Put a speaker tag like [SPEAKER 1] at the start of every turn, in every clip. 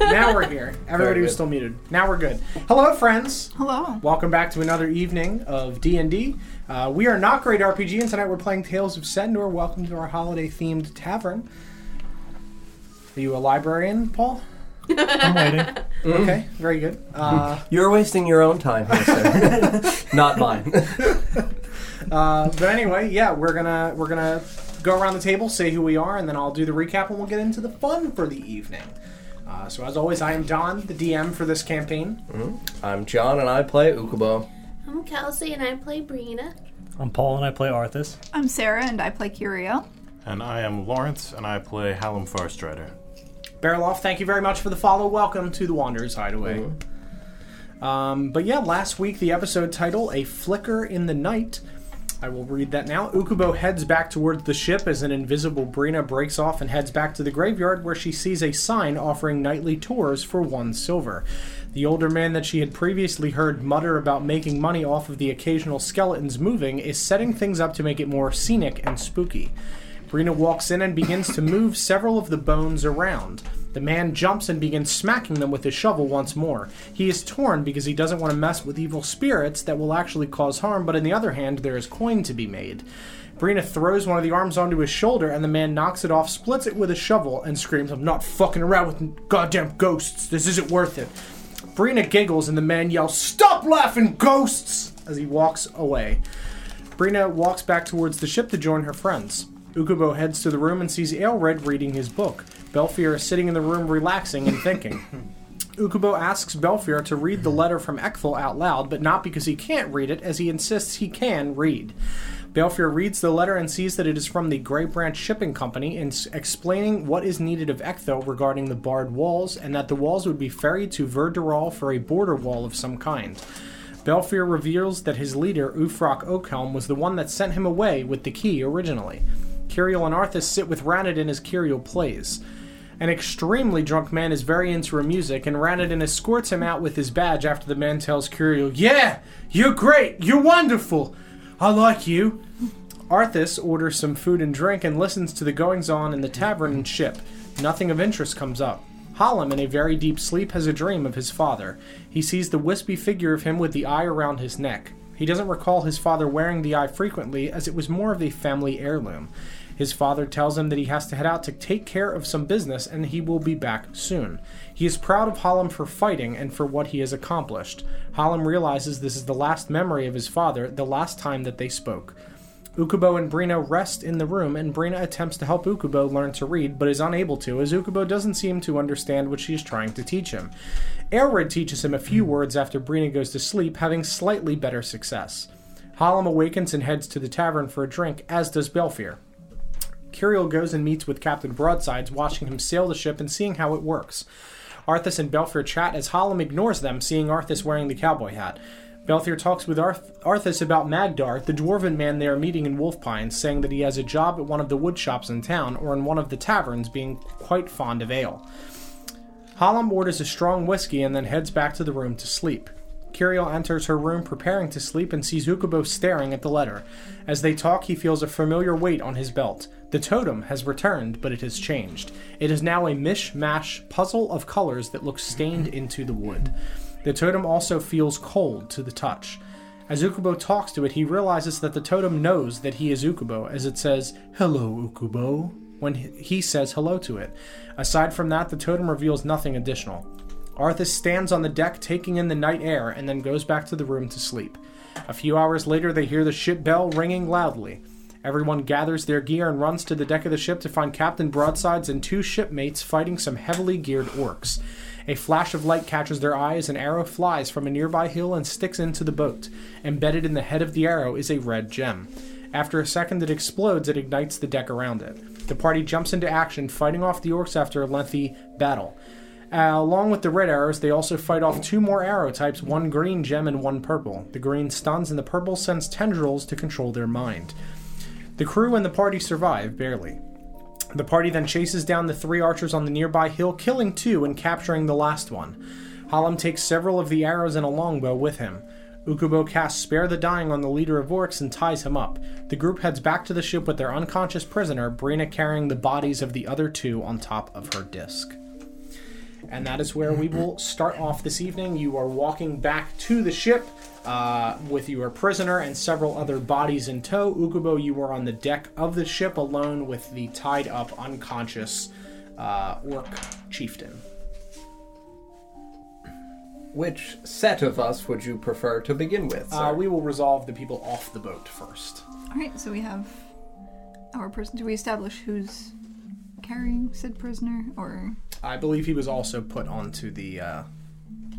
[SPEAKER 1] now we're here. Everybody was
[SPEAKER 2] good.
[SPEAKER 1] still muted. Now we're good. Hello, friends.
[SPEAKER 3] Hello.
[SPEAKER 1] Welcome back to another evening of D and D. Uh, We are not great RPG, and tonight we're playing Tales of Sendor. Welcome to our holiday-themed tavern. Are you a librarian, Paul?
[SPEAKER 4] I'm waiting.
[SPEAKER 1] Okay, very good. Uh,
[SPEAKER 2] You're wasting your own time here, sir. Not mine.
[SPEAKER 1] Uh, but anyway, yeah, we're gonna we're gonna go around the table, say who we are, and then I'll do the recap, and we'll get into the fun for the evening. Uh, so as always, I am Don, the DM for this campaign.
[SPEAKER 2] I'm John and I play Ukubo.
[SPEAKER 5] I'm Kelsey and I play Brina.
[SPEAKER 4] I'm Paul and I play Arthas.
[SPEAKER 3] I'm Sarah and I play Curio.
[SPEAKER 6] And I am Lawrence, and I play Hallam Farstrider.
[SPEAKER 1] Barloff, thank you very much for the follow. Welcome to the Wanderer's Hideaway. Um, but yeah, last week the episode title, "A Flicker in the Night." I will read that now. Ukubo heads back towards the ship as an invisible Brina breaks off and heads back to the graveyard where she sees a sign offering nightly tours for one silver. The older man that she had previously heard mutter about making money off of the occasional skeletons moving is setting things up to make it more scenic and spooky. Brina walks in and begins to move several of the bones around. The man jumps and begins smacking them with his shovel once more. He is torn because he doesn't want to mess with evil spirits that will actually cause harm, but on the other hand, there is coin to be made. Brina throws one of the arms onto his shoulder, and the man knocks it off, splits it with a shovel, and screams, I'm not fucking around with goddamn ghosts. This isn't worth it. Brina giggles, and the man yells, Stop laughing, ghosts! as he walks away. Brina walks back towards the ship to join her friends. Ukubo heads to the room and sees Aelred reading his book. Belfier is sitting in the room relaxing and thinking. Ukubo asks Belfier to read the letter from Ekthel out loud, but not because he can't read it, as he insists he can read. Belfier reads the letter and sees that it is from the Grey Branch Shipping Company, and s- explaining what is needed of Ekthel regarding the barred walls, and that the walls would be ferried to Verdural for a border wall of some kind. Belfier reveals that his leader, Ufrock Oakhelm, was the one that sent him away with the key originally. Kyriel and Arthas sit with Ranadin as Kyriel plays. An extremely drunk man is very into her music, and Ranadin escorts him out with his badge after the man tells Kyriel, Yeah, you're great, you're wonderful, I like you. Arthas orders some food and drink and listens to the goings on in the tavern and ship. Nothing of interest comes up. Hallam, in a very deep sleep, has a dream of his father. He sees the wispy figure of him with the eye around his neck. He doesn't recall his father wearing the eye frequently, as it was more of a family heirloom. His father tells him that he has to head out to take care of some business and he will be back soon. He is proud of Hallam for fighting and for what he has accomplished. Hallam realizes this is the last memory of his father, the last time that they spoke. Ukubo and Brina rest in the room, and Brina attempts to help Ukubo learn to read, but is unable to, as Ukubo doesn't seem to understand what she is trying to teach him. Aelred teaches him a few words after Brina goes to sleep, having slightly better success. Hallam awakens and heads to the tavern for a drink, as does Belfier. Curiel goes and meets with Captain Broadsides, watching him sail the ship and seeing how it works. Arthas and Belfier chat as Hallam ignores them, seeing Arthas wearing the cowboy hat. Belfier talks with Arth- Arthas about Magdar, the dwarven man they are meeting in Wolf Pines, saying that he has a job at one of the wood shops in town or in one of the taverns, being quite fond of ale. Hallam orders a strong whiskey and then heads back to the room to sleep. Kiriel enters her room preparing to sleep and sees Ukubo staring at the letter. As they talk, he feels a familiar weight on his belt. The totem has returned, but it has changed. It is now a mishmash puzzle of colors that looks stained into the wood. The totem also feels cold to the touch. As Ukubo talks to it, he realizes that the totem knows that he is Ukubo, as it says, Hello, Ukubo, when he- he says hello to it. Aside from that, the totem reveals nothing additional. Arthas stands on the deck, taking in the night air, and then goes back to the room to sleep. A few hours later, they hear the ship bell ringing loudly. Everyone gathers their gear and runs to the deck of the ship to find Captain Broadsides and two shipmates fighting some heavily geared orcs. A flash of light catches their eye as an arrow flies from a nearby hill and sticks into the boat. Embedded in the head of the arrow is a red gem. After a second, it explodes and ignites the deck around it. The party jumps into action, fighting off the orcs after a lengthy battle. Uh, along with the red arrows, they also fight off two more arrow types one green gem and one purple. The green stuns, and the purple sends tendrils to control their mind. The crew and the party survive, barely. The party then chases down the three archers on the nearby hill, killing two and capturing the last one. Hallam takes several of the arrows and a longbow with him. Ukubo casts Spare the Dying on the leader of orcs and ties him up. The group heads back to the ship with their unconscious prisoner, Brina carrying the bodies of the other two on top of her disc. And that is where we will start off this evening. You are walking back to the ship uh, with your prisoner and several other bodies in tow. Ukubo, you are on the deck of the ship alone with the tied up, unconscious uh, orc chieftain.
[SPEAKER 2] Which set of us would you prefer to begin with? Sir?
[SPEAKER 1] Uh, we will resolve the people off the boat first.
[SPEAKER 3] All right, so we have our person. Do we establish who's carrying said prisoner or
[SPEAKER 1] I believe he was also put onto the uh,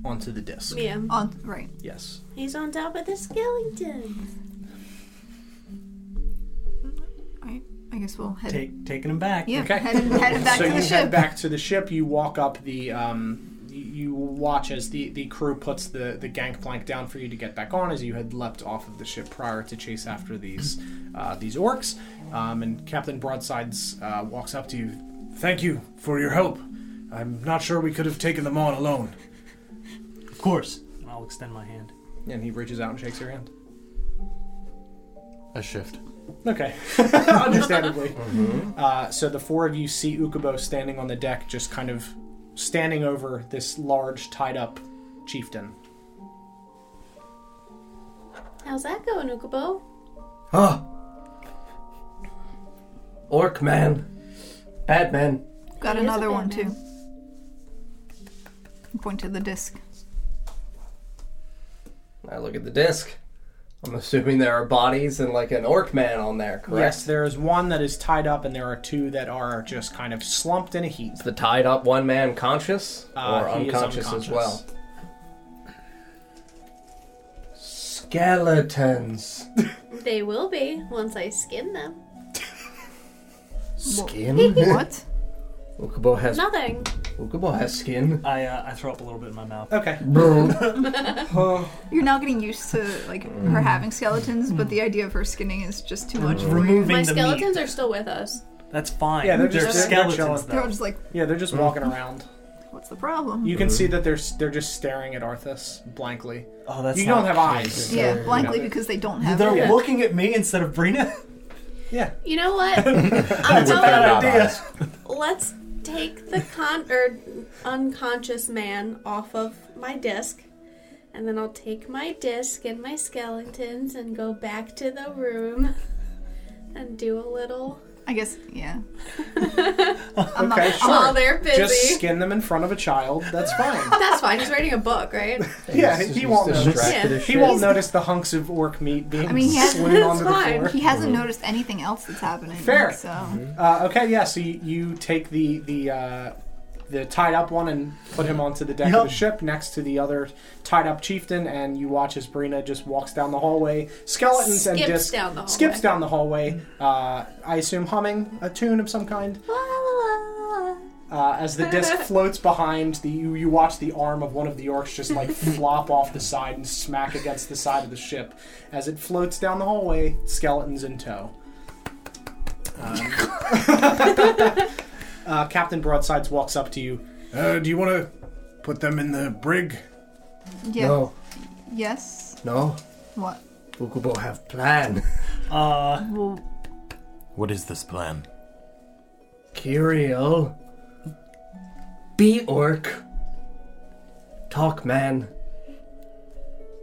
[SPEAKER 1] onto the disc.
[SPEAKER 5] Yeah.
[SPEAKER 3] on? Right.
[SPEAKER 1] Yes.
[SPEAKER 5] He's on top of the skeleton.
[SPEAKER 3] All right. I guess we'll head.
[SPEAKER 4] Take, taking him back.
[SPEAKER 3] yeah,
[SPEAKER 1] Okay.
[SPEAKER 3] head, head back
[SPEAKER 1] so
[SPEAKER 3] to
[SPEAKER 1] you
[SPEAKER 3] the
[SPEAKER 1] head
[SPEAKER 3] ship.
[SPEAKER 1] back to the ship. You walk up the. Um, you- you watch as the, the crew puts the, the gangplank down for you to get back on, as you had leapt off of the ship prior to chase after these uh, these orcs. Um, and Captain Broadsides uh, walks up to you. Thank you for your help. I'm not sure we could have taken them on alone.
[SPEAKER 4] Of course. And I'll extend my hand.
[SPEAKER 1] And he reaches out and shakes your hand.
[SPEAKER 6] A shift.
[SPEAKER 1] Okay, understandably. Uh, so the four of you see Ukubo standing on the deck, just kind of standing over this large, tied up chieftain.
[SPEAKER 5] How's that going, Ukubo?
[SPEAKER 2] Ah! Orc man. Bad man.
[SPEAKER 3] Got
[SPEAKER 5] He is a
[SPEAKER 3] another one too.
[SPEAKER 5] Batman.
[SPEAKER 3] Point to the disc.
[SPEAKER 2] I look at the disc. I'm assuming there are bodies and like an orc man on there, correct?
[SPEAKER 1] Yes, there is one that is tied up, and there are two that are just kind of slumped in a heap.
[SPEAKER 2] Is the tied up one man conscious
[SPEAKER 1] Uh,
[SPEAKER 2] or
[SPEAKER 1] he is
[SPEAKER 2] unconscious, as
[SPEAKER 1] unconscious.
[SPEAKER 2] well? Skeletons.
[SPEAKER 5] They will be once I skin them.
[SPEAKER 2] Skin?
[SPEAKER 3] What?
[SPEAKER 2] Ukubo has
[SPEAKER 5] Nothing.
[SPEAKER 2] Ukubo has skin.
[SPEAKER 4] I, uh, I throw up a little bit in my mouth.
[SPEAKER 1] Okay.
[SPEAKER 3] You're now getting used to like her having skeletons, but the idea of her skinning is just too much for you.
[SPEAKER 4] Removing
[SPEAKER 5] My
[SPEAKER 4] the
[SPEAKER 5] skeletons
[SPEAKER 4] meat.
[SPEAKER 5] are still with us.
[SPEAKER 4] That's fine.
[SPEAKER 1] Yeah, they're just- they're- they're
[SPEAKER 4] skeletons,
[SPEAKER 3] They're all
[SPEAKER 4] though.
[SPEAKER 3] just like,
[SPEAKER 1] Yeah, they're just
[SPEAKER 2] Mm-hmm.
[SPEAKER 1] walking around.
[SPEAKER 3] what's the problem?
[SPEAKER 1] You can see that they're s- they're just staring at Arthas blankly.
[SPEAKER 4] Oh, that's
[SPEAKER 1] you
[SPEAKER 4] not
[SPEAKER 1] don't have eyes. so,
[SPEAKER 3] yeah,
[SPEAKER 1] you know,
[SPEAKER 3] blankly because they don't have.
[SPEAKER 4] They're
[SPEAKER 3] it.
[SPEAKER 4] looking at me instead of Brina.
[SPEAKER 1] Yeah.
[SPEAKER 5] You know what? I'm going.
[SPEAKER 2] Oh, Not eyes.
[SPEAKER 5] Uh, Let's take the con or unconscious man off of my disc, and then I'll take my disc and my skeletons and go back to the room and do a little
[SPEAKER 3] I guess, yeah.
[SPEAKER 1] Okay.
[SPEAKER 5] while
[SPEAKER 1] Sure.
[SPEAKER 5] they're busy.
[SPEAKER 1] Just skin them in front of a child. That's fine.
[SPEAKER 5] That's fine. He's writing a book, right?
[SPEAKER 1] yeah,
[SPEAKER 2] He's
[SPEAKER 1] he won't
[SPEAKER 2] just
[SPEAKER 1] notice.
[SPEAKER 2] distracted
[SPEAKER 5] Yeah.
[SPEAKER 2] as
[SPEAKER 1] He
[SPEAKER 2] shit.
[SPEAKER 1] won't notice the hunks of orc meat being
[SPEAKER 3] I mean, he has-
[SPEAKER 1] slewed onto
[SPEAKER 5] It's
[SPEAKER 1] the
[SPEAKER 5] fine.
[SPEAKER 1] floor.
[SPEAKER 3] He hasn't noticed anything else that's happening.
[SPEAKER 1] Mm-hmm. Fair.
[SPEAKER 3] So
[SPEAKER 1] Uh, okay, yeah. So you, you take the the uh, the tied up one and put him onto the deck of
[SPEAKER 4] Yup.
[SPEAKER 1] the ship next to the other tied up chieftain, and you watch as Brina just walks down the hallway, skeletons and
[SPEAKER 5] Skips
[SPEAKER 1] disc
[SPEAKER 5] down the hallway.
[SPEAKER 1] skips down the hallway. Uh, I assume humming a tune of some kind
[SPEAKER 5] La, la, la, la.
[SPEAKER 1] uh, as the disc floats behind the you, you watch the arm of one of the orcs just like flop off the side and smack against the side of the ship as it floats down the hallway skeletons in tow um, uh, captain broadsides walks up to you
[SPEAKER 7] Uh, do you want to put them in the brig?
[SPEAKER 3] yeah.
[SPEAKER 2] No,
[SPEAKER 3] Yes.
[SPEAKER 2] no.
[SPEAKER 3] What?
[SPEAKER 2] Ukubo have plan.
[SPEAKER 4] Uh,
[SPEAKER 3] Well,
[SPEAKER 6] What is this plan?
[SPEAKER 2] Kiriel. Be orc. Talk man.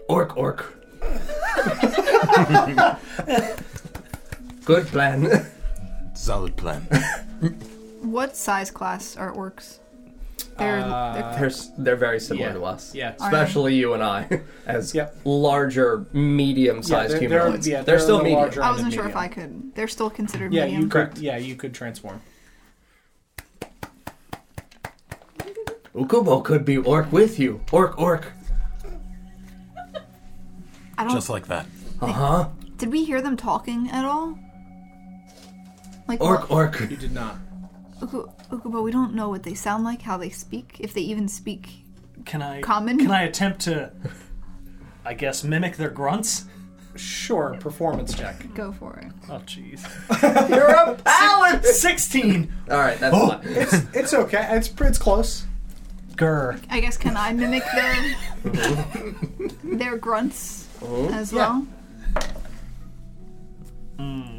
[SPEAKER 2] Orc orc. Good plan.
[SPEAKER 6] Solid plan.
[SPEAKER 3] what size class are orcs?
[SPEAKER 1] Uh,
[SPEAKER 3] They're, they're
[SPEAKER 2] They're, s- they're very similar
[SPEAKER 1] yeah,
[SPEAKER 2] to us.
[SPEAKER 1] yeah.
[SPEAKER 3] Are
[SPEAKER 2] Especially you and I, as
[SPEAKER 1] Yep.
[SPEAKER 2] larger, medium sized
[SPEAKER 1] they're- they're-
[SPEAKER 2] humanoids.
[SPEAKER 1] yeah,
[SPEAKER 2] they're,
[SPEAKER 1] they're
[SPEAKER 2] still
[SPEAKER 1] the
[SPEAKER 2] medium.
[SPEAKER 1] larger-
[SPEAKER 3] I wasn't sure if
[SPEAKER 1] medium.
[SPEAKER 3] I could. They're still considered
[SPEAKER 1] yeah
[SPEAKER 3] medium.
[SPEAKER 1] you
[SPEAKER 2] Correct.
[SPEAKER 1] could yeah you could transform
[SPEAKER 2] Ukubo could be orc with you. Orc orc.
[SPEAKER 3] I don't.
[SPEAKER 6] Just like that.
[SPEAKER 2] Uh huh.
[SPEAKER 3] Did we hear them talking at all? Like
[SPEAKER 2] Orc orc.
[SPEAKER 1] you did not
[SPEAKER 3] Uku- Ukubo, we don't know what they sound like, how they speak, if they even speak.
[SPEAKER 4] can I
[SPEAKER 3] Common?
[SPEAKER 4] Can I attempt to, I guess, mimic their grunts?
[SPEAKER 1] sure performance check
[SPEAKER 3] Go for it.
[SPEAKER 4] Oh, jeez.
[SPEAKER 2] You're a paladin!
[SPEAKER 4] Sixteen.
[SPEAKER 2] Alright, that's fine.
[SPEAKER 1] it's it's okay it's it's close
[SPEAKER 4] Grr.
[SPEAKER 3] I guess can I mimic their
[SPEAKER 4] Uh-huh.
[SPEAKER 3] their grunts as well?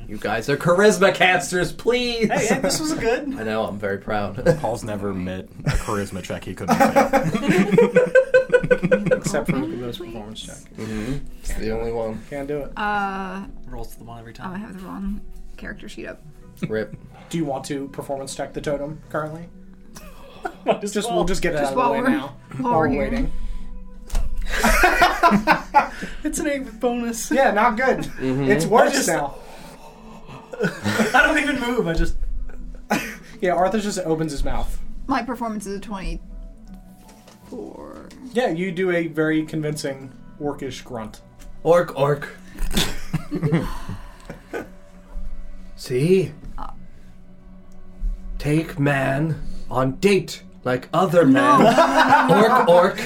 [SPEAKER 2] You guys are charisma casters, please.
[SPEAKER 4] Mm. Hey, hey, this was a good.
[SPEAKER 2] I know. I'm very proud.
[SPEAKER 6] Paul's never met a charisma check he couldn't fail.
[SPEAKER 1] Except for Ukubo's performance check.
[SPEAKER 2] Mm-hmm. it's the only one.
[SPEAKER 1] Can't do it.
[SPEAKER 3] Uh,
[SPEAKER 4] Rolls to the one every
[SPEAKER 3] oh, I
[SPEAKER 4] time.
[SPEAKER 3] have the wrong character sheet up.
[SPEAKER 2] Rip.
[SPEAKER 1] Do you want to performance check the totem currently?
[SPEAKER 4] Might as
[SPEAKER 1] Just
[SPEAKER 4] well.
[SPEAKER 1] we'll just get it out of
[SPEAKER 3] while
[SPEAKER 1] the way
[SPEAKER 3] we're-
[SPEAKER 1] now.
[SPEAKER 3] while we're here.
[SPEAKER 1] waiting.
[SPEAKER 4] It's an eight with bonus.
[SPEAKER 1] Yeah, not good.
[SPEAKER 2] Mm-hmm.
[SPEAKER 1] It's worse
[SPEAKER 4] just-
[SPEAKER 1] now.
[SPEAKER 4] I don't even move. I just
[SPEAKER 1] Yeah, Arthur just opens his mouth.
[SPEAKER 3] My performance is a 24.
[SPEAKER 1] Yeah, you do a very convincing orcish grunt.
[SPEAKER 2] Orc, orc. See? Take man on date like other men. Orc, orc.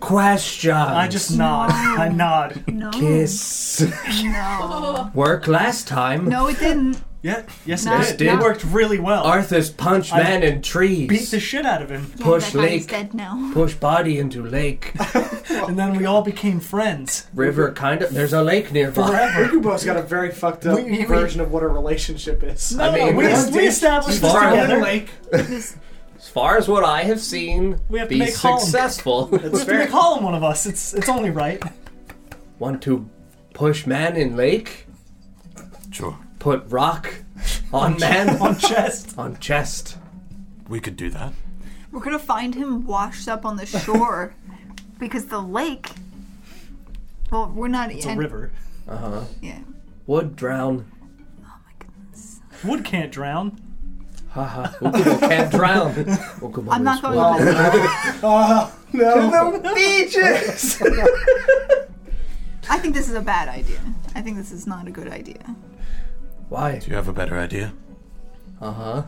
[SPEAKER 2] Question.
[SPEAKER 4] I just nod. I nod.
[SPEAKER 3] No.
[SPEAKER 2] Kiss.
[SPEAKER 4] Oh.
[SPEAKER 3] No.
[SPEAKER 2] Work last time.
[SPEAKER 3] No, it didn't.
[SPEAKER 4] Yeah. Yes,
[SPEAKER 3] No,
[SPEAKER 4] it did.
[SPEAKER 2] did.
[SPEAKER 4] It worked really well.
[SPEAKER 2] Arthur's punch
[SPEAKER 4] I
[SPEAKER 2] man in trees.
[SPEAKER 4] beat the shit out of him,
[SPEAKER 3] Yeah,
[SPEAKER 2] Push
[SPEAKER 3] that guy's
[SPEAKER 2] leak.
[SPEAKER 3] dead now.
[SPEAKER 2] Push body into lake.
[SPEAKER 4] and then we all became friends.
[SPEAKER 2] River kind of. There's a lake nearby.
[SPEAKER 4] Forever.
[SPEAKER 1] Ukubo's got a very fucked up
[SPEAKER 2] We- we- we-
[SPEAKER 1] version of what a relationship is.
[SPEAKER 2] I mean,
[SPEAKER 4] we,
[SPEAKER 2] one
[SPEAKER 4] we
[SPEAKER 2] dish,
[SPEAKER 4] established this
[SPEAKER 2] far away.
[SPEAKER 4] together.
[SPEAKER 1] Lake.
[SPEAKER 3] This,
[SPEAKER 2] As far as what I have seen,
[SPEAKER 4] We have to
[SPEAKER 2] be
[SPEAKER 4] make Holland.
[SPEAKER 2] successful.
[SPEAKER 1] It's
[SPEAKER 4] We have to
[SPEAKER 1] very
[SPEAKER 4] make Holland one of us. It's it's only right.
[SPEAKER 2] Want to push man in lake?
[SPEAKER 6] Sure,
[SPEAKER 2] Put rock on man
[SPEAKER 4] On chest.
[SPEAKER 2] on chest.
[SPEAKER 6] we could do that.
[SPEAKER 3] we're gonna find him washed up on the shore because the lake. Well, we're not.
[SPEAKER 4] It's a river.
[SPEAKER 3] Yeah.
[SPEAKER 2] Would Uh-huh. drown.
[SPEAKER 3] Oh my goodness.
[SPEAKER 4] Wood can't drown.
[SPEAKER 2] Haha. Ukubo can't drown. Ukubo
[SPEAKER 3] I'm not
[SPEAKER 2] is
[SPEAKER 3] going
[SPEAKER 2] one.
[SPEAKER 3] with that.
[SPEAKER 4] Uh-huh.
[SPEAKER 1] no.
[SPEAKER 2] Beaches.
[SPEAKER 3] I think this is a bad idea. I think this is not a good idea.
[SPEAKER 2] Why?
[SPEAKER 6] Do you have a better idea?
[SPEAKER 2] Uh huh.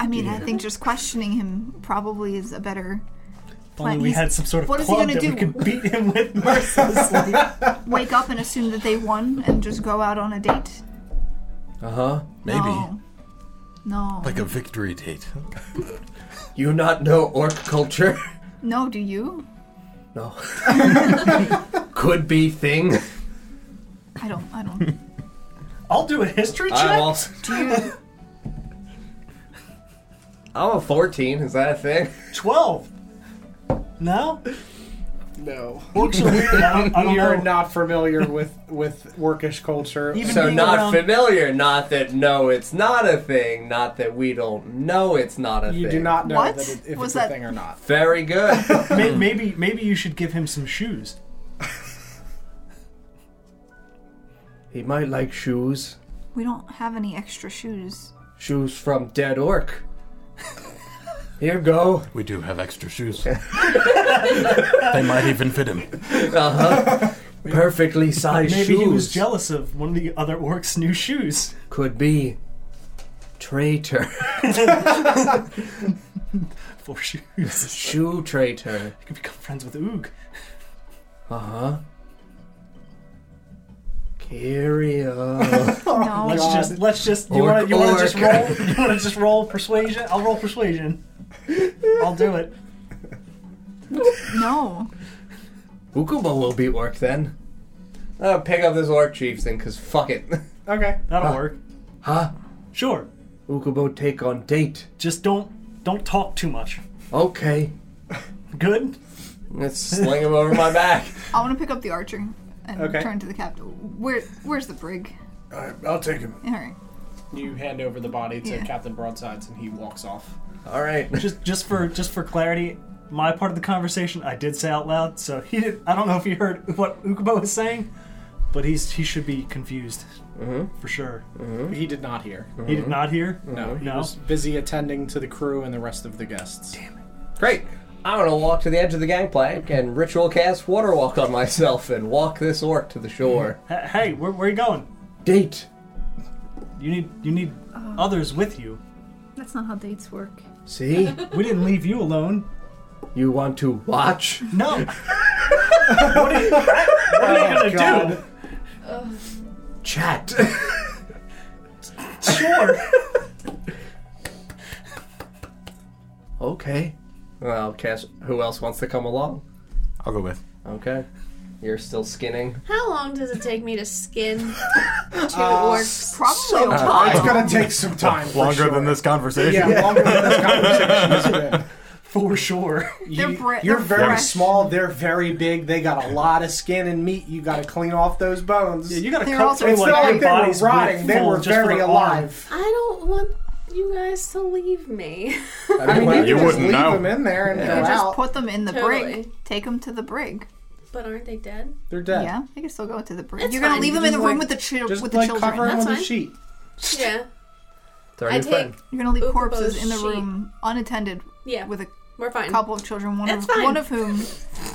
[SPEAKER 3] I mean, I think just questioning him probably is a better
[SPEAKER 4] If Only
[SPEAKER 3] Plan-
[SPEAKER 4] we
[SPEAKER 3] he's-
[SPEAKER 4] had some sort of
[SPEAKER 3] what is he
[SPEAKER 4] club
[SPEAKER 3] gonna
[SPEAKER 4] that
[SPEAKER 3] do?
[SPEAKER 4] we could beat him with mercilessly.
[SPEAKER 3] wake up and assume that they won and just go out on a date.
[SPEAKER 2] Uh huh.
[SPEAKER 6] Maybe
[SPEAKER 3] No. No.
[SPEAKER 6] like a victory date.
[SPEAKER 2] You not know orc culture?
[SPEAKER 3] no, do you?
[SPEAKER 2] No. Could be thing.
[SPEAKER 3] I don't. I don't.
[SPEAKER 4] I'll do a history check.
[SPEAKER 2] I'm also.
[SPEAKER 3] do you?
[SPEAKER 2] I'm a 14. Is that a thing?
[SPEAKER 4] Twelve. No,
[SPEAKER 1] no.
[SPEAKER 4] orcs are weird. I don't, I don't
[SPEAKER 1] You're
[SPEAKER 4] know.
[SPEAKER 1] not familiar with with workish culture.
[SPEAKER 4] Even
[SPEAKER 2] So
[SPEAKER 4] being
[SPEAKER 2] not
[SPEAKER 4] around-
[SPEAKER 2] familiar. Not that no, it's not a thing. Not that we don't know it's not a
[SPEAKER 1] you
[SPEAKER 2] thing.
[SPEAKER 1] do not know
[SPEAKER 3] What
[SPEAKER 1] that it, if
[SPEAKER 3] was
[SPEAKER 1] it's
[SPEAKER 3] that?
[SPEAKER 1] a thing or not.
[SPEAKER 2] Very good.
[SPEAKER 4] May- maybe maybe you should give him some shoes.
[SPEAKER 2] he might like shoes.
[SPEAKER 3] We don't have any extra shoes.
[SPEAKER 2] Shoes from dead orc. Here go.
[SPEAKER 6] We do have extra shoes. they might even fit him.
[SPEAKER 2] Uh-huh. Perfectly sized
[SPEAKER 4] Maybe
[SPEAKER 2] shoes.
[SPEAKER 4] he was jealous of one of the other orcs' new shoes.
[SPEAKER 2] Could be. Traitor.
[SPEAKER 4] For shoes,
[SPEAKER 2] Shoe traitor.
[SPEAKER 4] I could become friends with Oog.
[SPEAKER 2] Uh huh. Curious.
[SPEAKER 8] Oh,
[SPEAKER 3] No.
[SPEAKER 4] Oh, Let's just let's just you
[SPEAKER 2] Orc,
[SPEAKER 4] want to you want to just
[SPEAKER 2] orc.
[SPEAKER 4] roll you want to just roll persuasion. I'll roll persuasion. I'll do it.
[SPEAKER 3] No.
[SPEAKER 2] Ukubo will be orc then. I'll pick up this orc chief thing, cause fuck it.
[SPEAKER 1] Okay.
[SPEAKER 4] That'll work.
[SPEAKER 2] Huh?
[SPEAKER 4] Sure.
[SPEAKER 2] Ukubo take on date.
[SPEAKER 4] Just don't don't talk too much.
[SPEAKER 2] Okay.
[SPEAKER 4] Good.
[SPEAKER 2] Let's sling him over my back.
[SPEAKER 3] I want to pick up the archer and
[SPEAKER 1] Okay.
[SPEAKER 3] turn to the captain. Where? Where's the brig?
[SPEAKER 7] I, I'll take him.
[SPEAKER 3] All right.
[SPEAKER 1] You hand over the body to
[SPEAKER 3] Yeah.
[SPEAKER 1] Captain Broadsides and he walks off.
[SPEAKER 2] All right.
[SPEAKER 4] Just just for just for clarity, my part of the conversation I did say out loud, so he did. I don't know if he heard what Ukubo was saying, but he's he should be confused
[SPEAKER 2] Mm-hmm.
[SPEAKER 4] for sure.
[SPEAKER 1] He did not hear.
[SPEAKER 4] He did not hear.
[SPEAKER 1] No, he
[SPEAKER 4] No.
[SPEAKER 1] was busy attending to the crew and the rest of the guests.
[SPEAKER 2] Great. I'm gonna walk to the edge of the gangplank and ritual cast water walk on myself and walk this orc to the shore.
[SPEAKER 4] H- Hey, where, where are you going?
[SPEAKER 2] Date.
[SPEAKER 4] You need you need others with you.
[SPEAKER 3] That's not how dates work.
[SPEAKER 2] See?
[SPEAKER 4] We didn't leave you alone.
[SPEAKER 2] You want to watch?
[SPEAKER 4] No. what are you, what are
[SPEAKER 2] Oh,
[SPEAKER 4] you gonna
[SPEAKER 1] God.
[SPEAKER 2] Chat.
[SPEAKER 4] do? Sure.
[SPEAKER 2] okay. Well, I'll cast. Who else wants to come along?
[SPEAKER 6] I'll go with.
[SPEAKER 2] Okay. You're still skinning.
[SPEAKER 5] How long does it take me to skin two
[SPEAKER 1] Uh,
[SPEAKER 5] orcs?
[SPEAKER 3] Probably a
[SPEAKER 2] Uh,
[SPEAKER 7] It's
[SPEAKER 3] lot.
[SPEAKER 7] gonna take some time. for
[SPEAKER 6] Longer
[SPEAKER 7] sure.
[SPEAKER 6] than this conversation.
[SPEAKER 7] Yeah, longer than this conversation. isn't it?
[SPEAKER 4] For sure.
[SPEAKER 3] They're
[SPEAKER 1] You,
[SPEAKER 3] bre-
[SPEAKER 1] you're
[SPEAKER 3] they're
[SPEAKER 1] very
[SPEAKER 3] fresh.
[SPEAKER 1] small. They're very big. They got a lot of skin and meat. You got to clean off those bones.
[SPEAKER 4] Yeah, you gotta
[SPEAKER 3] They're
[SPEAKER 4] cut
[SPEAKER 3] also-
[SPEAKER 4] through
[SPEAKER 3] It's
[SPEAKER 4] like
[SPEAKER 1] not
[SPEAKER 4] their
[SPEAKER 1] like they were
[SPEAKER 4] bodies with
[SPEAKER 1] rotting. They
[SPEAKER 4] full
[SPEAKER 1] were
[SPEAKER 4] just for
[SPEAKER 1] very
[SPEAKER 4] the arm.
[SPEAKER 1] alive.
[SPEAKER 5] I don't want you guys to leave me.
[SPEAKER 1] I mean, you,
[SPEAKER 6] You
[SPEAKER 1] could just
[SPEAKER 6] wouldn't
[SPEAKER 1] leave
[SPEAKER 6] know.
[SPEAKER 1] them in there and
[SPEAKER 3] You could
[SPEAKER 1] go
[SPEAKER 3] just
[SPEAKER 1] out.
[SPEAKER 3] put them in the brig.
[SPEAKER 5] Totally.
[SPEAKER 3] Take them to the brig.
[SPEAKER 5] but aren't they dead?
[SPEAKER 1] They're dead.
[SPEAKER 3] Yeah, they can still go to the brig.
[SPEAKER 5] It's
[SPEAKER 3] You're gonna
[SPEAKER 5] fine.
[SPEAKER 3] leave them in
[SPEAKER 1] Just
[SPEAKER 3] the
[SPEAKER 1] like-
[SPEAKER 3] room with the chi-
[SPEAKER 1] Just
[SPEAKER 3] with the
[SPEAKER 1] like
[SPEAKER 3] children.
[SPEAKER 1] cover them
[SPEAKER 5] That's
[SPEAKER 1] with a
[SPEAKER 5] fine.
[SPEAKER 1] sheet.
[SPEAKER 5] Yeah.
[SPEAKER 2] They're
[SPEAKER 5] I
[SPEAKER 2] your
[SPEAKER 5] take-
[SPEAKER 2] friend.
[SPEAKER 3] You're gonna leave
[SPEAKER 5] Ooh,
[SPEAKER 3] corpses
[SPEAKER 5] those
[SPEAKER 3] in the
[SPEAKER 5] sheep.
[SPEAKER 3] room unattended
[SPEAKER 5] Yeah.
[SPEAKER 3] with a
[SPEAKER 5] We're fine.
[SPEAKER 3] couple of children, one,
[SPEAKER 5] That's
[SPEAKER 3] of,
[SPEAKER 5] fine.
[SPEAKER 3] one of whom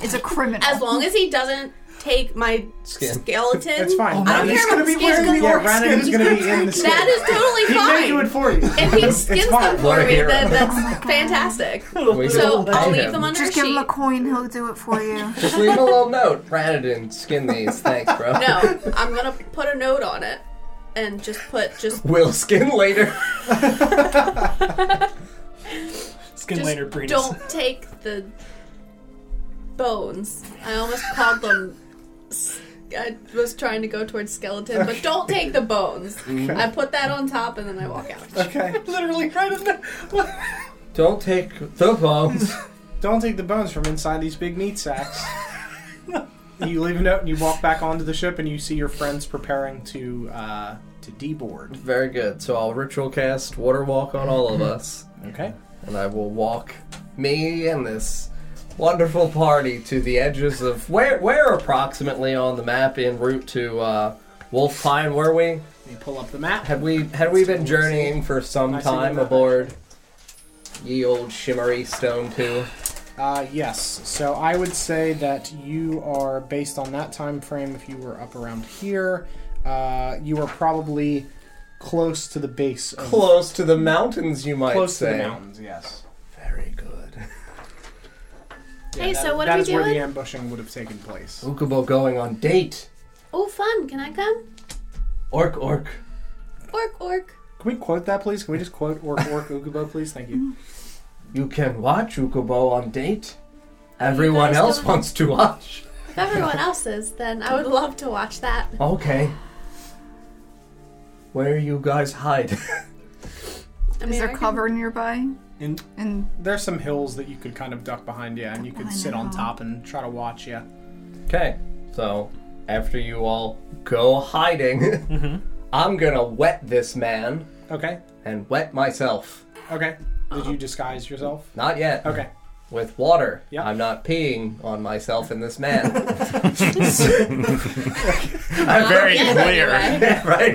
[SPEAKER 3] is a criminal.
[SPEAKER 5] As long as he doesn't take my
[SPEAKER 2] Skin.
[SPEAKER 5] skeleton.
[SPEAKER 1] It's fine.
[SPEAKER 3] Oh
[SPEAKER 5] I don't
[SPEAKER 1] Randy's
[SPEAKER 5] care
[SPEAKER 1] gonna
[SPEAKER 5] about
[SPEAKER 1] be wearing
[SPEAKER 5] skin.
[SPEAKER 1] yeah, Randy's gonna be in the skin.
[SPEAKER 5] That is totally
[SPEAKER 1] he
[SPEAKER 5] fine.
[SPEAKER 1] may do it for you.
[SPEAKER 5] If he skins
[SPEAKER 1] fine.
[SPEAKER 5] them for
[SPEAKER 2] What a
[SPEAKER 5] me,
[SPEAKER 2] hero.
[SPEAKER 5] then that's fantastic.
[SPEAKER 2] We
[SPEAKER 5] So
[SPEAKER 2] just-
[SPEAKER 5] I'll
[SPEAKER 2] Okay.
[SPEAKER 5] leave them under
[SPEAKER 3] Oh Just
[SPEAKER 5] a
[SPEAKER 3] give him a
[SPEAKER 5] sheet.
[SPEAKER 3] coin, he'll do it for you.
[SPEAKER 2] Just leave a little note. Ran it and skin these. Thanks, bro.
[SPEAKER 5] No, I'm gonna put a note on it and just put just
[SPEAKER 2] We'll skin later.
[SPEAKER 4] Skin
[SPEAKER 5] just
[SPEAKER 4] later, Breenus.
[SPEAKER 5] don't take the bones. I almost called them. s- I was trying to go towards skeleton, but don't take the bones.
[SPEAKER 1] Mm-hmm.
[SPEAKER 5] I put that on top and then I walk out.
[SPEAKER 1] Okay.
[SPEAKER 4] Literally right in there.
[SPEAKER 2] Don't take the bones.
[SPEAKER 1] Don't take the bones from inside these big meat sacks. you leave a note and you walk back onto the ship and you see your friends preparing to uh, to deboard.
[SPEAKER 2] Very good. So I'll ritual cast water walk on all of us,
[SPEAKER 1] Okay.
[SPEAKER 2] and I will walk me and this wonderful party to the edges of where where approximately on the map en route to uh, Wolf Pine were we?
[SPEAKER 1] Let me pull up the map.
[SPEAKER 2] Had we had we been journeying for some
[SPEAKER 1] Nice to
[SPEAKER 2] time
[SPEAKER 1] get that.
[SPEAKER 2] aboard ye old shimmery stone two?
[SPEAKER 1] Uh, yes. So I would say that you are based on that time frame. If you were up around here, uh, you are probably close to the base. Of,
[SPEAKER 2] Close to the mountains, you might
[SPEAKER 1] Um, close to
[SPEAKER 2] say.
[SPEAKER 1] the mountains. Yes.
[SPEAKER 2] Very good.
[SPEAKER 1] Yeah,
[SPEAKER 5] Hey,
[SPEAKER 1] that-
[SPEAKER 5] so what
[SPEAKER 1] that
[SPEAKER 5] are we
[SPEAKER 1] is where
[SPEAKER 5] doing?
[SPEAKER 1] the ambushing would have taken place.
[SPEAKER 2] Ukubo going on date.
[SPEAKER 5] Oh, fun! Can I come?
[SPEAKER 2] Orc, orc.
[SPEAKER 5] Orc, orc.
[SPEAKER 1] Can we quote that, please? Can we just quote Orc Orc Ukubo, please? Thank you.
[SPEAKER 2] You can watch Ukubo on date. Everyone
[SPEAKER 5] guys
[SPEAKER 2] else
[SPEAKER 5] don't-
[SPEAKER 2] wants to watch.
[SPEAKER 5] If everyone else is, then I would love to watch that.
[SPEAKER 2] Okay. Where you guys hide?
[SPEAKER 5] I
[SPEAKER 3] Is
[SPEAKER 5] mean, I
[SPEAKER 3] there
[SPEAKER 5] can-
[SPEAKER 3] cover nearby?
[SPEAKER 4] In-
[SPEAKER 3] And
[SPEAKER 1] There's some hills that you could kind of duck behind, yeah, and you could
[SPEAKER 3] behind
[SPEAKER 1] sit
[SPEAKER 3] the
[SPEAKER 1] on
[SPEAKER 3] hill.
[SPEAKER 1] top and try to watch, yeah.
[SPEAKER 2] okay. So after you all go hiding, I'm gonna wet this man
[SPEAKER 1] Okay.
[SPEAKER 2] and wet myself. Uh-huh.
[SPEAKER 1] Okay. Did you disguise yourself?
[SPEAKER 2] Not yet.
[SPEAKER 1] Okay.
[SPEAKER 2] With water.
[SPEAKER 1] Yeah.
[SPEAKER 2] I'm not peeing on myself and this man. I'm
[SPEAKER 6] Very
[SPEAKER 5] Yeah,
[SPEAKER 6] clear.
[SPEAKER 5] anyway.
[SPEAKER 2] right.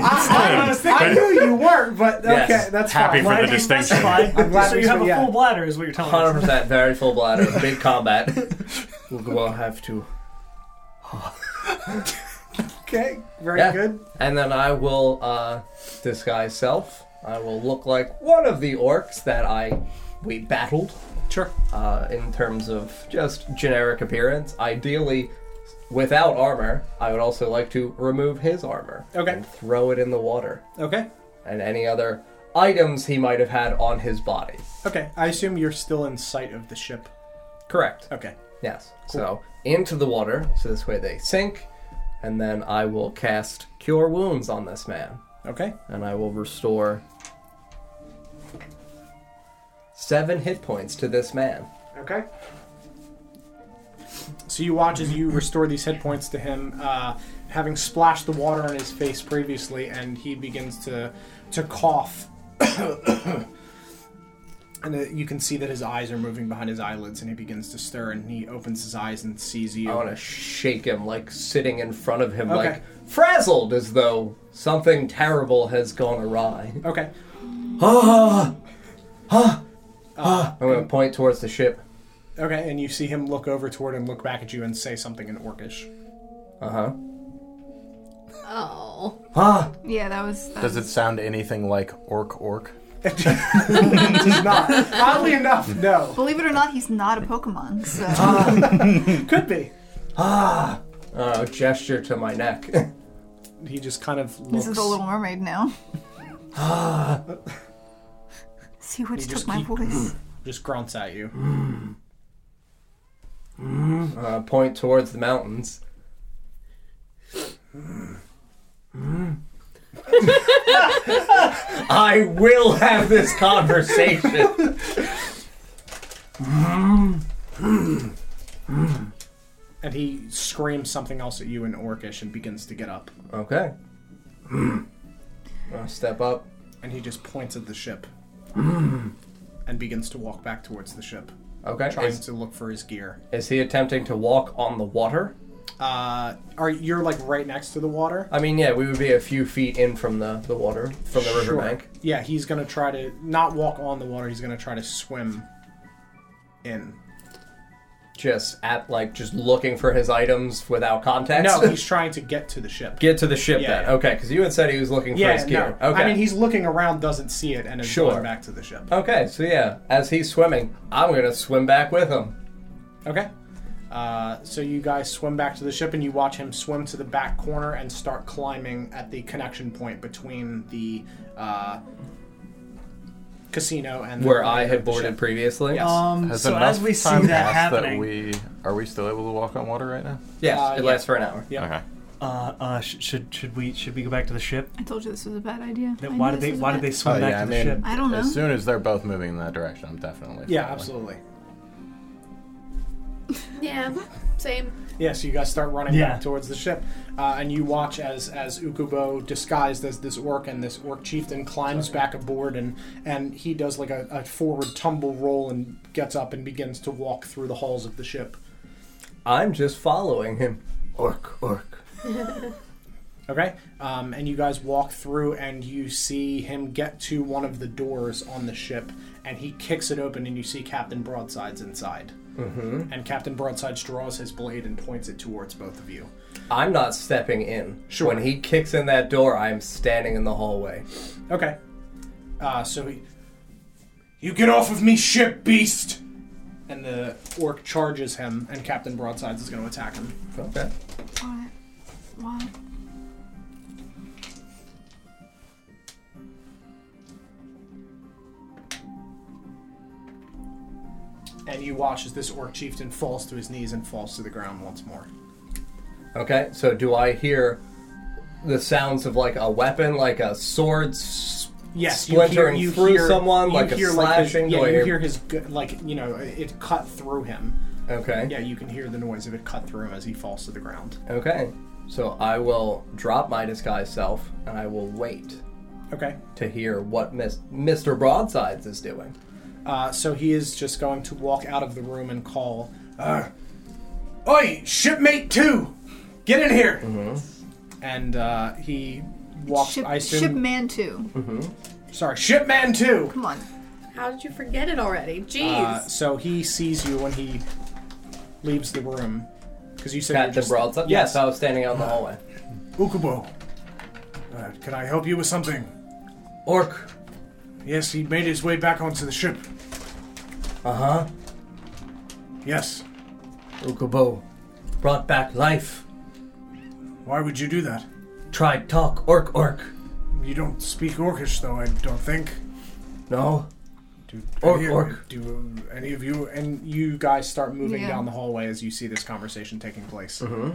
[SPEAKER 1] I, knew you were, but okay,
[SPEAKER 2] Yes.
[SPEAKER 1] that's
[SPEAKER 6] Happy
[SPEAKER 1] fine.
[SPEAKER 6] for the
[SPEAKER 4] Lighting,
[SPEAKER 6] distinction.
[SPEAKER 4] that's fine.
[SPEAKER 1] I'm glad
[SPEAKER 4] so
[SPEAKER 1] we
[SPEAKER 4] you have a
[SPEAKER 1] said- yeah.
[SPEAKER 4] full bladder, is what you're telling
[SPEAKER 2] Hundred
[SPEAKER 4] us.
[SPEAKER 2] percent, very full bladder, big combat. We'll go all have to,
[SPEAKER 1] Okay, very
[SPEAKER 2] Yeah.
[SPEAKER 1] good.
[SPEAKER 2] and then I will uh, disguise self. I will look like one of the orcs that I we battled
[SPEAKER 1] Sure.
[SPEAKER 2] uh, in terms of just generic appearance. Ideally, without armor, I would also like to remove his armor
[SPEAKER 1] Okay.
[SPEAKER 2] and throw it in the water
[SPEAKER 1] Okay.
[SPEAKER 2] and any other items he might have had on his body.
[SPEAKER 1] Okay. I assume you're still in sight of the ship.
[SPEAKER 2] Correct.
[SPEAKER 1] Okay.
[SPEAKER 2] Yes. So into the water, so this way they sink, and then I will cast Cure Wounds on this man,
[SPEAKER 1] Okay.
[SPEAKER 2] and I will restore seven hit points to this man.
[SPEAKER 1] Okay. So you watch as you restore these hit points to him, uh, having splashed the water on his face previously, and he begins to to cough. and uh, you can see that his eyes are moving behind his eyelids, and he begins to stir, and he opens his eyes and sees you.
[SPEAKER 2] I want to shake him, like sitting in front of him,
[SPEAKER 1] Okay.
[SPEAKER 2] like frazzled, as though something terrible has gone awry.
[SPEAKER 1] Okay.
[SPEAKER 2] Ah! Ah!
[SPEAKER 1] Uh,
[SPEAKER 2] Ah! I'm gonna point towards the ship.
[SPEAKER 1] Okay, and you see him look over toward and look back at you and say something in Orcish.
[SPEAKER 2] Uh
[SPEAKER 4] Uh-huh.
[SPEAKER 2] huh.
[SPEAKER 5] Oh,
[SPEAKER 2] Ah!
[SPEAKER 3] yeah, that was. That
[SPEAKER 6] Does it sound anything like orc orc?
[SPEAKER 1] He's not. Oddly enough, no. Ah.
[SPEAKER 3] Believe it or not, he's not a Pokemon, so
[SPEAKER 1] Could be.
[SPEAKER 2] Uh, gesture to my neck.
[SPEAKER 1] He just kind of looks.
[SPEAKER 3] this is the Little Mermaid now. See what
[SPEAKER 1] just
[SPEAKER 3] took Uh, my
[SPEAKER 1] keep-
[SPEAKER 3] voice.
[SPEAKER 1] just grunts at you.
[SPEAKER 2] Mm-hmm. uh, point towards the mountains. Mm-hmm. I will have this conversation.
[SPEAKER 1] And he screams something else at you in Orcish and begins to get up.
[SPEAKER 2] Okay. I'll step up.
[SPEAKER 1] Uh, And he just points at the ship and begins to walk back towards the ship,
[SPEAKER 2] Okay.
[SPEAKER 1] trying
[SPEAKER 2] Is,
[SPEAKER 1] to look for his gear.
[SPEAKER 2] is he attempting to walk on the water?
[SPEAKER 1] Uh, are you're like right next to the water?
[SPEAKER 2] I mean, yeah, we would be a few feet in from the, the water, from the riverbank.
[SPEAKER 1] Yeah, he's gonna try to not walk on the water. He's gonna try to swim in.
[SPEAKER 2] Just at, like, just looking for his items without context.
[SPEAKER 1] No, he's trying to get to the ship.
[SPEAKER 2] Get to the ship
[SPEAKER 1] Yeah,
[SPEAKER 2] then.
[SPEAKER 1] yeah.
[SPEAKER 2] Okay, because you had said he was looking for
[SPEAKER 1] Yeah,
[SPEAKER 2] his gear.
[SPEAKER 1] no.
[SPEAKER 2] Okay.
[SPEAKER 1] I mean, he's looking around, doesn't see it, and is
[SPEAKER 2] Sure.
[SPEAKER 1] going back to the ship.
[SPEAKER 2] Okay, so yeah, as he's swimming, I'm gonna swim back with him.
[SPEAKER 1] Okay. Uh, so you guys swim back to the ship, and you watch him swim to the back corner and start climbing at the connection point between the uh, casino and the
[SPEAKER 2] Where I had
[SPEAKER 1] the
[SPEAKER 2] boarded
[SPEAKER 1] ship.
[SPEAKER 2] previously.
[SPEAKER 1] Yes.
[SPEAKER 4] Um,
[SPEAKER 6] Has
[SPEAKER 4] so
[SPEAKER 6] enough
[SPEAKER 4] as we see
[SPEAKER 6] time
[SPEAKER 4] that
[SPEAKER 6] passed
[SPEAKER 4] happening,
[SPEAKER 6] that we are we still able to walk on water right now?
[SPEAKER 2] Yes,
[SPEAKER 1] Uh,
[SPEAKER 2] it
[SPEAKER 1] yeah.
[SPEAKER 2] lasts for an hour.
[SPEAKER 1] Yeah.
[SPEAKER 6] Okay.
[SPEAKER 4] uh, uh, sh- should should we should we go back to the ship?
[SPEAKER 3] I told you this was a bad idea. I
[SPEAKER 4] Then
[SPEAKER 3] knew
[SPEAKER 4] why
[SPEAKER 3] this
[SPEAKER 4] did they
[SPEAKER 3] was a
[SPEAKER 4] why did
[SPEAKER 3] bad-
[SPEAKER 4] they swim
[SPEAKER 6] Oh,
[SPEAKER 4] back to the ship?
[SPEAKER 3] I don't know.
[SPEAKER 6] As soon as they're both moving in that direction, I'm definitely.
[SPEAKER 1] Yeah,
[SPEAKER 6] following.
[SPEAKER 1] absolutely.
[SPEAKER 5] Yeah, same.
[SPEAKER 1] Yeah, so you guys start running
[SPEAKER 4] Yeah.
[SPEAKER 1] back towards the ship, uh, and you watch as as Ukubo, disguised as this orc and this orc chieftain, climbs back aboard, and and he does like a, a forward tumble roll and gets up and begins to walk through the halls of the ship.
[SPEAKER 2] I'm just following him.
[SPEAKER 6] Orc, orc.
[SPEAKER 1] Okay, um, and you guys walk through, and you see him get to one of the doors on the ship, and he kicks it open, and you see Captain Broadsides inside. Mm-hmm. And Captain Broadsides draws his blade and points it towards both of you.
[SPEAKER 2] I'm not stepping in.
[SPEAKER 1] Sure.
[SPEAKER 2] When he kicks in that door, I'm standing in the hallway.
[SPEAKER 1] Okay. Uh, so he. You get off of me, ship beast! And the orc charges him, and Captain Broadsides is going to attack him.
[SPEAKER 2] Okay.
[SPEAKER 3] Why? Why?
[SPEAKER 1] And you watch as this orc chieftain falls to his knees and falls to the ground once more.
[SPEAKER 2] Okay, so do I hear the sounds of like a weapon, like a sword? s-
[SPEAKER 1] Yes,
[SPEAKER 2] Splintering
[SPEAKER 1] you hear, you
[SPEAKER 2] through
[SPEAKER 1] hear,
[SPEAKER 2] someone,
[SPEAKER 1] you
[SPEAKER 2] like a
[SPEAKER 1] hear his-
[SPEAKER 2] slashing,
[SPEAKER 1] yeah,
[SPEAKER 2] do I
[SPEAKER 1] you
[SPEAKER 2] hear-
[SPEAKER 1] hear his gu- like you know it cut through him.
[SPEAKER 2] Okay.
[SPEAKER 1] Yeah, you can hear the noise of it cut through him as he falls to the ground.
[SPEAKER 2] Okay. So I will drop my disguise self and I will wait
[SPEAKER 1] Okay.
[SPEAKER 2] to hear what Mis- Mr. Broadsides is doing.
[SPEAKER 1] Uh, so he is just going to walk out of the room and call, uh, Oi, shipmate two, get in here. Mm-hmm. And uh, he walks,
[SPEAKER 3] Ship,
[SPEAKER 1] I assume,
[SPEAKER 3] Shipman 2.
[SPEAKER 1] Mm-hmm. sorry, shipman two.
[SPEAKER 3] Come on.
[SPEAKER 5] How did you forget it already?
[SPEAKER 1] Uh,
[SPEAKER 5] Jeez.
[SPEAKER 1] so he sees you when he leaves the room. Because you said you're
[SPEAKER 2] Captain
[SPEAKER 1] just,
[SPEAKER 2] Broadside? Yes, I was standing out in the hallway.
[SPEAKER 7] Ukubo, uh, can I help you with something?
[SPEAKER 2] Orc.
[SPEAKER 7] Yes, he made his way back onto the ship.
[SPEAKER 2] Uh huh.
[SPEAKER 7] Yes.
[SPEAKER 2] Ukubo. Brought back life.
[SPEAKER 7] Why would you do that?
[SPEAKER 2] Tried talk. Orc, orc.
[SPEAKER 7] You don't speak Orcish, though, I don't think.
[SPEAKER 2] No.
[SPEAKER 7] Do,
[SPEAKER 2] Orc,
[SPEAKER 7] any,
[SPEAKER 2] orc.
[SPEAKER 7] do uh, any of you?
[SPEAKER 1] you and you guys start moving
[SPEAKER 3] Yeah.
[SPEAKER 1] down the hallway as you see this conversation taking place.
[SPEAKER 2] Mm-hmm.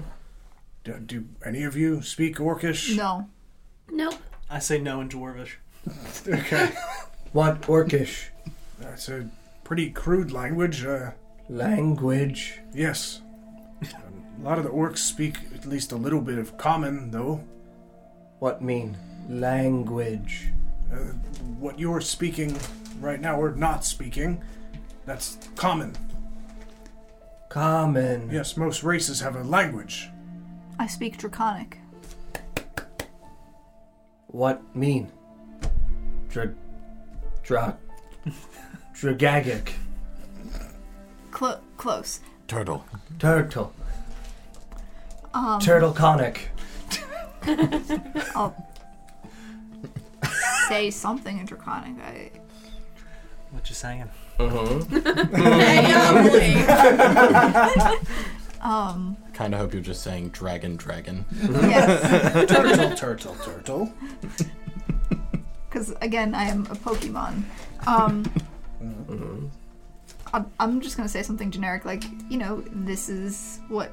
[SPEAKER 7] Do, do any of you speak Orcish?
[SPEAKER 3] No.
[SPEAKER 5] nope.
[SPEAKER 4] I say no in Dwarvish.
[SPEAKER 7] Okay.
[SPEAKER 2] What orcish?
[SPEAKER 7] That's a pretty crude language. Uh,
[SPEAKER 2] Language.
[SPEAKER 7] yes. a lot of the orcs speak at least a little bit of common, though.
[SPEAKER 2] What mean? Language.
[SPEAKER 7] Uh, what you're speaking right now, or not speaking, that's common.
[SPEAKER 2] Common.
[SPEAKER 7] Yes, most races have a language.
[SPEAKER 3] I speak Draconic.
[SPEAKER 2] What mean? Dra. Dra. Dragagic.
[SPEAKER 3] Clo- close.
[SPEAKER 6] Turtle.
[SPEAKER 2] Turtle.
[SPEAKER 3] Um,
[SPEAKER 2] Turtle conic.
[SPEAKER 3] I'll say something in Draconic. I,
[SPEAKER 4] What you saying?
[SPEAKER 2] Mm-hmm.
[SPEAKER 5] Damn,
[SPEAKER 3] um,
[SPEAKER 6] Kind of hope you're just saying dragon, dragon.
[SPEAKER 3] yes.
[SPEAKER 1] turtle, turtle, turtle.
[SPEAKER 3] Because, again, I am a Pokemon. Um,
[SPEAKER 2] Mm-hmm.
[SPEAKER 3] I'm, I'm just going to say something generic like, you know, this is what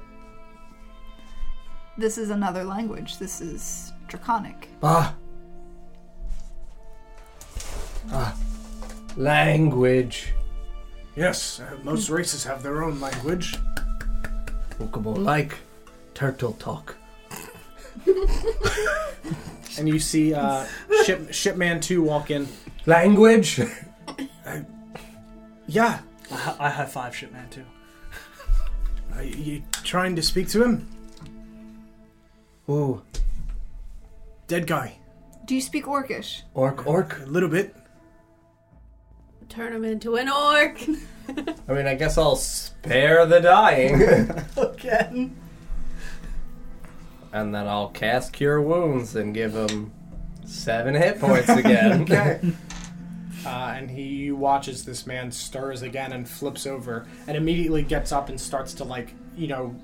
[SPEAKER 3] This is another language. This is Draconic.
[SPEAKER 2] Ah. Ah. Language.
[SPEAKER 7] Yes, uh, most races have their own language.
[SPEAKER 2] Ukubo like turtle talk.
[SPEAKER 1] And you see uh, Ship Shipman Two walk in.
[SPEAKER 2] Language?
[SPEAKER 7] Yeah,
[SPEAKER 4] I, hi- I high five shit, man, too.
[SPEAKER 2] Uh,
[SPEAKER 7] are you trying to speak to him?
[SPEAKER 2] Ooh.
[SPEAKER 7] Dead guy,
[SPEAKER 3] Do you speak Orcish?
[SPEAKER 2] Orc, orc.
[SPEAKER 7] a little bit.
[SPEAKER 5] Turn him into an orc.
[SPEAKER 2] I mean, I guess I'll spare the dying.
[SPEAKER 4] Again.
[SPEAKER 2] and then I'll cast Cure Wounds and give him seven hit points again.
[SPEAKER 1] Uh, and he watches this man stirs again and flips over and immediately gets up and starts to like you know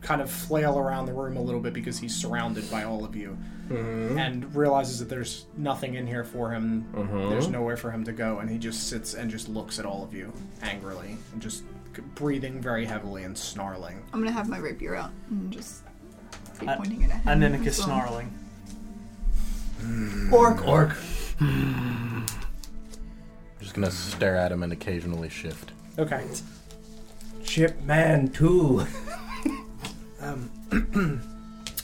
[SPEAKER 1] kind of flail around the room a little bit because he's surrounded by all of you and realizes that there's nothing in here for him there's nowhere for him to go and he just sits and just looks at all of you angrily and just c- breathing very heavily and snarling
[SPEAKER 3] I'm gonna have my rapier out and just be
[SPEAKER 4] I-
[SPEAKER 3] pointing it at him.
[SPEAKER 4] I mimic his
[SPEAKER 3] So-
[SPEAKER 4] snarling.
[SPEAKER 2] Orc, orc.
[SPEAKER 7] Hmm.
[SPEAKER 6] just gonna stare at him and occasionally shift.
[SPEAKER 1] okay
[SPEAKER 2] Shipman too.
[SPEAKER 1] Um,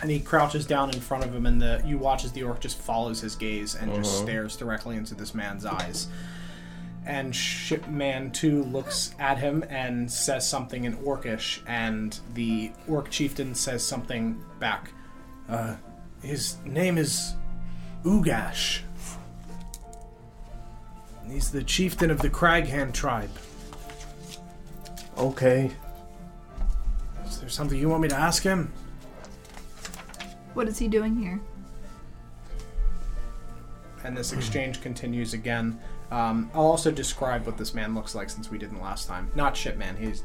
[SPEAKER 1] and he crouches down in front of him and the you watch as the orc just follows his gaze and just stares directly into this man's eyes and shipman 2 looks at him and says something in orcish and the orc chieftain says something back Uh,
[SPEAKER 7] His name is Ugash. He's the chieftain of the Craghand tribe.
[SPEAKER 2] Okay.
[SPEAKER 7] Is there something you want me to ask him?
[SPEAKER 3] What is he doing here?
[SPEAKER 1] and this exchange continues again um, i'll also describe what this man looks like since we didn't last time not shipman he's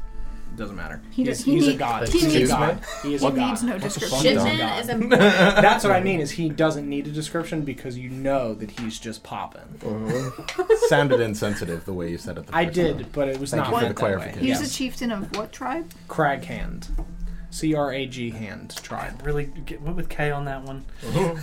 [SPEAKER 1] doesn't matter
[SPEAKER 3] He
[SPEAKER 1] he's,
[SPEAKER 3] does- he
[SPEAKER 1] he's a
[SPEAKER 3] need-
[SPEAKER 1] god
[SPEAKER 3] he
[SPEAKER 1] he's a
[SPEAKER 3] needs-
[SPEAKER 1] god he is
[SPEAKER 3] He
[SPEAKER 1] a god
[SPEAKER 3] needs no
[SPEAKER 6] What the fuck,
[SPEAKER 3] description.
[SPEAKER 6] Dom?
[SPEAKER 5] Shipman is a
[SPEAKER 1] That's what I mean. Is he doesn't need a description because you know that he's just popping.
[SPEAKER 5] Uh-huh.
[SPEAKER 6] Sounded insensitive the way you said it. The
[SPEAKER 1] I
[SPEAKER 6] first
[SPEAKER 1] did,
[SPEAKER 6] time.
[SPEAKER 1] but it was
[SPEAKER 6] Thank
[SPEAKER 1] not
[SPEAKER 6] you for
[SPEAKER 1] meant
[SPEAKER 6] the
[SPEAKER 1] that way.
[SPEAKER 6] clarification.
[SPEAKER 3] He's
[SPEAKER 1] Yes.
[SPEAKER 3] a chieftain of what tribe?
[SPEAKER 1] Crag hand, C R A G hand tribe.
[SPEAKER 4] Really get, went with K on that one.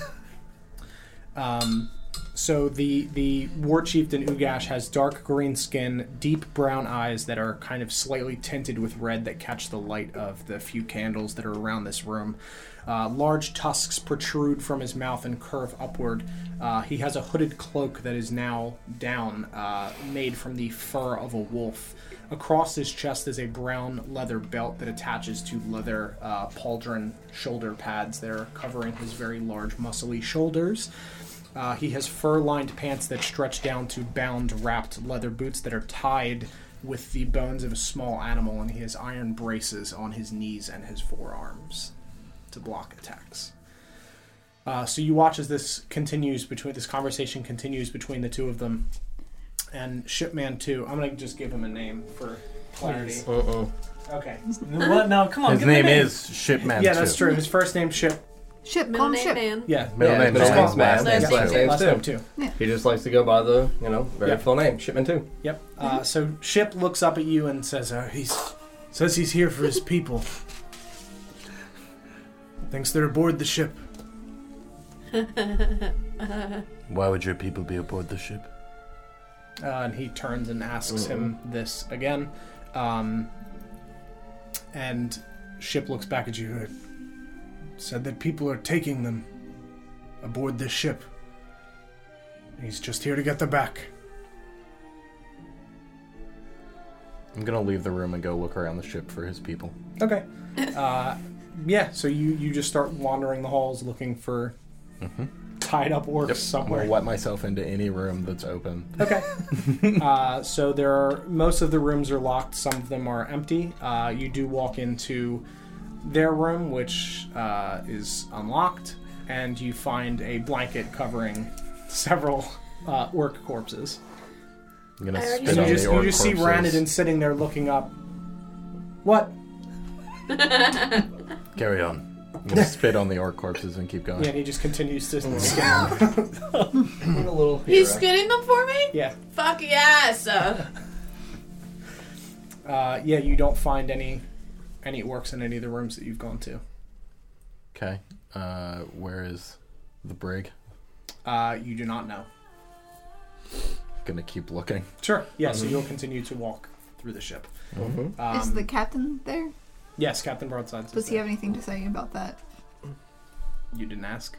[SPEAKER 1] Um, so the the war chieftain Ugash has dark green skin, deep brown eyes that are kind of slightly tinted with red that catch the light of the few candles that are around this room. Uh, large tusks protrude from his mouth and curve upward. Uh, he has a hooded cloak that is now down, uh, made from the fur of a wolf. Across his chest is a brown leather belt that attaches to leather uh, pauldron shoulder pads that are covering his very large, muscly shoulders. Uh, he has fur lined pants that stretch down to bound wrapped leather boots that are tied with the bones of a small animal, and he has iron braces on his knees and his forearms to block attacks. Uh, so you watch as this continues between this conversation continues between the two of them, and Shipman too. I'm gonna just give him a name for clarity.
[SPEAKER 2] Uh oh.
[SPEAKER 1] Okay.
[SPEAKER 4] what? No, come on.
[SPEAKER 6] His
[SPEAKER 4] give me a
[SPEAKER 6] name is Shipman.
[SPEAKER 1] Yeah,
[SPEAKER 6] too.
[SPEAKER 1] that's true. His first name Ship.
[SPEAKER 3] Ship, call
[SPEAKER 5] middle
[SPEAKER 3] him
[SPEAKER 5] name
[SPEAKER 3] Ship.
[SPEAKER 5] man.
[SPEAKER 1] Yeah.
[SPEAKER 6] Middle
[SPEAKER 2] Yeah,
[SPEAKER 6] name,
[SPEAKER 2] middle
[SPEAKER 6] last
[SPEAKER 2] name's
[SPEAKER 6] name, last
[SPEAKER 2] last name's
[SPEAKER 6] name.
[SPEAKER 2] Names
[SPEAKER 1] Last
[SPEAKER 2] too.
[SPEAKER 1] name too.
[SPEAKER 2] He just likes to go by the, you know, very
[SPEAKER 1] Yeah.
[SPEAKER 2] full name. Shipman too.
[SPEAKER 1] Yep. Uh, so Ship looks up at you and says, uh, "He's
[SPEAKER 7] Says he's here for his people. Thinks they're aboard the ship.
[SPEAKER 6] Why would your people be aboard the ship?
[SPEAKER 1] Uh, and he turns and asks him this again. Um, and Ship looks back at you.
[SPEAKER 7] Said that people are taking them aboard this ship. He's just here to get them back.
[SPEAKER 6] I'm gonna leave the room and go look around the ship for his people.
[SPEAKER 1] Okay. Uh, yeah, so you, you just start wandering the halls looking for tied up orcs
[SPEAKER 6] I'm Mm-hmm. gonna
[SPEAKER 1] somewhere.
[SPEAKER 6] wet myself into any room that's open.
[SPEAKER 1] Okay. uh, so there are most of the rooms are locked. Some of them are empty. Uh, you do walk into their room, which uh, is unlocked, and you find a blanket covering several uh, orc corpses.
[SPEAKER 6] I'm gonna
[SPEAKER 5] I already
[SPEAKER 6] spit
[SPEAKER 1] You
[SPEAKER 6] on
[SPEAKER 1] just,
[SPEAKER 6] the
[SPEAKER 1] you
[SPEAKER 6] orc
[SPEAKER 1] just see
[SPEAKER 6] corpses.
[SPEAKER 1] Ranadin sitting there looking up. What?
[SPEAKER 6] Carry on. I'm gonna spit on the orc corpses and keep going.
[SPEAKER 1] Yeah, and he just continues
[SPEAKER 6] Oh.
[SPEAKER 1] to scan.
[SPEAKER 2] What a little hero.
[SPEAKER 5] He's skinning them for me?
[SPEAKER 1] Yeah.
[SPEAKER 5] Fuck yes! Uh,
[SPEAKER 1] Uh, yeah, you don't find any any orcs in any of the rooms that you've gone to.
[SPEAKER 6] Okay. Uh, where is the brig?
[SPEAKER 1] Uh, you do not know.
[SPEAKER 6] Gonna keep looking.
[SPEAKER 1] Sure. Yeah, so you'll continue to walk through the ship.
[SPEAKER 2] Mm-hmm.
[SPEAKER 1] Um,
[SPEAKER 3] Is the captain there?
[SPEAKER 1] Yes, Captain Broadside.
[SPEAKER 3] Does he have anything to say about that?
[SPEAKER 1] You didn't ask.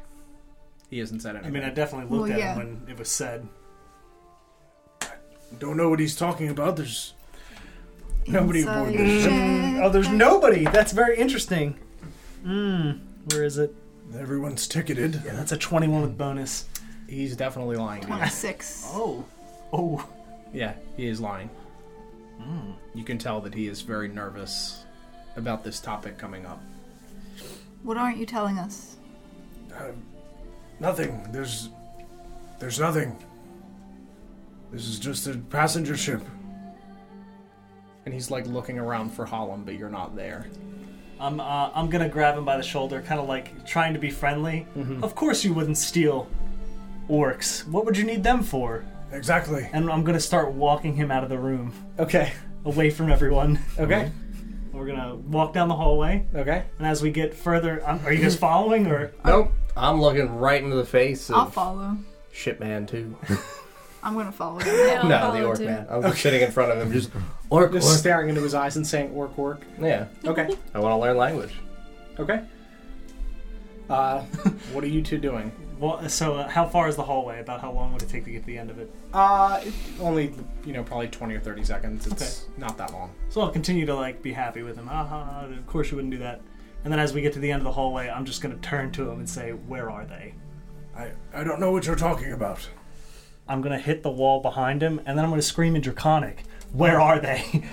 [SPEAKER 1] He hasn't said
[SPEAKER 4] I
[SPEAKER 1] anything.
[SPEAKER 4] mean, I definitely looked
[SPEAKER 3] Well,
[SPEAKER 4] at
[SPEAKER 3] yeah.
[SPEAKER 4] it when it was said.
[SPEAKER 7] Don't know what he's talking about. There's Nobody
[SPEAKER 3] Inside
[SPEAKER 7] aboard
[SPEAKER 3] the
[SPEAKER 7] this ship.
[SPEAKER 3] ship.
[SPEAKER 4] Oh, there's nobody. That's very interesting. Mm, where is it?
[SPEAKER 7] everyone's ticketed.
[SPEAKER 4] Yeah, that's a 21 with bonus.
[SPEAKER 1] He's definitely lying. To you.
[SPEAKER 3] 26.
[SPEAKER 4] Oh. Oh.
[SPEAKER 1] Yeah, he is lying. You can tell that he is very nervous about this topic coming up.
[SPEAKER 3] What aren't you telling us?
[SPEAKER 7] Nothing. There's there's nothing. This is just a passenger ship.
[SPEAKER 1] And he's like looking around for Holland, but you're not there.
[SPEAKER 4] I'm, uh, I'm gonna grab him by the shoulder, kind of like trying to be friendly. Of course you wouldn't steal orcs. What would you need them for?
[SPEAKER 7] Exactly.
[SPEAKER 4] And I'm gonna start walking him out of the room,
[SPEAKER 1] Okay.
[SPEAKER 4] away from everyone.
[SPEAKER 1] Okay.
[SPEAKER 4] We're gonna walk down the hallway,
[SPEAKER 1] Okay.
[SPEAKER 4] and as we get further, um, are you guys following or?
[SPEAKER 2] Nope. I'm looking right into the face
[SPEAKER 3] I'll
[SPEAKER 2] of
[SPEAKER 3] follow.
[SPEAKER 2] Shipman too.
[SPEAKER 3] I'm gonna follow him.
[SPEAKER 5] Yeah, I'll
[SPEAKER 2] No, the
[SPEAKER 5] follow
[SPEAKER 2] orc
[SPEAKER 5] too.
[SPEAKER 2] man. I'm just sitting in front of him, just orc.
[SPEAKER 1] Just
[SPEAKER 2] orc.
[SPEAKER 1] staring into his eyes and saying orc orc.
[SPEAKER 2] Yeah,
[SPEAKER 1] Okay.
[SPEAKER 2] I want to learn language.
[SPEAKER 1] Okay. Uh, what are you two doing?
[SPEAKER 4] Well, so uh, how far is the hallway? About how long would it take to get to the end of it?
[SPEAKER 1] Uh, it- only you know, probably twenty or thirty seconds. It's not that long.
[SPEAKER 4] So I'll continue to like be happy with him. Ah, ha, ha, of course you wouldn't do that. And then as we get to the end of the hallway, I'm just gonna turn to him and say, "Where are they?"
[SPEAKER 7] I I don't know what you're talking about.
[SPEAKER 4] I'm gonna hit the wall behind him, and then I'm gonna scream in Draconic, "Where are they?"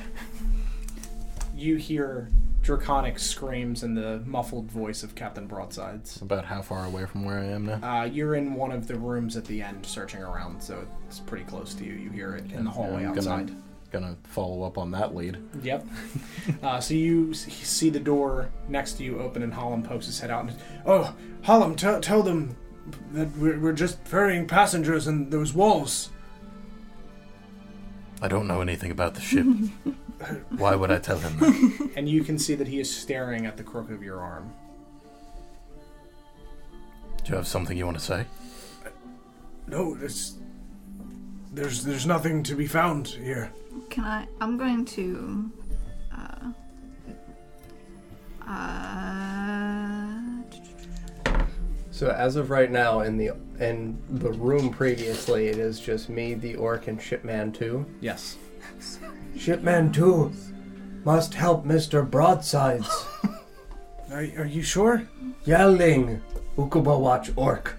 [SPEAKER 1] You hear draconic screams and the muffled voice of Captain Broadsides.
[SPEAKER 6] About how far away from where I am now?
[SPEAKER 1] Uh, you're in one of the rooms at the end, searching around, so it's pretty close to you. You hear it in the hallway
[SPEAKER 6] I'm gonna-
[SPEAKER 1] outside.
[SPEAKER 6] Gonna follow up on that lead.
[SPEAKER 1] Yep. uh, so you s- see the door next to you open, and Holland pokes his head out. And
[SPEAKER 7] Oh, Hallam, tell tell them that we're, we're just ferrying passengers and those walls.
[SPEAKER 6] I don't know anything about the ship. Why would I tell him that?
[SPEAKER 1] and you can see that he is staring at the crook of your arm.
[SPEAKER 6] Do you have something you want to say?
[SPEAKER 7] No, it's there's there's nothing to be found here.
[SPEAKER 3] Can I? I'm going to. Uh, uh,
[SPEAKER 2] So as of right now, in the in the room previously, it is just me, the orc, and Shipman too.
[SPEAKER 1] Yes.
[SPEAKER 2] Shipman too must help Mister Broadsides.
[SPEAKER 7] Are, are you sure?
[SPEAKER 2] Yelling, Ukuba watch orc.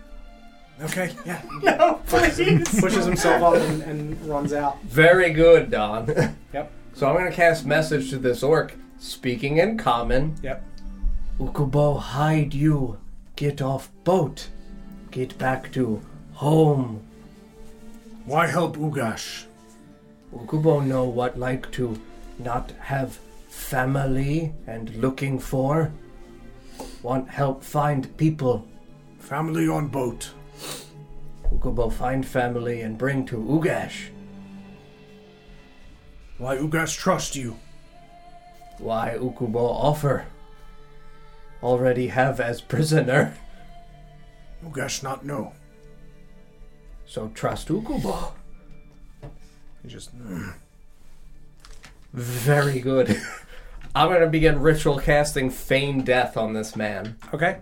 [SPEAKER 7] Okay, yeah.
[SPEAKER 1] Pushes himself up and, and runs out.
[SPEAKER 2] Very good, Don.
[SPEAKER 1] Yep.
[SPEAKER 2] So I'm gonna cast message to this orc, speaking in common.
[SPEAKER 1] Yep.
[SPEAKER 2] Ukubo, hide you. Get off boat. Get back to home.
[SPEAKER 7] Why help Ugash?
[SPEAKER 2] Ukubo know what like to not have family and looking for. Want help find people.
[SPEAKER 7] Family on boat.
[SPEAKER 2] Ukubo find family and bring to Ugash.
[SPEAKER 7] Why Ugash trust you?
[SPEAKER 2] Why Ukubo offer? Already have as prisoner,
[SPEAKER 7] Ugash not know.
[SPEAKER 2] so trust Ukubo.
[SPEAKER 7] He just
[SPEAKER 2] Very good. I'm gonna begin ritual casting feign death on this man.
[SPEAKER 1] Okay.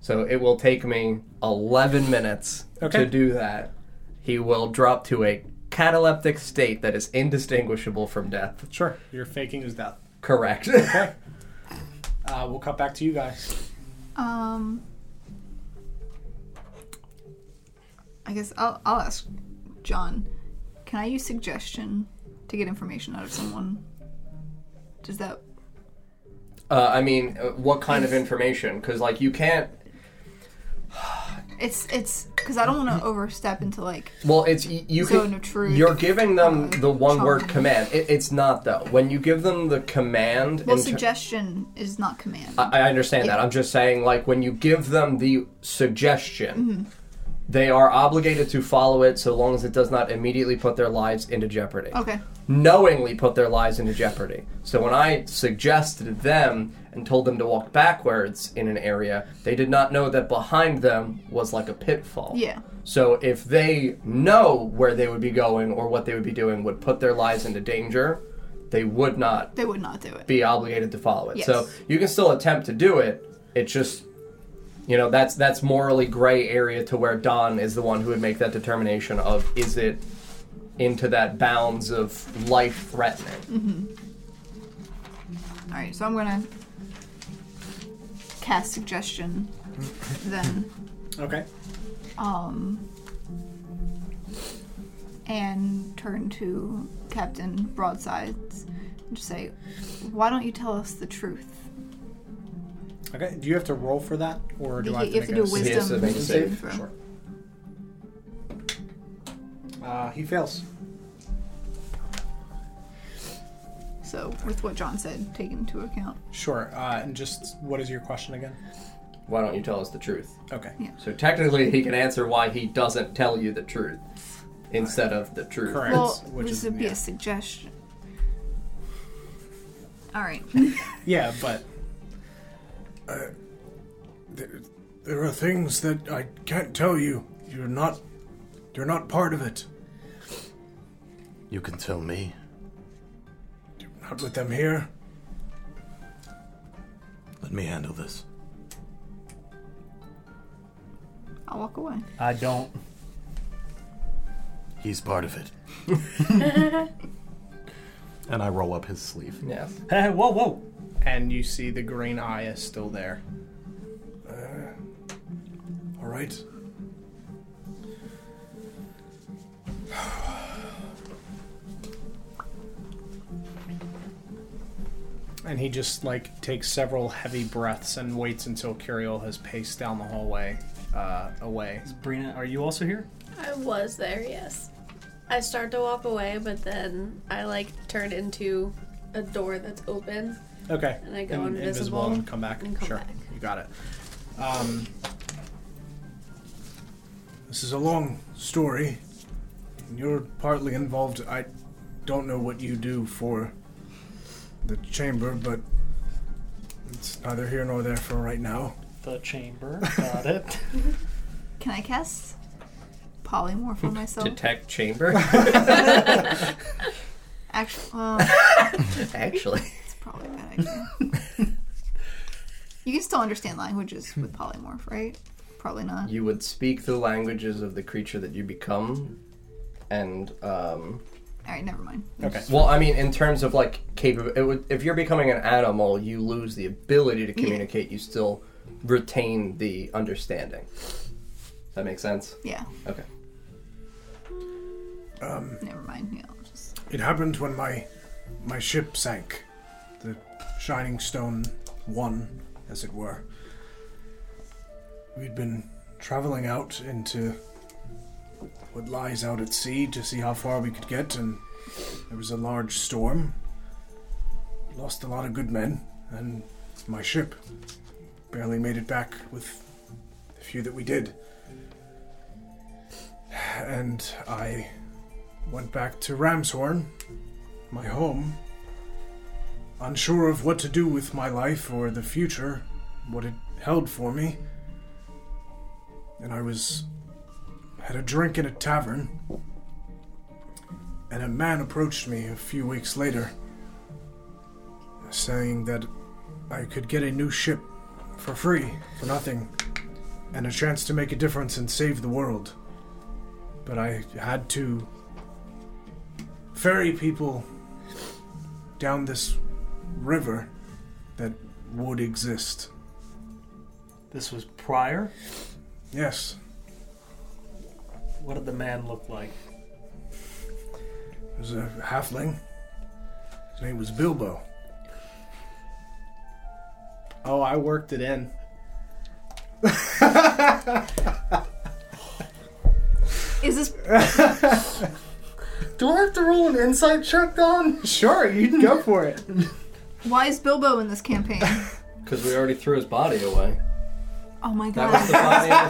[SPEAKER 2] So it will take me 11 minutes
[SPEAKER 1] Okay.
[SPEAKER 2] to do that. He will drop to a cataleptic state that is indistinguishable from death.
[SPEAKER 1] Sure. You're faking his death.
[SPEAKER 2] Correct.
[SPEAKER 1] Uh, we'll cut back to you guys.
[SPEAKER 3] um. I guess I'll, I'll ask John. Can I use suggestion to get information out of someone? Does that
[SPEAKER 2] uh, I mean, uh, what kind of information? Because, like, you can't.
[SPEAKER 3] It's it's because I don't want to overstep into like
[SPEAKER 2] Well, it's. y- You
[SPEAKER 3] Zone
[SPEAKER 2] can,
[SPEAKER 3] of truth.
[SPEAKER 2] You're giving them
[SPEAKER 3] Uh,
[SPEAKER 2] the one word
[SPEAKER 3] charm.
[SPEAKER 2] command. It, it's not, though. When you give them the command.
[SPEAKER 3] well
[SPEAKER 2] in ter-
[SPEAKER 3] suggestion is not command.
[SPEAKER 2] I I understand that. I'm just saying, like, when you give them the suggestion,
[SPEAKER 3] Mm-hmm.
[SPEAKER 2] they are obligated to follow it so long as it does not immediately put their lives into
[SPEAKER 3] Oh.
[SPEAKER 2] jeopardy.
[SPEAKER 3] okay,
[SPEAKER 2] Knowingly put their lives into jeopardy. So when I suggested them, and told them to walk backwards in an area, they did not know that behind them was like a pitfall.
[SPEAKER 3] Yeah.
[SPEAKER 2] So if they know where they would be going or what they would be doing would put their lives into danger, they would not
[SPEAKER 3] They would not do it.
[SPEAKER 2] be obligated to follow it. So
[SPEAKER 3] Yes.
[SPEAKER 2] you can still attempt to do it. It just you know, that's that's morally gray area to where Don is the one who would make that determination of is it into that bounds of life threatening.
[SPEAKER 3] Mm-hmm. All right, so I'm gonna cast suggestion. then,
[SPEAKER 1] Okay.
[SPEAKER 3] um, and turn to Captain Broadsides and just say, "Why don't you tell us the truth?"
[SPEAKER 1] Okay. Do you have to roll for that, or do
[SPEAKER 3] you
[SPEAKER 1] I have
[SPEAKER 3] you have
[SPEAKER 1] to
[SPEAKER 3] to
[SPEAKER 1] make
[SPEAKER 3] do
[SPEAKER 1] a
[SPEAKER 2] wi- He has to
[SPEAKER 3] wisdom
[SPEAKER 2] make a
[SPEAKER 3] saving
[SPEAKER 2] save,
[SPEAKER 3] throw.
[SPEAKER 1] Sure. Uh, he fails.
[SPEAKER 3] So, with what John said taken into account,
[SPEAKER 1] Sure. Uh, and just what is your question again?
[SPEAKER 2] Why don't you tell us the truth?
[SPEAKER 1] Okay.
[SPEAKER 3] Yeah.
[SPEAKER 2] So technically he can answer why he doesn't tell you the truth instead of the truth.
[SPEAKER 1] Correct.
[SPEAKER 3] well,
[SPEAKER 1] which
[SPEAKER 3] this
[SPEAKER 1] is-
[SPEAKER 3] would be
[SPEAKER 1] yeah.
[SPEAKER 3] a suggestion. All right.
[SPEAKER 1] Yeah, but
[SPEAKER 7] Uh, There, there are things that I can't tell you. You're not. You're not part of it.
[SPEAKER 6] You can tell me.
[SPEAKER 7] Not with them here.
[SPEAKER 6] Let me handle this.
[SPEAKER 3] I'll walk away.
[SPEAKER 4] I don't.
[SPEAKER 6] He's part of it. and I roll up his sleeve.
[SPEAKER 2] Yes.
[SPEAKER 4] Hey, whoa, whoa.
[SPEAKER 1] and you see the green eye is still there. Uh,
[SPEAKER 7] All right.
[SPEAKER 1] And he just like takes several heavy breaths and waits until Curiel has paced down the hallway uh, away.
[SPEAKER 4] Brina, are you also here?
[SPEAKER 5] I was there, yes. I start to walk away, but then I like turn into a door that's open
[SPEAKER 1] Okay.
[SPEAKER 5] And I go invisible
[SPEAKER 1] and come back.
[SPEAKER 5] and come
[SPEAKER 1] sure.
[SPEAKER 5] back.
[SPEAKER 1] You got it. Um,
[SPEAKER 7] This is a long story. and You're partly involved. I don't know what you do for the chamber, but it's neither here nor there for right now.
[SPEAKER 4] The chamber. Got it.
[SPEAKER 3] Can I cast polymorph on myself?
[SPEAKER 2] Detect chamber?
[SPEAKER 3] Actually, well,
[SPEAKER 2] Actually.
[SPEAKER 3] it's probably a bad idea. you can still understand languages with polymorph, right? Probably not.
[SPEAKER 2] You would speak the languages of the creature that you become, and um,
[SPEAKER 3] All right, never mind.
[SPEAKER 1] okay.
[SPEAKER 2] well, I mean, in terms of like capable, it would, if you're becoming an animal, you lose the ability to communicate. You still retain the understanding. That makes sense.
[SPEAKER 3] Yeah,
[SPEAKER 2] Okay.
[SPEAKER 3] never mind. Yeah, I'll just
[SPEAKER 7] Um, It happened when my my ship sank. The Shining Stone One, as it were. We'd been traveling out into what lies out at sea to see how far we could get, and there was a large storm. Lost a lot of good men, and my ship barely made it back with the few that we did. And I went back to Ramshorn, my home, unsure of what to do with my life or the future, what it held for me. And I was had a drink in a tavern, and a man approached me a few weeks later, saying that I could get a new ship for free, for nothing, and a chance to make a difference and save the world. But I had to ferry people down this river that would exist.
[SPEAKER 4] This was prior.
[SPEAKER 7] Yes,
[SPEAKER 4] What did the man look like?
[SPEAKER 7] it was a halfling. His name was Bilbo.
[SPEAKER 1] Oh, I worked it in.
[SPEAKER 3] is this
[SPEAKER 2] Do I have to roll an insight check, Don?
[SPEAKER 1] Sure, you can go for it.
[SPEAKER 3] why is Bilbo in this campaign?
[SPEAKER 2] Because we already threw his body away.
[SPEAKER 3] Oh my
[SPEAKER 2] That was the
[SPEAKER 3] god!
[SPEAKER 2] body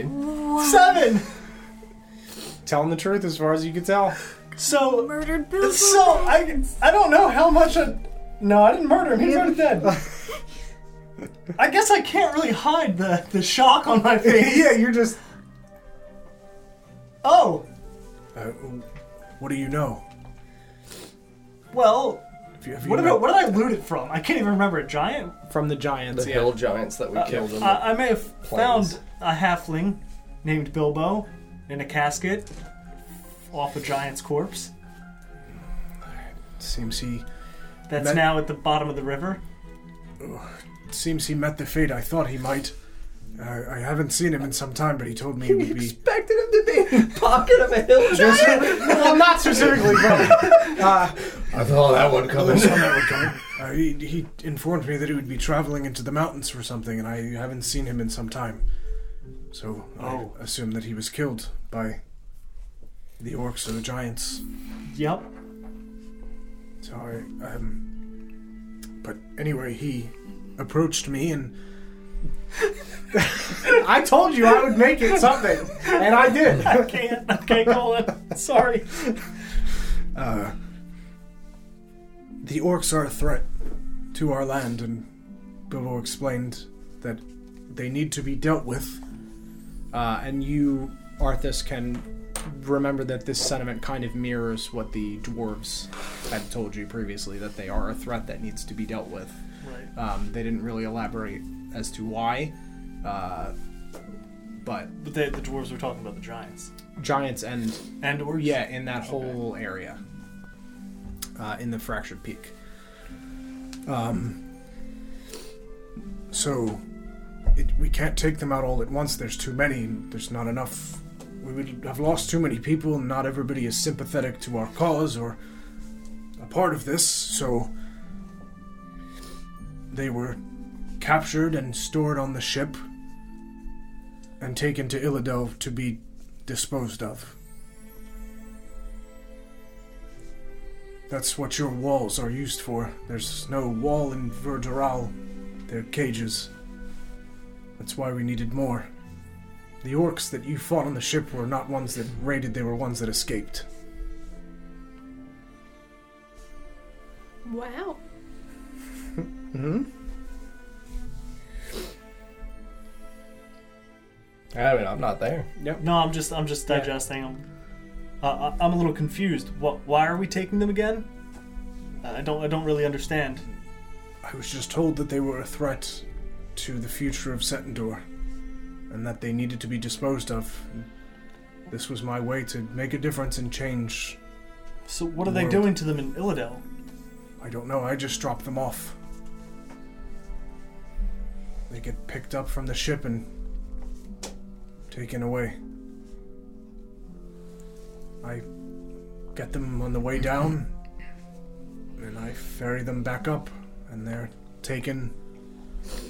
[SPEAKER 2] in the fucking coffin,
[SPEAKER 1] Seven. Telling the truth as far as you can tell.
[SPEAKER 4] So,
[SPEAKER 3] Murdered Bilbo.
[SPEAKER 4] so I, I don't know how much. I, no, I didn't murder him. He's already dead. I guess I can't really hide the, the shock on my face.
[SPEAKER 7] yeah, you're just.
[SPEAKER 4] Oh,
[SPEAKER 7] Uh, what do you know?
[SPEAKER 4] well,
[SPEAKER 7] If you, if you
[SPEAKER 4] what did, I,
[SPEAKER 7] know-
[SPEAKER 4] what did I loot it from? I can't even remember. A giant?
[SPEAKER 1] from the giants.
[SPEAKER 2] The
[SPEAKER 1] yeah.
[SPEAKER 2] hill giants that we killed in the
[SPEAKER 4] Uh, I, I may have
[SPEAKER 2] Plains.
[SPEAKER 4] found a halfling named Bilbo in a casket off a giant's corpse
[SPEAKER 7] Seems he
[SPEAKER 4] that's
[SPEAKER 7] That-
[SPEAKER 4] now at the bottom of the river.
[SPEAKER 7] seems he met the fate I thought he might. Uh, I haven't seen him in some time, but he told me it
[SPEAKER 2] You
[SPEAKER 7] would be.
[SPEAKER 2] expected him to be in the pocket of a hill giant?
[SPEAKER 1] well, not specifically, but
[SPEAKER 7] uh,
[SPEAKER 2] I saw that one coming.
[SPEAKER 7] Saw that one coming. Uh, he, he informed me that he would be traveling into the mountains for something, and I haven't seen him in some time. So
[SPEAKER 4] Oh.
[SPEAKER 7] I assume that he was killed by the orcs or the giants.
[SPEAKER 4] Yep.
[SPEAKER 7] So I, um, but anyway, he approached me and
[SPEAKER 1] I told you I would make it something, and I did.
[SPEAKER 4] Can't. Okay, Colin. Sorry.
[SPEAKER 7] Uh, the orcs are a threat to our land, and Bilbo explained that they need to be dealt with.
[SPEAKER 1] Uh, and you, Arthas, can remember that this sentiment kind of mirrors what the dwarves had told you previously that they are a threat that needs to be dealt with.
[SPEAKER 4] Right.
[SPEAKER 1] Um, they didn't really elaborate as to why, uh, but
[SPEAKER 4] But the, the dwarves were talking about the giants.
[SPEAKER 1] giants and
[SPEAKER 4] And or
[SPEAKER 1] yeah, in that whole area, uh, in the fractured peak.
[SPEAKER 7] Um, So it, we can't take them out all at once. There's too many. and There's not enough. We would have lost too many people, and not everybody is sympathetic to our cause or a part of this. So they were captured and stored on the ship and taken to Illidel to be disposed of. That's what your walls are used for. There's no wall in Verdural. They're cages. That's why we needed more. The orcs that you fought on the ship were not ones that raided, they were ones that escaped.
[SPEAKER 5] Wow.
[SPEAKER 2] I mean, I'm not there.
[SPEAKER 4] No, I'm just I'm just digesting. I'm uh, I- I'm a little confused. What? Why are we taking them again? Uh, I don't I don't really understand.
[SPEAKER 7] I was just told that they were a threat to the future of Setendor, and that they needed to be disposed of. This was my way to make a difference and change.
[SPEAKER 4] So what are
[SPEAKER 7] The
[SPEAKER 4] they
[SPEAKER 7] world.
[SPEAKER 4] doing to them in Illidel?
[SPEAKER 7] I don't know, I just dropped them off. They get picked up from the ship and taken away. I get them on the way down, and I ferry them back up, and they're taken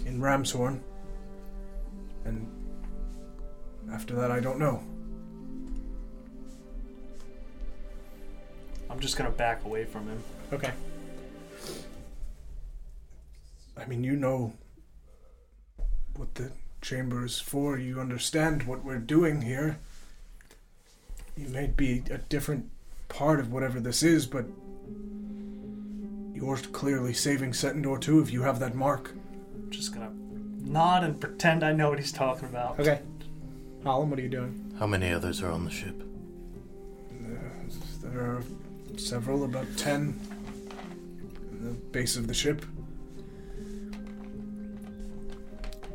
[SPEAKER 7] in Ramshorn. And after that, I don't know.
[SPEAKER 4] I'm just gonna back away from him.
[SPEAKER 1] Okay.
[SPEAKER 7] I mean, you know what the chamber is for. You understand what we're doing here. You may be a different part of whatever this is, but you're clearly saving Setendor too if you have that mark.
[SPEAKER 4] I'm just gonna nod and pretend I know what he's talking about.
[SPEAKER 1] Okay. Alan, what are you doing?
[SPEAKER 6] How many others are on the ship?
[SPEAKER 7] There are several, about ten, in the base of the ship.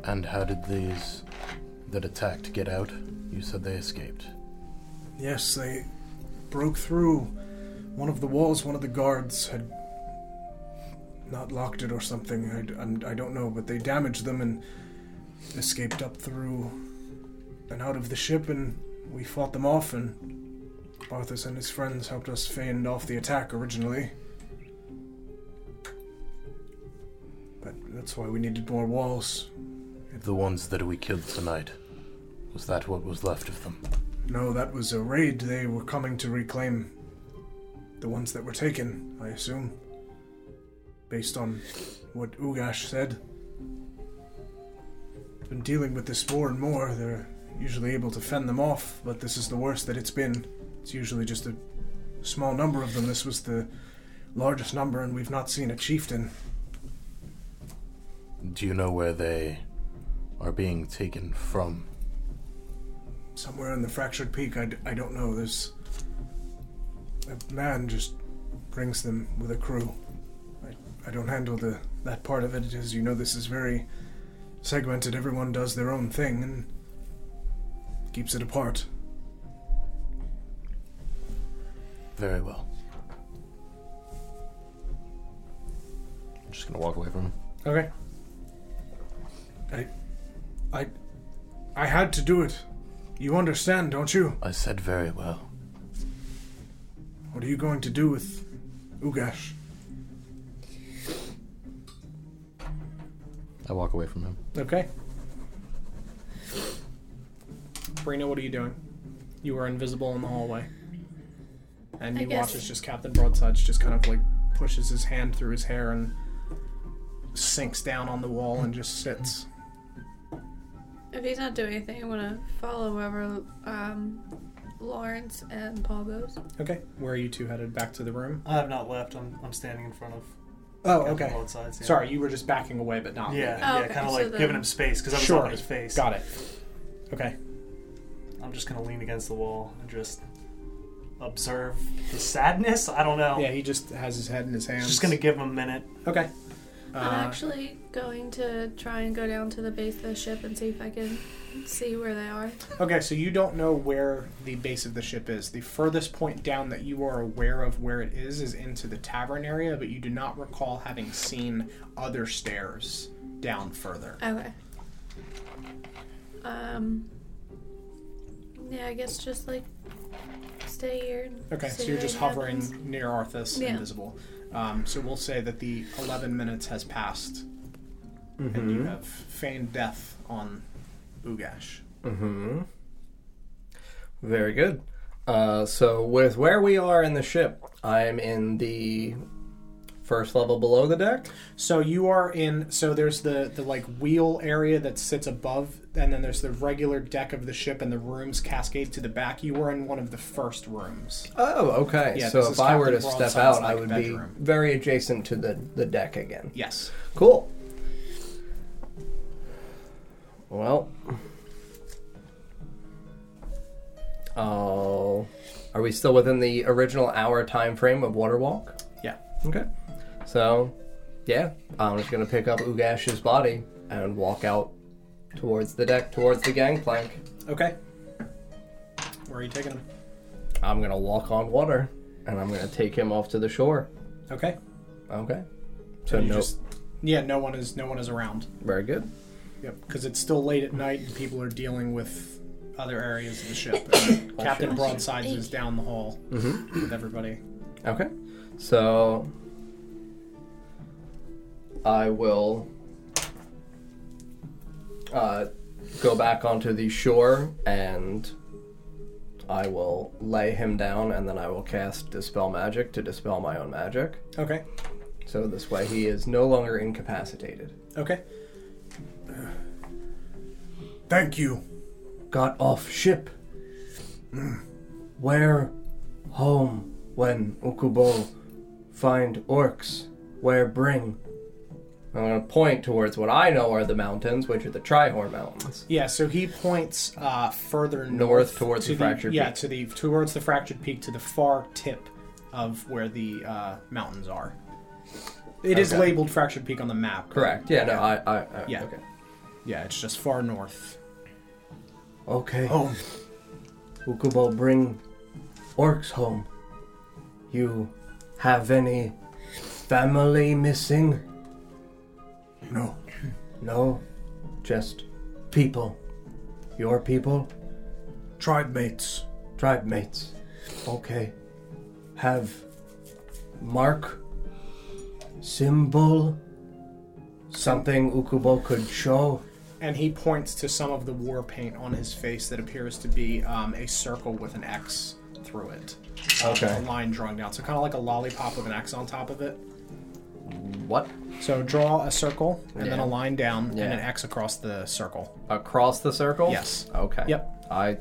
[SPEAKER 6] And how did these that attacked get out? You said they escaped.
[SPEAKER 7] Yes, they broke through one of the walls. One of the guards had not locked it or something. I, I'm- I don't know, but they damaged them and escaped up through and out of the ship, and we fought them off. And Barthas and his friends helped us fend off the attack originally. But that's why we needed more walls.
[SPEAKER 6] The ones that we killed tonight. Was that what was left of them?
[SPEAKER 7] No, that was a raid. They were coming to reclaim the ones that were taken, I assume. Based on what Ugash said. Been dealing with this more and more. They're usually able to fend them off, but this is the worst that it's been. It's usually just a small number of them. This was the largest number, and we've not seen a chieftain.
[SPEAKER 6] Do you know where they are being taken from?
[SPEAKER 7] Somewhere in the fractured peak, I, d- I don't know. This that man just brings them with a crew. I, I don't handle the that part of it. As you know, this is very segmented. Everyone does their own thing and keeps it apart.
[SPEAKER 6] Very well. I'm just gonna walk away from him.
[SPEAKER 1] Okay.
[SPEAKER 7] I I had to do it. You understand, don't you?
[SPEAKER 6] I said very well.
[SPEAKER 7] What are you going to do with Ugash?
[SPEAKER 6] I walk away from him.
[SPEAKER 1] Okay. Brina, what are you doing? You are invisible in the hallway. And
[SPEAKER 5] I
[SPEAKER 1] he
[SPEAKER 5] guess-
[SPEAKER 1] watches just Captain Broadsides just kind of like pushes his hand through his hair and sinks down on the wall and just sits.
[SPEAKER 5] If he's not doing anything, I'm gonna follow wherever um, Lawrence and Paul goes.
[SPEAKER 1] Okay. Where are you two headed? Back to the room?
[SPEAKER 4] I have not left. I'm, I'm standing in front of
[SPEAKER 1] Oh,
[SPEAKER 4] Captain
[SPEAKER 1] okay.
[SPEAKER 4] Broadsides, yeah.
[SPEAKER 1] Sorry, you were just backing away, but not.
[SPEAKER 4] Yeah,
[SPEAKER 5] Oh,
[SPEAKER 4] yeah,
[SPEAKER 5] okay,
[SPEAKER 4] kind of
[SPEAKER 5] so
[SPEAKER 4] like
[SPEAKER 5] then-
[SPEAKER 4] giving him space because I was
[SPEAKER 1] Sure.
[SPEAKER 4] up in his face.
[SPEAKER 1] Got it. Okay.
[SPEAKER 4] I'm just gonna lean against the wall and just observe the sadness. I don't know.
[SPEAKER 1] Yeah, he just has his head in his hands.
[SPEAKER 4] Just gonna give him a minute.
[SPEAKER 1] Okay.
[SPEAKER 5] I'm
[SPEAKER 1] Uh,
[SPEAKER 5] actually going to try and go down to the base of the ship and see if I can see where they are.
[SPEAKER 1] Okay, so you don't know where the base of the ship is. The furthest point down that you are aware of where it is is into the tavern area, but you do not recall having seen other stairs down further.
[SPEAKER 5] Okay. Um. Yeah, I guess just like stay here. and
[SPEAKER 1] Okay,
[SPEAKER 5] see
[SPEAKER 1] so you're
[SPEAKER 5] what
[SPEAKER 1] just
[SPEAKER 5] happens.
[SPEAKER 1] hovering near Arthas,
[SPEAKER 5] Yeah.
[SPEAKER 1] invisible. Um, so we'll say that the 11 minutes has passed, and
[SPEAKER 2] Mm-hmm.
[SPEAKER 1] you have feigned death on Ugash.
[SPEAKER 2] Mm-hmm. Very good. Uh, so with where we are in the ship, I'm in the first level below the deck.
[SPEAKER 1] So you are in. So there's the the like wheel area that sits above, and then there's the regular deck of the ship, and the rooms cascade to the back. You were in one of the first rooms.
[SPEAKER 2] Oh, okay.
[SPEAKER 1] Yeah,
[SPEAKER 2] so
[SPEAKER 1] this is
[SPEAKER 2] if I were to
[SPEAKER 1] Captain
[SPEAKER 2] step
[SPEAKER 1] Broadside's,
[SPEAKER 2] out, I
[SPEAKER 1] like,
[SPEAKER 2] would
[SPEAKER 1] bedroom.
[SPEAKER 2] be very adjacent to the, the deck again.
[SPEAKER 1] Yes.
[SPEAKER 2] Cool. Well. Oh. Are we still within the original hour time frame of Waterwalk?
[SPEAKER 1] Yeah.
[SPEAKER 2] Okay. So, yeah, I'm just gonna pick up Ugash's body and walk out towards the deck, towards the gangplank.
[SPEAKER 1] Okay. Where are you taking him?
[SPEAKER 2] I'm gonna walk on water, and I'm gonna take him off to the shore.
[SPEAKER 1] Okay.
[SPEAKER 2] Okay. So
[SPEAKER 1] You
[SPEAKER 2] no,
[SPEAKER 1] just- yeah. No one is. No one is around.
[SPEAKER 2] very good.
[SPEAKER 1] Yep. Because it's still late at night, and people are dealing with other areas of the ship. And Captain Broadsides is down the hall
[SPEAKER 2] Mm-hmm.
[SPEAKER 1] with everybody.
[SPEAKER 2] Okay. So I will uh, go back onto the shore and I will lay him down and then I will cast Dispel Magic to dispel my own magic.
[SPEAKER 1] Okay.
[SPEAKER 2] So this way he is no longer incapacitated.
[SPEAKER 1] Okay.
[SPEAKER 7] Thank you.
[SPEAKER 2] Got off ship. Where home when Ukubo find orcs? Where bring? I'm gonna point towards what I know are the mountains, which are the Trihorn Mountains.
[SPEAKER 1] Yeah, so he points uh, further north,
[SPEAKER 2] towards
[SPEAKER 1] to
[SPEAKER 2] the fractured
[SPEAKER 1] yeah,
[SPEAKER 2] peak.
[SPEAKER 1] to the towards the fractured peak to the far tip of where the uh, mountains are. It is
[SPEAKER 2] Okay.
[SPEAKER 1] labeled fractured peak on the map. but-
[SPEAKER 2] Correct. Yeah. No. I. I, I
[SPEAKER 1] Yeah.
[SPEAKER 2] Okay.
[SPEAKER 1] Yeah, it's just far north.
[SPEAKER 2] Okay.
[SPEAKER 7] Home.
[SPEAKER 2] Ukubo, bring orcs home. You have any family missing?
[SPEAKER 7] No.
[SPEAKER 2] No, just people. Your people.
[SPEAKER 7] Tribe mates.
[SPEAKER 2] Tribe mates. Okay. Have mark, symbol, something Ukubo could show.
[SPEAKER 1] And he points to some of the war paint on his face that appears to be um, a circle with an X through it. Um,
[SPEAKER 2] Okay.
[SPEAKER 1] A line drawn down. So kind of like a lollipop with an X on top of it.
[SPEAKER 2] What?
[SPEAKER 1] So draw a circle and then
[SPEAKER 2] Yeah.
[SPEAKER 1] a line down
[SPEAKER 2] Yeah.
[SPEAKER 1] and an X across the circle.
[SPEAKER 2] Across the circle?
[SPEAKER 1] Yes.
[SPEAKER 2] Okay.
[SPEAKER 1] Yep.
[SPEAKER 2] I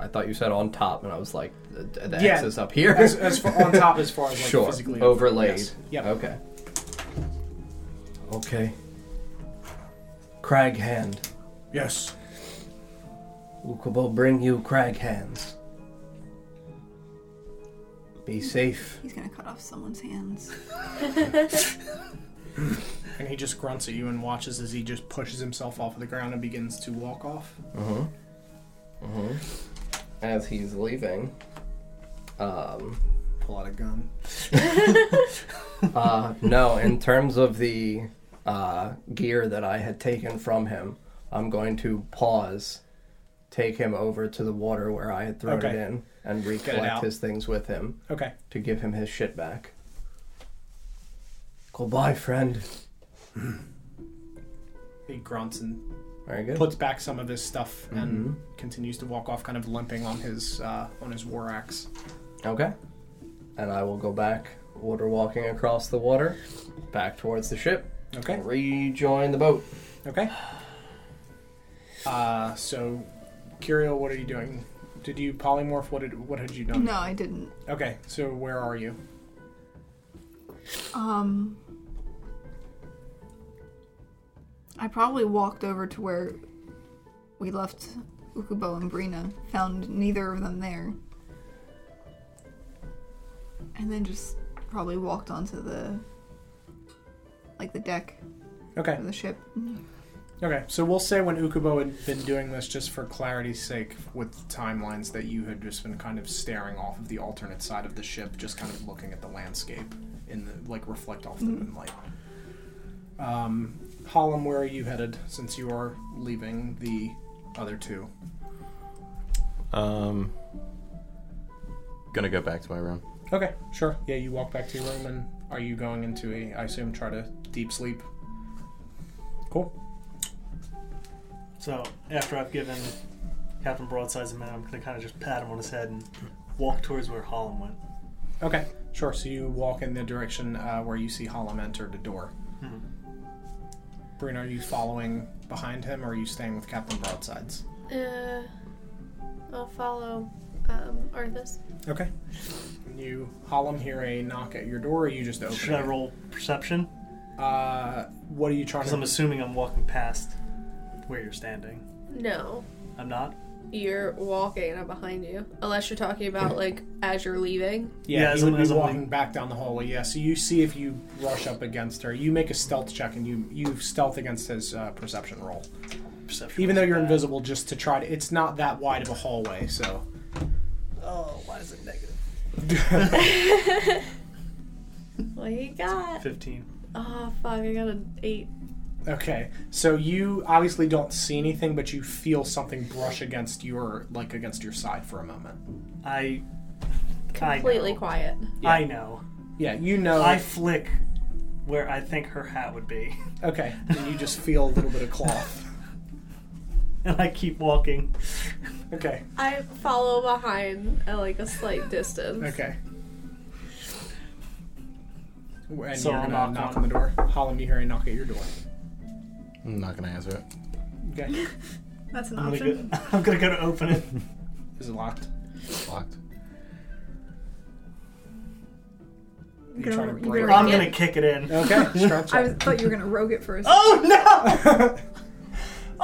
[SPEAKER 2] I thought you said on top and I was like the, the
[SPEAKER 1] Yeah.
[SPEAKER 2] X is up here.
[SPEAKER 1] As, as far, on top as far as like
[SPEAKER 2] sure.
[SPEAKER 1] physically
[SPEAKER 2] Overlaid.
[SPEAKER 1] Yes. Yep.
[SPEAKER 2] Okay. Okay. Crag Hand.
[SPEAKER 7] Yes.
[SPEAKER 2] Ukubo bring you crag hands. Be safe.
[SPEAKER 3] He's gonna cut off someone's hands.
[SPEAKER 1] And he just grunts at you and watches as he just pushes himself off of the ground and begins to walk off.
[SPEAKER 2] Mm-hmm. As he's leaving, um,
[SPEAKER 1] Pull out a gun.
[SPEAKER 2] uh, no, in terms of the uh, gear that I had taken from him, I'm going to pause, take him over to the water where I had thrown
[SPEAKER 1] Okay.
[SPEAKER 2] it in, and
[SPEAKER 1] out.
[SPEAKER 2] recollect his things with him
[SPEAKER 1] Okay.
[SPEAKER 2] to give him his shit back. Goodbye, friend.
[SPEAKER 1] He grunts and
[SPEAKER 2] Very good. Mm-hmm.
[SPEAKER 1] puts back some of his stuff and continues to walk off, kind of limping on his uh, on his war axe.
[SPEAKER 2] Okay. And I will go back, water walking across the water, back towards the ship,
[SPEAKER 1] Okay.
[SPEAKER 2] rejoin the boat.
[SPEAKER 1] Okay. Uh, so, Curio, what are you doing? Did you polymorph? What did what had you done?
[SPEAKER 3] No, I didn't.
[SPEAKER 1] Okay. So where are you?
[SPEAKER 3] Um. I probably walked over to where we left Ukubo and Brina, found neither of them there, and then just probably walked onto the like the deck
[SPEAKER 1] Okay.
[SPEAKER 3] of the ship.
[SPEAKER 1] Okay, so we'll say when Ukubo had been doing this, just for clarity's sake, with timelines, that you had just been kind of staring off of the alternate side of the ship, just kind of looking at the landscape in the like reflect off the moonlight. Um, Hollum, where are you headed? Since you are leaving the other two.
[SPEAKER 6] Um, gonna go back to my room.
[SPEAKER 1] Okay, sure. Yeah, you walk back to your room, and are you going into a? I assume try to deep sleep. Cool.
[SPEAKER 4] So after I've given Captain Broadsides a minute, I'm gonna kind of just pat him on his head and walk towards where Holland went.
[SPEAKER 1] Okay, sure. So you walk in the direction uh, where you see Hollum enter the door.
[SPEAKER 4] Hmm.
[SPEAKER 1] Bruno, are you following behind him, or are you staying with Captain Broadsides?
[SPEAKER 5] Uh, I'll follow um, Arthas.
[SPEAKER 1] Okay. You Hollum hear a knock at your door. Or are you just open?
[SPEAKER 4] Should I
[SPEAKER 1] it?
[SPEAKER 4] roll perception?
[SPEAKER 1] Uh, what are you trying
[SPEAKER 4] Because
[SPEAKER 1] to?
[SPEAKER 4] I'm assuming I'm walking past where you're standing.
[SPEAKER 5] No,
[SPEAKER 4] I'm not.
[SPEAKER 5] you're walking and I'm behind you. Unless you're talking about like as you're leaving.
[SPEAKER 1] yeah,
[SPEAKER 4] Yeah,
[SPEAKER 1] you
[SPEAKER 4] as
[SPEAKER 1] would
[SPEAKER 4] I'm-
[SPEAKER 1] be
[SPEAKER 4] as I'm
[SPEAKER 1] walking
[SPEAKER 4] leaving.
[SPEAKER 1] back down the hallway. Yeah. So you see if you rush up against her. You make a stealth check, and you you stealth against his uh, perception roll.
[SPEAKER 4] Perception.
[SPEAKER 1] Even though
[SPEAKER 4] was
[SPEAKER 1] you're
[SPEAKER 4] bad.
[SPEAKER 1] invisible, just to try to. It's not that wide of a hallway, so.
[SPEAKER 4] Oh, why is it negative?
[SPEAKER 5] What you got?
[SPEAKER 4] Fifteen.
[SPEAKER 5] Oh fuck! I got an eight.
[SPEAKER 1] Okay, so you obviously don't see anything, but you feel something brush against your like against your side for a moment.
[SPEAKER 4] I.
[SPEAKER 5] Completely
[SPEAKER 4] I know.
[SPEAKER 5] quiet.
[SPEAKER 4] I know.
[SPEAKER 1] Yeah, you know.
[SPEAKER 4] I flick where I think her hat would be,
[SPEAKER 1] okay, and you just feel a little bit of cloth.
[SPEAKER 4] and I keep walking.
[SPEAKER 1] Okay,
[SPEAKER 5] I follow behind at like a slight distance.
[SPEAKER 1] okay. And
[SPEAKER 4] So
[SPEAKER 1] you're
[SPEAKER 4] I'll
[SPEAKER 1] gonna knock,
[SPEAKER 4] knock
[SPEAKER 1] on
[SPEAKER 4] on-
[SPEAKER 1] the door. Hollum, you hear a knock at your door.
[SPEAKER 6] I'm not gonna answer it.
[SPEAKER 1] Okay,
[SPEAKER 3] That's an
[SPEAKER 4] I'm gonna,
[SPEAKER 3] option.
[SPEAKER 4] go, I'm gonna go to open it.
[SPEAKER 1] is it locked?
[SPEAKER 6] It's locked.
[SPEAKER 1] You
[SPEAKER 3] Gonna-
[SPEAKER 1] trying to
[SPEAKER 3] you
[SPEAKER 1] break
[SPEAKER 4] I'm
[SPEAKER 3] gonna-
[SPEAKER 1] it?
[SPEAKER 4] gonna kick it in.
[SPEAKER 1] Okay, strength
[SPEAKER 3] I
[SPEAKER 1] check.
[SPEAKER 3] was, thought you were gonna rogue it for a second.
[SPEAKER 4] Oh no!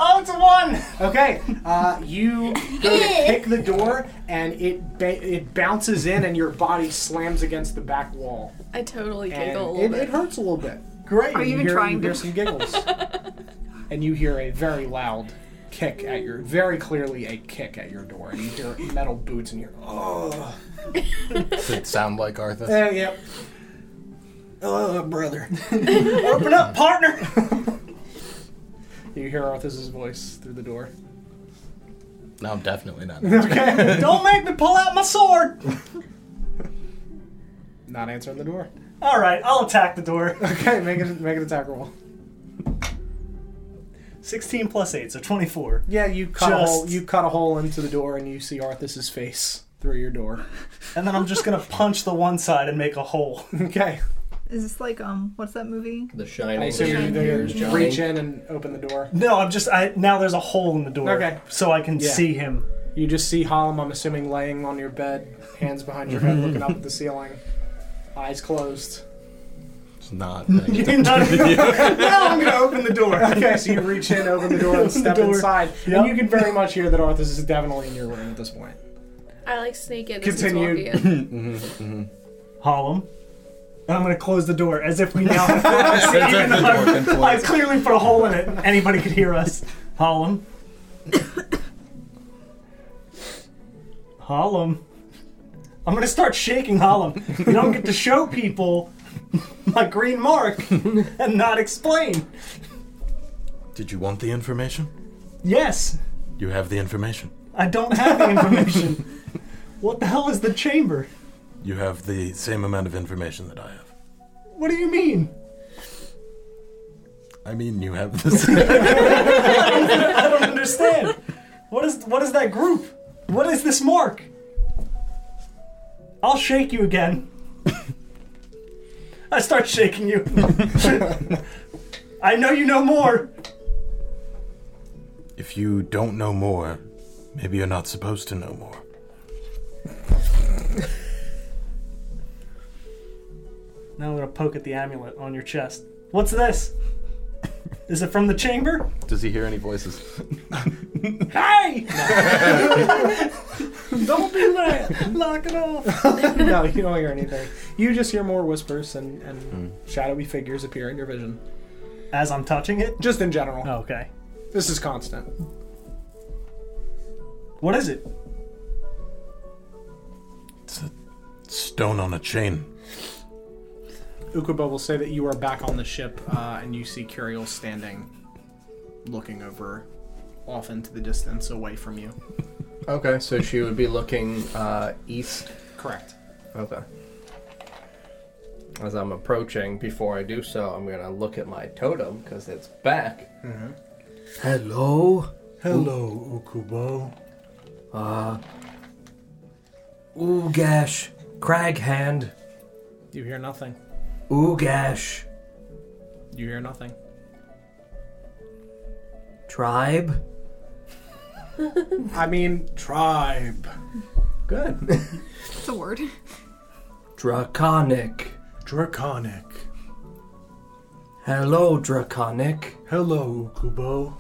[SPEAKER 4] Oh, it's a one.
[SPEAKER 1] Okay, uh, you go to kick the door, and it ba- it bounces in, and your body slams against the back wall,
[SPEAKER 5] I totally
[SPEAKER 1] and
[SPEAKER 5] giggle a little
[SPEAKER 1] it,
[SPEAKER 5] bit.
[SPEAKER 1] it hurts a little bit.
[SPEAKER 4] Great.
[SPEAKER 3] Are you even
[SPEAKER 1] hear,
[SPEAKER 3] trying
[SPEAKER 1] you
[SPEAKER 3] to?
[SPEAKER 1] hear some giggles and you hear a very loud kick at your very clearly a kick at your door and you hear metal boots and you're oh
[SPEAKER 6] Does it sound like Arthas?
[SPEAKER 1] Uh, yeah yep oh brother
[SPEAKER 4] Open up, partner.
[SPEAKER 1] you hear Arthur's voice through the door
[SPEAKER 6] No, I'm definitely not.
[SPEAKER 4] Don't make me pull out my sword.
[SPEAKER 1] not answering the door
[SPEAKER 4] All right, I'll attack the door.
[SPEAKER 1] okay make it make an attack roll
[SPEAKER 4] 16 plus 8, so 24.
[SPEAKER 1] yeah you cut a
[SPEAKER 4] Just-
[SPEAKER 1] hole you cut a hole into the door and you see Arthur's face through your door
[SPEAKER 4] And then I'm just gonna punch the one side and make a hole.
[SPEAKER 1] okay
[SPEAKER 3] Is this like um what's that movie?
[SPEAKER 2] The
[SPEAKER 1] I
[SPEAKER 2] shining.
[SPEAKER 1] assume you're there
[SPEAKER 2] Here's Johnny.
[SPEAKER 1] reach in and open the door
[SPEAKER 4] No, I'm just I now there's a hole in the door.
[SPEAKER 1] Okay.
[SPEAKER 4] So I can
[SPEAKER 1] Yeah.
[SPEAKER 4] see him.
[SPEAKER 1] You just see Hollum, I'm assuming, laying on your bed, hands behind your head, looking up at the ceiling, eyes closed.
[SPEAKER 9] was not. paying attention.
[SPEAKER 1] now I'm going to open the door. Okay, so you reach in, open the door, and step
[SPEAKER 4] door.
[SPEAKER 1] inside.
[SPEAKER 4] Yep.
[SPEAKER 1] And you can very much hear that Arthas is definitely in your room at this point.
[SPEAKER 5] I like sneak in.
[SPEAKER 1] Continue.
[SPEAKER 5] Continue. In.
[SPEAKER 8] Mm-hmm,
[SPEAKER 4] Hollum. I'm gonna close the door as if we now have
[SPEAKER 8] That's actually more than
[SPEAKER 4] I
[SPEAKER 8] polite.
[SPEAKER 4] clearly put a hole in it. Anybody could hear us. Hollum. Hollum. I'm gonna start shaking Hollum. You don't get to show people my green mark and not explain.
[SPEAKER 9] Did you want the information?
[SPEAKER 4] Yes,
[SPEAKER 9] You have the information.
[SPEAKER 4] I don't have the information. What the hell is the chamber?
[SPEAKER 9] You have the same amount of information that I have.
[SPEAKER 4] What do you mean?
[SPEAKER 9] I mean, you have the same.
[SPEAKER 4] I don't understand. What is what is that group? What is this mark? I'll shake you again. I start shaking you. I know you know more.
[SPEAKER 9] if you don't know more, maybe you're not supposed to know more.
[SPEAKER 4] Now I'm gonna poke at the amulet on your chest. What's this? Is it from the chamber?
[SPEAKER 9] Does he hear any voices?
[SPEAKER 4] Hey! don't do that. Knock it off.
[SPEAKER 1] no, you don't hear anything. You just hear more whispers and, and shadowy figures appear in your vision.
[SPEAKER 4] Hmm. As I'm touching it. Oh,
[SPEAKER 1] Just in general.
[SPEAKER 4] Okay.
[SPEAKER 1] This is constant.
[SPEAKER 4] What is it?
[SPEAKER 9] It's a stone on a chain.
[SPEAKER 1] Ukubo will say that you are back on the ship uh, and you see Curiel standing, looking over off into the distance away from you.
[SPEAKER 8] Okay, so she would be looking uh, east.
[SPEAKER 1] Correct.
[SPEAKER 8] Okay. As I'm approaching, before I do so, I'm gonna look at my totem because it's back. Hello.
[SPEAKER 2] Hello, Ukubo. Uh,
[SPEAKER 8] Oogash, Craghand,
[SPEAKER 1] You hear nothing.
[SPEAKER 8] Oogash,
[SPEAKER 1] You hear nothing.
[SPEAKER 8] Tribe.
[SPEAKER 1] I mean,
[SPEAKER 2] Tribe.
[SPEAKER 8] Good.
[SPEAKER 3] It's a word.
[SPEAKER 8] Draconic.
[SPEAKER 2] Draconic.
[SPEAKER 8] Hello, Draconic.
[SPEAKER 2] Hello, Ukubo.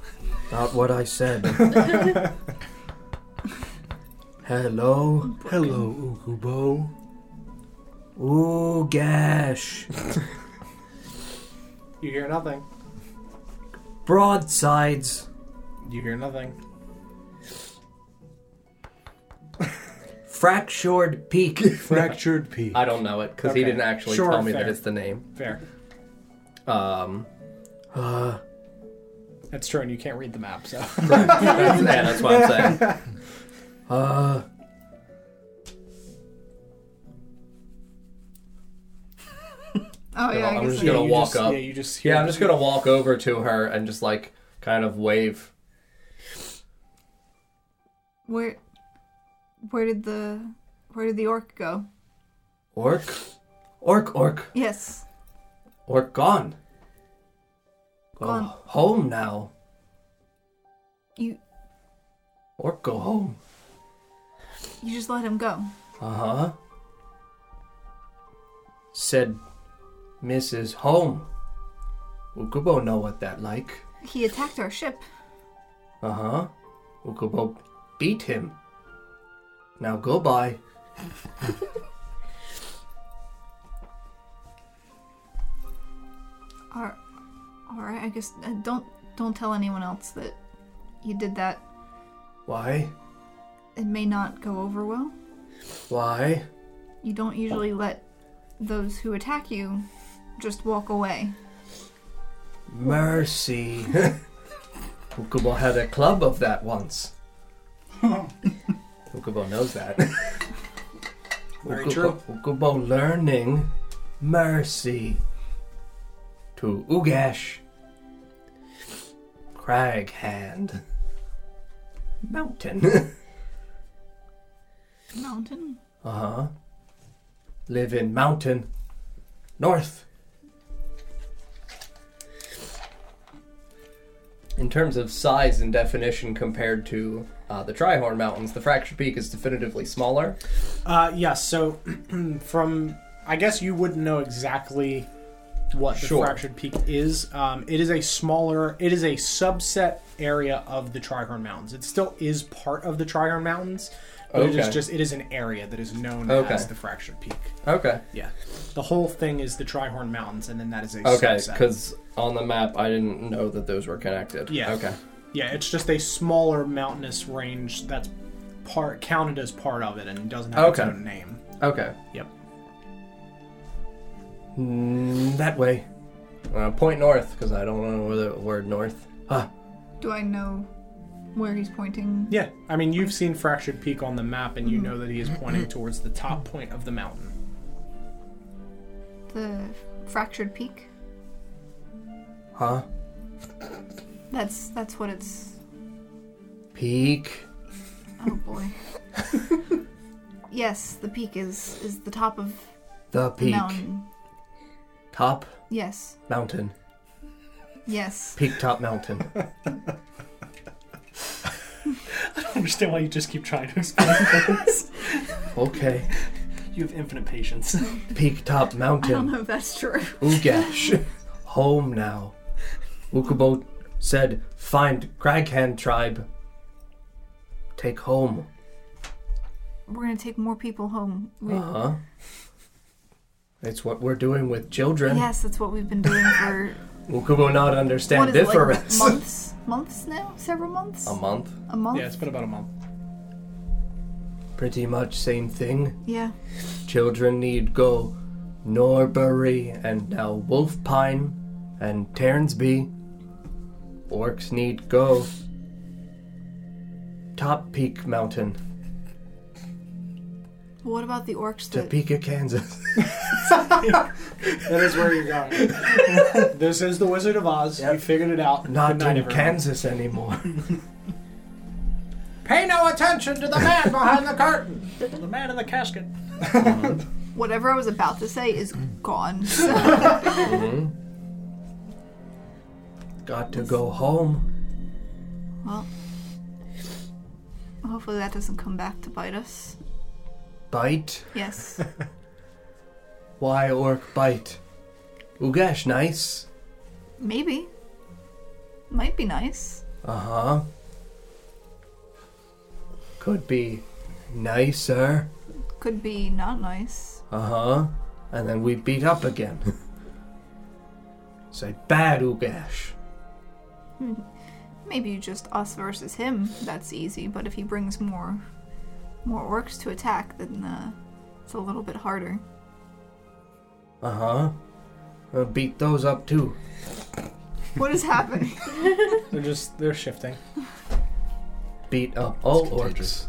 [SPEAKER 8] Not what I said. Hello,
[SPEAKER 2] Hello, Ukubo.
[SPEAKER 8] Oogash.
[SPEAKER 1] you hear nothing.
[SPEAKER 8] Broadsides.
[SPEAKER 1] You hear nothing.
[SPEAKER 8] Fractured Peak.
[SPEAKER 2] Fractured Peak.
[SPEAKER 8] I don't know it because he
[SPEAKER 1] Okay.
[SPEAKER 8] didn't actually
[SPEAKER 1] Sure,
[SPEAKER 8] tell me
[SPEAKER 1] fair.
[SPEAKER 8] that it's the name.
[SPEAKER 1] Fair.
[SPEAKER 8] Um, Uh.
[SPEAKER 1] That's true, and you can't read the map, so.
[SPEAKER 8] that's, yeah, that's what I'm saying. Uh,
[SPEAKER 3] Oh yeah, I
[SPEAKER 8] I'm
[SPEAKER 3] guess
[SPEAKER 8] just
[SPEAKER 3] it-
[SPEAKER 8] gonna
[SPEAKER 1] you
[SPEAKER 8] walk
[SPEAKER 1] just-
[SPEAKER 8] up.
[SPEAKER 1] yeah, you just hear-
[SPEAKER 8] yeah, I'm just gonna walk over to her and just like kind of wave.
[SPEAKER 3] where where did the where did the orc go?
[SPEAKER 8] Orc, orc, orc,
[SPEAKER 3] Yes.
[SPEAKER 8] orc gone. Go
[SPEAKER 3] Gone.
[SPEAKER 8] home now.
[SPEAKER 3] You
[SPEAKER 8] Orc, go home.
[SPEAKER 3] you just let him go.
[SPEAKER 8] Uh huh. Said Mrs. Home. Ukubo know what that like.
[SPEAKER 3] He attacked our ship.
[SPEAKER 8] Uh huh. Ukubo beat him. Now go by.
[SPEAKER 3] Are all right. I guess uh, don't don't tell anyone else that you did that.
[SPEAKER 8] Why?
[SPEAKER 3] It may not go over well.
[SPEAKER 8] Why?
[SPEAKER 3] You don't usually let those who attack you just walk away.
[SPEAKER 8] Mercy. Ukubo had a club of that once. Ukubo knows that.
[SPEAKER 1] Very
[SPEAKER 8] Ukubo,
[SPEAKER 1] true.
[SPEAKER 8] Ukubo learning mercy to Ugash. Craghand. Mountain.
[SPEAKER 3] Mountain.
[SPEAKER 8] uh huh. Live in mountain. North. In terms of size and definition compared to uh, the Trihorn Mountains, the Fracture Peak is definitively smaller.
[SPEAKER 1] Uh, yes, so from. I guess you wouldn't know exactly what the
[SPEAKER 2] Sure.
[SPEAKER 1] fractured peak is. Um, it is a smaller, it is a subset area of the Trihorn Mountains. It still is part of the Trihorn Mountains, but it is
[SPEAKER 2] Okay.
[SPEAKER 1] just it is an area that is known
[SPEAKER 2] Okay.
[SPEAKER 1] as the fractured peak.
[SPEAKER 2] Okay.
[SPEAKER 1] Yeah, the whole thing is the Trihorn Mountains, and then that is a
[SPEAKER 2] Okay,
[SPEAKER 1] subset.
[SPEAKER 2] because on the map I didn't know that those were connected.
[SPEAKER 1] Yeah.
[SPEAKER 2] Okay.
[SPEAKER 1] yeah, it's just a smaller mountainous range that's part counted as part of it and doesn't have
[SPEAKER 2] Okay.
[SPEAKER 1] its own name.
[SPEAKER 2] Okay.
[SPEAKER 1] Yep.
[SPEAKER 2] Mm, that way. Uh, point north, because I don't know the word north. Ah, Huh.
[SPEAKER 3] Do I know where he's pointing?
[SPEAKER 1] Yeah, I mean you've seen Fractured Peak on the map, and you
[SPEAKER 2] Mm-hmm.
[SPEAKER 1] know that he is pointing towards the top point of the mountain.
[SPEAKER 3] The fractured peak.
[SPEAKER 2] Huh.
[SPEAKER 3] That's that's what it's.
[SPEAKER 2] Peak.
[SPEAKER 3] Oh boy. yes, the peak is is the top of
[SPEAKER 2] The
[SPEAKER 3] the
[SPEAKER 2] peak.
[SPEAKER 3] mountain.
[SPEAKER 2] Top
[SPEAKER 3] Yes,
[SPEAKER 2] mountain.
[SPEAKER 3] yes.
[SPEAKER 2] Peak top mountain.
[SPEAKER 4] I understand why you just keep trying to explain things.
[SPEAKER 2] okay.
[SPEAKER 4] You have infinite patience.
[SPEAKER 2] Peak top
[SPEAKER 3] I don't
[SPEAKER 2] mountain.
[SPEAKER 3] know if that's true.
[SPEAKER 2] Ugash. Home now. Ukubo said, find Kraghand tribe. Take home.
[SPEAKER 3] We're gonna take more people home. We,
[SPEAKER 2] Uh huh. It's what we're doing with children.
[SPEAKER 3] Yes, that's what we've been doing for
[SPEAKER 2] Ukubo not
[SPEAKER 3] what
[SPEAKER 2] understand
[SPEAKER 3] is it, like,
[SPEAKER 2] difference.
[SPEAKER 3] months, months now, several months,
[SPEAKER 2] a month?
[SPEAKER 3] a month.
[SPEAKER 1] Yeah, it's been about a month.
[SPEAKER 2] Pretty much same thing.
[SPEAKER 3] Yeah.
[SPEAKER 2] Children need go Norbury and now Wolf Pine and Ternsby. Orcs need go Top Peak Mountain
[SPEAKER 3] What about the orcs that?
[SPEAKER 2] Topeka, Kansas.
[SPEAKER 1] That is where you're going. this is the Wizard of Oz. You figured it out.
[SPEAKER 2] Not
[SPEAKER 1] Good night,
[SPEAKER 2] in
[SPEAKER 1] everyone.
[SPEAKER 2] Kansas anymore.
[SPEAKER 1] Pay no attention to the man behind the curtain.
[SPEAKER 4] the man in the casket.
[SPEAKER 3] Whatever I was about to say is gone.
[SPEAKER 2] Mm-hmm. Got to go home.
[SPEAKER 3] well, hopefully that doesn't come back to bite us.
[SPEAKER 2] Bite.
[SPEAKER 3] Yes.
[SPEAKER 2] Why orc bite? Ugash nice.
[SPEAKER 3] Maybe. Might be nice.
[SPEAKER 2] Uh huh. Could be nicer.
[SPEAKER 3] Could be not nice.
[SPEAKER 2] Uh huh. And then we beat up again. Say bad Ugash.
[SPEAKER 3] Maybe just us versus him. That's easy. But if he brings more, more orcs to attack, then uh, it's a little bit harder.
[SPEAKER 2] Uh huh. We'll Uh, beat those up too.
[SPEAKER 3] What is happening?
[SPEAKER 1] They're just they're shifting.
[SPEAKER 2] Beat up all
[SPEAKER 6] contagious.
[SPEAKER 2] orcs.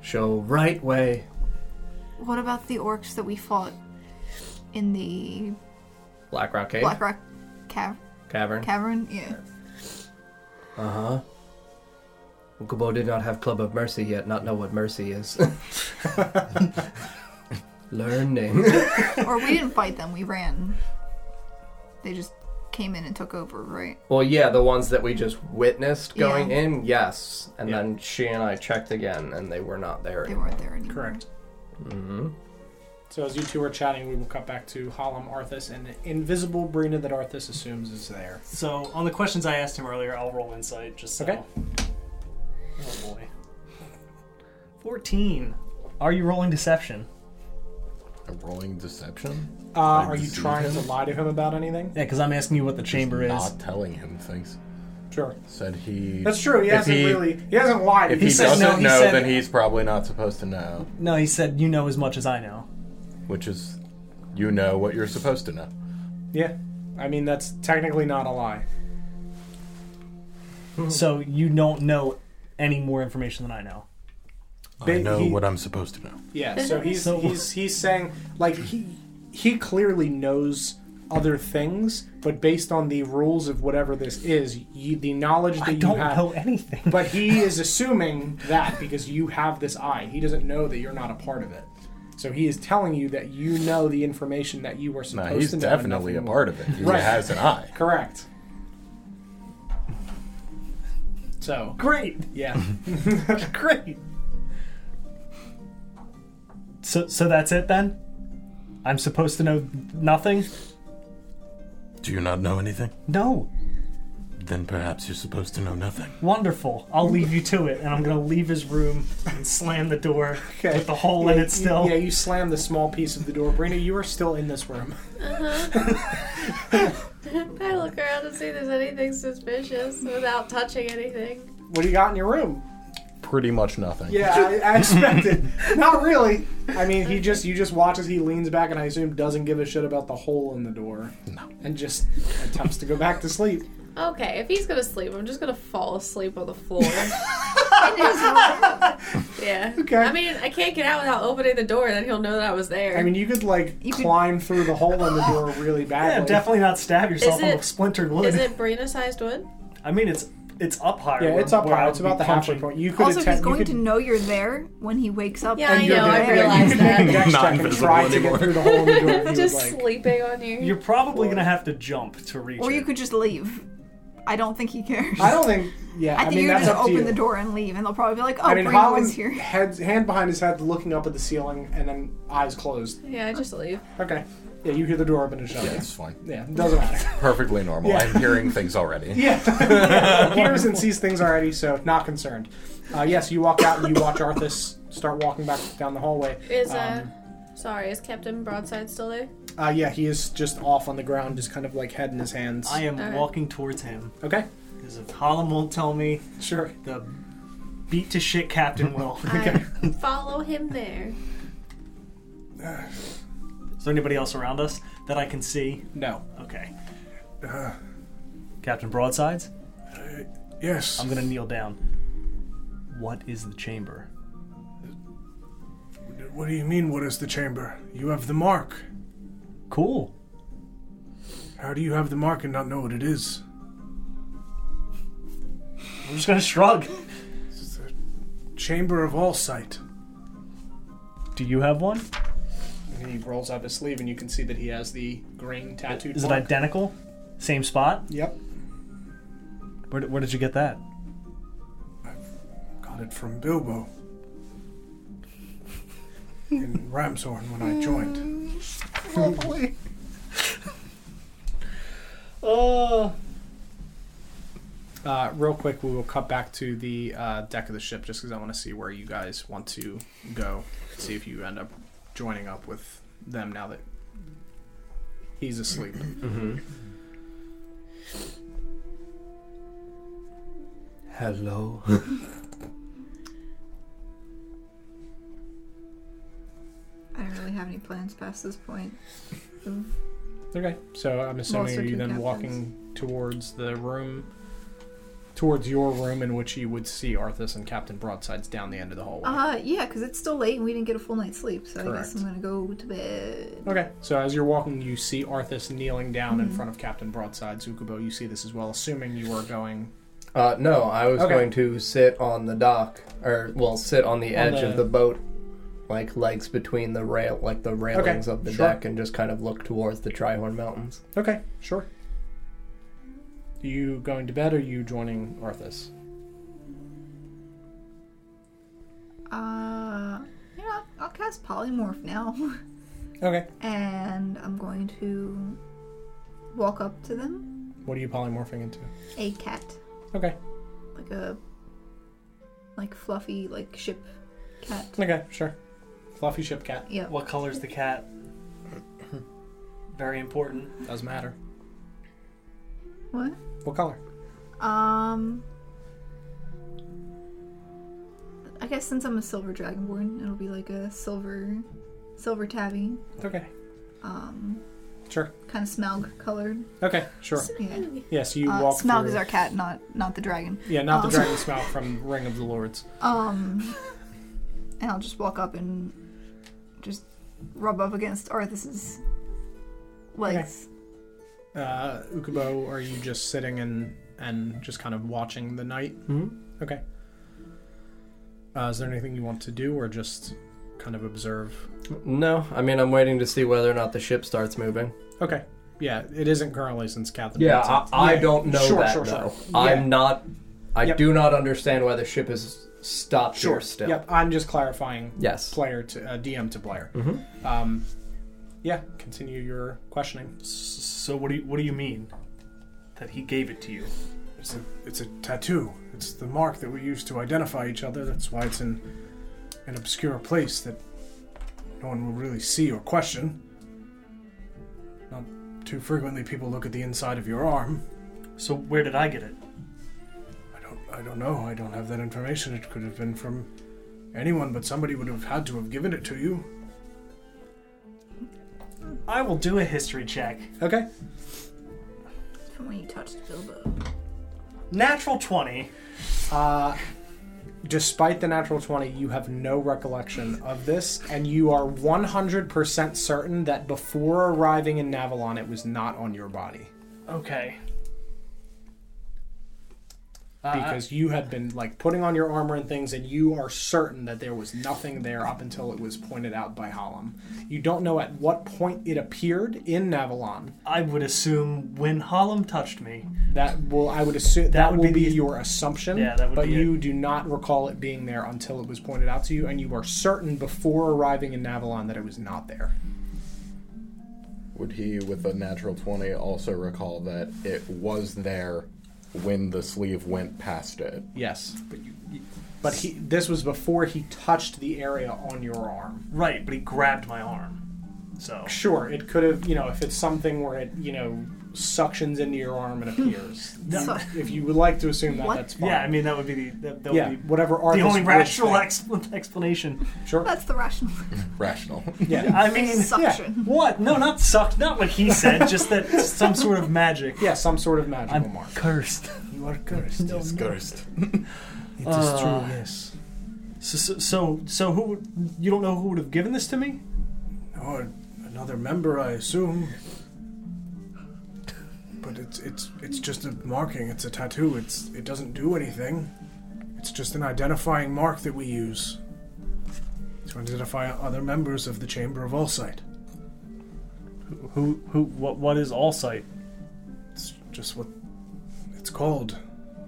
[SPEAKER 2] Show right way.
[SPEAKER 3] what about the orcs that we fought in the
[SPEAKER 2] Black Rock Cave
[SPEAKER 3] Black Rock ca-
[SPEAKER 2] Cavern.
[SPEAKER 3] Cavern? Yeah.
[SPEAKER 2] uh huh. Ukubo did not have Club of Mercy yet, not know what mercy is. Learning.
[SPEAKER 3] or we didn't fight them. We ran. They just came in and took over, right?
[SPEAKER 2] Well, yeah, the ones that we just witnessed going
[SPEAKER 3] Yeah.
[SPEAKER 2] in, yes. And
[SPEAKER 1] Yeah.
[SPEAKER 2] then she and I checked again, and they were not there.
[SPEAKER 3] They weren't there anymore.
[SPEAKER 1] Correct.
[SPEAKER 2] Mm-hmm.
[SPEAKER 1] So as you two are chatting, we will cut back to Hallam Arthas and the invisible Brina that Arthas assumes is there.
[SPEAKER 4] So on the questions I asked him earlier, I'll roll insight just so.
[SPEAKER 1] Okay.
[SPEAKER 4] Oh boy. Fourteen. Are you rolling deception?
[SPEAKER 6] A rolling deception?
[SPEAKER 1] Uh, are you
[SPEAKER 6] deceive
[SPEAKER 1] trying
[SPEAKER 6] him?
[SPEAKER 1] to lie to him about anything?
[SPEAKER 4] Yeah, because I'm asking you what the chamber is.
[SPEAKER 6] Not telling him things.
[SPEAKER 1] Sure.
[SPEAKER 6] Said he.
[SPEAKER 1] That's true. He
[SPEAKER 6] If
[SPEAKER 1] hasn't
[SPEAKER 6] he-
[SPEAKER 1] really. He hasn't lied.
[SPEAKER 6] If
[SPEAKER 1] He
[SPEAKER 6] he,
[SPEAKER 1] said
[SPEAKER 6] doesn't
[SPEAKER 4] no, he
[SPEAKER 6] know,
[SPEAKER 4] said-
[SPEAKER 6] then he's probably not supposed to know,
[SPEAKER 4] No, he said you know as much as I know.
[SPEAKER 6] which is, you know what you're supposed to know.
[SPEAKER 1] Yeah. I mean that's technically not a lie.
[SPEAKER 4] So you don't know any more information than I know.
[SPEAKER 1] Ba-
[SPEAKER 6] I know
[SPEAKER 1] he-
[SPEAKER 6] what I'm supposed to know.
[SPEAKER 1] Yeah, so he's
[SPEAKER 4] So-
[SPEAKER 1] he's he's saying like he he clearly knows other things, but based on the rules of whatever this is, you, the knowledge that
[SPEAKER 4] I
[SPEAKER 1] you
[SPEAKER 4] don't
[SPEAKER 1] have.
[SPEAKER 4] know anything.
[SPEAKER 1] But he is assuming that because you have this eye, he doesn't know that you're not a part of it. So he is telling you that you know the information that you were
[SPEAKER 6] No,
[SPEAKER 1] supposed
[SPEAKER 6] he's
[SPEAKER 1] to know.
[SPEAKER 6] definitely a part of it. He
[SPEAKER 1] Right.
[SPEAKER 6] has an eye.
[SPEAKER 1] Correct. So
[SPEAKER 4] Great.
[SPEAKER 1] yeah,
[SPEAKER 4] Great. So so that's it then? I'm supposed to know nothing?
[SPEAKER 6] Do you not know anything?
[SPEAKER 4] No.
[SPEAKER 6] Then perhaps you're supposed to know nothing.
[SPEAKER 4] Wonderful. I'll leave you to it, and I'm gonna leave his room and slam the door
[SPEAKER 1] Okay.
[SPEAKER 4] with the hole in
[SPEAKER 1] Yeah,
[SPEAKER 4] it still.
[SPEAKER 1] You, yeah, you slammed the small piece of the door. Brina, you are still in this room.
[SPEAKER 5] Uh-huh. I look around to see if there's anything suspicious without touching anything.
[SPEAKER 1] What do you got in your room?
[SPEAKER 6] Pretty much nothing.
[SPEAKER 1] Yeah, I, I expected. Not really. I mean, he just you just watch as he leans back and I assume doesn't give a shit about the hole in the door. No. And just attempts to go back to sleep.
[SPEAKER 5] Okay, if he's gonna sleep, I'm just gonna fall asleep on the floor. yeah.
[SPEAKER 1] Okay.
[SPEAKER 5] I mean, I can't get out without opening the door, then he'll know that I was there.
[SPEAKER 1] I mean, you could like
[SPEAKER 3] You could-
[SPEAKER 1] climb through the hole in the door really
[SPEAKER 4] Yeah,
[SPEAKER 1] badly.
[SPEAKER 4] definitely not stab yourself
[SPEAKER 5] Is
[SPEAKER 4] on
[SPEAKER 5] it-
[SPEAKER 4] a splintered wood.
[SPEAKER 5] is it Brina sized wood?
[SPEAKER 4] I mean, it's it's up higher.
[SPEAKER 1] Yeah,
[SPEAKER 4] where-
[SPEAKER 1] it's up
[SPEAKER 4] where I
[SPEAKER 1] high.
[SPEAKER 4] would
[SPEAKER 1] It's about
[SPEAKER 4] be
[SPEAKER 1] the halfway
[SPEAKER 4] punching.
[SPEAKER 1] point. You could
[SPEAKER 3] Also, he's
[SPEAKER 1] attempt. You
[SPEAKER 3] going
[SPEAKER 1] could,
[SPEAKER 3] to know you're there when he wakes up.
[SPEAKER 5] Yeah, I
[SPEAKER 1] you're
[SPEAKER 5] know. I
[SPEAKER 1] there.
[SPEAKER 5] realize
[SPEAKER 1] you
[SPEAKER 5] that.
[SPEAKER 1] could next
[SPEAKER 6] Not
[SPEAKER 1] check and
[SPEAKER 6] invisible
[SPEAKER 1] try to get
[SPEAKER 6] anymore.
[SPEAKER 1] through the hole in the door if you would
[SPEAKER 5] just
[SPEAKER 1] like.
[SPEAKER 5] sleeping on you.
[SPEAKER 4] You're probably gonna have to jump to reach.
[SPEAKER 3] Or
[SPEAKER 4] it.
[SPEAKER 3] you could just leave. I don't think he cares.
[SPEAKER 1] I don't think. Yeah,
[SPEAKER 3] I
[SPEAKER 1] I,
[SPEAKER 3] think
[SPEAKER 1] mean
[SPEAKER 3] you
[SPEAKER 1] that's
[SPEAKER 3] just
[SPEAKER 1] up to
[SPEAKER 3] open
[SPEAKER 1] you.
[SPEAKER 3] the door and leave, and they'll probably be like, "Oh,
[SPEAKER 1] I mean,
[SPEAKER 3] Bruno
[SPEAKER 1] Holland
[SPEAKER 3] is here."
[SPEAKER 1] heads hand behind his head, looking up at the ceiling, and then eyes closed.
[SPEAKER 5] yeah, I just leave.
[SPEAKER 1] Okay. Yeah, you hear the door open and shut.
[SPEAKER 6] Yeah, it's fine.
[SPEAKER 1] Yeah, doesn't matter.
[SPEAKER 6] Perfectly normal.
[SPEAKER 1] Yeah.
[SPEAKER 6] I'm hearing things already.
[SPEAKER 1] Yeah. hears and sees things already, so not concerned. Uh, yes, you walk out and you watch Arthas start walking back down the hallway.
[SPEAKER 5] Is uh,
[SPEAKER 1] Um,
[SPEAKER 5] sorry, is Captain Broadside still there?
[SPEAKER 1] Uh, yeah, he is just off on the ground, just kind of like head in his hands.
[SPEAKER 4] I am
[SPEAKER 5] Alright.
[SPEAKER 4] walking towards him
[SPEAKER 1] Okay,
[SPEAKER 4] because if Holland won't tell me,
[SPEAKER 1] sure.
[SPEAKER 4] the beat to shit captain will.
[SPEAKER 5] I follow him there.
[SPEAKER 4] Is there anybody else around us that I can see?
[SPEAKER 1] No.
[SPEAKER 4] Okay.
[SPEAKER 7] Uh,
[SPEAKER 4] Captain Broadsides,
[SPEAKER 7] yes.
[SPEAKER 4] I'm gonna kneel down. What is the chamber?
[SPEAKER 7] What do you mean, what is the chamber? You have the mark.
[SPEAKER 4] Cool.
[SPEAKER 7] How do you have the mark and not know what it is?
[SPEAKER 4] I'm just gonna shrug.
[SPEAKER 7] It's the chamber of all sight.
[SPEAKER 4] Do you have one?
[SPEAKER 1] And he rolls up his sleeve, and you can see that he has the green tattooed.
[SPEAKER 4] Is it
[SPEAKER 1] mark.
[SPEAKER 4] identical? Same spot?
[SPEAKER 1] Yep.
[SPEAKER 4] Where, where did you get that?
[SPEAKER 7] Got it from Bilbo. In Ramshorn when I joined.
[SPEAKER 3] Mm,
[SPEAKER 4] Oh.
[SPEAKER 1] Uh, real quick, we will cut back to the uh, deck of the ship just because I want to see where you guys want to go. See if you end up joining up with them now that he's asleep.
[SPEAKER 2] Mm-hmm. Hello.
[SPEAKER 3] I don't really have any plans past this point. Uh,
[SPEAKER 1] Okay, so I'm assuming
[SPEAKER 3] Those
[SPEAKER 1] are
[SPEAKER 3] are
[SPEAKER 1] you
[SPEAKER 3] two
[SPEAKER 1] then
[SPEAKER 3] captains.
[SPEAKER 1] walking towards the room, towards your room in which you would see Arthas and Captain Broadsides down the end of the hallway.
[SPEAKER 3] Uh, yeah, because it's still late and we didn't get a full night's sleep, so I
[SPEAKER 1] Correct.
[SPEAKER 3] guess I'm gonna go to bed.
[SPEAKER 1] Okay, so as you're walking, you see Arthas kneeling down in
[SPEAKER 3] Mm-hmm.
[SPEAKER 1] front of Captain Broadsides. Ukubo, you see this as well, assuming you are going.
[SPEAKER 2] Uh, no, I was
[SPEAKER 1] Okay.
[SPEAKER 2] going to sit on the dock, or well, sit on the
[SPEAKER 1] On
[SPEAKER 2] edge of
[SPEAKER 1] the-
[SPEAKER 2] the boat, like legs between the rail, like the railings of the
[SPEAKER 1] sure.
[SPEAKER 2] deck, and just kind of look towards the Trihorn Mountains.
[SPEAKER 1] Okay, sure. You going to bed or you joining Arthas?
[SPEAKER 3] Uh, you know, I'll cast polymorph now,
[SPEAKER 1] Okay.
[SPEAKER 3] and I'm going to walk up to them.
[SPEAKER 1] What are you polymorphing into?
[SPEAKER 3] A cat,
[SPEAKER 1] Okay.
[SPEAKER 3] like a like fluffy like ship cat.
[SPEAKER 1] Okay, sure. Fluffy ship cat.
[SPEAKER 3] Yeah.
[SPEAKER 4] What color's the cat? Very important.
[SPEAKER 1] Doesn't matter.
[SPEAKER 3] What?
[SPEAKER 1] What color?
[SPEAKER 3] Um. I guess since I'm a silver dragonborn, it'll be like a silver, silver tabby,
[SPEAKER 1] Okay.
[SPEAKER 3] um,
[SPEAKER 1] Sure.
[SPEAKER 3] kind of smaug colored.
[SPEAKER 1] Okay, sure.
[SPEAKER 3] Yeah.
[SPEAKER 1] Yeah, so you
[SPEAKER 3] Uh,
[SPEAKER 1] walk
[SPEAKER 3] Smaug
[SPEAKER 1] through.
[SPEAKER 3] is our cat, not not the dragon.
[SPEAKER 1] Yeah, not the
[SPEAKER 3] Um.
[SPEAKER 1] dragon smell from Ring of the Lords.
[SPEAKER 3] Um, and I'll just walk up and just rub up against Arthas's legs.
[SPEAKER 1] Uh, Ukubo, are you just sitting and and just kind of watching the night?
[SPEAKER 4] Hmm?
[SPEAKER 1] Mm-hmm. Okay. Uh, is there anything you want to do, or just kind of observe?
[SPEAKER 2] No, I mean I'm waiting to see whether or not the ship starts moving.
[SPEAKER 1] Okay. Yeah, it isn't currently since Captain.
[SPEAKER 2] Yeah,
[SPEAKER 1] Bates-
[SPEAKER 2] I, I don't know
[SPEAKER 1] Sure,
[SPEAKER 2] that
[SPEAKER 1] sure, sure.
[SPEAKER 2] though.
[SPEAKER 1] Yeah.
[SPEAKER 2] I'm not. I
[SPEAKER 1] Yep.
[SPEAKER 2] do not understand why the ship is stopped
[SPEAKER 1] Sure.
[SPEAKER 2] here still.
[SPEAKER 1] Yep. I'm just clarifying.
[SPEAKER 2] Yes.
[SPEAKER 1] Player to uh, DM to player. Um, yeah, continue your questioning.
[SPEAKER 4] S- So what do you what do you mean that he gave it to you?
[SPEAKER 7] It's a, it's a tattoo. It's the mark that we use to identify each other. That's why it's in an obscure place that no one will really see or question. Not too frequently, people look at the inside of your arm.
[SPEAKER 4] So where did I get it?
[SPEAKER 7] I don't, I don't know. I don't have that information. It could have been from anyone, but somebody would have had to have given it to you.
[SPEAKER 4] I will do a history check.
[SPEAKER 1] Okay.
[SPEAKER 3] From when you touched Bilbo.
[SPEAKER 4] Natural twenty.
[SPEAKER 1] uh, Despite the natural 20, you have no recollection of this, and you are 100% certain that before arriving in Navalon, it was not on your body.
[SPEAKER 4] Okay. Uh,
[SPEAKER 1] Because you had been, like, putting on your armor and things, and you are certain that there was nothing there up until it was pointed out by Hallam. You don't know at what point it appeared in Navalon.
[SPEAKER 4] I would assume when Hallam touched me.
[SPEAKER 1] That will, I would assume, that,
[SPEAKER 4] would
[SPEAKER 1] will
[SPEAKER 4] be
[SPEAKER 1] be,
[SPEAKER 4] the-
[SPEAKER 1] your assumption.
[SPEAKER 4] Yeah, that would
[SPEAKER 1] but
[SPEAKER 4] be it.
[SPEAKER 1] you do not recall it being there until it was pointed out to you, and you are certain before arriving in Navalon that it was not there.
[SPEAKER 6] Would he, with a natural 20, also recall that it was there when the sleeve went past it?
[SPEAKER 1] Yes, but you. But he. This was before he touched the area on your arm.
[SPEAKER 4] Right, but he grabbed my arm. So
[SPEAKER 1] Sure, it could have. You know, if it's something where it, you know, suctions into your arm and appears.
[SPEAKER 3] So,
[SPEAKER 1] if you would like to assume that,
[SPEAKER 3] What?
[SPEAKER 1] that's fine.
[SPEAKER 4] yeah, I mean that would be the that, that
[SPEAKER 1] yeah,
[SPEAKER 4] would be
[SPEAKER 1] whatever.
[SPEAKER 4] the
[SPEAKER 1] Arthas
[SPEAKER 4] only
[SPEAKER 1] would
[SPEAKER 4] rational
[SPEAKER 1] think.
[SPEAKER 4] ex- explanation.
[SPEAKER 1] Sure.
[SPEAKER 3] that's the rational
[SPEAKER 6] Rational.
[SPEAKER 1] Yeah.
[SPEAKER 4] I mean,
[SPEAKER 1] yeah.
[SPEAKER 3] suction.
[SPEAKER 4] what? No, not sucked. Not what he said. just that some sort of magic.
[SPEAKER 1] Yeah, some sort of magical mark.
[SPEAKER 4] Cursed.
[SPEAKER 7] You are cursed. It
[SPEAKER 6] It's cursed.
[SPEAKER 7] is
[SPEAKER 4] Ah.
[SPEAKER 7] true, yes.
[SPEAKER 4] So, so, so, so who? would- You don't know who would have given this to me?
[SPEAKER 7] Or Oh, another member, I assume. But it's it's it's just a marking. It's a tattoo. It's it doesn't do anything. It's just an identifying mark that we use to identify other members of the Chamber of Allsight.
[SPEAKER 4] Who? Who? What? What is all sight?
[SPEAKER 7] It's just what it's called.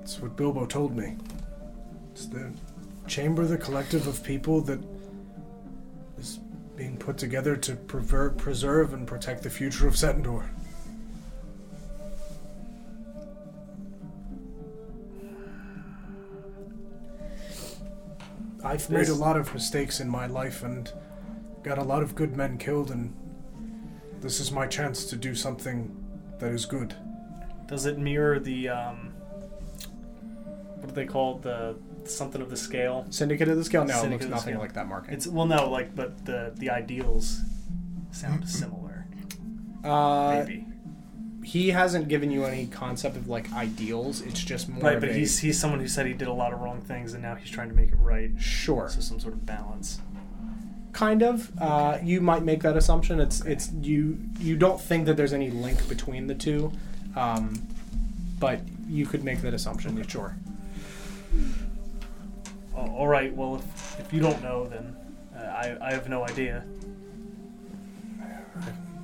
[SPEAKER 7] It's what Bilbo told me. It's the chamber, the collective of people that is being put together to prever- preserve and protect the future of Setendor. I've made a lot of mistakes in my life and got a lot of good men killed, and this is my chance to do something that is good.
[SPEAKER 4] Does it mirror the um? What do they call it? the something of the scale?
[SPEAKER 1] Syndicate of the Scale. No, it
[SPEAKER 4] Syndicate
[SPEAKER 1] looks
[SPEAKER 4] of the
[SPEAKER 1] nothing
[SPEAKER 4] Scale.
[SPEAKER 1] like that marking.
[SPEAKER 4] It's well, no, like but the the ideals sound similar.
[SPEAKER 1] uh,
[SPEAKER 4] Maybe
[SPEAKER 1] he hasn't given you any concept of like ideals. It's just more.
[SPEAKER 4] right,
[SPEAKER 1] of
[SPEAKER 4] but
[SPEAKER 1] a-
[SPEAKER 4] he's he's someone who said he did a lot of wrong things and now he's trying to make it right.
[SPEAKER 1] sure.
[SPEAKER 4] So some sort of balance.
[SPEAKER 1] kind of uh, you might make that assumption it's it's you you don't think that there's any link between the two um, but you could make that assumption sure
[SPEAKER 4] A- all right. Well, if, if you don't know, then uh, I I have no idea.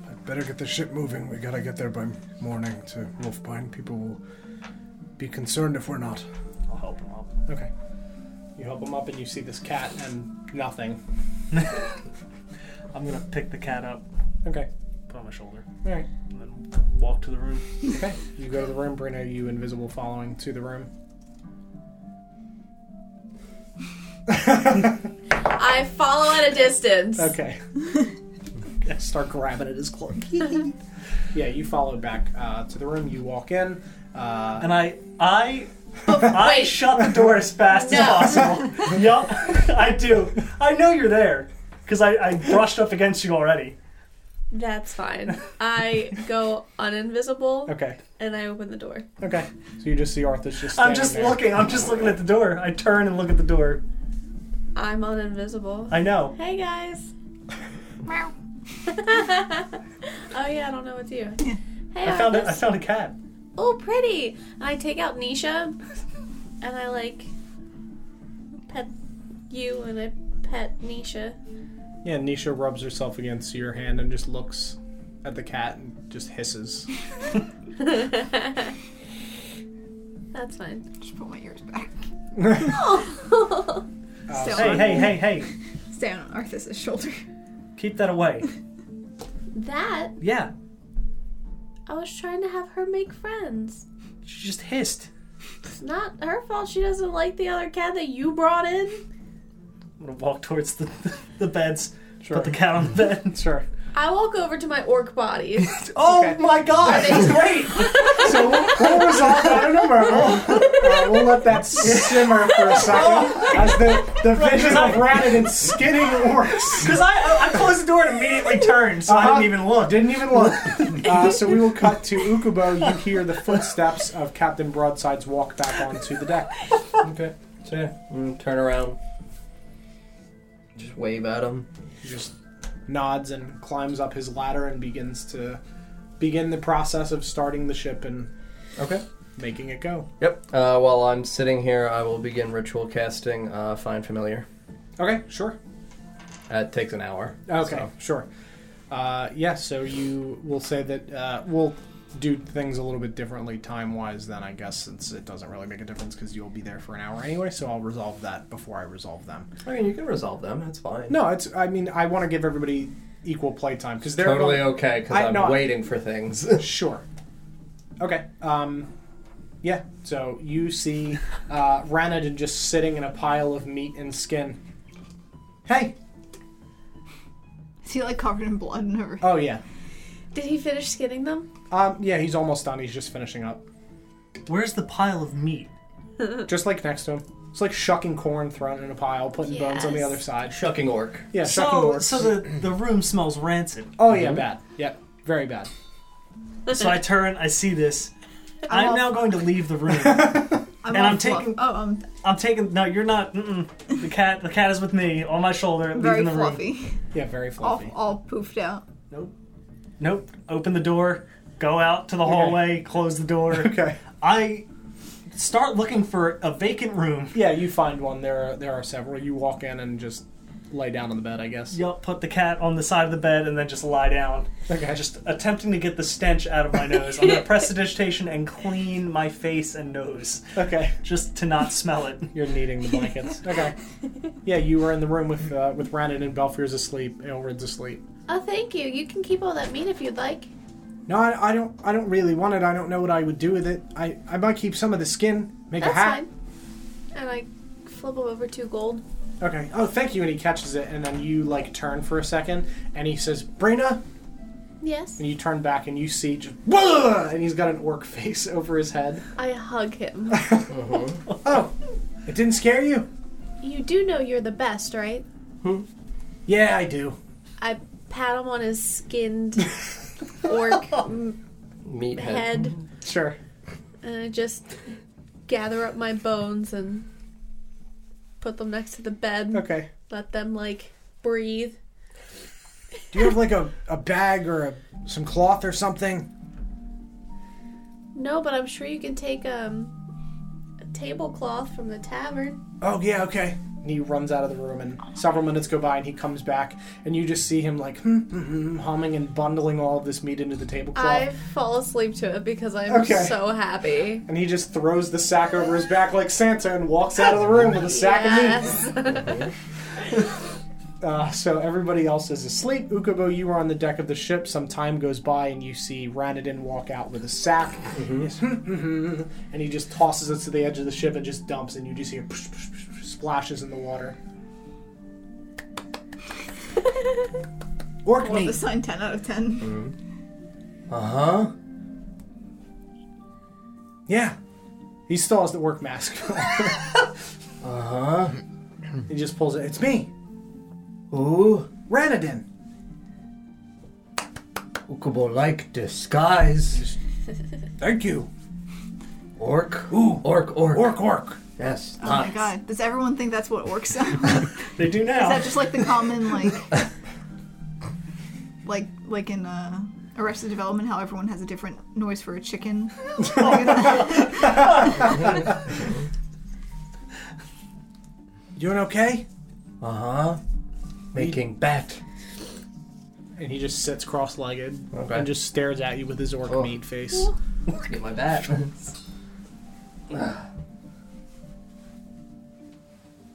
[SPEAKER 7] I better get the ship moving. We gotta get there by morning to Wolfbine. People will be concerned if we're not.
[SPEAKER 4] I'll help him out.
[SPEAKER 1] okay you help him up and you see this cat and nothing
[SPEAKER 4] I'm gonna pick the cat up,
[SPEAKER 1] okay
[SPEAKER 4] put on my shoulder,
[SPEAKER 1] all right
[SPEAKER 4] and then walk to the room.
[SPEAKER 1] okay you go to the room Brina are you invisible following to the room
[SPEAKER 5] I follow at a distance.
[SPEAKER 1] okay start grabbing at his cloak yeah you follow back uh, to the room you walk in uh,
[SPEAKER 4] And I I I
[SPEAKER 5] Wait,
[SPEAKER 4] shut the door as fast
[SPEAKER 5] No.
[SPEAKER 4] as possible. yup, I do. I know you're there because I, I brushed up against you already.
[SPEAKER 5] that's fine. I go uninvisible
[SPEAKER 1] okay
[SPEAKER 5] and I open the door.
[SPEAKER 1] okay so you just see Arthur's just
[SPEAKER 4] I'm
[SPEAKER 1] standing
[SPEAKER 4] just
[SPEAKER 1] there.
[SPEAKER 4] looking. I'm just looking at the door. I turn and look at the door.
[SPEAKER 5] I'm uninvisible.
[SPEAKER 4] I know.
[SPEAKER 5] Hey guys.
[SPEAKER 3] Meow.
[SPEAKER 5] Oh yeah, I don't know what to do. Hey,
[SPEAKER 4] I found a, I
[SPEAKER 5] Arthas.
[SPEAKER 4] found a cat.
[SPEAKER 5] Oh, pretty. And I take out Nisha and I like pet you and I pet Nisha.
[SPEAKER 1] Yeah, Nisha rubs herself against your hand and just looks at the cat and just hisses.
[SPEAKER 5] That's fine.
[SPEAKER 3] Just put my ears back.
[SPEAKER 5] Oh.
[SPEAKER 3] Stand
[SPEAKER 4] Hey
[SPEAKER 3] on-
[SPEAKER 4] hey hey hey!
[SPEAKER 3] Stand on Arthas's shoulder.
[SPEAKER 4] Keep that away.
[SPEAKER 5] that.
[SPEAKER 4] Yeah,
[SPEAKER 5] I was trying to have her make friends.
[SPEAKER 4] she just hissed.
[SPEAKER 5] It's not her fault she doesn't like the other cat that you brought in.
[SPEAKER 4] I'm gonna walk towards the, the beds. Put the cat on the bed.
[SPEAKER 1] Sure.
[SPEAKER 5] I walk over to my orc body.
[SPEAKER 2] Oh my god, that's great!
[SPEAKER 1] So we'll, we'll resolve that in a moment. Uh, we'll let that simmer for a second as the, the vision of ratted and skidding orcs.
[SPEAKER 4] Because I, I closed the door and immediately turned, so I
[SPEAKER 1] Uh-huh.
[SPEAKER 4] didn't even look.
[SPEAKER 1] Didn't even look. Uh, so we will cut to Ukubo. You hear the footsteps of Captain Broadside's walk back onto the deck.
[SPEAKER 2] Okay, so yeah, I'm gonna turn around. Just wave at him.
[SPEAKER 1] He just nods and climbs up his ladder and begins to begin the process of starting the ship and
[SPEAKER 2] Okay.
[SPEAKER 1] making it go.
[SPEAKER 2] Yep. Uh, while I'm sitting here, I will begin ritual casting uh, Find Familiar.
[SPEAKER 1] Okay, sure.
[SPEAKER 2] That takes an hour.
[SPEAKER 1] Okay,
[SPEAKER 2] So.
[SPEAKER 1] sure. Uh, yeah, so you will say that uh, we'll do things a little bit differently time wise, then I guess, since it doesn't really make a difference because you'll be there for an hour anyway, so I'll resolve that before I resolve them.
[SPEAKER 2] I mean, you can resolve them. That's fine.
[SPEAKER 1] No, it's, I mean, I want to give everybody equal playtime because they're.
[SPEAKER 2] totally okay because
[SPEAKER 1] I-
[SPEAKER 2] I'm
[SPEAKER 1] no, I-
[SPEAKER 2] waiting for things.
[SPEAKER 1] Sure. Okay. Um, yeah. So you see uh, Ranadin just sitting in a pile of meat and skin. Hey.
[SPEAKER 3] Is he like covered in blood and everything?
[SPEAKER 1] Oh yeah.
[SPEAKER 5] Did he finish skinning them?
[SPEAKER 1] Um, yeah. He's almost done. He's just finishing up.
[SPEAKER 4] Where's the pile of meat?
[SPEAKER 1] Just like next to him. It's like shucking corn thrown in a pile, putting bones on the
[SPEAKER 5] Yes.
[SPEAKER 1] other side.
[SPEAKER 2] Shucking orc.
[SPEAKER 1] Yeah. Shucking
[SPEAKER 4] So,
[SPEAKER 1] corn.
[SPEAKER 4] so the, the room smells rancid.
[SPEAKER 1] oh yeah.
[SPEAKER 3] Mhm.
[SPEAKER 1] Bad. Yep. Very bad.
[SPEAKER 4] So I turn, I see this. I'm now going to leave the room.
[SPEAKER 3] I'm
[SPEAKER 4] and
[SPEAKER 3] all
[SPEAKER 4] I'm
[SPEAKER 3] fluff-
[SPEAKER 4] taking-
[SPEAKER 3] Oh, I'm
[SPEAKER 4] I'm taking. No, you're not. Mm-mm. The cat. The cat is with me on my shoulder.
[SPEAKER 3] very
[SPEAKER 4] leaving the room.
[SPEAKER 3] fluffy,
[SPEAKER 1] Yeah. Very
[SPEAKER 3] all,
[SPEAKER 1] fluffy.
[SPEAKER 3] all poofed out.
[SPEAKER 4] Nope. Open the door. Go out to the hallway. Close the door.
[SPEAKER 1] Okay.
[SPEAKER 4] I start looking for a vacant room.
[SPEAKER 1] Yeah. You find one. There. Are, there are several. You walk in and just lay down on the bed. I guess.
[SPEAKER 4] Yup. Put the cat on the side of the bed and then just lie down.
[SPEAKER 1] Okay.
[SPEAKER 4] Just attempting to get the stench out of my nose. I'm gonna press the digitation and clean my face and nose
[SPEAKER 1] Okay.
[SPEAKER 4] just to not smell it.
[SPEAKER 1] You're needing the blankets. okay. Yeah, you were in the room with uh, with Rannon and Belfier's asleep. Elred's asleep.
[SPEAKER 5] Oh, thank you. You can keep all that meat if you'd like.
[SPEAKER 1] No, I, I don't. I don't really want it. I don't know what I would do with it. I I might keep some of the skin, make
[SPEAKER 5] That's
[SPEAKER 1] a hat.
[SPEAKER 5] fine. And I flip him over two gold.
[SPEAKER 1] Okay. Oh, thank you. And he catches it, and then you like turn for a second, and he says, "Brina,"
[SPEAKER 5] Yes.
[SPEAKER 1] and you turn back, and you see just, "Whoa!" and he's got an orc face over his head.
[SPEAKER 5] I hug him.
[SPEAKER 1] Oh, it didn't scare you?
[SPEAKER 5] you do know you're the best, right?
[SPEAKER 1] Yeah, I do.
[SPEAKER 5] I pat him on his skinned orc m-
[SPEAKER 2] Meathead.
[SPEAKER 5] head
[SPEAKER 1] Sure.
[SPEAKER 5] and I just gather up my bones and put them next to the bed.
[SPEAKER 1] Okay.
[SPEAKER 5] Let them like breathe.
[SPEAKER 1] Do you have like a, a bag or a, some cloth or something?
[SPEAKER 5] No, but I'm sure you can take um a tablecloth from the tavern.
[SPEAKER 1] Oh yeah, okay. And he runs out of the room, and several minutes go by, and he comes back, and you just see him like hmm, hmm, hmm, humming and bundling all of this meat into the tablecloth,
[SPEAKER 5] I fall asleep to it because I'm
[SPEAKER 1] Okay.
[SPEAKER 5] so happy.
[SPEAKER 1] and he just throws the sack over his back like Santa and walks out of the room with a sack of
[SPEAKER 5] Yes.
[SPEAKER 1] meat. Uh, so everybody else is asleep. Ukubo, you are on the deck of the ship. Some time goes by, and you see Ranadin walk out with a sack, Yes, hmm, hmm, hmm, and he just tosses it to the edge of the ship and just dumps, and you just hear psh, psh, psh, psh, splashes in the water. Orc
[SPEAKER 3] Love
[SPEAKER 1] meat.
[SPEAKER 3] this sign 10 out of 10.
[SPEAKER 2] Uh huh.
[SPEAKER 1] Yeah. He still has the work mask.
[SPEAKER 2] Uh huh.
[SPEAKER 1] he just pulls it. It's me,
[SPEAKER 2] Ooh,
[SPEAKER 1] Ranadin.
[SPEAKER 2] Ukubo like disguise.
[SPEAKER 3] Oh
[SPEAKER 1] Thank you.
[SPEAKER 2] Orc.
[SPEAKER 1] Ooh.
[SPEAKER 2] Orc. Orc.
[SPEAKER 1] Orc, orc.
[SPEAKER 2] Yes.
[SPEAKER 3] Oh my god, does everyone think that's what orcs sound like? Is
[SPEAKER 4] They do now.
[SPEAKER 3] that just like the common, like, like, like in uh, Arrested Development, how everyone has a different noise for a chicken?
[SPEAKER 1] Doing okay?
[SPEAKER 2] Uh huh. Making bat.
[SPEAKER 1] And he just sits cross-legged
[SPEAKER 2] Okay.
[SPEAKER 1] and just stares at you with his orc
[SPEAKER 2] Oh.
[SPEAKER 1] meat face.
[SPEAKER 2] Get my bat.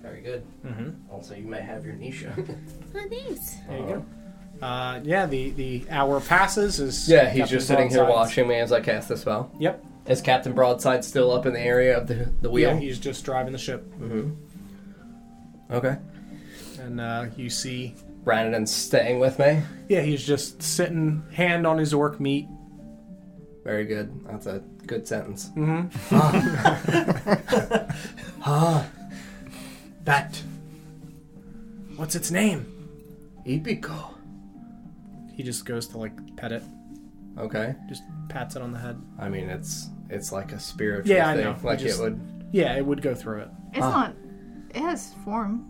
[SPEAKER 2] Very good. Mm-hmm. Also, you may have your Nisha.
[SPEAKER 5] Oh, thanks.
[SPEAKER 1] There you go. Uh, yeah, the, the hour passes. As
[SPEAKER 2] Yeah, he's
[SPEAKER 1] Captain
[SPEAKER 2] just sitting here
[SPEAKER 1] Broadsides-
[SPEAKER 2] watching me as I cast the spell.
[SPEAKER 1] Yep.
[SPEAKER 2] Is Captain Broadside still up in the area of the, the wheel?
[SPEAKER 1] Yeah, he's just driving the ship,
[SPEAKER 2] Mm-hmm. okay.
[SPEAKER 1] and uh, you see.
[SPEAKER 2] Brandon's staying with me.
[SPEAKER 1] Yeah, he's just sitting, hand on his orc meat.
[SPEAKER 2] Very good. That's a good sentence.
[SPEAKER 1] Mm-hmm. Bat. What's its name?
[SPEAKER 2] Ibico.
[SPEAKER 1] He just goes to like pet it,
[SPEAKER 2] Okay.
[SPEAKER 1] just pats it on the head.
[SPEAKER 2] I mean, it's it's like a spiritual
[SPEAKER 1] Yeah, I
[SPEAKER 2] thing.
[SPEAKER 1] know.
[SPEAKER 2] Like
[SPEAKER 1] Just-
[SPEAKER 2] it would.
[SPEAKER 1] Yeah, it would go through it.
[SPEAKER 3] It's not. It has form,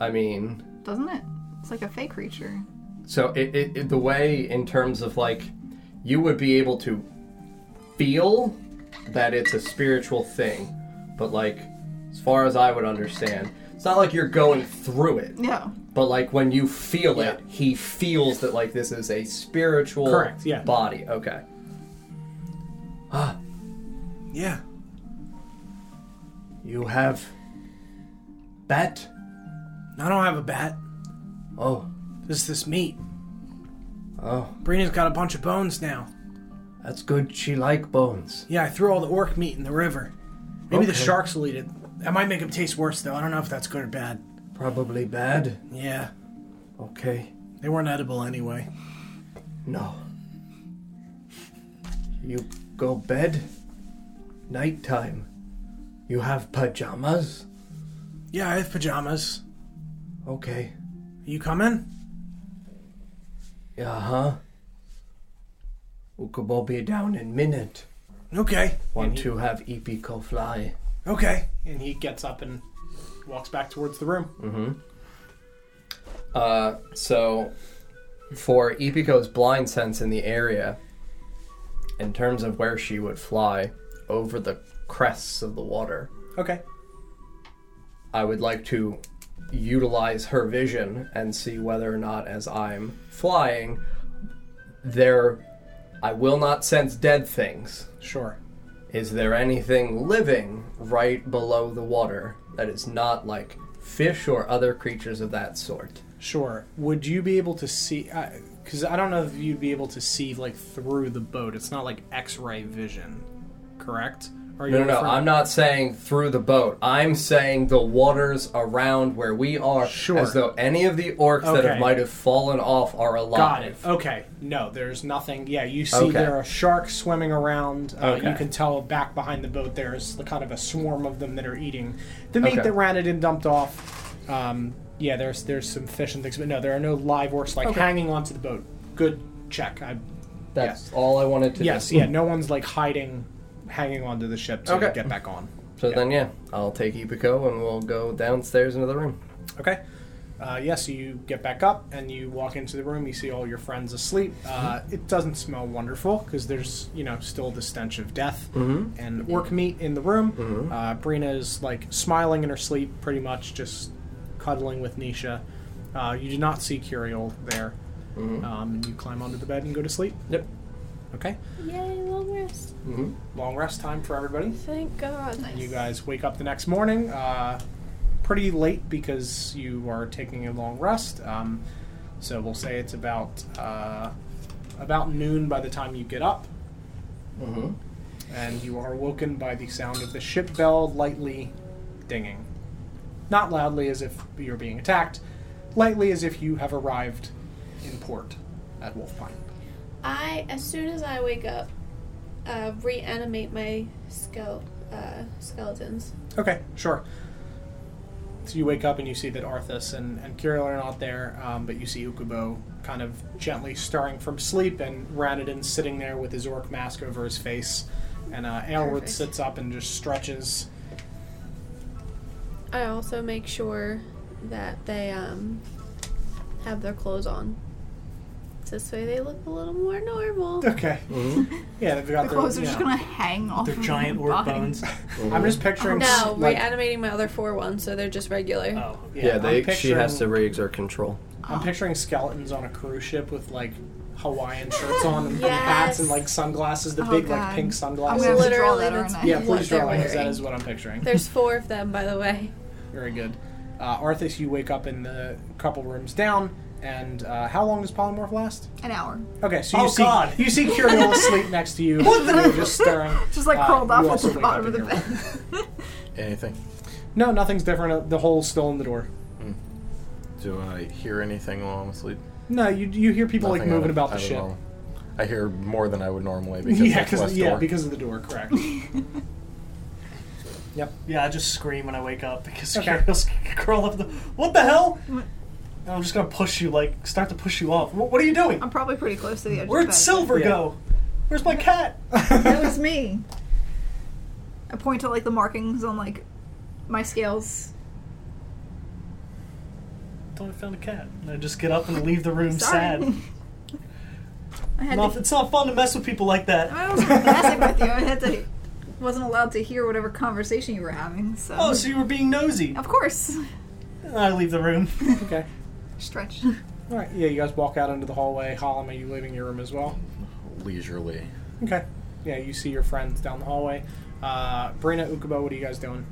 [SPEAKER 2] I mean,
[SPEAKER 3] doesn't it? It's like a fake creature.
[SPEAKER 2] so it, it, it the way in terms of like, you would be able to feel that it's a spiritual thing, but like, as far as I would understand, it's not like you're going through it.
[SPEAKER 3] Yeah.
[SPEAKER 2] But like when you feel
[SPEAKER 1] Yeah.
[SPEAKER 2] it, he feels that like this is a spiritual
[SPEAKER 1] Correct, yeah.
[SPEAKER 2] body. Okay.
[SPEAKER 7] Yeah.
[SPEAKER 2] You have bat.
[SPEAKER 7] I don't have a bat.
[SPEAKER 2] Oh,
[SPEAKER 7] It's this meat.
[SPEAKER 2] oh,
[SPEAKER 7] Brina's got a bunch of bones now.
[SPEAKER 2] that's good. She like bones.
[SPEAKER 7] Yeah, I threw all the orc meat in the river. Maybe the
[SPEAKER 2] Okay.
[SPEAKER 7] sharks will eat it. That might make them taste worse, though. I don't know if that's good or bad.
[SPEAKER 2] Probably bad.
[SPEAKER 7] Yeah,
[SPEAKER 2] Okay.
[SPEAKER 7] they weren't edible anyway.
[SPEAKER 2] No. You go bed. Nighttime. You have pajamas.
[SPEAKER 7] Yeah, I have pajamas.
[SPEAKER 2] Okay.
[SPEAKER 7] You coming?
[SPEAKER 2] Yeah, huh. Ukubo be down in minute.
[SPEAKER 7] Okay,
[SPEAKER 2] Want to have Ipiko fly.
[SPEAKER 7] okay.
[SPEAKER 1] And he gets up and walks back towards the room.
[SPEAKER 2] Mm-hmm. Uh, so for Ipiko's blind sense in the area, in terms of where she would fly over the crests of the water,
[SPEAKER 1] Okay.
[SPEAKER 2] I would like to utilize her vision and see whether or not, as I'm flying, there. I will not sense dead things.
[SPEAKER 1] Sure.
[SPEAKER 2] Is there anything living right below the water that is not like fish or other creatures of that sort?
[SPEAKER 1] Sure. Would you be able to see? Because I don't know if you'd be able to see like through the boat. It's not like X-ray vision, correct? Or Are
[SPEAKER 2] No, no, no.
[SPEAKER 1] referring-
[SPEAKER 2] I'm not saying through the boat. I'm saying the waters around where we are,
[SPEAKER 1] Sure.
[SPEAKER 2] as though any of the orcs that
[SPEAKER 1] Okay.
[SPEAKER 2] have, might have fallen off are
[SPEAKER 1] Got
[SPEAKER 2] alive.
[SPEAKER 1] it. Okay. No, there's nothing. Yeah, you see
[SPEAKER 2] Okay.
[SPEAKER 1] there are sharks swimming around. Uh,
[SPEAKER 2] Okay.
[SPEAKER 1] You can tell back behind the boat there's the kind of a swarm of them that are eating the meat
[SPEAKER 2] Okay.
[SPEAKER 1] that Ranadin dumped off. Um, yeah, there's there's some fish and things, but no, there are no live orcs like hanging onto the boat. Good check. I,
[SPEAKER 2] That's all I wanted to.
[SPEAKER 1] yes,
[SPEAKER 2] do.
[SPEAKER 1] yeah, no one's like hiding, hanging onto the ship to
[SPEAKER 2] Okay.
[SPEAKER 1] get back on.
[SPEAKER 2] So then, yeah, I'll take Ipiko and we'll go downstairs into the room.
[SPEAKER 1] Okay. Uh, yes, you get back up and you walk into the room. You see all your friends asleep. Uh, it doesn't smell wonderful because there's, you know, still the stench of death
[SPEAKER 2] Mm-hmm.
[SPEAKER 1] and orc meat in the room. Uh, Brina is like smiling in her sleep, pretty much just cuddling with Nisha. Uh, you do not see Curiel there. Um, and you climb onto the bed and go to sleep.
[SPEAKER 2] Yep.
[SPEAKER 1] Okay.
[SPEAKER 5] Yay, long rest.
[SPEAKER 1] Mm-hmm. Long rest time for everybody.
[SPEAKER 5] Thank God.
[SPEAKER 1] You guys wake up the next morning, uh, pretty late because you are taking a long rest. Um, so we'll say it's about uh, about noon by the time you get up, Mm-hmm. and you are woken by the sound of the ship bell lightly dinging, not loudly as if you're being attacked, lightly as if you have arrived in port at Wolf Pine.
[SPEAKER 5] I, as soon as I wake up, uh, reanimate my skull, uh, skeletons.
[SPEAKER 1] Okay, sure. So you wake up and you see that Arthas and, and Kirill are not there, um, but you see Ukubo kind of gently stirring from sleep and Ranadin sitting there with his orc mask over his face. And uh, Aelward
[SPEAKER 3] Perfect.
[SPEAKER 1] sits up and just stretches.
[SPEAKER 5] I also make sure that they um, have their clothes on. This way they look a little more normal.
[SPEAKER 1] Okay.
[SPEAKER 2] Mm-hmm.
[SPEAKER 1] Yeah, they've got
[SPEAKER 3] The
[SPEAKER 1] their.
[SPEAKER 3] clothes are just
[SPEAKER 1] yeah.
[SPEAKER 3] gonna hang off.
[SPEAKER 4] They're
[SPEAKER 3] of
[SPEAKER 4] giant
[SPEAKER 3] my
[SPEAKER 4] orc
[SPEAKER 3] body.
[SPEAKER 4] bones.
[SPEAKER 2] Mm-hmm.
[SPEAKER 1] I'm just picturing.
[SPEAKER 5] No,
[SPEAKER 1] like-
[SPEAKER 5] reanimating my other four ones, so they're just regular.
[SPEAKER 4] Oh,
[SPEAKER 1] yeah, I'm picturing-
[SPEAKER 2] re-exert control.
[SPEAKER 1] I'm
[SPEAKER 3] Ah.
[SPEAKER 1] picturing skeletons on a cruise ship with like Hawaiian shirts on and, and hats and
[SPEAKER 5] Yes.
[SPEAKER 1] like sunglasses, the
[SPEAKER 3] Oh,
[SPEAKER 1] big like
[SPEAKER 3] God.
[SPEAKER 1] pink
[SPEAKER 3] I'm
[SPEAKER 1] sunglasses.
[SPEAKER 3] gonna have to draw
[SPEAKER 5] Literally,
[SPEAKER 3] that,
[SPEAKER 5] that's-
[SPEAKER 3] aren't I?
[SPEAKER 1] yeah,
[SPEAKER 5] what
[SPEAKER 1] please
[SPEAKER 5] they're
[SPEAKER 1] draw because that
[SPEAKER 5] wearing.
[SPEAKER 1] is what I'm picturing.
[SPEAKER 5] There's four of them, by the way.
[SPEAKER 1] Very good. Uh, Arthas, you wake up in the couple rooms down, And uh, how long does polymorph last?
[SPEAKER 3] An hour.
[SPEAKER 1] Okay, so you
[SPEAKER 4] Oh,
[SPEAKER 1] see
[SPEAKER 4] God.
[SPEAKER 1] you see Curiel asleep next to you, Curiel just staring.
[SPEAKER 3] Just like
[SPEAKER 1] Uh,
[SPEAKER 3] curled
[SPEAKER 1] you
[SPEAKER 3] up
[SPEAKER 1] also
[SPEAKER 3] at the
[SPEAKER 1] wake
[SPEAKER 3] bottom
[SPEAKER 1] up
[SPEAKER 3] of the
[SPEAKER 1] in your
[SPEAKER 3] bed.
[SPEAKER 6] Anything? Hmm.
[SPEAKER 1] No, nothing's different. Uh, The hole's still in the door.
[SPEAKER 6] Do I hear anything while I'm asleep?
[SPEAKER 1] No, you you hear people like
[SPEAKER 6] Nothing
[SPEAKER 1] moving
[SPEAKER 6] out of-
[SPEAKER 1] about the
[SPEAKER 6] out of
[SPEAKER 1] ship.
[SPEAKER 6] normal. I hear more than I would normally because
[SPEAKER 1] Yeah,
[SPEAKER 6] yeah, there's less
[SPEAKER 1] because yeah,
[SPEAKER 6] door.
[SPEAKER 1] because of the door. Correct. yep.
[SPEAKER 4] Yeah, I just scream when I wake up because
[SPEAKER 1] Okay.
[SPEAKER 4] okay. curl up the. What the hell? And I'm just gonna push you, like, start to push you off. What, what are you doing?
[SPEAKER 3] I'm probably pretty close to the edge of the
[SPEAKER 4] Where'd
[SPEAKER 3] bed.
[SPEAKER 4] Silver
[SPEAKER 1] Yeah.
[SPEAKER 4] go? Where's my cat?
[SPEAKER 3] That was me. I point to like the markings on like my scales.
[SPEAKER 4] thought I found a cat. And I just get up and leave the room
[SPEAKER 3] Sorry.
[SPEAKER 4] sad.
[SPEAKER 3] I had
[SPEAKER 4] No,
[SPEAKER 3] to.
[SPEAKER 4] it's not fun to mess with people like that.
[SPEAKER 3] I was messing with you. I had to. Wasn't allowed to hear whatever conversation you were having. So.
[SPEAKER 4] Oh, so you were being nosy.
[SPEAKER 3] of course.
[SPEAKER 4] And I leave the room.
[SPEAKER 1] Okay.
[SPEAKER 3] Stretch.
[SPEAKER 1] All right. Yeah, you guys walk out into the hallway. Hollum, are you leaving your room as well?
[SPEAKER 6] leisurely.
[SPEAKER 1] Okay. Yeah, you see your friends down the hallway. Uh, Brina, Ukubo, what are you guys doing?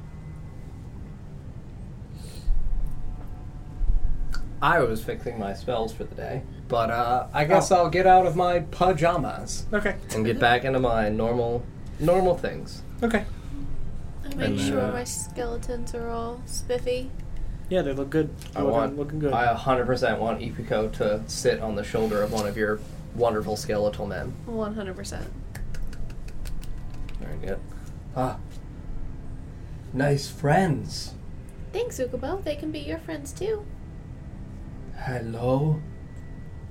[SPEAKER 2] I was fixing my spells for the day, but uh, I guess I'll get out of my pajamas
[SPEAKER 1] Okay.
[SPEAKER 2] and get back into my normal, normal things.
[SPEAKER 1] Okay.
[SPEAKER 5] I make
[SPEAKER 6] then,
[SPEAKER 5] sure
[SPEAKER 6] uh,
[SPEAKER 5] my skeletons are all spiffy.
[SPEAKER 1] Yeah, they look good.
[SPEAKER 2] I
[SPEAKER 1] looking,
[SPEAKER 2] want,
[SPEAKER 1] looking good.
[SPEAKER 2] I 100% want Ipiko to sit on the shoulder of one of your wonderful skeletal men.
[SPEAKER 5] 100%.
[SPEAKER 2] Very good. Ah, nice friends.
[SPEAKER 5] Thanks, Ukubo. They can be your friends too.
[SPEAKER 2] Hello.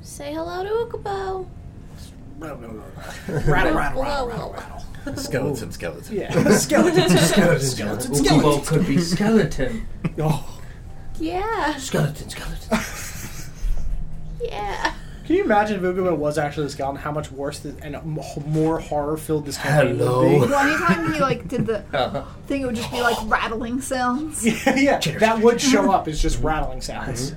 [SPEAKER 5] Say hello to Ukubo.
[SPEAKER 1] rattle,
[SPEAKER 6] Skeleton, skeleton.
[SPEAKER 1] Yeah. Skeletons.
[SPEAKER 2] Skeleton, skeleton, Ukubo could be skeleton.
[SPEAKER 1] Oh.
[SPEAKER 5] Yeah.
[SPEAKER 2] Skeleton, skeleton.
[SPEAKER 5] Yeah.
[SPEAKER 1] Can you imagine if Ukubo was actually a skeleton? How much worse th- and m- more horror-filled this campaign
[SPEAKER 2] Hello.
[SPEAKER 1] would be?
[SPEAKER 3] Well, anytime he like did the thing, it would just be like rattling sounds.
[SPEAKER 1] yeah, that would show up. It's just rattling sounds.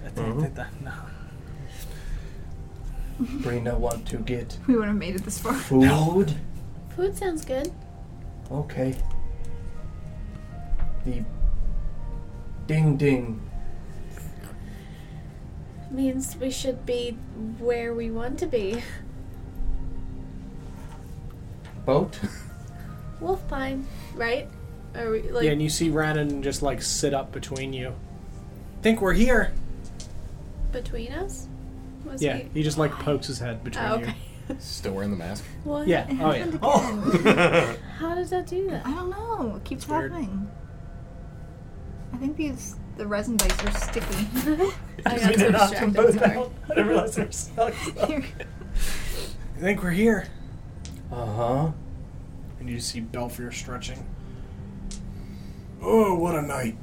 [SPEAKER 2] Brina want to get
[SPEAKER 3] We wouldn't have made it this far.
[SPEAKER 2] food.
[SPEAKER 5] Food sounds good.
[SPEAKER 2] Okay. The ding ding.
[SPEAKER 5] Means we should be where we want to be.
[SPEAKER 2] boat.
[SPEAKER 5] We'll find, right? Are we like?
[SPEAKER 1] Yeah, and you see Rannon just like sit up between you. Think we're here.
[SPEAKER 5] between us? Was
[SPEAKER 1] Yeah,
[SPEAKER 5] he-
[SPEAKER 1] he just like pokes his head between
[SPEAKER 5] Oh, okay.
[SPEAKER 6] Still wearing the mask.
[SPEAKER 5] What?
[SPEAKER 1] you. Yeah. Oh yeah.
[SPEAKER 5] How does that do that?
[SPEAKER 3] I don't know. It keeps
[SPEAKER 1] weird.
[SPEAKER 3] happening. I think these the resin dice are sticky.
[SPEAKER 5] I got
[SPEAKER 4] We
[SPEAKER 5] so
[SPEAKER 4] did knock them both
[SPEAKER 5] distracted. Sorry.
[SPEAKER 4] out. I didn't realize they were stuck.
[SPEAKER 1] I think we're here.
[SPEAKER 2] Uh huh.
[SPEAKER 4] Uh-huh.
[SPEAKER 1] And you see Belfry stretching.
[SPEAKER 7] Oh, what a night.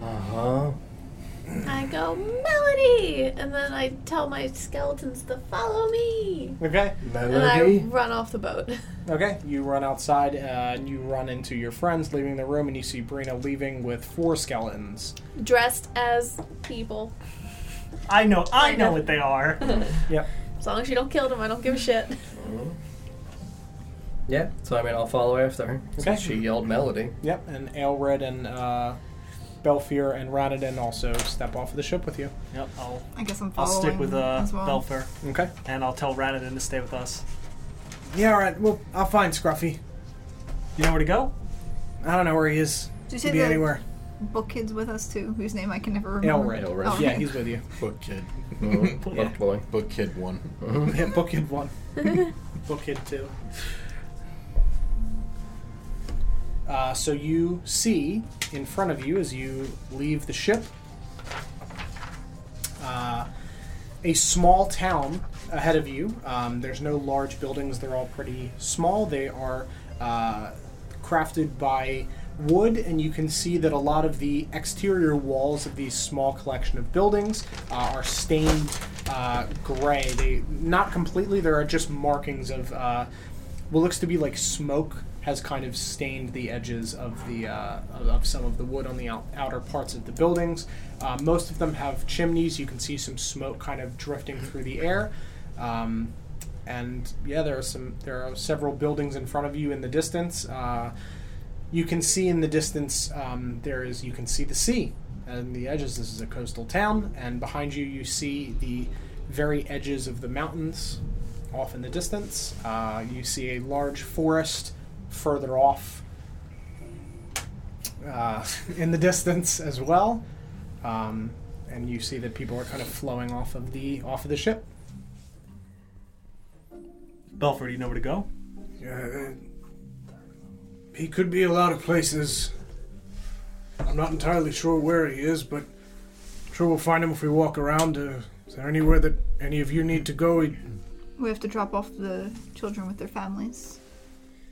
[SPEAKER 2] Uh
[SPEAKER 4] Uh-huh.
[SPEAKER 2] huh.
[SPEAKER 5] I go Melody, and then I tell my skeletons to follow me,
[SPEAKER 1] Okay.
[SPEAKER 5] and I
[SPEAKER 2] Melody.
[SPEAKER 5] run off the boat.
[SPEAKER 1] Okay. You run outside uh, and you run into your friends leaving the room, and you see Brina leaving with four skeletons.
[SPEAKER 5] dressed as people.
[SPEAKER 4] I know, I know what they are.
[SPEAKER 1] Yep.
[SPEAKER 5] As long as you don't kill them, I don't give a shit.
[SPEAKER 2] Yeah. So I mean, I'll follow after her.
[SPEAKER 1] Okay.
[SPEAKER 2] She yelled melody.
[SPEAKER 1] Yep. And Aelred and uh, Belfier and Ranadin also step off of the ship with you.
[SPEAKER 4] Yep, I'll,
[SPEAKER 3] I guess I'm
[SPEAKER 4] I'll
[SPEAKER 3] following.
[SPEAKER 4] stick with uh,
[SPEAKER 3] as well.
[SPEAKER 4] Belfair.
[SPEAKER 1] Okay.
[SPEAKER 4] And I'll tell Ranadin to stay with us.
[SPEAKER 1] Yeah. All right. Well, I'll find Scruffy.
[SPEAKER 4] You know where to go?
[SPEAKER 1] I don't know where he is.
[SPEAKER 3] Did you
[SPEAKER 1] Could
[SPEAKER 3] say
[SPEAKER 1] be
[SPEAKER 3] the
[SPEAKER 1] anywhere.
[SPEAKER 3] book kid's with us too, whose name I can never remember?
[SPEAKER 1] Aelred.
[SPEAKER 6] Aelred.
[SPEAKER 3] Oh,
[SPEAKER 1] Yeah, he's with you.
[SPEAKER 6] Book kid.
[SPEAKER 2] Little Mm-hmm. boy.
[SPEAKER 6] Book kid one.
[SPEAKER 1] Yeah, Bookhead one. Bookhead two. Uh, so you see in front of you as you leave the ship uh, a small town ahead of you. Um, there's no large buildings, they're all pretty small. They are uh, crafted by wood, and you can see that a lot of the exterior walls of these small collection of buildings uh, are stained uh, gray. They Not completely, there are just markings of uh, what looks to be like smoke. Has kind of stained the edges of the uh, of- of some of the wood on the out- outer parts of the buildings. Uh, most of them have chimneys. You can see some smoke kind of drifting through the air. Um, and yeah, there are some there are several buildings in front of you in the distance. Uh, you can see in the distance um, there is you can see the sea. and the edges. This is a coastal town, and behind you, you see the very edges of the mountains off in the distance. Uh, you see a large forest further off uh, in the distance as well, um, and you see that people are kind of flowing off of the off of the ship.
[SPEAKER 4] Belford, you know where to go?
[SPEAKER 7] Yeah, uh, he could be a lot of places. I'm not entirely sure where he is, but I'm sure we'll find him if we walk around. Uh, is there anywhere that any of you need to go? He-
[SPEAKER 3] We have to drop off the children with their families.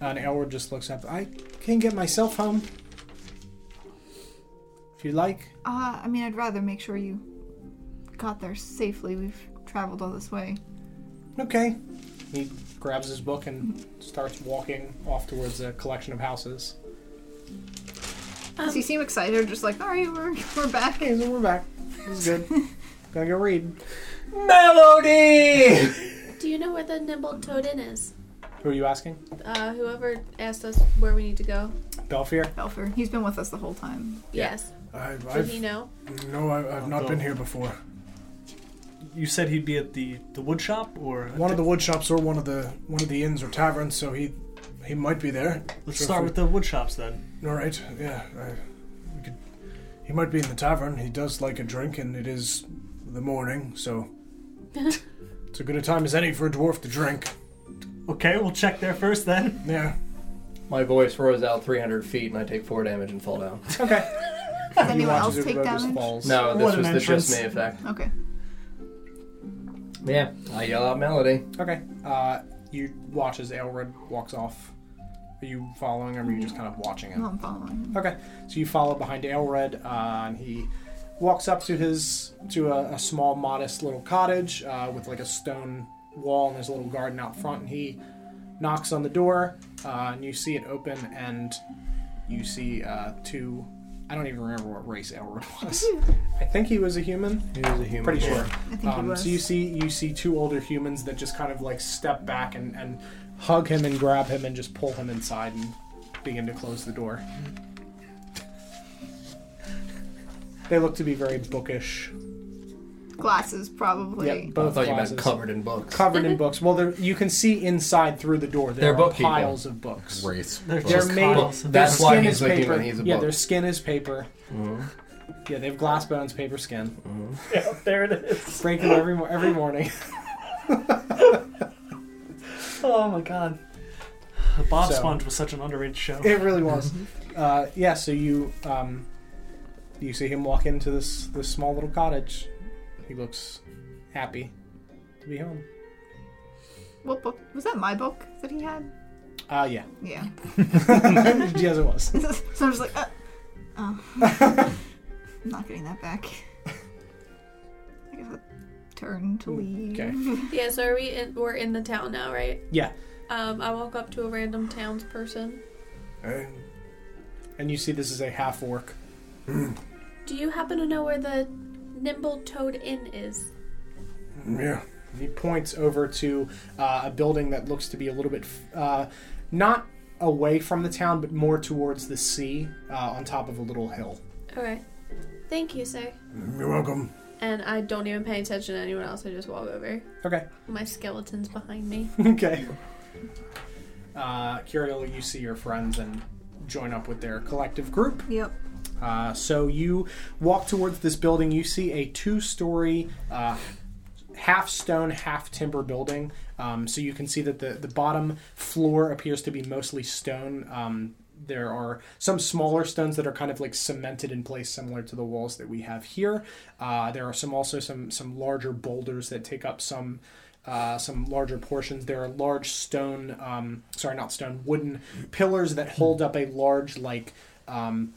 [SPEAKER 1] And Elwood just looks up. I can get myself home. If you like.
[SPEAKER 3] Uh, I mean, I'd rather make sure you got there safely. We've traveled all this way.
[SPEAKER 1] Okay. He grabs his book and starts walking off towards a collection of houses.
[SPEAKER 3] Does he seem excited or just like, all right, we're, we're back?
[SPEAKER 1] Okay, so we're back. This is good. Gonna go read.
[SPEAKER 2] Melody!
[SPEAKER 5] Do you know where the nimble toad inn is?
[SPEAKER 1] Who are you asking?
[SPEAKER 5] Uh, whoever asked us where we need to go.
[SPEAKER 1] Belfier?
[SPEAKER 3] Belfer, he's been with us the whole
[SPEAKER 5] Um,
[SPEAKER 3] time.
[SPEAKER 5] Yes.
[SPEAKER 7] I,
[SPEAKER 5] Did he
[SPEAKER 7] I've,
[SPEAKER 5] know?
[SPEAKER 7] no, I, I've not
[SPEAKER 4] go.
[SPEAKER 7] been here before.
[SPEAKER 4] You said he'd be at the the wood shop, or
[SPEAKER 7] One of the wood shops or one of the one of the inns or taverns, so he he might be there.
[SPEAKER 4] Let's
[SPEAKER 7] Sure,
[SPEAKER 4] start
[SPEAKER 7] if
[SPEAKER 4] with the wood shops then.
[SPEAKER 7] All right, yeah. I, we could, he might be in the tavern. He does like a drink, and it is the morning, so it's a good a time as any for a dwarf to drink.
[SPEAKER 4] Okay, we'll check there first then.
[SPEAKER 7] Yeah.
[SPEAKER 2] My voice roars out 300 feet and I take 4 damage and fall down.
[SPEAKER 1] Okay.
[SPEAKER 3] Does anyone else
[SPEAKER 1] Watches
[SPEAKER 3] take
[SPEAKER 1] everybody just
[SPEAKER 3] damage?
[SPEAKER 1] falls.
[SPEAKER 2] No, this
[SPEAKER 4] What an
[SPEAKER 2] was the just
[SPEAKER 4] entrance.
[SPEAKER 2] me effect.
[SPEAKER 3] Okay.
[SPEAKER 2] Yeah, I yell out Melody.
[SPEAKER 1] Okay. Uh, you watch as Elred walks off. Are you following him or are you just kind of watching him?
[SPEAKER 3] No, I'm following him.
[SPEAKER 1] Okay, so you follow behind Aelred, uh, and he walks up to his to a, a small, modest little cottage uh, with like a stone wall and there's a little garden out front. And he knocks on the door, uh, and you see it open, and you see uh, two. I don't even remember what race Aelred was. I think he was a human.
[SPEAKER 2] He was a human.
[SPEAKER 1] Pretty sure.
[SPEAKER 3] I think he
[SPEAKER 1] Um,
[SPEAKER 3] was.
[SPEAKER 1] so you see, you see two older humans that just kind of like step back and, and hug him and grab him and just pull him inside and begin to close the door.
[SPEAKER 2] Mm-hmm.
[SPEAKER 1] They look to be very bookish.
[SPEAKER 3] Glasses, probably.
[SPEAKER 1] Yeah,
[SPEAKER 2] I
[SPEAKER 1] both
[SPEAKER 2] thought you meant
[SPEAKER 1] classes.
[SPEAKER 2] covered in books.
[SPEAKER 1] covered
[SPEAKER 4] Mm-hmm.
[SPEAKER 1] in books. Well, there, you can see inside through the door. There
[SPEAKER 2] They're
[SPEAKER 1] are
[SPEAKER 2] bookkeepers.
[SPEAKER 1] piles of books.
[SPEAKER 6] Race.
[SPEAKER 4] They're
[SPEAKER 6] Book.
[SPEAKER 1] They're
[SPEAKER 4] Just
[SPEAKER 1] made.
[SPEAKER 4] copies.
[SPEAKER 1] their
[SPEAKER 2] That's why
[SPEAKER 1] skin
[SPEAKER 2] he's
[SPEAKER 1] is
[SPEAKER 2] a
[SPEAKER 1] paper.
[SPEAKER 2] human, he's a
[SPEAKER 1] yeah,
[SPEAKER 2] book.
[SPEAKER 1] their skin is paper.
[SPEAKER 2] Mm-hmm.
[SPEAKER 1] Yeah, they have glass bones, paper skin.
[SPEAKER 4] Yeah, there it is.
[SPEAKER 1] Break them every mo- every morning.
[SPEAKER 4] Oh my god. Bob
[SPEAKER 1] So-
[SPEAKER 4] Sponge was such an underrated show.
[SPEAKER 1] It really was.
[SPEAKER 4] Mm-hmm.
[SPEAKER 1] uh, yeah. So you um, you see him walk into this this small little cottage. He looks happy to be home.
[SPEAKER 3] What book? Was that my book that he had?
[SPEAKER 1] Uh, yeah.
[SPEAKER 3] Yeah.
[SPEAKER 1] yes, it was.
[SPEAKER 3] so I'm just like, uh, oh. I'm not getting that back. I guess a turn to leave.
[SPEAKER 1] Mm, Okay.
[SPEAKER 5] Yeah, so are we in, we're in the town now, right?
[SPEAKER 1] Yeah.
[SPEAKER 5] Um, I walk up to a random townsperson.
[SPEAKER 7] Uh,
[SPEAKER 1] And you see this is a half orc.
[SPEAKER 5] Do you happen to know where the nimble toad inn is?
[SPEAKER 7] yeah.
[SPEAKER 1] He points over to uh, a building that looks to be a little bit f- uh, not away from the town, but more towards the sea uh, on top of a little hill.
[SPEAKER 5] Okay. Thank you, sir.
[SPEAKER 7] You're welcome.
[SPEAKER 5] And I don't even pay attention to anyone else. I just walk over.
[SPEAKER 1] Okay.
[SPEAKER 5] My skeleton's behind me.
[SPEAKER 1] okay. Uh, Curiel, you see your friends and join up with their collective group.
[SPEAKER 3] Yep.
[SPEAKER 1] Uh, so you walk towards this building. You see a two-story, uh, half stone, half timber building. Um, so you can see that the the bottom floor appears to be mostly stone. Um, there are some smaller stones that are kind of like cemented in place, similar to the walls that we have here. Uh, there are some also some some larger boulders that take up some uh, some larger portions. There are large stone, um, sorry, not stone, wooden pillars that hold up a large like um,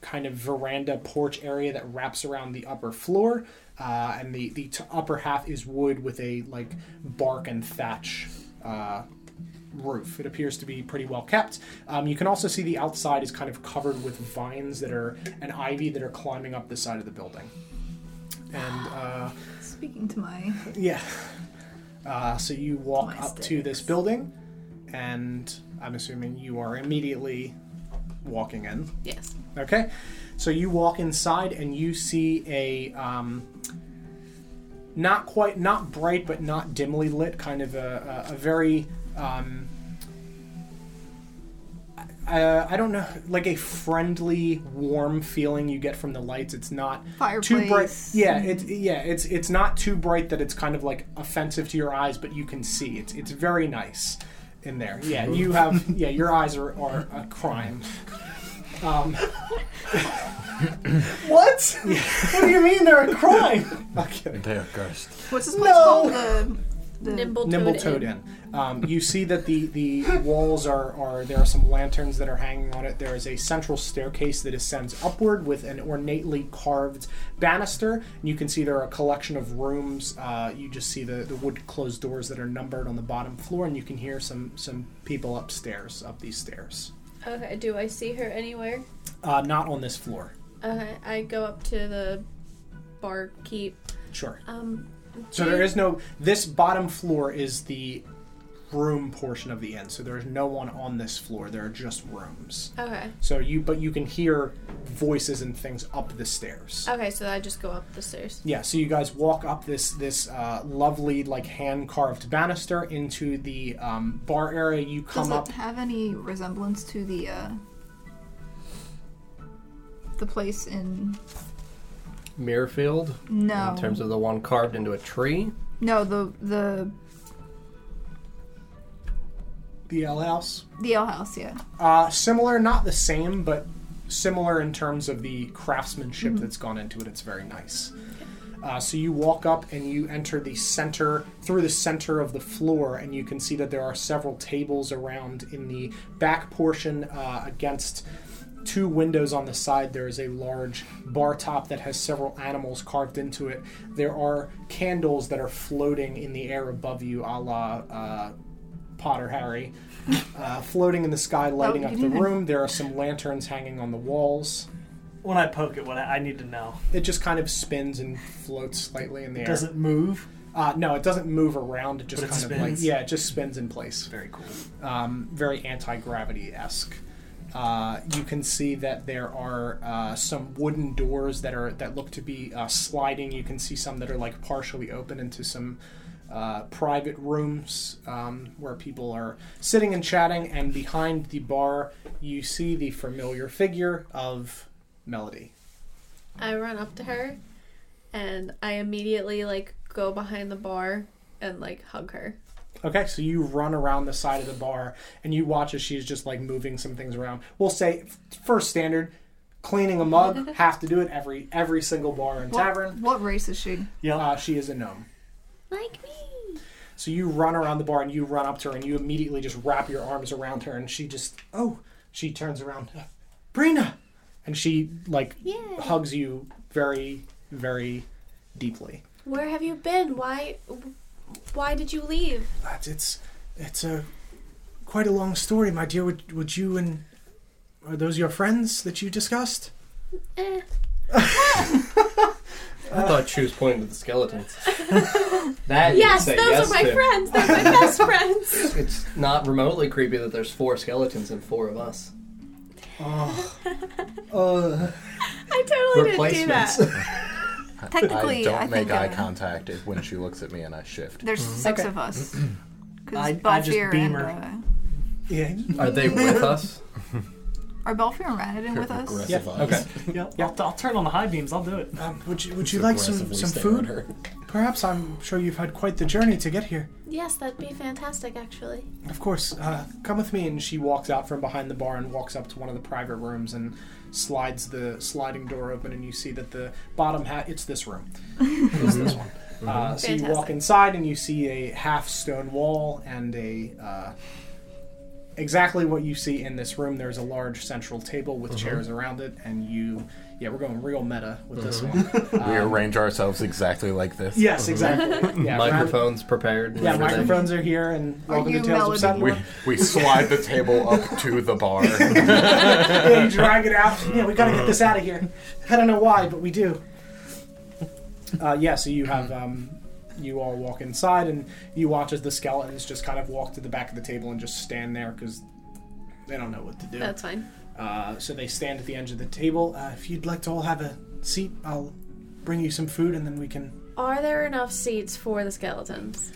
[SPEAKER 1] kind of veranda porch area that wraps around the upper floor, uh, and the the t- upper half is wood with a like bark and thatch uh, roof. It appears to be pretty well kept. Um, you can also see the outside is kind of covered with vines that are and ivy that are climbing up the side of the building, and. Uh,
[SPEAKER 3] Speaking to my.
[SPEAKER 1] yeah. Uh, so you walk
[SPEAKER 3] My
[SPEAKER 1] up to this
[SPEAKER 3] sticks.
[SPEAKER 1] building, and I'm assuming you are immediately walking in.
[SPEAKER 5] Yes.
[SPEAKER 1] Okay, so you walk inside and you see a um, not quite not bright but not dimly lit kind of a, a, a very um, uh, I don't know like a friendly warm feeling you get from the lights. It's not too bright.
[SPEAKER 3] Fireplace.
[SPEAKER 1] Yeah, it's yeah it's it's not too bright that it's kind of like offensive to your eyes, but you can see it's it's very nice in there. Mm-hmm. Yeah, you have yeah your eyes are are a crime. Um,
[SPEAKER 4] What? what do you mean they're a crime?
[SPEAKER 1] okay.
[SPEAKER 6] They are cursed.
[SPEAKER 3] What's this place
[SPEAKER 4] No.
[SPEAKER 3] called? The, the
[SPEAKER 5] Nimble toed.
[SPEAKER 1] nimble toed in. Um, you see that the the walls are are there are some lanterns that are hanging on it. There is a central staircase that ascends upward with an ornately carved banister. And you can see there are a collection of rooms. Uh, you just see the the wood closed doors that are numbered on the bottom floor, and you can hear some some people upstairs up these stairs.
[SPEAKER 5] Okay, do I see her anywhere?
[SPEAKER 1] Uh, not on this floor.
[SPEAKER 5] Okay, I go up to the barkeep.
[SPEAKER 1] Sure.
[SPEAKER 5] Um,
[SPEAKER 1] So there is no. This bottom floor is the room portion of the inn. So there is no one on this floor. There are just rooms.
[SPEAKER 5] Okay.
[SPEAKER 1] So you, but you can hear voices and things up the stairs.
[SPEAKER 5] Okay, so I just go up the stairs.
[SPEAKER 1] Yeah, so you guys walk up this this uh, lovely like hand carved banister into the um, bar area. You
[SPEAKER 3] does
[SPEAKER 1] come
[SPEAKER 3] it
[SPEAKER 1] up.
[SPEAKER 3] have any resemblance to the uh, the place in?
[SPEAKER 2] Mirrorfield,
[SPEAKER 3] No.
[SPEAKER 2] in terms of the one carved into a tree.
[SPEAKER 3] no, the the
[SPEAKER 1] the ale house.
[SPEAKER 3] the ale house. Yeah.
[SPEAKER 1] Uh, similar, not the same, but similar in terms of the craftsmanship
[SPEAKER 3] Mm-hmm.
[SPEAKER 1] that's gone into it. It's very nice. Uh, so you walk up and you enter the center through the center of the floor, and you can see that there are several tables around in the back portion uh, against two windows on the side there is a large bar top that has several animals carved into it there are candles that are floating in the air above you a la uh, potter harry uh, floating in the sky lighting
[SPEAKER 3] you
[SPEAKER 1] up the
[SPEAKER 3] didn't-
[SPEAKER 1] room there are some lanterns hanging on the walls
[SPEAKER 4] When I poke it, what I, I need to know.
[SPEAKER 1] it just kind of spins and floats slightly in the air
[SPEAKER 4] Does it move?
[SPEAKER 1] uh, no it doesn't move around it just
[SPEAKER 4] But it
[SPEAKER 1] kind of like
[SPEAKER 4] spins?
[SPEAKER 1] yeah it just spins in place
[SPEAKER 4] Very cool.
[SPEAKER 1] um, very anti-gravity esque. Uh, you can see that there are uh, some wooden doors that are that look to be uh, sliding. You can see some that are like partially open into some uh, private rooms um, where people are sitting and chatting. And behind the bar, you see the familiar figure of Melody.
[SPEAKER 5] I run up to her, and I immediately like go behind the bar and like hug her.
[SPEAKER 1] Okay, so you run around the side of the bar and you watch as she's just like moving some things around. We'll say f- first standard, cleaning a mug, have to do it every every single bar and
[SPEAKER 3] What,
[SPEAKER 1] tavern.
[SPEAKER 3] what race is she?
[SPEAKER 4] Yeah.
[SPEAKER 1] Uh, she is a gnome.
[SPEAKER 5] Like me.
[SPEAKER 1] So you run around the bar and you run up to her and you immediately just wrap your arms around her and she just oh she turns around, Brina, and she like
[SPEAKER 5] Yeah.
[SPEAKER 1] hugs you very very deeply.
[SPEAKER 5] Where have you been? Why? Why did you leave?
[SPEAKER 7] That it's it's a quite a long story, my dear. Would would you and are those your friends that you discussed?
[SPEAKER 5] Eh.
[SPEAKER 2] I thought she was pointing to the skeletons. that you
[SPEAKER 5] Yes,
[SPEAKER 2] say
[SPEAKER 5] those are my
[SPEAKER 2] to.
[SPEAKER 5] friends. They're my best friends.
[SPEAKER 2] It's not remotely creepy that there's four skeletons and four of us.
[SPEAKER 1] Oh, Uh,
[SPEAKER 5] I totally didn't do
[SPEAKER 2] Replacements.
[SPEAKER 5] that.
[SPEAKER 6] I
[SPEAKER 3] Technically, I,
[SPEAKER 6] don't
[SPEAKER 3] think
[SPEAKER 6] make eye
[SPEAKER 3] uh,
[SPEAKER 6] contact if- when she looks at me and I shift.
[SPEAKER 3] There's
[SPEAKER 1] Mm-hmm.
[SPEAKER 3] six of us.
[SPEAKER 4] I- I
[SPEAKER 3] Because
[SPEAKER 4] just
[SPEAKER 3] Belfair
[SPEAKER 4] beam
[SPEAKER 3] and uh,
[SPEAKER 4] her.
[SPEAKER 1] yeah,
[SPEAKER 2] Are they with us?
[SPEAKER 3] are Belfair and Ranadin with us?
[SPEAKER 6] Aggressive eyes.
[SPEAKER 2] Okay.
[SPEAKER 4] Yeah. I'll, I'll turn on the high beams. I'll do it.
[SPEAKER 7] Um, would you would you like some
[SPEAKER 6] Aggressively
[SPEAKER 7] some
[SPEAKER 6] stare at
[SPEAKER 7] food?
[SPEAKER 6] her.
[SPEAKER 7] Perhaps I'm sure you've had quite the journey to get here.
[SPEAKER 5] Yes, that'd be fantastic, actually.
[SPEAKER 1] Of course, uh, come with me. And she walks out from behind the bar and walks up to one of the private rooms and slides the sliding door open. And you see that the bottom hat, it's this room. It's this one.
[SPEAKER 6] Mm-hmm.
[SPEAKER 1] Uh, so you walk
[SPEAKER 5] Fantastic.
[SPEAKER 1] inside and you see a half stone wall and a. Uh, exactly what you see in this room. There's a large central table with
[SPEAKER 6] Mm-hmm.
[SPEAKER 1] chairs around it, and you. Yeah, we're going real meta with this
[SPEAKER 2] Mm-hmm.
[SPEAKER 1] one.
[SPEAKER 6] Mm-hmm. We
[SPEAKER 1] Uh,
[SPEAKER 6] arrange ourselves exactly like this.
[SPEAKER 1] yes, exactly. Yeah, round-
[SPEAKER 2] Mm-hmm. Microphones prepared. and
[SPEAKER 1] Yeah,
[SPEAKER 2] everything.
[SPEAKER 1] microphones are here, and welcome to
[SPEAKER 3] you
[SPEAKER 1] Tales of
[SPEAKER 3] Melody?
[SPEAKER 1] Seven.
[SPEAKER 6] We we slide the table up to the bar.
[SPEAKER 1] yeah, you drag it out. Yeah, we gotta get this out of here. I don't know why, but we do. Uh, yeah, so you have um, you all walk inside, and you watch as the skeletons just kind of walk to the back of the table and just stand there because they don't know what to do.
[SPEAKER 5] That's fine.
[SPEAKER 1] Uh, so they stand at the edge of the table. Uh, if you'd like to all have a seat, I'll bring you some food and then we can.
[SPEAKER 5] Are there enough seats for the skeletons?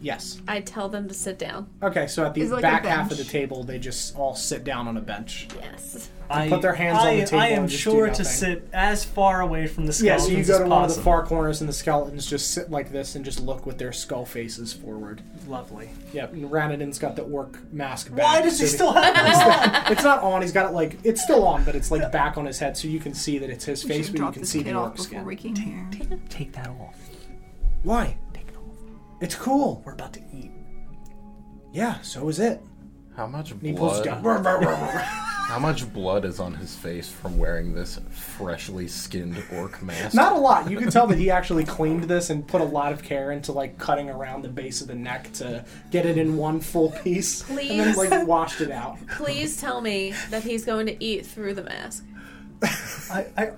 [SPEAKER 1] Yes.
[SPEAKER 5] I tell them to sit down.
[SPEAKER 1] Okay, so at the
[SPEAKER 3] Is it like a
[SPEAKER 1] back half of the
[SPEAKER 3] bench?
[SPEAKER 1] table, they just all sit down on a bench.
[SPEAKER 5] Yes.
[SPEAKER 4] I,
[SPEAKER 1] put their hands on
[SPEAKER 4] I,
[SPEAKER 1] the table
[SPEAKER 4] I am
[SPEAKER 1] and just do
[SPEAKER 4] sure to
[SPEAKER 1] nothing.
[SPEAKER 4] sit as far away from the
[SPEAKER 1] Yeah,
[SPEAKER 4] skeletons
[SPEAKER 1] so you go to
[SPEAKER 4] as
[SPEAKER 1] one of the
[SPEAKER 4] possible.
[SPEAKER 1] far corners, and the skeletons just sit like this and just look with their skull faces forward.
[SPEAKER 4] Lovely.
[SPEAKER 1] Yep, and Ranadin's got the orc mask back.
[SPEAKER 4] Why does
[SPEAKER 1] so
[SPEAKER 4] he
[SPEAKER 1] that-
[SPEAKER 4] still have this?
[SPEAKER 1] It's not on. He's got it like it's still on, but it's like back on his head, so you can see that it's his
[SPEAKER 3] We
[SPEAKER 1] face,
[SPEAKER 3] should
[SPEAKER 1] but you
[SPEAKER 3] drop
[SPEAKER 1] can
[SPEAKER 3] this
[SPEAKER 1] see
[SPEAKER 3] kid
[SPEAKER 1] the
[SPEAKER 3] off
[SPEAKER 1] orc
[SPEAKER 3] before
[SPEAKER 1] skin.
[SPEAKER 3] we came here.
[SPEAKER 4] Take that off.
[SPEAKER 1] Why? It's cool. We're about to eat. Yeah, so is it.
[SPEAKER 6] How much
[SPEAKER 1] And he pulls it
[SPEAKER 6] blood?
[SPEAKER 1] down.
[SPEAKER 6] How much blood is on his face from wearing this freshly skinned orc mask?
[SPEAKER 1] Not a lot. You can tell that he actually cleaned this and put a lot of care into like cutting around the base of the neck to get it in one full piece, and then
[SPEAKER 5] Please.
[SPEAKER 1] like washed it out.
[SPEAKER 5] Please tell me that he's going to eat through the mask.
[SPEAKER 4] I, I,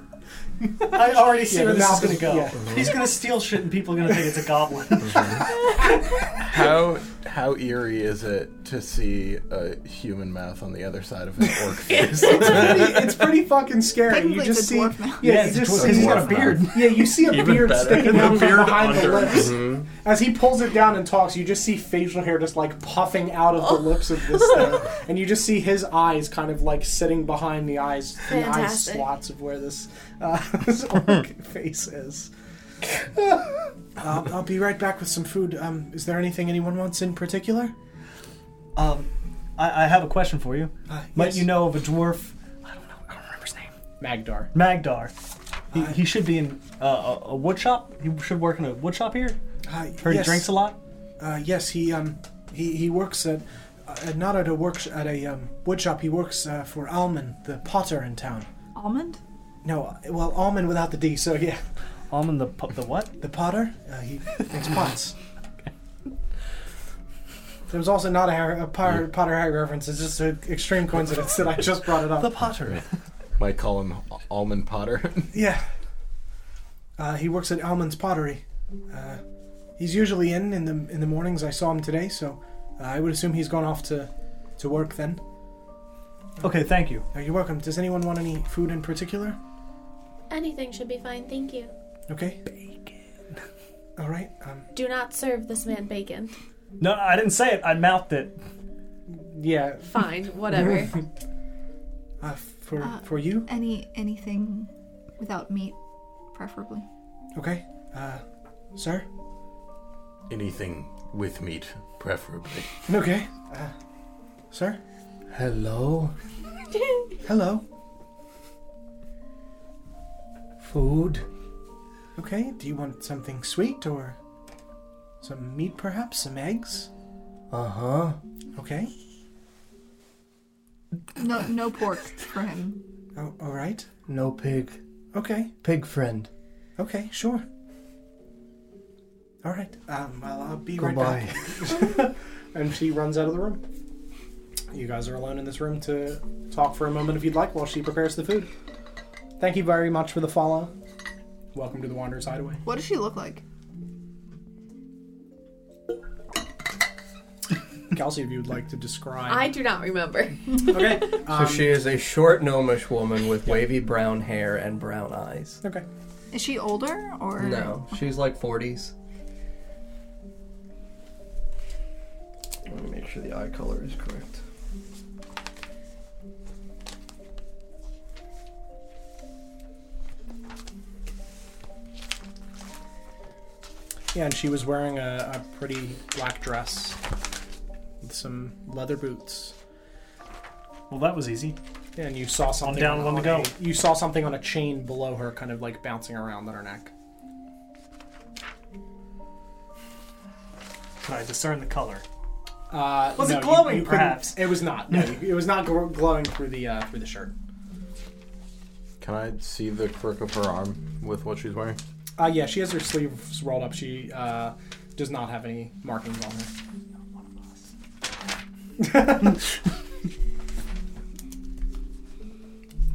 [SPEAKER 4] I already see
[SPEAKER 1] Yeah,
[SPEAKER 4] where
[SPEAKER 1] the
[SPEAKER 4] this is
[SPEAKER 1] mouth
[SPEAKER 4] going
[SPEAKER 1] is-
[SPEAKER 4] to go.
[SPEAKER 1] yeah.
[SPEAKER 4] He's going to steal shit and people are going to think it's a goblin.
[SPEAKER 6] How how eerie is it to see a human mouth on the other side of an orc face?
[SPEAKER 1] Pretty- it's pretty fucking scary. You
[SPEAKER 3] Technically, it's
[SPEAKER 1] just
[SPEAKER 3] a
[SPEAKER 1] see,
[SPEAKER 3] dwarf now.
[SPEAKER 1] yeah,
[SPEAKER 4] Yeah,
[SPEAKER 1] you
[SPEAKER 4] it's a
[SPEAKER 1] just
[SPEAKER 4] dwarf-
[SPEAKER 1] see,
[SPEAKER 4] he's got a
[SPEAKER 6] dwarf
[SPEAKER 4] beard.
[SPEAKER 1] Yeah, you see a
[SPEAKER 9] Even
[SPEAKER 1] beard
[SPEAKER 9] better.
[SPEAKER 1] sticking
[SPEAKER 9] The
[SPEAKER 1] out from
[SPEAKER 9] beard
[SPEAKER 1] behind the
[SPEAKER 9] under. Mm-hmm.
[SPEAKER 1] lips. As he pulls it down and talks, you just see facial hair just like puffing out of
[SPEAKER 3] Oh.
[SPEAKER 1] the lips of this thing, and you just see his eyes kind of like sitting behind the eyes, the eye
[SPEAKER 5] Fantastic.
[SPEAKER 1] slots of where this uh, this orc face is. I'll, I'll be right back with some food. Um, is there anything anyone wants in particular?
[SPEAKER 4] Um, I, I have a question for you. Might
[SPEAKER 1] Uh, yes.
[SPEAKER 4] you know of a dwarf? I don't know. I don't remember his name.
[SPEAKER 1] Magdar.
[SPEAKER 4] Magdar. He, he should be in uh, a, a wood shop. He should work in a wood shop here.
[SPEAKER 1] Hi.
[SPEAKER 4] Heard he drinks a lot.
[SPEAKER 1] Uh, yes, he um, he, he works at uh, not at a work at a um, woodshop. He works uh, for Alman, the potter in town.
[SPEAKER 3] Almond?
[SPEAKER 1] No, well, Alman without the D. So yeah,
[SPEAKER 4] Almond the pu- the what?
[SPEAKER 1] the potter. Uh, he makes pots. There was also not a, Har- a Potter, Potter Harry reference. It's just an extreme coincidence that I just brought it up.
[SPEAKER 4] The potter.
[SPEAKER 6] Might call him Al- Almond Potter.
[SPEAKER 1] Yeah. Uh, he works at Alman's Pottery. Uh, he's usually in in the in the mornings. I saw him today, so uh, I would assume he's gone off to to work then.
[SPEAKER 4] Okay, thank you.
[SPEAKER 1] Uh, you're welcome. Does anyone want any food in particular?
[SPEAKER 5] Anything should be fine, thank you.
[SPEAKER 1] Okay. Bacon. All right. Um,
[SPEAKER 5] Do not serve this man bacon.
[SPEAKER 4] No, I didn't say it. I mouthed it.
[SPEAKER 1] yeah.
[SPEAKER 5] Fine, whatever.
[SPEAKER 1] Uh, for
[SPEAKER 3] Uh,
[SPEAKER 1] for you.
[SPEAKER 3] Any anything without meat, preferably.
[SPEAKER 1] Okay. Uh, sir.
[SPEAKER 6] Anything with meat, preferably.
[SPEAKER 1] Okay. Uh, sir.
[SPEAKER 9] Hello,
[SPEAKER 1] Hello.
[SPEAKER 9] food.
[SPEAKER 1] Okay. Do you want something sweet or some meat, perhaps some eggs?
[SPEAKER 9] Uh huh.
[SPEAKER 1] Okay.
[SPEAKER 3] No, no pork for him.
[SPEAKER 1] Oh, all right.
[SPEAKER 9] No pig.
[SPEAKER 1] Okay.
[SPEAKER 9] Pig friend.
[SPEAKER 1] Okay. Sure. All right. Um, well, I'll be right back.
[SPEAKER 9] Goodbye.
[SPEAKER 1] and she runs out of the room. You guys are alone in this room to talk for a moment if you'd like while she prepares the food. Thank you very much for the follow. Welcome to the Wanderer's Hideaway.
[SPEAKER 3] What does she look like?
[SPEAKER 1] Kelsey, if you would like to describe. Um,
[SPEAKER 5] I do not remember.
[SPEAKER 1] Okay.
[SPEAKER 2] so she is a short gnomish woman with wavy brown hair and brown eyes.
[SPEAKER 1] Okay.
[SPEAKER 3] Is she older or
[SPEAKER 2] No, she's like 40s. Let me make sure the eye color is correct.
[SPEAKER 1] Yeah, and she was wearing a, a pretty black dress with some leather boots.
[SPEAKER 4] Well, that was easy.
[SPEAKER 1] Yeah, and you saw something.
[SPEAKER 4] down, one to go.
[SPEAKER 1] a- you saw something on a chain below her, kind of like bouncing around on her neck.
[SPEAKER 4] Could I discern the color?
[SPEAKER 1] Uh,
[SPEAKER 4] Was it
[SPEAKER 1] no, you-
[SPEAKER 4] glowing,
[SPEAKER 1] you couldn't-
[SPEAKER 4] perhaps?
[SPEAKER 1] It was not. No, you- it was not gl- glowing through the uh, through the shirt.
[SPEAKER 6] Can I see the crook of her arm with what she's wearing?
[SPEAKER 1] Uh, yeah, she has her sleeves rolled up. She uh, does not have any markings on her.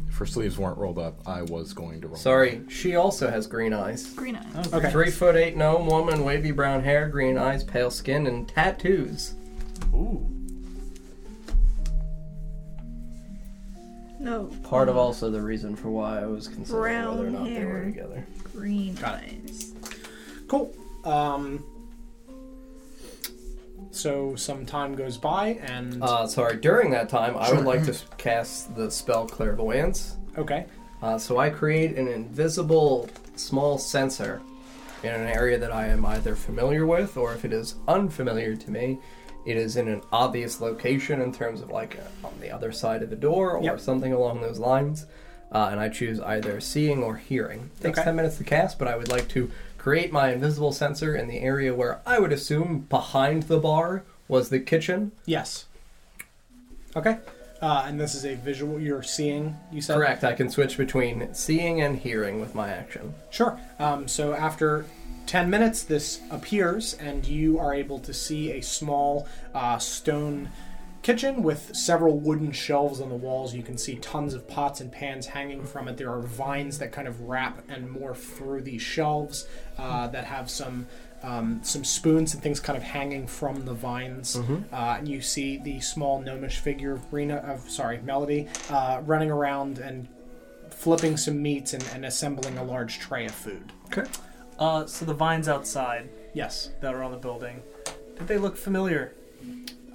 [SPEAKER 6] If her sleeves weren't rolled up, I was going to roll.
[SPEAKER 2] Sorry, she also has green eyes.
[SPEAKER 3] green eyes?
[SPEAKER 1] Okay.
[SPEAKER 2] Three foot eight gnome woman, wavy brown hair, green eyes, pale skin, and tattoos.
[SPEAKER 4] Ooh.
[SPEAKER 8] No,
[SPEAKER 2] Part
[SPEAKER 3] Mm.
[SPEAKER 2] of also the reason for why I was considering whether or
[SPEAKER 8] Brown
[SPEAKER 2] not they were
[SPEAKER 8] hair.
[SPEAKER 2] together.
[SPEAKER 8] green
[SPEAKER 1] Got
[SPEAKER 8] eyes.
[SPEAKER 1] Cool. Um, so some time goes by, and
[SPEAKER 2] Uh, sorry, during that time, I would like to s- cast the spell Clairvoyance.
[SPEAKER 1] okay,
[SPEAKER 2] Uh, so I create an invisible small sensor in an area that I am either familiar with, or if it is unfamiliar to me, it is in an obvious location in terms of like uh, on the other side of the door or
[SPEAKER 1] Yep.
[SPEAKER 2] something along those lines. Uh, and I choose either seeing or hearing. takes
[SPEAKER 1] Okay.
[SPEAKER 2] 10 minutes to cast, but I would like to create my invisible sensor in the area where I would assume behind the bar was the kitchen.
[SPEAKER 1] yes, okay, uh, and this is a visual you're seeing. You said
[SPEAKER 2] Correct. I can switch between seeing and hearing with my action.
[SPEAKER 1] Sure. Um, so after 10 minutes, this appears, and you are able to see a small uh, stone kitchen with several wooden shelves on the walls. You can see tons of pots and pans hanging from it. There are vines that kind of wrap and morph through these shelves uh, that have some. Um, some spoons and things kind of hanging from the vines, uh, and you see the small gnomish figure of Rena, of sorry, Melody, uh, running around and flipping some meats and, and assembling a large tray of food.
[SPEAKER 4] Uh, so the vines outside
[SPEAKER 1] Yes.
[SPEAKER 4] that are on the building, did they look familiar?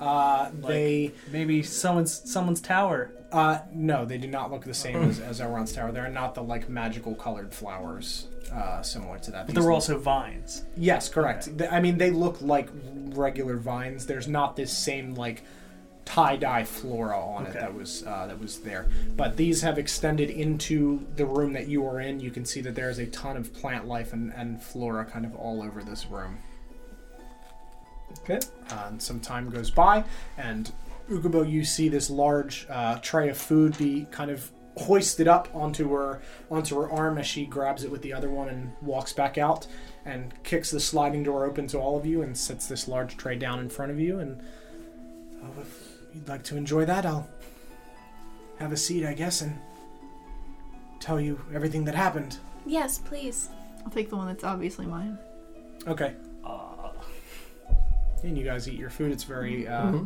[SPEAKER 1] Uh, they
[SPEAKER 4] Maybe someone's someone's tower.
[SPEAKER 1] uh, no, they do not look the same as, as Elrond's tower. They're not the like magical colored flowers uh, similar to
[SPEAKER 4] But
[SPEAKER 1] that. These
[SPEAKER 4] there were
[SPEAKER 1] look-
[SPEAKER 4] also vines.
[SPEAKER 1] yes, correct. They- I mean, they look like regular vines. There's not this same like tie dye flora on it
[SPEAKER 4] Okay.
[SPEAKER 1] that was uh, that was there. But these have extended into the room that you are in. You can see that there is a ton of plant life and, and flora kind of all over this room.
[SPEAKER 2] Okay.
[SPEAKER 1] and some time goes by, and Ugubo, you see this large uh, tray of food be kind of hoisted up onto her onto her arm as she grabs it with the other one and walks back out and kicks the sliding door open to all of you and sets this large tray down in front of you. And uh,
[SPEAKER 7] Oh, if you'd like to enjoy that, I'll have a seat, I guess, and tell you everything that happened.
[SPEAKER 5] Yes, please.
[SPEAKER 3] I'll take the one that's obviously mine.
[SPEAKER 1] okay,
[SPEAKER 4] Uh,
[SPEAKER 1] and you guys eat your food. It's very. Uh,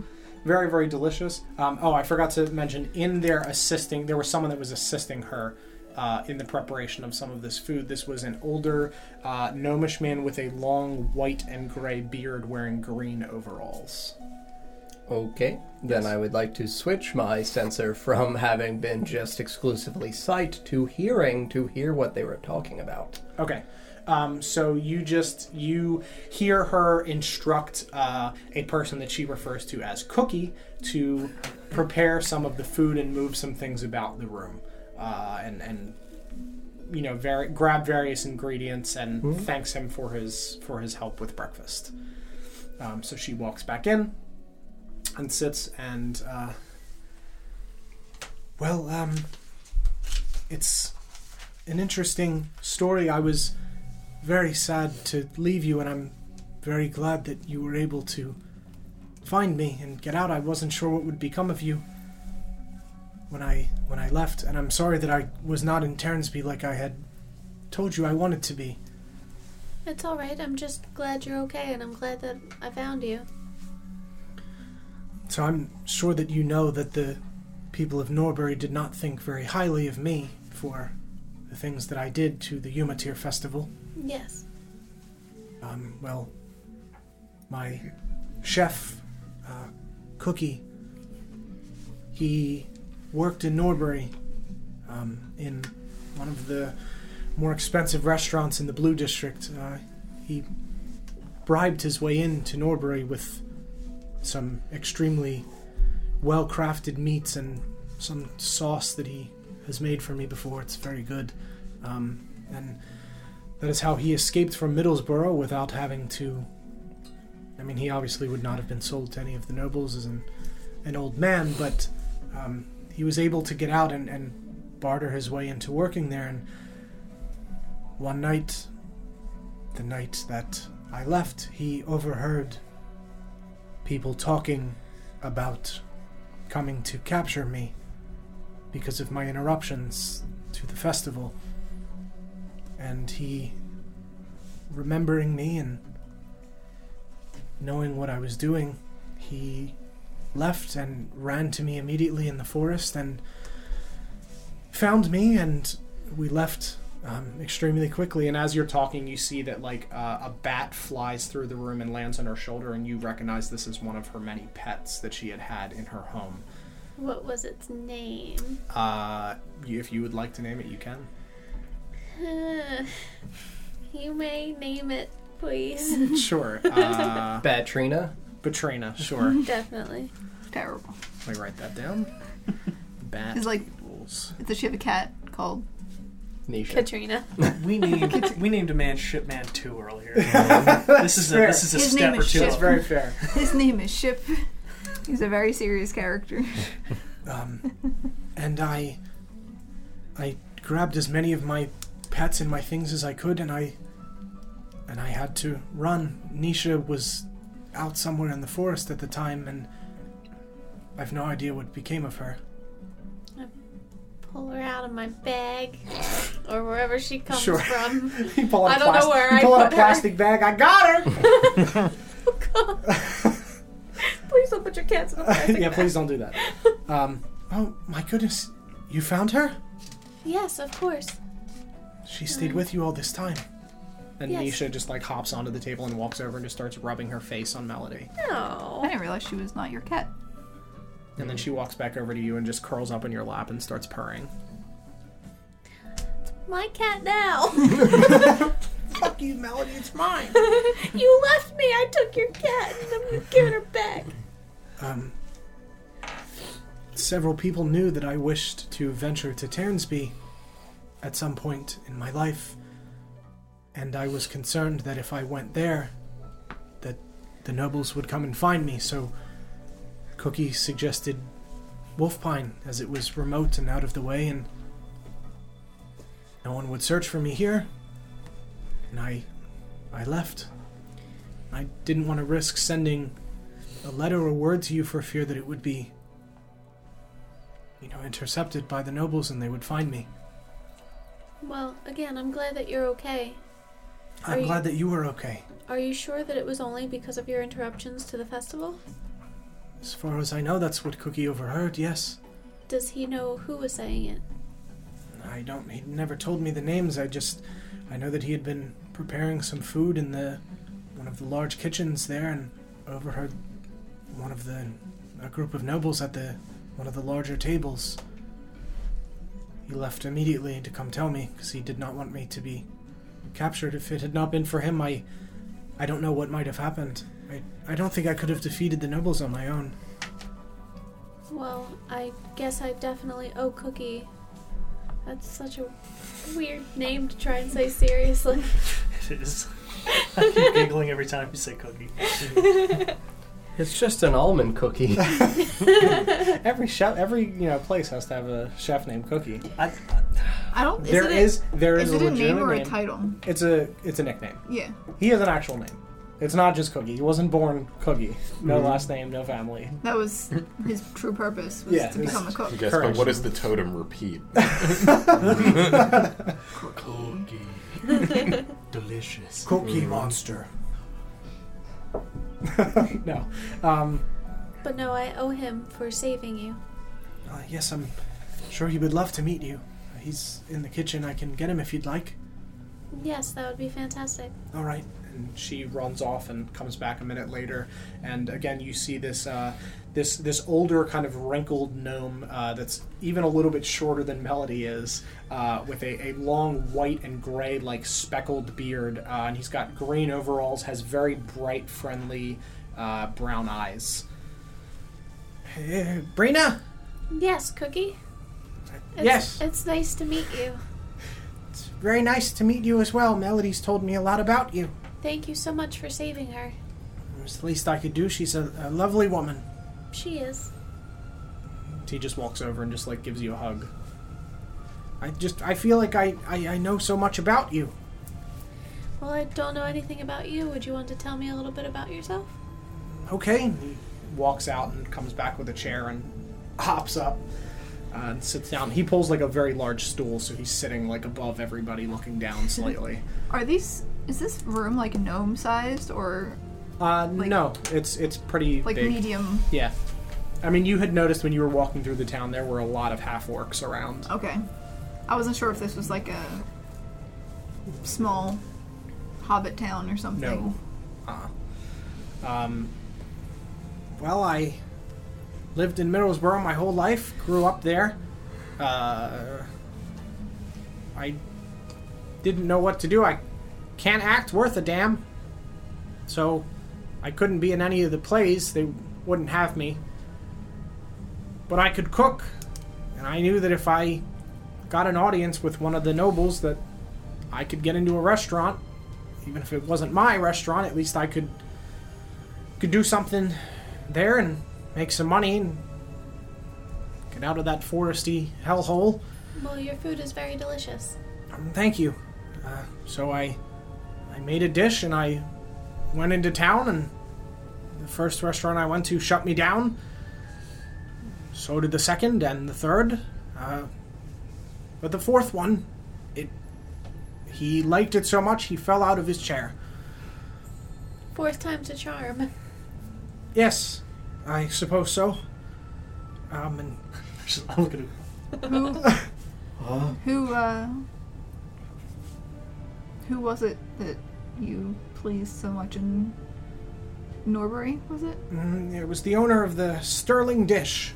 [SPEAKER 1] Very, very delicious. Um, oh, I forgot to mention in there assisting, there was someone that was assisting her uh, in the preparation of some of this food. This was an older uh, gnomish man with a long white and gray beard wearing green overalls.
[SPEAKER 2] Okay. Then I would like to switch my sensor from having been just exclusively sight to hearing to hear what they were talking about.
[SPEAKER 1] Okay. Um, so you just you hear her instruct uh, a person that she refers to as Cookie to prepare some of the food and move some things about the room, uh, and and you know var- grab various ingredients and thanks him for his for his help with breakfast. Um, so she walks back in and sits and uh,
[SPEAKER 7] Well, um, it's an interesting story. I was very sad to leave you, and I'm very glad that you were able to find me and get out. I wasn't sure what would become of you when I when I left, and I'm sorry that I was not in Terransby like I had told you I wanted to be.
[SPEAKER 5] It's all right. I'm just glad you're okay, and I'm glad that I found you.
[SPEAKER 7] So I'm sure that you know that the people of Norbury did not think very highly of me for the things that I did to the Yumatir Festival.
[SPEAKER 5] Yes.
[SPEAKER 7] Um, well, my chef, uh, Cookie, he worked in Norbury um, in one of the more expensive restaurants in the Blue District. Uh, he bribed his way into Norbury with some extremely well crafted meats and some sauce that he has made for me before. It's very good. Um, and that is how he escaped from Middlesbrough without having to. I mean, he obviously would not have been sold to any of the nobles as an, an old man, but um, he was able to get out and, and barter his way into working there. And one night, the night that I left, he overheard people talking about coming to capture me because of my interruptions to the festival and he remembering me and knowing what I was doing, he left and ran to me immediately in the forest and
[SPEAKER 1] found me and we left um, extremely quickly. And as you're talking, you see that like uh, a bat flies through the room and lands on her shoulder, and you recognize this as one of her many pets that she had had in her home.
[SPEAKER 5] What was its name?
[SPEAKER 1] Uh, you, if you would like to name it, you can.
[SPEAKER 5] you may name it, please.
[SPEAKER 1] Sure. Uh,
[SPEAKER 2] Batrina.
[SPEAKER 1] Batrina, sure.
[SPEAKER 5] Definitely.
[SPEAKER 3] Terrible.
[SPEAKER 1] Let me write that down. Bat
[SPEAKER 3] It's like-
[SPEAKER 1] rules.
[SPEAKER 3] Does she have a cat called?
[SPEAKER 2] Nisha.
[SPEAKER 5] Katrina.
[SPEAKER 4] We named we named a man Shipman two earlier. this is a this is a
[SPEAKER 3] His
[SPEAKER 4] step
[SPEAKER 3] name
[SPEAKER 4] or
[SPEAKER 3] is
[SPEAKER 4] two.
[SPEAKER 3] Ship.
[SPEAKER 4] up.
[SPEAKER 1] Very fair.
[SPEAKER 3] His name is Ship. He's a very serious character.
[SPEAKER 7] um, and I I grabbed as many of my pets and my things as I could and I and I had to run. Nisha was out somewhere in the forest at the time and I've no idea what became of her.
[SPEAKER 5] Pull her out of my bag or wherever she comes
[SPEAKER 1] Sure.
[SPEAKER 5] from.
[SPEAKER 1] You pull out
[SPEAKER 5] I
[SPEAKER 1] a
[SPEAKER 5] don't know
[SPEAKER 1] plastic,
[SPEAKER 5] where
[SPEAKER 1] you
[SPEAKER 5] I
[SPEAKER 1] pull out
[SPEAKER 5] put her.
[SPEAKER 1] a plastic bag. I got her.
[SPEAKER 5] Please don't put your cats in a plastic
[SPEAKER 1] yeah,
[SPEAKER 5] bag.
[SPEAKER 1] please don't do that.
[SPEAKER 7] Um oh my goodness, you found her?
[SPEAKER 5] Yes, of course.
[SPEAKER 7] She stayed with you all this time.
[SPEAKER 1] And
[SPEAKER 5] Yes.
[SPEAKER 1] Nisha just like hops onto the table and walks over and just starts rubbing her face on Melody.
[SPEAKER 3] I
[SPEAKER 5] No.
[SPEAKER 3] didn't realize she was not your cat.
[SPEAKER 1] And then she walks back over to you and just curls up in your lap and starts purring.
[SPEAKER 5] My cat now.
[SPEAKER 1] Fuck you, Melody, it's mine.
[SPEAKER 5] you left me. I took your cat and I'm giving her back.
[SPEAKER 7] Um, several people knew that I wished to venture to Ternsby at some point in my life, and I was concerned that if I went there, that the nobles would come and find me. So, Cookie suggested Wolfpine, as it was remote and out of the way, and no one would search for me here. And I, I left. I didn't want to risk sending a letter or word to you for fear that it would be, you know, intercepted by the nobles and they would find me.
[SPEAKER 5] Well, again, I'm glad that you're okay. Are
[SPEAKER 7] I'm
[SPEAKER 5] you-
[SPEAKER 7] glad that you were okay.
[SPEAKER 5] Are you sure that it was only because of your interruptions to the festival?
[SPEAKER 7] As far as I know, that's what Cookie overheard, yes.
[SPEAKER 5] Does he know who was saying it?
[SPEAKER 7] I don't, he never told me the names, I just, I know that he had been preparing some food in the, one of the large kitchens there and overheard one of the, a group of nobles at the, one of the larger tables. He left immediately to come tell me because he did not want me to be captured. If it had not been for him, I, I don't know what might have happened. I, I don't think I could have defeated the nobles on my own.
[SPEAKER 5] Well, I guess I definitely owe Cookie. That's such a weird name to try and say seriously.
[SPEAKER 4] It is. I keep giggling every time you say cookie.
[SPEAKER 2] It's just an almond cookie.
[SPEAKER 1] Every chef, every you know place has to have a chef named Cookie.
[SPEAKER 4] I,
[SPEAKER 3] I don't.
[SPEAKER 1] There
[SPEAKER 3] is it
[SPEAKER 1] is there
[SPEAKER 3] A, is
[SPEAKER 1] is, a
[SPEAKER 3] it a
[SPEAKER 1] legitimate
[SPEAKER 3] name or a title?
[SPEAKER 1] It's a it's a nickname.
[SPEAKER 3] Yeah.
[SPEAKER 1] He has an actual name. It's not just Cookie. He wasn't born Cookie. No
[SPEAKER 2] Mm-hmm.
[SPEAKER 1] last name, no family.
[SPEAKER 3] That was his true purpose was
[SPEAKER 1] Yeah,
[SPEAKER 3] to become a cook.
[SPEAKER 6] Yes,
[SPEAKER 1] Correct.
[SPEAKER 6] but what does the totem repeat?
[SPEAKER 9] Cookie. Delicious.
[SPEAKER 7] Cookie monster.
[SPEAKER 1] No. Um,
[SPEAKER 5] But no, I owe him for saving you.
[SPEAKER 7] Uh, yes, I'm sure he would love to meet you. He's in the kitchen. I can get him if you'd like.
[SPEAKER 5] Yes, that would be fantastic.
[SPEAKER 7] All right.
[SPEAKER 1] and she runs off and comes back a minute later and again you see this uh, this this older kind of wrinkled gnome uh, that's even a little bit shorter than melody is uh, with a, a long white and gray like speckled beard uh, and he's got green overalls has very bright friendly uh, brown eyes
[SPEAKER 7] Hey,
[SPEAKER 1] brina
[SPEAKER 5] Yes, Cookie? It's,
[SPEAKER 1] Yes.
[SPEAKER 5] It's nice to meet you.
[SPEAKER 7] it's very nice to meet you as well. Melody's told me a lot about you.
[SPEAKER 5] Thank you so much for saving her.
[SPEAKER 7] It was the least I could do. She's a, a lovely woman.
[SPEAKER 5] She is.
[SPEAKER 1] he just walks over and just like gives you a hug
[SPEAKER 7] I just I feel like I I, I know so much about you.
[SPEAKER 5] Well, I don't know anything about you. Would you want to tell me a little bit about yourself?
[SPEAKER 7] Okay.
[SPEAKER 1] walks out and comes back with a chair and hops up uh, and sits down. He pulls like a very large stool, so he's sitting like above everybody, looking down slightly.
[SPEAKER 3] Are these? Is this room like gnome sized or
[SPEAKER 1] Uh,
[SPEAKER 3] Like-
[SPEAKER 1] no, it's it's pretty
[SPEAKER 3] like
[SPEAKER 1] big.
[SPEAKER 3] medium?
[SPEAKER 1] Yeah, I mean, you had noticed when you were walking through the town, there were a lot of half orcs around.
[SPEAKER 3] Okay. I wasn't sure if this was like a small hobbit town or something.
[SPEAKER 1] No. Um, well, I lived in Middlesbrough my whole life, grew up there. Uh, I didn't know what to do. I can't act worth a damn. So I couldn't be in any of the plays. They wouldn't have me. But I could cook, and I knew that if I got an audience with one of the nobles that I could get into a restaurant, even if it wasn't my restaurant, at least I could could do something there and make some money and get out of that foresty hellhole.
[SPEAKER 5] Well, your food is very delicious.
[SPEAKER 1] Um, thank you. Uh, so I, I made a dish and I went into town and the first restaurant I went to shut me down. So did the second and the third, uh, but the fourth one, it, he liked it so much he fell out of his chair.
[SPEAKER 5] Fourth time's a charm.
[SPEAKER 1] Yes, I suppose so. Um, and
[SPEAKER 4] I look at it.
[SPEAKER 3] Who? who? Uh, who was it that you pleased so much in Norbury? Was it?
[SPEAKER 1] mm, it was the owner of the Sterling Dish.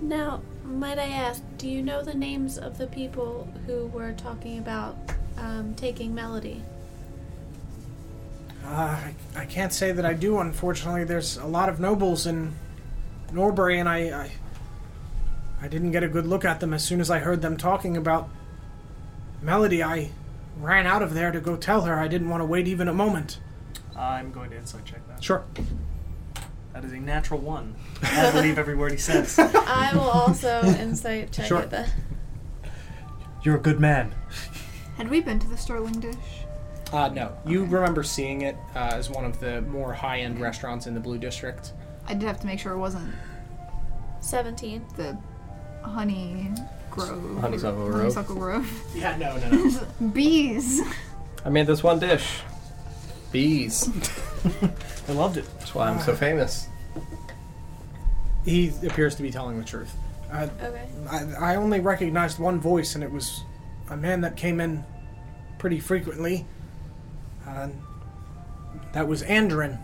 [SPEAKER 5] Now, might I ask, do you know the names of the people who were talking about um, taking Melody?
[SPEAKER 1] Uh, I, I can't say that I do, unfortunately. There's a lot of nobles in Norbury, and I, I, I didn't get a good look at them. As soon as I heard them talking about Melody, I ran out of there to go tell her. I didn't want to wait even a moment.
[SPEAKER 4] I'm going to insight check that.
[SPEAKER 1] Sure.
[SPEAKER 4] That is a natural one. I believe every word he says.
[SPEAKER 5] I will also insight check
[SPEAKER 1] Sure.
[SPEAKER 5] at the.
[SPEAKER 4] You're a good man.
[SPEAKER 3] Had we been to the Sterling Dish?
[SPEAKER 1] Uh, no, you remember seeing it uh, as one of the more high-end restaurants in the Blue District.
[SPEAKER 3] I did have to make sure it wasn't
[SPEAKER 5] 17.
[SPEAKER 3] the honey grove.
[SPEAKER 2] Honeysuckle Grove.
[SPEAKER 3] Honeysuckle grove.
[SPEAKER 1] Yeah, no, no, no.
[SPEAKER 3] Bees.
[SPEAKER 2] I made this one dish. Bees.
[SPEAKER 4] I loved it.
[SPEAKER 2] That's why I'm so famous.
[SPEAKER 1] he appears to be telling the truth. Uh,
[SPEAKER 5] Okay.
[SPEAKER 1] I, I only recognized one voice, and it was a man that came in pretty frequently. Uh, that was Andrin.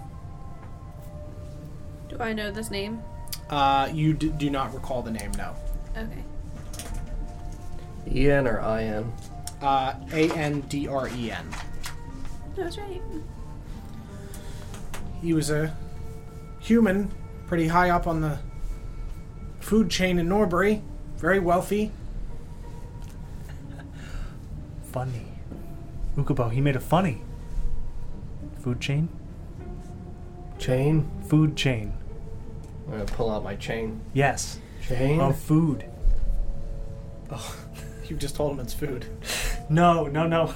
[SPEAKER 5] Do I know this name?
[SPEAKER 1] Uh, you d- do not recall the name, no.
[SPEAKER 5] Okay.
[SPEAKER 2] Ian E or Ian?
[SPEAKER 1] Uh, A N D R E N.
[SPEAKER 5] That was right.
[SPEAKER 1] He was a human, pretty high up on the food chain in Norbury, very wealthy.
[SPEAKER 4] Funny. Ukubo, he made a funny. Food chain?
[SPEAKER 2] Chain?
[SPEAKER 4] Food chain.
[SPEAKER 2] I'm gonna pull out my chain.
[SPEAKER 4] Yes.
[SPEAKER 2] Chain?
[SPEAKER 4] Of food.
[SPEAKER 1] oh, You just told him it's food.
[SPEAKER 4] No, no, no.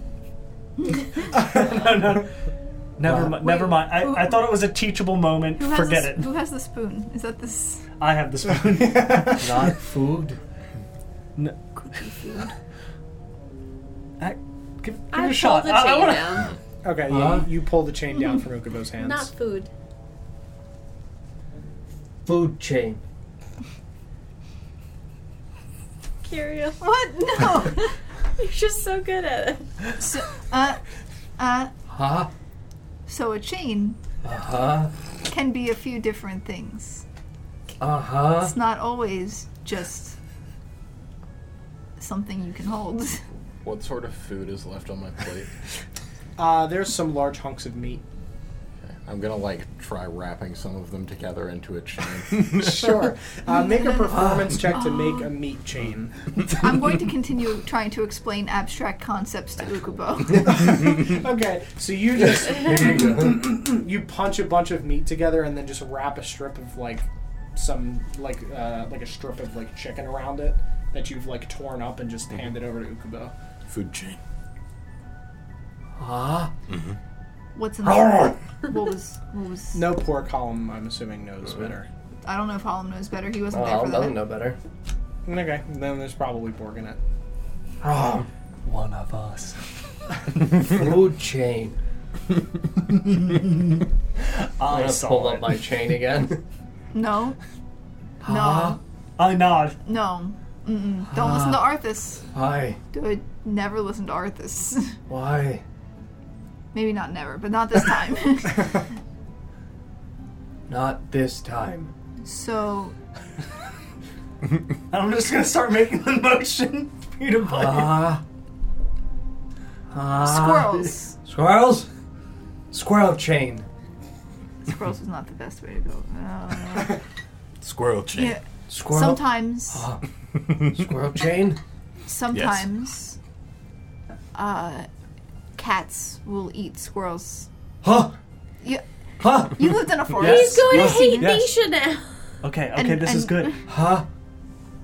[SPEAKER 4] no, no. Never, mi- never
[SPEAKER 3] Wait,
[SPEAKER 4] mind.
[SPEAKER 3] who-
[SPEAKER 4] I, I thought it was a teachable moment.
[SPEAKER 3] Who has
[SPEAKER 4] Forget
[SPEAKER 3] the,
[SPEAKER 4] it.
[SPEAKER 3] s- Who has the spoon? Is that this?
[SPEAKER 4] I have the spoon.
[SPEAKER 2] Not food?
[SPEAKER 4] I- give, give
[SPEAKER 5] I
[SPEAKER 4] it a
[SPEAKER 5] pulled
[SPEAKER 4] shot.
[SPEAKER 5] the
[SPEAKER 4] I- I
[SPEAKER 5] chain
[SPEAKER 4] wanna-
[SPEAKER 5] down.
[SPEAKER 1] Okay,
[SPEAKER 2] Huh?
[SPEAKER 1] you, you pull the chain down from Okubo's hands.
[SPEAKER 5] Not food.
[SPEAKER 2] Food chain.
[SPEAKER 5] Curious.
[SPEAKER 3] What? No.
[SPEAKER 5] Oh, You're just so good at it.
[SPEAKER 3] so, uh, uh,
[SPEAKER 2] Huh?
[SPEAKER 3] so a chain
[SPEAKER 2] Uh-huh.
[SPEAKER 3] can be a few different things.
[SPEAKER 2] Uh-huh.
[SPEAKER 3] It's not always just something you can hold.
[SPEAKER 6] What sort of food is left on my plate?
[SPEAKER 1] Uh, there's some large hunks of meat.
[SPEAKER 6] I'm gonna like try wrapping some of them together into a chain.
[SPEAKER 1] Sure. Uh, make a performance check to make a meat chain.
[SPEAKER 3] I'm going to continue trying to explain abstract concepts to Ukubo.
[SPEAKER 1] Okay, so you just you punch a bunch of meat together and then just wrap a strip of like some like uh, like a strip of like chicken around it that you've like torn up and
[SPEAKER 2] Mm-hmm.
[SPEAKER 1] just handed over to Ukubo.
[SPEAKER 6] food chain.
[SPEAKER 2] Huh?
[SPEAKER 3] What's in the What was? What was?
[SPEAKER 1] No poor column, I'm assuming knows better.
[SPEAKER 3] I don't know if Hollum knows better. He wasn't there
[SPEAKER 2] Oh,
[SPEAKER 3] for that.
[SPEAKER 2] doesn't know better.
[SPEAKER 1] Okay, then there's probably Borg in it.
[SPEAKER 4] One of us.
[SPEAKER 2] Food chain.
[SPEAKER 4] I
[SPEAKER 2] I'm gonna
[SPEAKER 4] saw
[SPEAKER 2] pull
[SPEAKER 4] it.
[SPEAKER 2] up my chain again.
[SPEAKER 3] No. No,
[SPEAKER 4] I nod.
[SPEAKER 3] no. Mm-mm. Don't listen to Arthas.
[SPEAKER 2] Why?
[SPEAKER 3] Dude, never listen to Arthas.
[SPEAKER 2] Why?
[SPEAKER 3] Maybe not never, but not this time.
[SPEAKER 2] Not this time.
[SPEAKER 3] so,
[SPEAKER 4] I'm just gonna start making the motion for you to play.
[SPEAKER 2] Ah. Ah.
[SPEAKER 3] squirrels.
[SPEAKER 2] Squirrels? Squirrel chain.
[SPEAKER 4] Uh-huh.
[SPEAKER 3] squirrels was not the best way to go. Uh,
[SPEAKER 6] Squirrel chain.
[SPEAKER 3] yeah.
[SPEAKER 2] Squirrel.
[SPEAKER 3] Sometimes,
[SPEAKER 2] Ah. Squirrel chain?
[SPEAKER 3] sometimes, uh, cats will eat squirrels.
[SPEAKER 2] Huh?
[SPEAKER 3] You,
[SPEAKER 2] Huh?
[SPEAKER 3] you lived in a forest.
[SPEAKER 2] Yes.
[SPEAKER 5] Go to
[SPEAKER 2] Yes.
[SPEAKER 5] hate
[SPEAKER 4] Yes.
[SPEAKER 5] Nisha now.
[SPEAKER 4] Okay, okay,
[SPEAKER 3] And-
[SPEAKER 4] this is
[SPEAKER 3] and-
[SPEAKER 4] good.
[SPEAKER 2] Huh?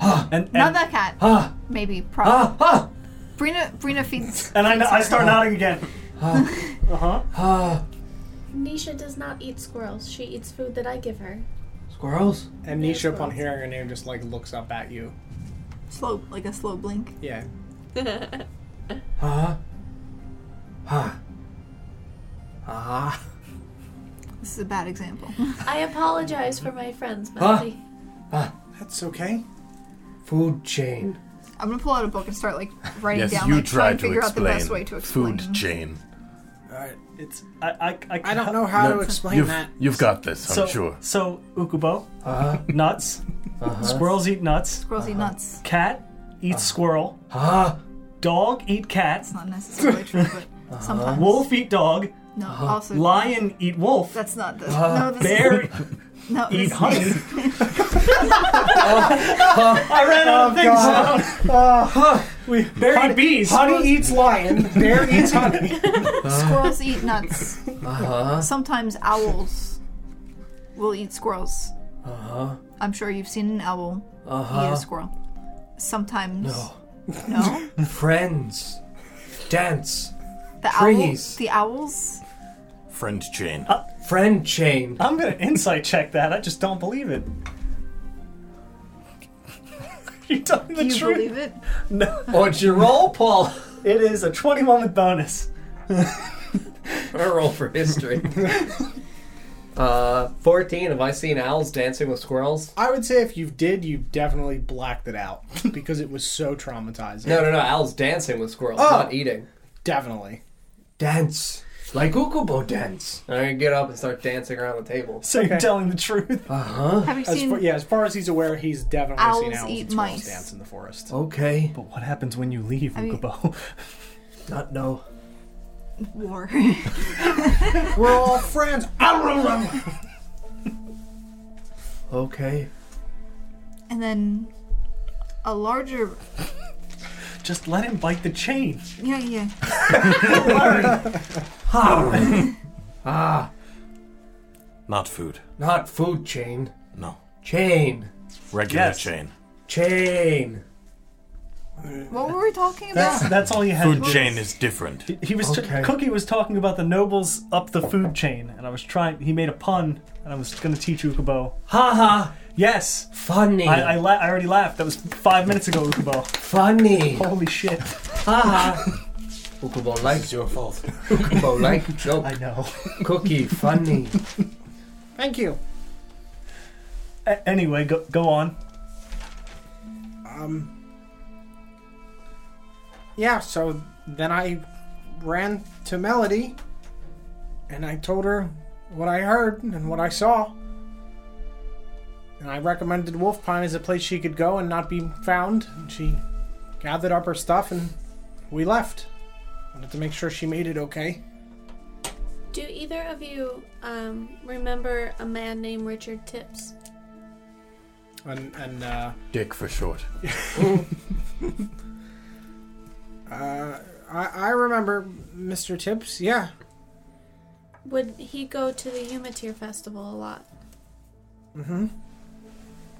[SPEAKER 4] And and,
[SPEAKER 3] Not that cat.
[SPEAKER 2] Huh?
[SPEAKER 3] Maybe. Probably.
[SPEAKER 2] Huh? Huh?
[SPEAKER 3] Brina, Brina feeds.
[SPEAKER 4] and I, kn- I start nodding again. Uh-huh.
[SPEAKER 2] Huh?
[SPEAKER 5] Nisha does not eat squirrels. She eats food that I give her.
[SPEAKER 2] Squirrels?
[SPEAKER 1] And Nisha, upon hearing her name, just like looks up at you.
[SPEAKER 3] slow, like a slow blink.
[SPEAKER 1] Yeah.
[SPEAKER 2] Huh? Huh? Ah.
[SPEAKER 3] This is a bad example.
[SPEAKER 5] I apologize for my friends, Melody.
[SPEAKER 1] That's okay.
[SPEAKER 2] Food chain.
[SPEAKER 3] I'm gonna pull out a book and start like writing
[SPEAKER 6] Yes,
[SPEAKER 3] down,
[SPEAKER 6] you
[SPEAKER 3] like, trying
[SPEAKER 6] tried
[SPEAKER 3] to figure
[SPEAKER 6] to
[SPEAKER 3] out the
[SPEAKER 6] explain.
[SPEAKER 3] best way to explain.
[SPEAKER 6] Food chain.
[SPEAKER 7] I,
[SPEAKER 4] It's I I, I,
[SPEAKER 1] I don't know how
[SPEAKER 6] No,
[SPEAKER 1] to explain
[SPEAKER 6] you've,
[SPEAKER 1] that.
[SPEAKER 6] you've got this, I'm
[SPEAKER 4] So
[SPEAKER 6] sure.
[SPEAKER 4] so Ukubo
[SPEAKER 2] Uh-huh.
[SPEAKER 4] nuts.
[SPEAKER 1] Uh-huh.
[SPEAKER 4] Squirrels eat nuts.
[SPEAKER 3] Squirrels eat nuts.
[SPEAKER 4] Cat eats squirrel.
[SPEAKER 1] Uh-huh.
[SPEAKER 2] Huh?
[SPEAKER 4] Dog eat cat.
[SPEAKER 3] Not necessarily true,
[SPEAKER 1] Uh-huh.
[SPEAKER 3] but sometimes.
[SPEAKER 4] Wolf eat dog.
[SPEAKER 3] No, also.
[SPEAKER 4] Lion eat wolf.
[SPEAKER 3] That's not the. no, this
[SPEAKER 4] Bear
[SPEAKER 3] no, this
[SPEAKER 4] eat
[SPEAKER 3] is-
[SPEAKER 4] honey. Uh,
[SPEAKER 1] Oh,
[SPEAKER 4] I ran out of things.
[SPEAKER 1] We,
[SPEAKER 4] Bear eat bees.
[SPEAKER 1] Uh-huh. honey eats lion, bear eats honey.
[SPEAKER 3] Squirrels eat nuts. Sometimes owls will eat squirrels.
[SPEAKER 2] Uh-huh.
[SPEAKER 3] I'm sure you've seen an owl
[SPEAKER 4] Uh-huh.
[SPEAKER 3] eat a squirrel. Sometimes.
[SPEAKER 2] No.
[SPEAKER 3] No?
[SPEAKER 2] Friends. Dance.
[SPEAKER 3] The
[SPEAKER 2] Trees.
[SPEAKER 3] owls. The owls.
[SPEAKER 6] Friend chain.
[SPEAKER 1] Uh,
[SPEAKER 2] Friend chain.
[SPEAKER 4] I'm gonna insight check that. I just don't believe it. You tell me the
[SPEAKER 3] Do you
[SPEAKER 4] truth.
[SPEAKER 3] believe it?
[SPEAKER 2] What's your roll, Paul?
[SPEAKER 4] It is a 21 with bonus.
[SPEAKER 2] I roll for history. uh, 14. Have I seen owls dancing with squirrels?
[SPEAKER 1] I would say if you did, you definitely blacked it out because it was so traumatizing.
[SPEAKER 2] No, no, no. Owls dancing with squirrels,
[SPEAKER 4] Oh.
[SPEAKER 2] not eating.
[SPEAKER 1] Definitely.
[SPEAKER 2] Dance. Like Ukubo dance. I'm gonna get up and start dancing around the table.
[SPEAKER 4] So you're telling the truth.
[SPEAKER 2] Uh-huh.
[SPEAKER 3] Have you
[SPEAKER 1] As
[SPEAKER 3] seen?
[SPEAKER 1] far, yeah, as far as he's aware, he's definitely seen
[SPEAKER 3] Owls
[SPEAKER 1] owls
[SPEAKER 3] eat
[SPEAKER 1] and squirrels
[SPEAKER 3] mice.
[SPEAKER 1] dance in the forest.
[SPEAKER 2] Okay.
[SPEAKER 4] But what happens when you leave,
[SPEAKER 3] mean-
[SPEAKER 4] Ukubo?
[SPEAKER 2] Not no.
[SPEAKER 3] War.
[SPEAKER 1] We're all friends.
[SPEAKER 2] Okay.
[SPEAKER 3] and then a larger.
[SPEAKER 4] Just let him bite the chain.
[SPEAKER 3] Yeah, yeah.
[SPEAKER 2] Ah.
[SPEAKER 6] Not food.
[SPEAKER 2] Not food chain.
[SPEAKER 6] No.
[SPEAKER 2] Chain.
[SPEAKER 6] Regular
[SPEAKER 4] Yes.
[SPEAKER 6] chain.
[SPEAKER 2] Chain.
[SPEAKER 3] What were we talking about?
[SPEAKER 4] That's, that's all you had.
[SPEAKER 6] Food chain is different.
[SPEAKER 4] He was t-
[SPEAKER 2] Okay.
[SPEAKER 4] Cookie was talking about the nobles up the food chain, and I was trying. He made a pun, and I was gonna teach Ukubo.
[SPEAKER 2] Ha ha.
[SPEAKER 4] Yes,
[SPEAKER 2] Funny.
[SPEAKER 4] I I, la- I already laughed. That was five minutes ago, Ukubo.
[SPEAKER 2] Funny.
[SPEAKER 4] Holy shit!
[SPEAKER 2] Ha ha. Ukubo like
[SPEAKER 6] your fault.
[SPEAKER 2] Ukubo like joke.
[SPEAKER 4] I know.
[SPEAKER 2] Cookie. Funny.
[SPEAKER 1] Thank you.
[SPEAKER 4] A- anyway, go go on.
[SPEAKER 1] Um, Yeah, so then I ran to Melody and I told her what I heard and what I saw. And I recommended Wolf Pine as a place she could go and not be found. And she gathered up her stuff and we left. Wanted to make sure she made it okay.
[SPEAKER 5] Do either of you um, remember a man named Richard Tips?
[SPEAKER 1] And, and uh,
[SPEAKER 6] Dick for short.
[SPEAKER 1] uh, I, I remember Mr. Tips, yeah.
[SPEAKER 5] Would he go to the Humateer Festival a lot?
[SPEAKER 1] Mm-hmm.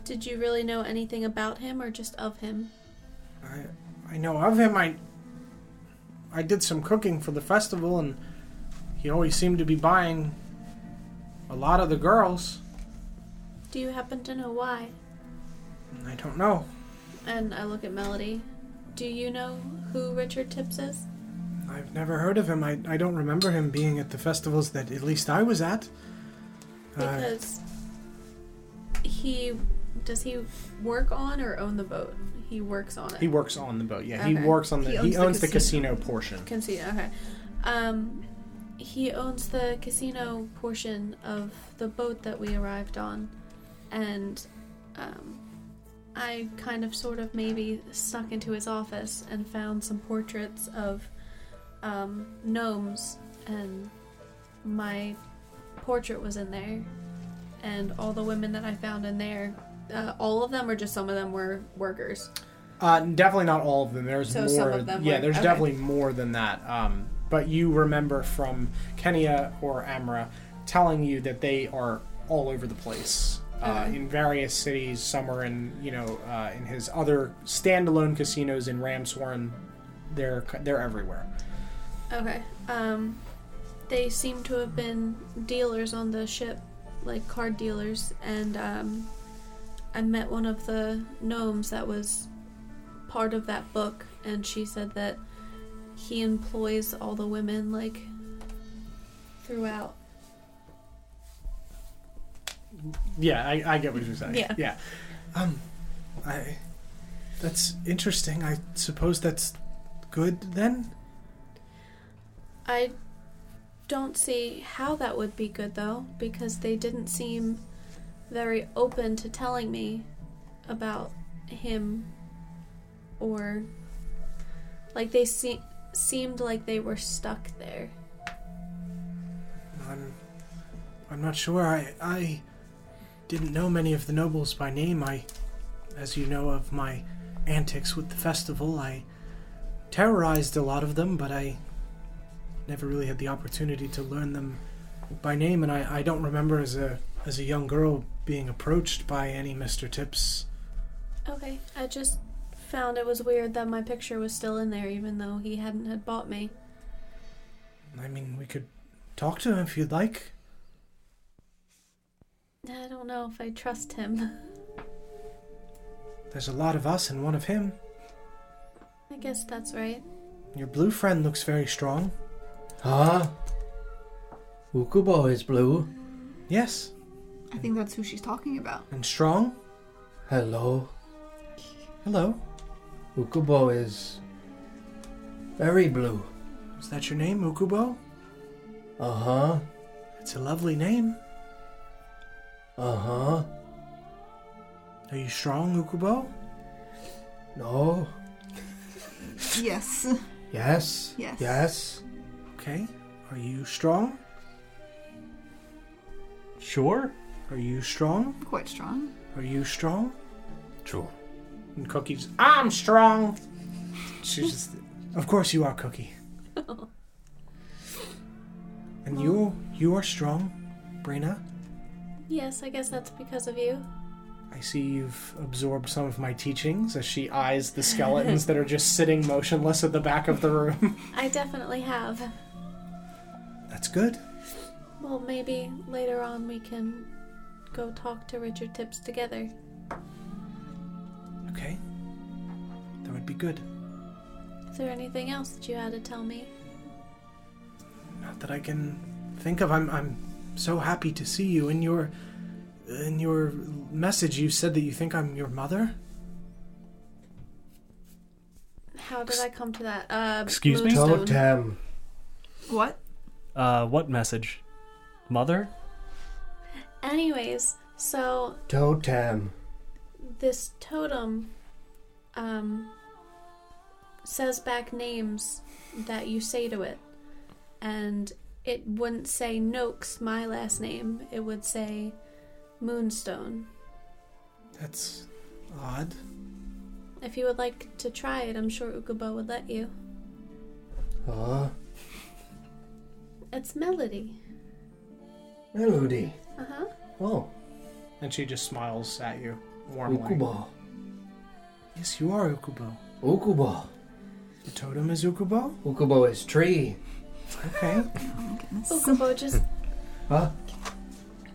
[SPEAKER 5] Did you really know anything about him or just of him?
[SPEAKER 1] I I know of him. I I did some cooking for the festival, and he always seemed to be buying a lot of the girls.
[SPEAKER 5] Do you happen to know why?
[SPEAKER 1] I don't know.
[SPEAKER 5] And I look at Melody. Do you know who Richard Tips is?
[SPEAKER 1] I've never heard of him. I, I don't remember him being at the festivals that at least I was at. Uh,
[SPEAKER 5] Because he does he work on or own the boat? He works on it.
[SPEAKER 1] He works on the boat. Yeah, he
[SPEAKER 5] Okay.
[SPEAKER 1] works on the. He owns, the, casino, portion.
[SPEAKER 5] Can see it, Okay. Um, he owns the casino portion of the boat that we arrived on, and um, I kind of, sort of, maybe snuck into his office and found some portraits of um, gnomes, and my portrait was in there, and all the women that I found in there. Uh, all of them, or just some of them, were workers.
[SPEAKER 1] Uh, definitely not all of them. There's
[SPEAKER 5] So
[SPEAKER 1] more.
[SPEAKER 5] some of them
[SPEAKER 1] yeah,
[SPEAKER 5] were-
[SPEAKER 1] there's
[SPEAKER 5] okay.
[SPEAKER 1] definitely more than that. Um, but you remember from Kenya or Amra telling you that they are all over the place. Uh, in various cities, some are in you know uh, in his other standalone casinos in Ramsworn. They're they're everywhere.
[SPEAKER 5] Okay. Um, they seem to have been dealers on the ship, like card dealers, and um, I met one of the gnomes that was part of that book, and she said that he employs all the women, like throughout.
[SPEAKER 1] Yeah, I, I get what you're saying.
[SPEAKER 5] Yeah.
[SPEAKER 1] yeah.
[SPEAKER 7] Um, I. That's interesting. I suppose that's good then.
[SPEAKER 5] I don't see how that would be good though, because they didn't seem very open to telling me about him or like they se- seemed like they were stuck there.
[SPEAKER 7] I'm. I'm not sure. I. I didn't know many of the nobles by name. I, as you know, of my antics with the festival, I terrorized a lot of them, but I never really had the opportunity to learn them by name, and I, I don't remember as a as a young girl being approached by any Mr. Tips.
[SPEAKER 5] Okay, I just found it was weird that my picture was still in there even though he hadn't had bought me.
[SPEAKER 7] I mean, we could talk to him if you'd like.
[SPEAKER 5] I don't know if I trust him.
[SPEAKER 7] There's a lot of us and one of him.
[SPEAKER 5] I guess that's right.
[SPEAKER 7] Your blue friend looks very strong.
[SPEAKER 2] Huh? Ukubo Ah. is blue.
[SPEAKER 7] Yes,
[SPEAKER 3] I think that's who she's talking about.
[SPEAKER 7] and strong.
[SPEAKER 2] Hello.
[SPEAKER 7] Hello.
[SPEAKER 2] Ukubo is very blue.
[SPEAKER 7] Is that your name, Ukubo?
[SPEAKER 2] Uh huh.
[SPEAKER 7] It's a lovely name.
[SPEAKER 2] Uh huh.
[SPEAKER 7] Are you strong, Ukubo?
[SPEAKER 2] No.
[SPEAKER 3] Yes.
[SPEAKER 2] Yes.
[SPEAKER 3] Yes.
[SPEAKER 2] Yes.
[SPEAKER 7] Okay. Are you strong?
[SPEAKER 4] Sure.
[SPEAKER 7] Are you strong?
[SPEAKER 3] Quite strong.
[SPEAKER 7] Are you strong?
[SPEAKER 9] True.
[SPEAKER 1] And cookies. I'm strong.
[SPEAKER 7] She's just. Of course you are, Cookie. and you, you are strong, Brina.
[SPEAKER 5] Yes, I guess that's because of you.
[SPEAKER 1] I see you've absorbed some of my teachings as she eyes the skeletons that are just sitting motionless at the back of the room.
[SPEAKER 5] I definitely have.
[SPEAKER 7] That's good.
[SPEAKER 5] Well, maybe later on we can go talk to Richard Tips together.
[SPEAKER 7] Okay. That would be good.
[SPEAKER 5] Is there anything else that you had to tell me?
[SPEAKER 7] Not that I can think of. I'm I'm so happy to see you. In your in your message, you said that you think I'm your mother.
[SPEAKER 5] How did I come to that? Uh,
[SPEAKER 4] Excuse me?
[SPEAKER 5] Moonstone.
[SPEAKER 2] Totem.
[SPEAKER 3] What?
[SPEAKER 4] Uh, what message? Mother?
[SPEAKER 5] Anyways, so
[SPEAKER 2] Totem.
[SPEAKER 5] this totem um, says back names that you say to it, and it wouldn't say Noakes, my last name. It would say Moonstone.
[SPEAKER 7] That's odd.
[SPEAKER 5] If you would like to try it, I'm sure Ukubo would let you.
[SPEAKER 2] Uh,
[SPEAKER 5] It's Melody.
[SPEAKER 2] Melody.
[SPEAKER 5] Uh huh.
[SPEAKER 2] Oh,
[SPEAKER 1] And she just smiles at you warmly.
[SPEAKER 2] Ukubo.
[SPEAKER 7] Yes, you are Ukubo.
[SPEAKER 2] Ukubo.
[SPEAKER 7] The totem is Ukubo.
[SPEAKER 2] Ukubo is tree.
[SPEAKER 7] Okay.
[SPEAKER 5] Ukubo just
[SPEAKER 2] Huh?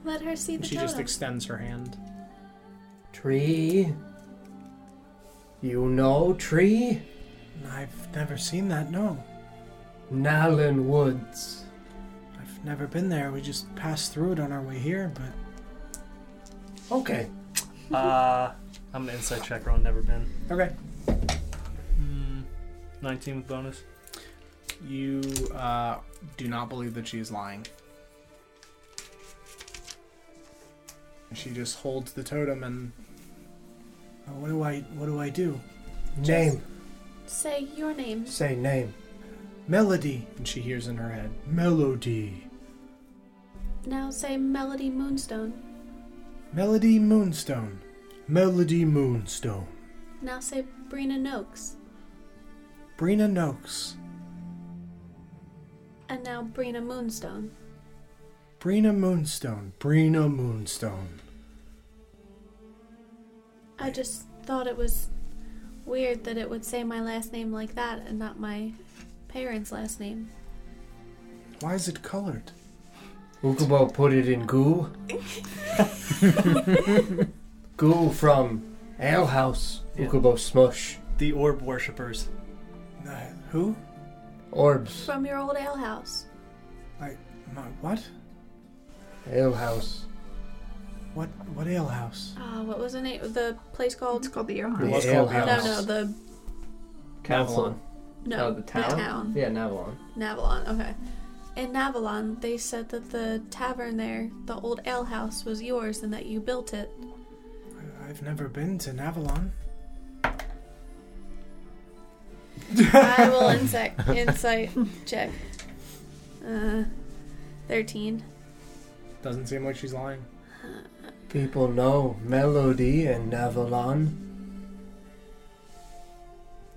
[SPEAKER 5] let her see
[SPEAKER 1] And
[SPEAKER 5] the
[SPEAKER 1] she just
[SPEAKER 5] totem.
[SPEAKER 1] extends her hand.
[SPEAKER 2] Tree. You know tree?
[SPEAKER 7] I've never seen that. No,
[SPEAKER 2] Nalan Woods.
[SPEAKER 7] I've never been there. We just passed through it on our way here, but
[SPEAKER 2] Okay.
[SPEAKER 4] Uh, I'm an insight checker on Never Been.
[SPEAKER 1] Okay.
[SPEAKER 4] 19 Hmm. with bonus.
[SPEAKER 1] You uh, do not believe that she is lying. And She just holds the totem and
[SPEAKER 7] Uh, what do I what do I do?
[SPEAKER 2] Name.
[SPEAKER 5] Say your name.
[SPEAKER 2] Say name.
[SPEAKER 1] melody, and she hears in her head melody,
[SPEAKER 5] Now say Melody Moonstone.
[SPEAKER 1] melody moonstone, melody moonstone,
[SPEAKER 5] Now say Brina Noakes.
[SPEAKER 1] Brina Noakes,
[SPEAKER 5] And now Brina Moonstone.
[SPEAKER 1] Brina Moonstone, Brina Moonstone.
[SPEAKER 5] I just thought it was weird that it would say my last name like that and not my parents' last name.
[SPEAKER 1] Why is it colored?
[SPEAKER 2] Ukubo put it in goo. goo from Ale House.
[SPEAKER 4] Yeah.
[SPEAKER 2] Ukubo smush.
[SPEAKER 4] The orb worshippers.
[SPEAKER 7] Uh, who?
[SPEAKER 2] Orbs.
[SPEAKER 5] From your old ale house.
[SPEAKER 7] I my what?
[SPEAKER 2] Ale House.
[SPEAKER 7] What what alehouse?
[SPEAKER 5] Uh, what was the name? The place
[SPEAKER 3] It's
[SPEAKER 5] called?
[SPEAKER 3] called the Airhorn.
[SPEAKER 2] The
[SPEAKER 1] was
[SPEAKER 2] Ale
[SPEAKER 1] called
[SPEAKER 2] House.
[SPEAKER 5] No, no, the
[SPEAKER 2] Cavalon.
[SPEAKER 5] no,
[SPEAKER 2] Oh, the town?
[SPEAKER 5] town.
[SPEAKER 2] Yeah, Navalon.
[SPEAKER 5] Navalon. Okay. In Navalon, they said that the tavern there, the old ale house, was yours and that you built it.
[SPEAKER 7] I, I've never been to Navalon.
[SPEAKER 5] I will insight insight check. Uh, thirteen.
[SPEAKER 1] Doesn't seem like she's lying.
[SPEAKER 2] People know Melody and Navalon.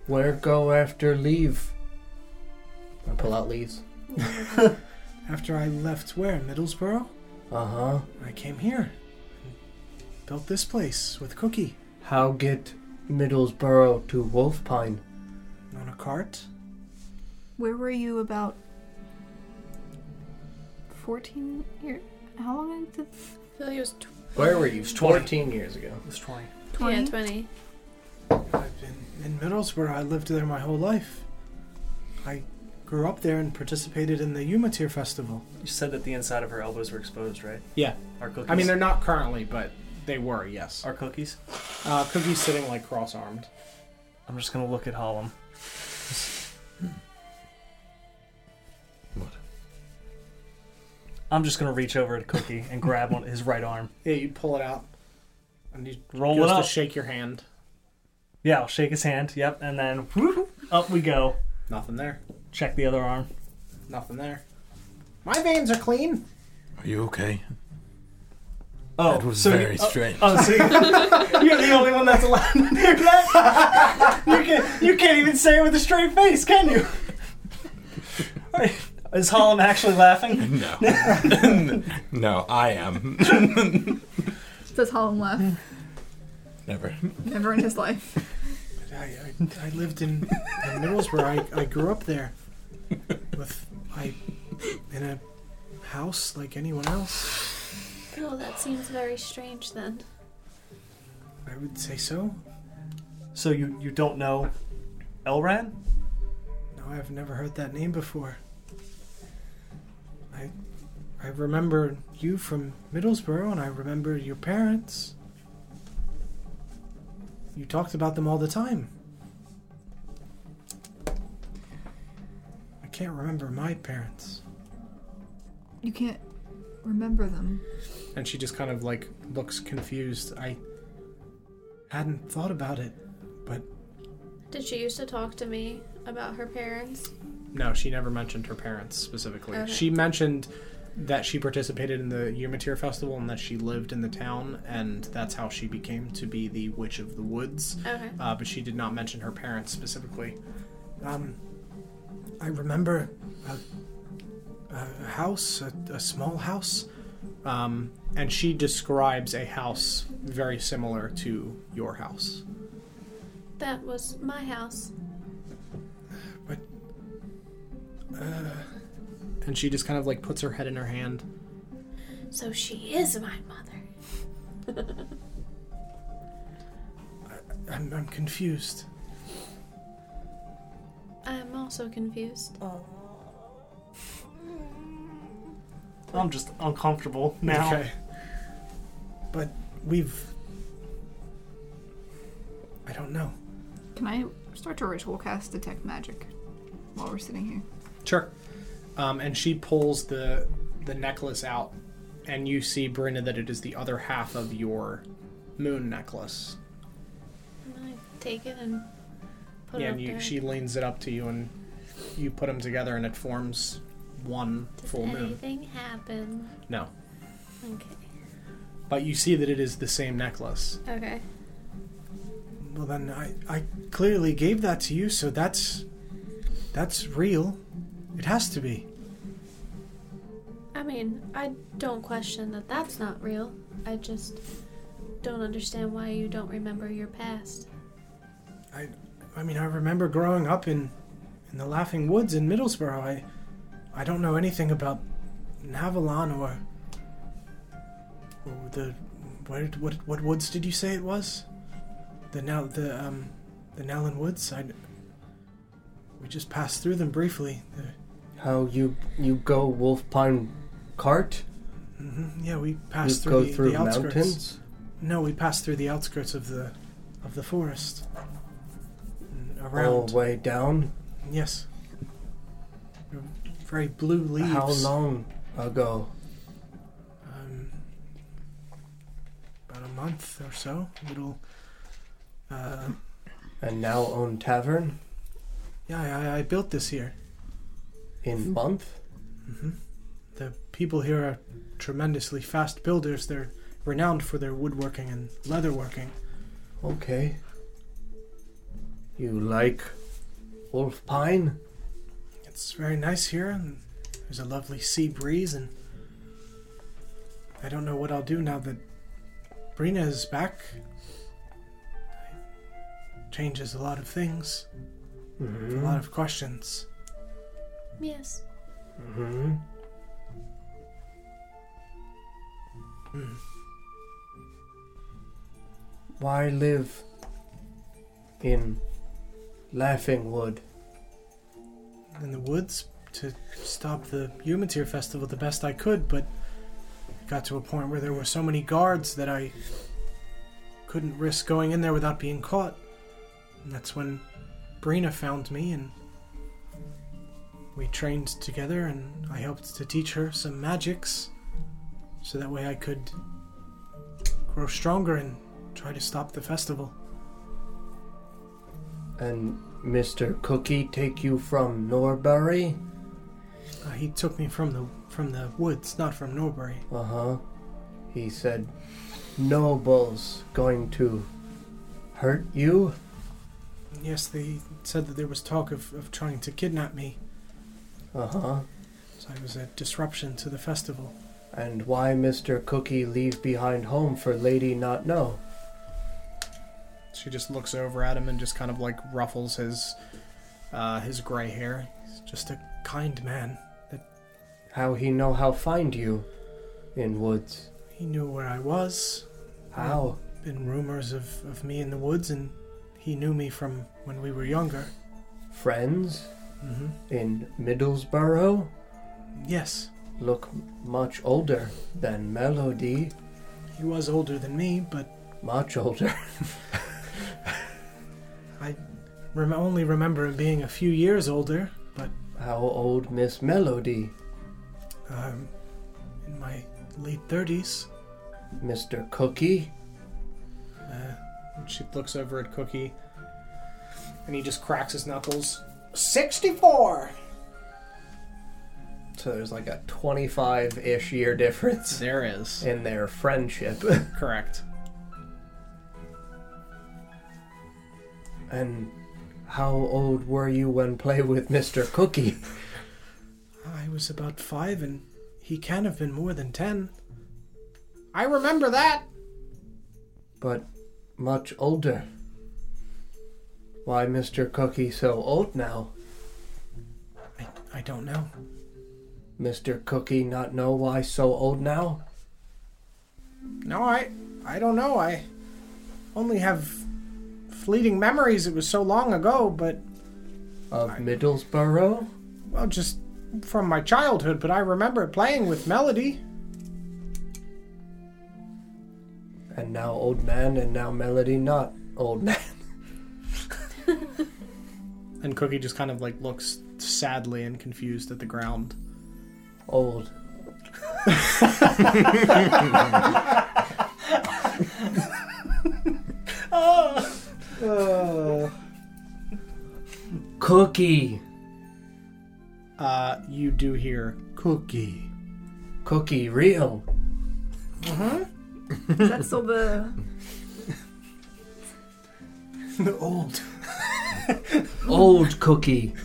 [SPEAKER 2] Where go after leave? I pull out leaves.
[SPEAKER 7] After I left where Middlesboro,
[SPEAKER 2] Uh
[SPEAKER 8] Uh-huh.
[SPEAKER 2] huh.
[SPEAKER 7] I came here, and built this place with Cookie
[SPEAKER 2] How get Middlesboro to Wolfpine?
[SPEAKER 7] on a cart.
[SPEAKER 3] Where were you about 14 years? How long did
[SPEAKER 5] I feel like it was tw-
[SPEAKER 2] Where were you? 14 years ago.
[SPEAKER 4] It's 20.
[SPEAKER 5] yeah
[SPEAKER 3] 20?
[SPEAKER 5] twenty.
[SPEAKER 7] I've been in Middlesboro. I lived there my whole life. I grew up there and participated in the Umatir Festival.
[SPEAKER 4] You said that the inside of her elbows were exposed, right?
[SPEAKER 1] Yeah.
[SPEAKER 4] Our cookies.
[SPEAKER 1] I mean, they're not currently, but they were, yes.
[SPEAKER 4] our cookies.
[SPEAKER 1] Uh, Cookie's sitting like cross armed.
[SPEAKER 4] I'm just gonna look at Hollum.
[SPEAKER 6] What?
[SPEAKER 4] I'm just gonna reach over at Cookie and grab on his right arm.
[SPEAKER 1] Yeah, you pull it out and you
[SPEAKER 4] Roll
[SPEAKER 1] goes
[SPEAKER 4] it
[SPEAKER 1] to
[SPEAKER 4] up.
[SPEAKER 1] shake your hand.
[SPEAKER 4] yeah, I'll shake his hand. Yep, and then whoop, up we go.
[SPEAKER 1] Nothing there.
[SPEAKER 4] Check the other arm.
[SPEAKER 1] Nothing there. My veins are clean.
[SPEAKER 9] Are you okay?
[SPEAKER 4] Oh,
[SPEAKER 9] That was
[SPEAKER 4] so you-
[SPEAKER 9] very
[SPEAKER 4] oh,
[SPEAKER 9] strange.
[SPEAKER 4] Oh, so you- you're the only one that's allowed to do that. You can't, you can't even say it with a straight face, can you? All right. Is Hollum actually laughing?
[SPEAKER 6] No. no, I am.
[SPEAKER 3] Does Holland laugh?
[SPEAKER 6] Never.
[SPEAKER 3] Never in his life.
[SPEAKER 7] I, I, I lived in, in Middlesboro. I, I grew up there with I in a house like anyone else.
[SPEAKER 5] Oh, that seems very strange then.
[SPEAKER 7] I would say so.
[SPEAKER 4] So you you don't know Elran?
[SPEAKER 7] No, I've never heard that name before. I I remember you from Middlesboro and I remember your parents. You talked about them all the time. I can't remember my parents.
[SPEAKER 3] You can't remember them.
[SPEAKER 1] And she just kind of like looks confused. I
[SPEAKER 7] Hadn't thought about it, but
[SPEAKER 5] Did she used to talk to me about her parents?
[SPEAKER 1] no, she never mentioned her parents specifically.
[SPEAKER 5] Okay.
[SPEAKER 1] She mentioned that she participated in the Yumatir festival and that she lived in the town and that's how she became to be the witch of the woods.
[SPEAKER 5] Okay.
[SPEAKER 1] Uh, but she did not mention her parents specifically.
[SPEAKER 7] Um, I remember a, a house, a, a small house.
[SPEAKER 1] Um, and she describes a house very similar to your house.
[SPEAKER 5] That was my house.
[SPEAKER 1] Uh, And she just kind of like puts her head in her hand.
[SPEAKER 5] So she is my mother.
[SPEAKER 7] I'm, I'm confused.
[SPEAKER 5] I'm also confused.
[SPEAKER 4] I'm just uncomfortable now.
[SPEAKER 1] Okay.
[SPEAKER 7] But we've don't know.
[SPEAKER 3] Can I start to ritual cast detect magic while we're sitting here?
[SPEAKER 1] Sure. Um, and she pulls the the necklace out, and you see, Brina, that it is the other half of your moon necklace.
[SPEAKER 5] I'm gonna take it and put
[SPEAKER 1] Yeah,
[SPEAKER 5] it up
[SPEAKER 1] and you,
[SPEAKER 5] there.
[SPEAKER 1] she leans it up to you, and you put them together, and it forms one
[SPEAKER 5] Does
[SPEAKER 1] full moon.
[SPEAKER 5] anything happen?
[SPEAKER 1] No,
[SPEAKER 5] Okay.
[SPEAKER 1] but you see that it is the same necklace.
[SPEAKER 5] Okay.
[SPEAKER 7] Well, then I, I clearly gave that to you, so that's that's real. It has to be.
[SPEAKER 5] I mean, I don't question that that's not real. I just don't understand why you don't remember your past.
[SPEAKER 7] I, I mean, I remember growing up in, in the Laughing Woods in Middlesboro. I, I don't know anything about Navalon or, or the, where, what, what woods did you say it was? The Nell, the um, the Nellin Woods. I, we just passed through them briefly. The,
[SPEAKER 8] How you you go Wolf Pine cart?
[SPEAKER 7] mhm, yeah, we
[SPEAKER 8] You
[SPEAKER 7] passed
[SPEAKER 8] go
[SPEAKER 7] through the,
[SPEAKER 8] through
[SPEAKER 7] the outskirts.
[SPEAKER 8] mountains.
[SPEAKER 7] No, we passed through the outskirts of the, of the forest. And
[SPEAKER 8] All
[SPEAKER 7] Around.
[SPEAKER 8] the way down.
[SPEAKER 7] Yes. Very blue leaves.
[SPEAKER 8] How long ago?
[SPEAKER 7] Um, about a month or so. Little. Uh,
[SPEAKER 8] And now own tavern
[SPEAKER 7] yeah, I- I, I built this here. Mm-hmm.
[SPEAKER 8] in month.
[SPEAKER 7] The people here are tremendously fast builders. They're renowned for their woodworking and leatherworking.
[SPEAKER 8] Okay. You like Wolf Pine?
[SPEAKER 7] It's very nice here, and there's a lovely sea breeze. And I don't know what I'll do now that Brina is back. Changes a lot of things. A lot of questions.
[SPEAKER 5] Yes.
[SPEAKER 8] Mm-hmm. Hmm. Why live in Laughing Wood?
[SPEAKER 7] in the woods to stop the Humanteer Festival the best I could, but it got to a point where there were so many guards that I couldn't risk going in there without being caught. And that's when Brina found me and we trained together and I helped to teach her some magics so that way I could grow stronger and try to stop the festival.
[SPEAKER 8] And Mr. Cookie take you from Norbury?
[SPEAKER 7] Uh, he took me from the from the woods, not from Norbury.
[SPEAKER 8] Uh huh. He said, Nobles going to hurt you?
[SPEAKER 7] Yes, they said that there was talk of, of trying to kidnap me,
[SPEAKER 8] Uh huh.
[SPEAKER 7] so I was a disruption to the festival.
[SPEAKER 8] And why Mr. Cookie leave behind home for Lady Not Know?
[SPEAKER 1] She just looks over at him and just kind of like ruffles his uh, his gray hair.
[SPEAKER 7] He's just a kind man.
[SPEAKER 8] How he know how find you in woods?
[SPEAKER 7] He knew where I was.
[SPEAKER 8] How?
[SPEAKER 7] Been rumors of, of me in the woods, and he knew me from when we were younger.
[SPEAKER 8] Friends
[SPEAKER 7] hmm
[SPEAKER 8] in Middlesboro
[SPEAKER 7] Yes,
[SPEAKER 8] look much older than Melody.
[SPEAKER 7] he was older than me, but
[SPEAKER 8] Much older.
[SPEAKER 7] rem- only remember him being a few years older.
[SPEAKER 8] How old Miss Melody?
[SPEAKER 7] Um, in my late thirties.
[SPEAKER 8] Mr. Cookie?
[SPEAKER 7] Uh,
[SPEAKER 1] She looks over at Cookie, and he just cracks his knuckles. Sixty-four.
[SPEAKER 8] So there's like a 25 ish year difference
[SPEAKER 1] There is
[SPEAKER 8] in their friendship.
[SPEAKER 1] correct.
[SPEAKER 8] and how old were you when play with Mr. Cookie?
[SPEAKER 7] I was about five, and he can have been more than ten.
[SPEAKER 1] I remember that.
[SPEAKER 8] But much older. Why Mr. Cookie so old now?
[SPEAKER 7] I, I don't know.
[SPEAKER 8] Mr. Cookie not know why so old now?
[SPEAKER 1] No, I I don't know. I only have fleeting memories. It was so long ago, but
[SPEAKER 8] Of Middlesboro?
[SPEAKER 1] well, just from my childhood. But I remember playing with Melody.
[SPEAKER 8] And now old man, and now Melody not old man.
[SPEAKER 1] And Cookie just kind of like looks sadly and confused at the ground.
[SPEAKER 2] Old. Cookie.
[SPEAKER 1] Uh, you do hear Cookie.
[SPEAKER 2] Cookie, real.
[SPEAKER 1] Uh-huh.
[SPEAKER 3] Is that still the
[SPEAKER 4] the old.
[SPEAKER 2] Old cookie.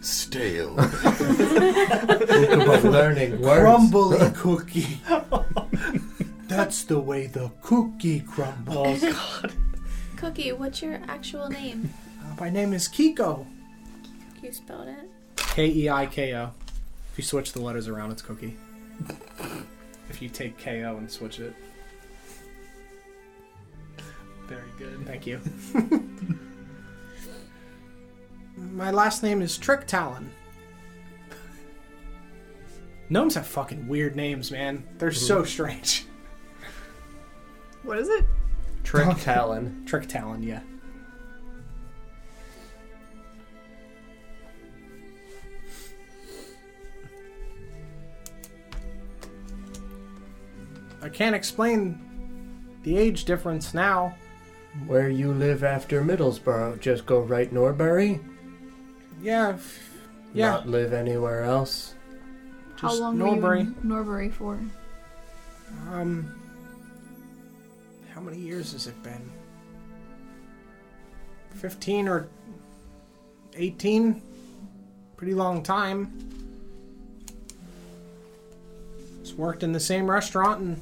[SPEAKER 6] Stale.
[SPEAKER 2] About learning words.
[SPEAKER 7] Crumbly cookie. That's the way the cookie crumbles.
[SPEAKER 5] Cookie, what's your actual name?
[SPEAKER 1] Uh,
[SPEAKER 7] My name is Kiko.
[SPEAKER 5] Can you spell it?
[SPEAKER 1] K E I K O. If you switch the letters around, it's Cookie. if you take K O and switch it.
[SPEAKER 4] Very good.
[SPEAKER 1] Thank you. My last name is Trick Talon. Gnomes have fucking weird names, man. They're
[SPEAKER 4] Mm-hmm.
[SPEAKER 1] so strange.
[SPEAKER 3] what is it?
[SPEAKER 2] Trick Talon.
[SPEAKER 1] Trick Talon, yeah. I can't explain the age difference now.
[SPEAKER 2] Where you live after Middlesbrough, just go right Norbury.
[SPEAKER 1] Yeah, if- yeah.
[SPEAKER 2] Not live anywhere else.
[SPEAKER 3] How
[SPEAKER 1] Just
[SPEAKER 3] long
[SPEAKER 1] Norbury.
[SPEAKER 3] were you in Norbury for?
[SPEAKER 1] Um, how many years has it been? Fifteen or eighteen? Pretty long time. Just worked in the same restaurant and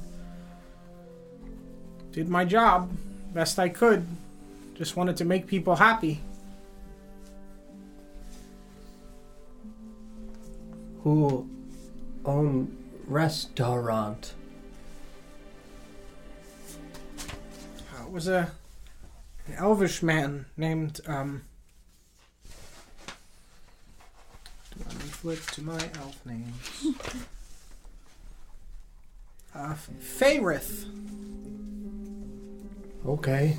[SPEAKER 1] did my job best I could. Just wanted to make people happy.
[SPEAKER 2] Who own restaurant?
[SPEAKER 1] Uh, it was a an elvish man named um. Let me flip to my elf name. Uh, Faerith.
[SPEAKER 2] Okay.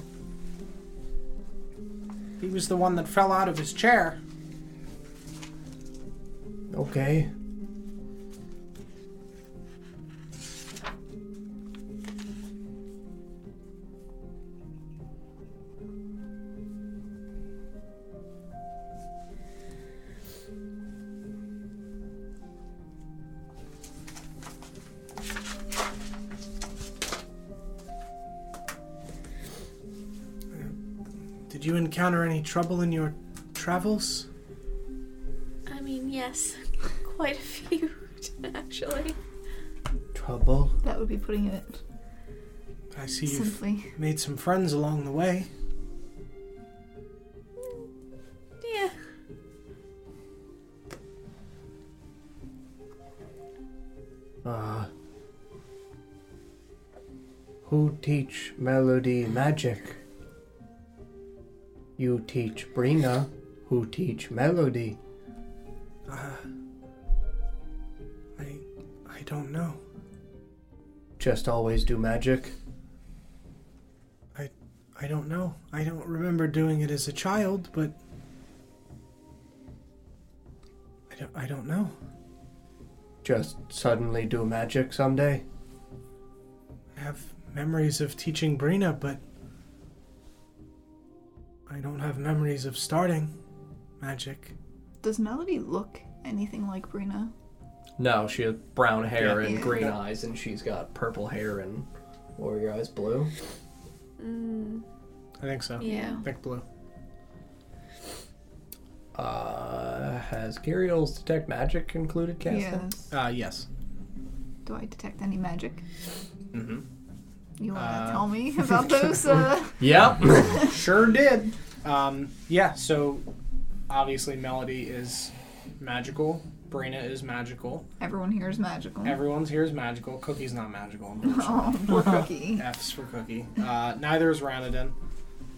[SPEAKER 1] He was the one that fell out of his chair.
[SPEAKER 2] Okay.
[SPEAKER 1] Did you encounter any trouble in your travels?
[SPEAKER 5] I mean, yes, quite a few, actually.
[SPEAKER 2] Trouble.
[SPEAKER 3] That would be putting it
[SPEAKER 1] I see you've
[SPEAKER 3] simply.
[SPEAKER 1] made some friends along the way.
[SPEAKER 5] Yeah.
[SPEAKER 2] Uh, who teach melody magic? You teach Brina, who teach melody.
[SPEAKER 1] I I don't know.
[SPEAKER 2] Just always do magic.
[SPEAKER 1] I don't know. I don't remember doing it as a child, but I don't, I don't know.
[SPEAKER 2] Just suddenly do magic someday.
[SPEAKER 1] I have memories of teaching Brina, but I don't have memories of starting magic.
[SPEAKER 3] Does Melody look anything like Brina?
[SPEAKER 2] No, she has brown hair and
[SPEAKER 3] Yeah.
[SPEAKER 2] green eyes, and she's got purple hair and warrior eyes blue.
[SPEAKER 5] Mm,
[SPEAKER 1] I think so.
[SPEAKER 5] yeah.
[SPEAKER 1] Think blue.
[SPEAKER 2] Uh, has Kyriel's detect magic included casting?
[SPEAKER 3] Yes.
[SPEAKER 1] Uh, yes.
[SPEAKER 3] Do I detect any magic?
[SPEAKER 1] Mhm.
[SPEAKER 3] Mm-hmm. You want
[SPEAKER 1] Uh,
[SPEAKER 3] to tell me about those? Uh,
[SPEAKER 2] Yep.
[SPEAKER 1] Sure did. Um, yeah, so obviously Melody is magical. Brina is magical.
[SPEAKER 3] everyone here is magical.
[SPEAKER 1] Everyone's here is magical. Cookie's not magical. unfortunately.
[SPEAKER 3] oh, poor Cookie.
[SPEAKER 1] F's for Cookie. Uh, neither is Ranadin.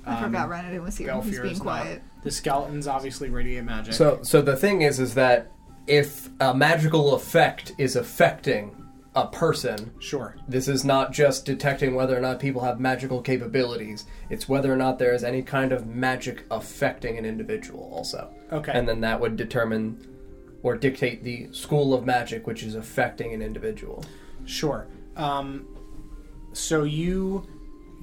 [SPEAKER 3] I
[SPEAKER 1] Um,
[SPEAKER 3] forgot Renadin was here. He's
[SPEAKER 1] Belfier
[SPEAKER 3] being
[SPEAKER 1] is not.
[SPEAKER 3] quiet.
[SPEAKER 1] The skeletons obviously radiate magic.
[SPEAKER 2] So, so the thing is, is that if a magical effect is affecting a person.
[SPEAKER 1] Sure.
[SPEAKER 2] This is not just detecting whether or not people have magical capabilities. It's whether or not there is any kind of magic affecting an individual, also.
[SPEAKER 1] Okay.
[SPEAKER 2] And then that would determine or dictate the school of magic, which is affecting an individual.
[SPEAKER 1] Sure. Um, so you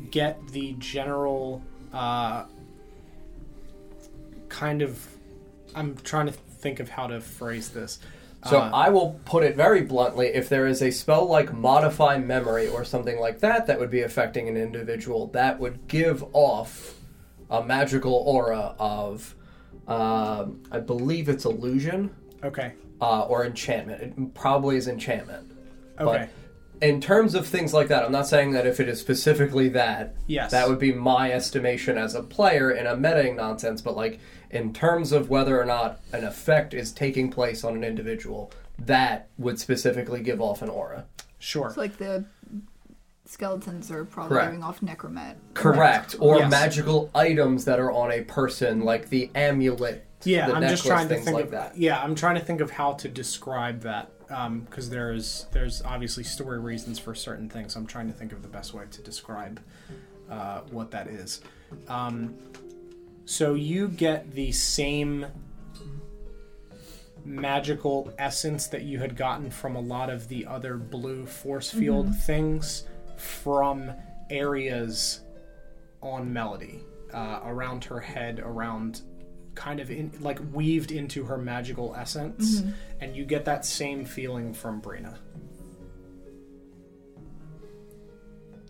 [SPEAKER 1] get the general uh, kind of. I'm trying to think of how to phrase this.
[SPEAKER 2] So
[SPEAKER 1] Uh,
[SPEAKER 2] I will put it very bluntly if there is a spell like modify memory or something like that that would be affecting an individual, that would give off a magical aura of, um I believe it's illusion
[SPEAKER 1] Okay.
[SPEAKER 2] uh, or enchantment. It probably is enchantment. But
[SPEAKER 1] Okay.
[SPEAKER 2] in terms of things like that, I'm not saying that if it is specifically that,
[SPEAKER 1] Yes.
[SPEAKER 2] that would be my estimation as a player in a metaing nonsense. But like in terms of whether or not an effect is taking place on an individual, that would specifically give off an aura.
[SPEAKER 1] sure.
[SPEAKER 3] It's like the skeletons are probably
[SPEAKER 2] Correct.
[SPEAKER 3] giving off necromat.
[SPEAKER 2] Correct. Or
[SPEAKER 1] Yes.
[SPEAKER 2] magical items that are on a person, like the amulet.
[SPEAKER 1] yeah,
[SPEAKER 2] the
[SPEAKER 1] I'm
[SPEAKER 2] necklace,
[SPEAKER 1] just trying to
[SPEAKER 2] things
[SPEAKER 1] think
[SPEAKER 2] like
[SPEAKER 1] of
[SPEAKER 2] that.
[SPEAKER 1] Yeah, I'm trying to think of how to describe that because there's there's obviously story reasons for certain things. I'm trying to think of the best way to describe uh, what that is. Um, so you get the same magical essence that you had gotten from a lot of the other blue force field things from areas on Melody uh, around her head, around kind of in, like weaved into her magical essence, and you get that same feeling from Brina.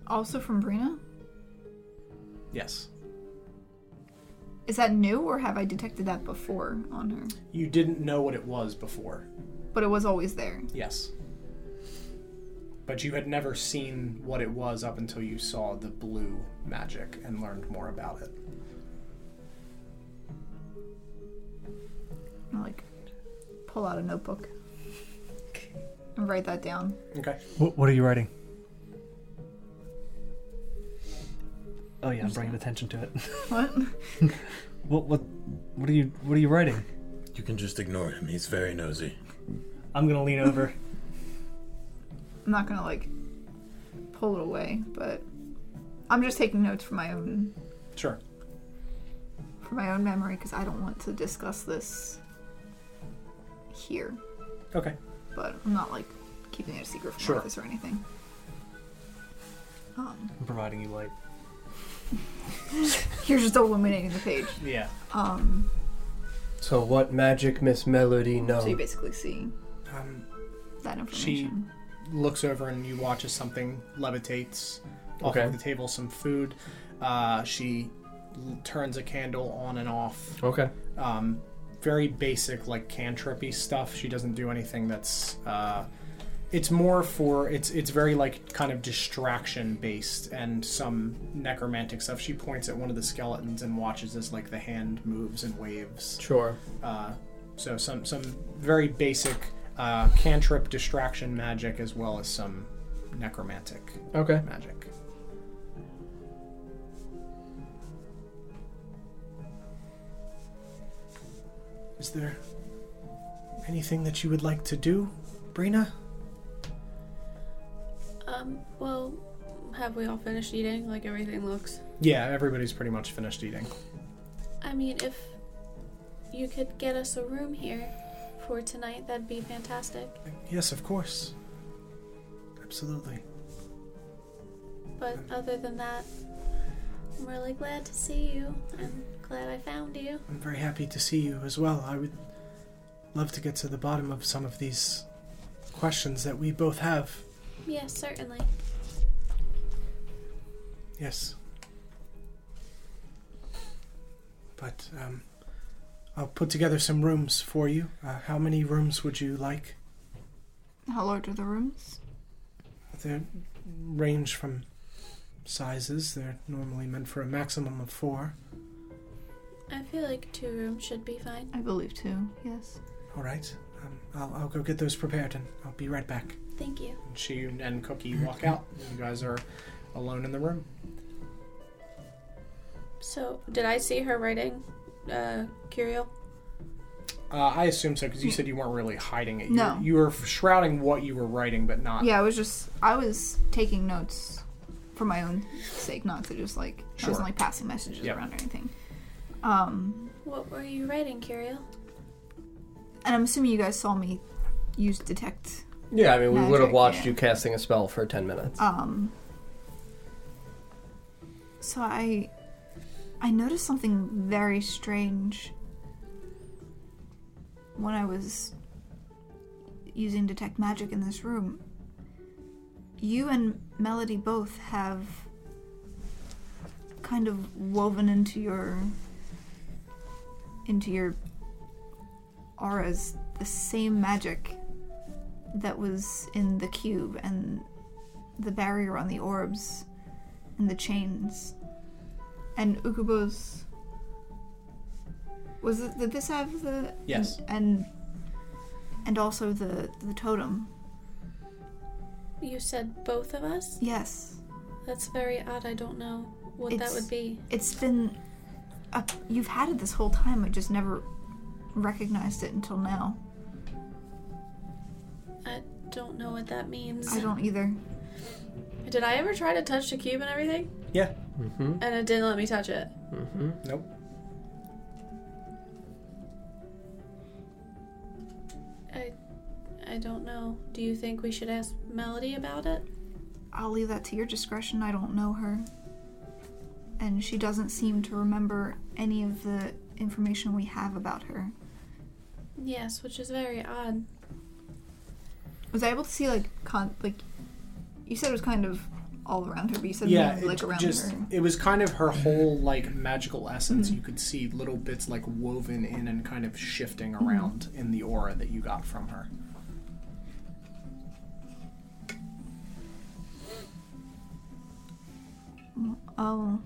[SPEAKER 3] Also from Brina?
[SPEAKER 1] Yes,
[SPEAKER 3] Is that new or have I detected that before on her?
[SPEAKER 1] you didn't know what it was before.
[SPEAKER 3] But it was always there.
[SPEAKER 1] Yes, but you had never seen what it was up until you saw the blue magic and learned more about it.
[SPEAKER 3] I like pull out a notebook and write that down.
[SPEAKER 1] Okay.
[SPEAKER 4] What, what are you writing? Oh yeah, I'm bringing attention to it.
[SPEAKER 3] What?
[SPEAKER 4] What what what are you what are you writing?
[SPEAKER 9] You can just ignore him. He's very nosy.
[SPEAKER 4] I'm gonna lean over.
[SPEAKER 3] I'm not gonna like pull it away, but I'm just taking notes for my own
[SPEAKER 1] Sure.
[SPEAKER 3] for my own memory because I don't want to discuss this here.
[SPEAKER 1] Okay.
[SPEAKER 3] But I'm not like keeping it a secret from
[SPEAKER 1] Sure.
[SPEAKER 3] Marcus or anything. Um,
[SPEAKER 4] I'm providing you light.
[SPEAKER 3] you're just illuminating the page.
[SPEAKER 1] Yeah.
[SPEAKER 3] Um,
[SPEAKER 2] So, what magic Miss Melody know?
[SPEAKER 3] so you basically see
[SPEAKER 1] Um,
[SPEAKER 3] that
[SPEAKER 1] She-
[SPEAKER 3] information.
[SPEAKER 1] looks over and you watches something levitates off
[SPEAKER 2] Okay.
[SPEAKER 1] of the table some food uh, she l- turns a candle on and off
[SPEAKER 2] Okay.
[SPEAKER 1] um, very basic like cantripy stuff she doesn't do anything that's uh, it's more for it's it's very like kind of distraction based and some necromantic stuff she points at one of the skeletons and watches as like the hand moves and waves
[SPEAKER 2] Sure.
[SPEAKER 1] uh, so some some very basic uh, cantrip distraction magic as well as some necromantic
[SPEAKER 7] Oh,
[SPEAKER 2] Okay.
[SPEAKER 1] magic. Is there anything that you would like to do, Brina?
[SPEAKER 5] Um, well, have we all finished eating? Like everything looks.
[SPEAKER 1] Yeah, everybody's pretty much finished eating.
[SPEAKER 5] I mean, if you could get us a room here for tonight, that'd be fantastic.
[SPEAKER 1] Yes, of course. Absolutely.
[SPEAKER 5] But other than that, I'm really glad to see you. I'm glad I found you.
[SPEAKER 1] I'm very happy to see you as well. I would love to get to the bottom of some of these questions that we both have.
[SPEAKER 5] Yes, certainly.
[SPEAKER 1] Yes. But um, I'll put together some rooms for you. Uh, how many rooms would you like?
[SPEAKER 3] How large are the rooms?
[SPEAKER 1] They range from sizes. They're normally meant for a maximum of four.
[SPEAKER 5] I feel like two rooms should be fine.
[SPEAKER 3] I believe two. Yes.
[SPEAKER 1] All right. Um, I'll, I'll go get those prepared, and I'll be right back.
[SPEAKER 5] Thank you.
[SPEAKER 1] And she and Cookie walk out. You guys are alone in the room.
[SPEAKER 5] So, did I see her writing, uh, Curiel?
[SPEAKER 1] Uh, I assume so because you said you weren't really hiding it. You-
[SPEAKER 3] No.
[SPEAKER 1] you were shrouding what you were writing, but
[SPEAKER 2] Uh,
[SPEAKER 1] not.
[SPEAKER 3] Yeah, I was just I was taking notes for my own sake, not to just like I
[SPEAKER 1] Sure.
[SPEAKER 3] wasn't like passing messages
[SPEAKER 1] Yep.
[SPEAKER 3] around or anything. Um,
[SPEAKER 5] What were you writing, Curiel?
[SPEAKER 3] and I'm assuming you guys saw me use detect.
[SPEAKER 2] Yeah, I mean, we would have
[SPEAKER 3] Magic,
[SPEAKER 2] watched
[SPEAKER 3] yeah.
[SPEAKER 2] you casting a spell for 10 minutes.
[SPEAKER 3] Um, so I I noticed something very strange when I was using detect magic in this room. You and Melody both have kind of woven into your into your auras the same magic that was in the cube and the barrier on the orbs and the chains. And Ukubo's. Was it, did this have the
[SPEAKER 1] Yes.
[SPEAKER 3] and and also the the totem?
[SPEAKER 5] You said both of us?
[SPEAKER 3] Yes,
[SPEAKER 5] That's very odd. I don't know what
[SPEAKER 3] It's-
[SPEAKER 5] that would be.
[SPEAKER 3] it's been. A, you've had it this whole time. I just never recognized it until now.
[SPEAKER 5] I don't know what that means.
[SPEAKER 3] I don't either.
[SPEAKER 5] Did I ever try to touch the cube and everything?
[SPEAKER 1] Yeah.
[SPEAKER 2] Mm-hmm,
[SPEAKER 8] Hmm?
[SPEAKER 5] And it didn't let me touch it.
[SPEAKER 1] Nope.
[SPEAKER 5] I I don't know. Do you think we should ask Melody about it?
[SPEAKER 3] I'll leave that to your discretion. I don't know her, and she doesn't seem to remember any of the information we have about her.
[SPEAKER 5] Yes, which is very odd.
[SPEAKER 3] Was I able to see like con like you said it was kind of all around her, but you said
[SPEAKER 1] Yeah.
[SPEAKER 3] mainly,
[SPEAKER 1] It
[SPEAKER 3] like around
[SPEAKER 1] just
[SPEAKER 3] her. Mm-hmm.
[SPEAKER 1] it was kind of her whole like magical essence. You could see little bits like woven in and kind of shifting
[SPEAKER 3] Mm-hmm.
[SPEAKER 1] around in the aura that you got from her.
[SPEAKER 3] I'll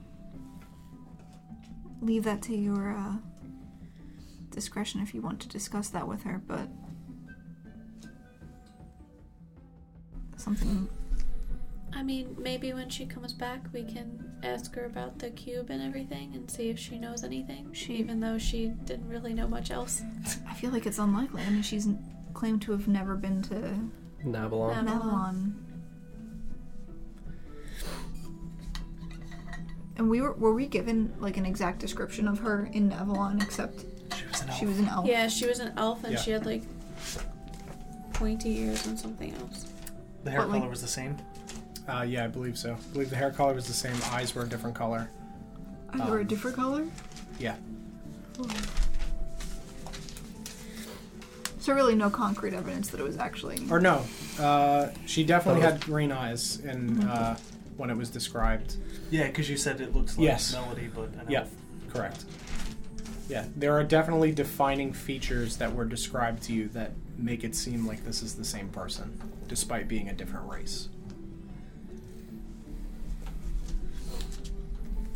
[SPEAKER 3] leave that to your uh, discretion if you want to discuss that with her, but something
[SPEAKER 5] I mean, maybe when she comes back, we can ask her about the cube and everything and see if she knows anything. She, even though she didn't really know much else.
[SPEAKER 3] I feel like it's unlikely. I mean she's n- claimed to have never been to
[SPEAKER 2] Nabalon.
[SPEAKER 3] Nevelon. And we were were we given like an exact description of her in Nevelon except
[SPEAKER 4] She was an elf.
[SPEAKER 3] she was an elf.
[SPEAKER 5] Yeah, she was an elf and
[SPEAKER 1] Yeah.
[SPEAKER 5] she had like pointy ears and something else.
[SPEAKER 4] the hair
[SPEAKER 3] but, like-
[SPEAKER 4] color was the same.
[SPEAKER 1] Uh, yeah, I believe so. I believe the hair color was the same. Eyes were a different color. Um,
[SPEAKER 3] Are they a different color?
[SPEAKER 1] Yeah.
[SPEAKER 3] So really, no concrete evidence that it was actually.
[SPEAKER 1] Or no, uh, she definitely had green eyes
[SPEAKER 3] Mm-hmm.
[SPEAKER 1] in uh, when it was described.
[SPEAKER 4] Yeah, because you said it looks like
[SPEAKER 1] Yes.
[SPEAKER 4] Melody, but an
[SPEAKER 1] Yeah,
[SPEAKER 4] elf.
[SPEAKER 1] correct. Yeah, there are definitely defining features that were described to you that make it seem like this is the same person, despite being a different race.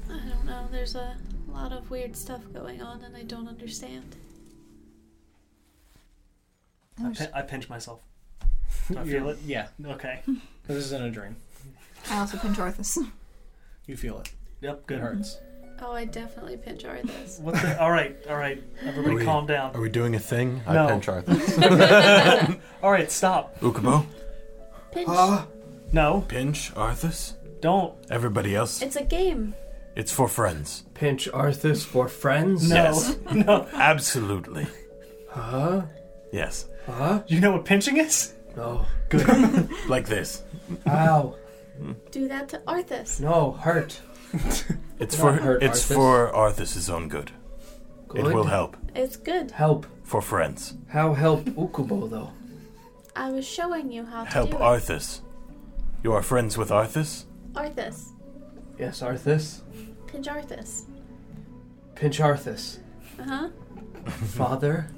[SPEAKER 5] I don't know. There's a lot of weird stuff going on and I don't understand.
[SPEAKER 4] I, pin- I pinch myself. Do I feel it?
[SPEAKER 1] Yeah,
[SPEAKER 4] Okay.
[SPEAKER 1] this isn't a dream.
[SPEAKER 3] I also pinch Arthas.
[SPEAKER 1] You feel it.
[SPEAKER 4] Yep.
[SPEAKER 1] It
[SPEAKER 4] Good.
[SPEAKER 1] hurts.
[SPEAKER 5] Oh, I definitely pinch are this.
[SPEAKER 4] What the? All right. All right. Everybody,
[SPEAKER 9] Are we-
[SPEAKER 4] calm down.
[SPEAKER 9] Are we doing a thing?
[SPEAKER 4] No.
[SPEAKER 6] I pinch Arthas.
[SPEAKER 4] All right. Stop.
[SPEAKER 9] Ukubo?
[SPEAKER 5] Pinch.
[SPEAKER 9] Ah.
[SPEAKER 4] Ah. No.
[SPEAKER 9] Pinch? Arthas?
[SPEAKER 4] Don't.
[SPEAKER 9] Everybody else?
[SPEAKER 5] It's a game.
[SPEAKER 9] It's for friends.
[SPEAKER 2] Pinch Arthas for friends?
[SPEAKER 4] No. No.
[SPEAKER 9] Absolutely.
[SPEAKER 2] Huh?
[SPEAKER 9] Yes.
[SPEAKER 4] You know what pinching is?
[SPEAKER 2] No.
[SPEAKER 9] Like this.
[SPEAKER 2] Ow.
[SPEAKER 5] Do that to Arthas.
[SPEAKER 2] No, hurt.
[SPEAKER 9] It's
[SPEAKER 2] Not
[SPEAKER 9] for
[SPEAKER 2] hurt,
[SPEAKER 9] it's
[SPEAKER 2] Arthas.
[SPEAKER 9] for Arthas's own good.
[SPEAKER 2] Good.
[SPEAKER 9] It will help
[SPEAKER 5] It's good.
[SPEAKER 2] Help.
[SPEAKER 9] for friends.
[SPEAKER 2] How help Ukubo, though?
[SPEAKER 5] I was showing you how to
[SPEAKER 9] Help
[SPEAKER 5] do
[SPEAKER 9] Arthas. You are friends with Arthas?
[SPEAKER 5] it. Arthas.
[SPEAKER 2] Yes, Arthas.
[SPEAKER 5] Pinch Arthas.
[SPEAKER 2] Pinch Arthas.
[SPEAKER 5] Uh huh.
[SPEAKER 9] Mm-hmm.
[SPEAKER 2] Father.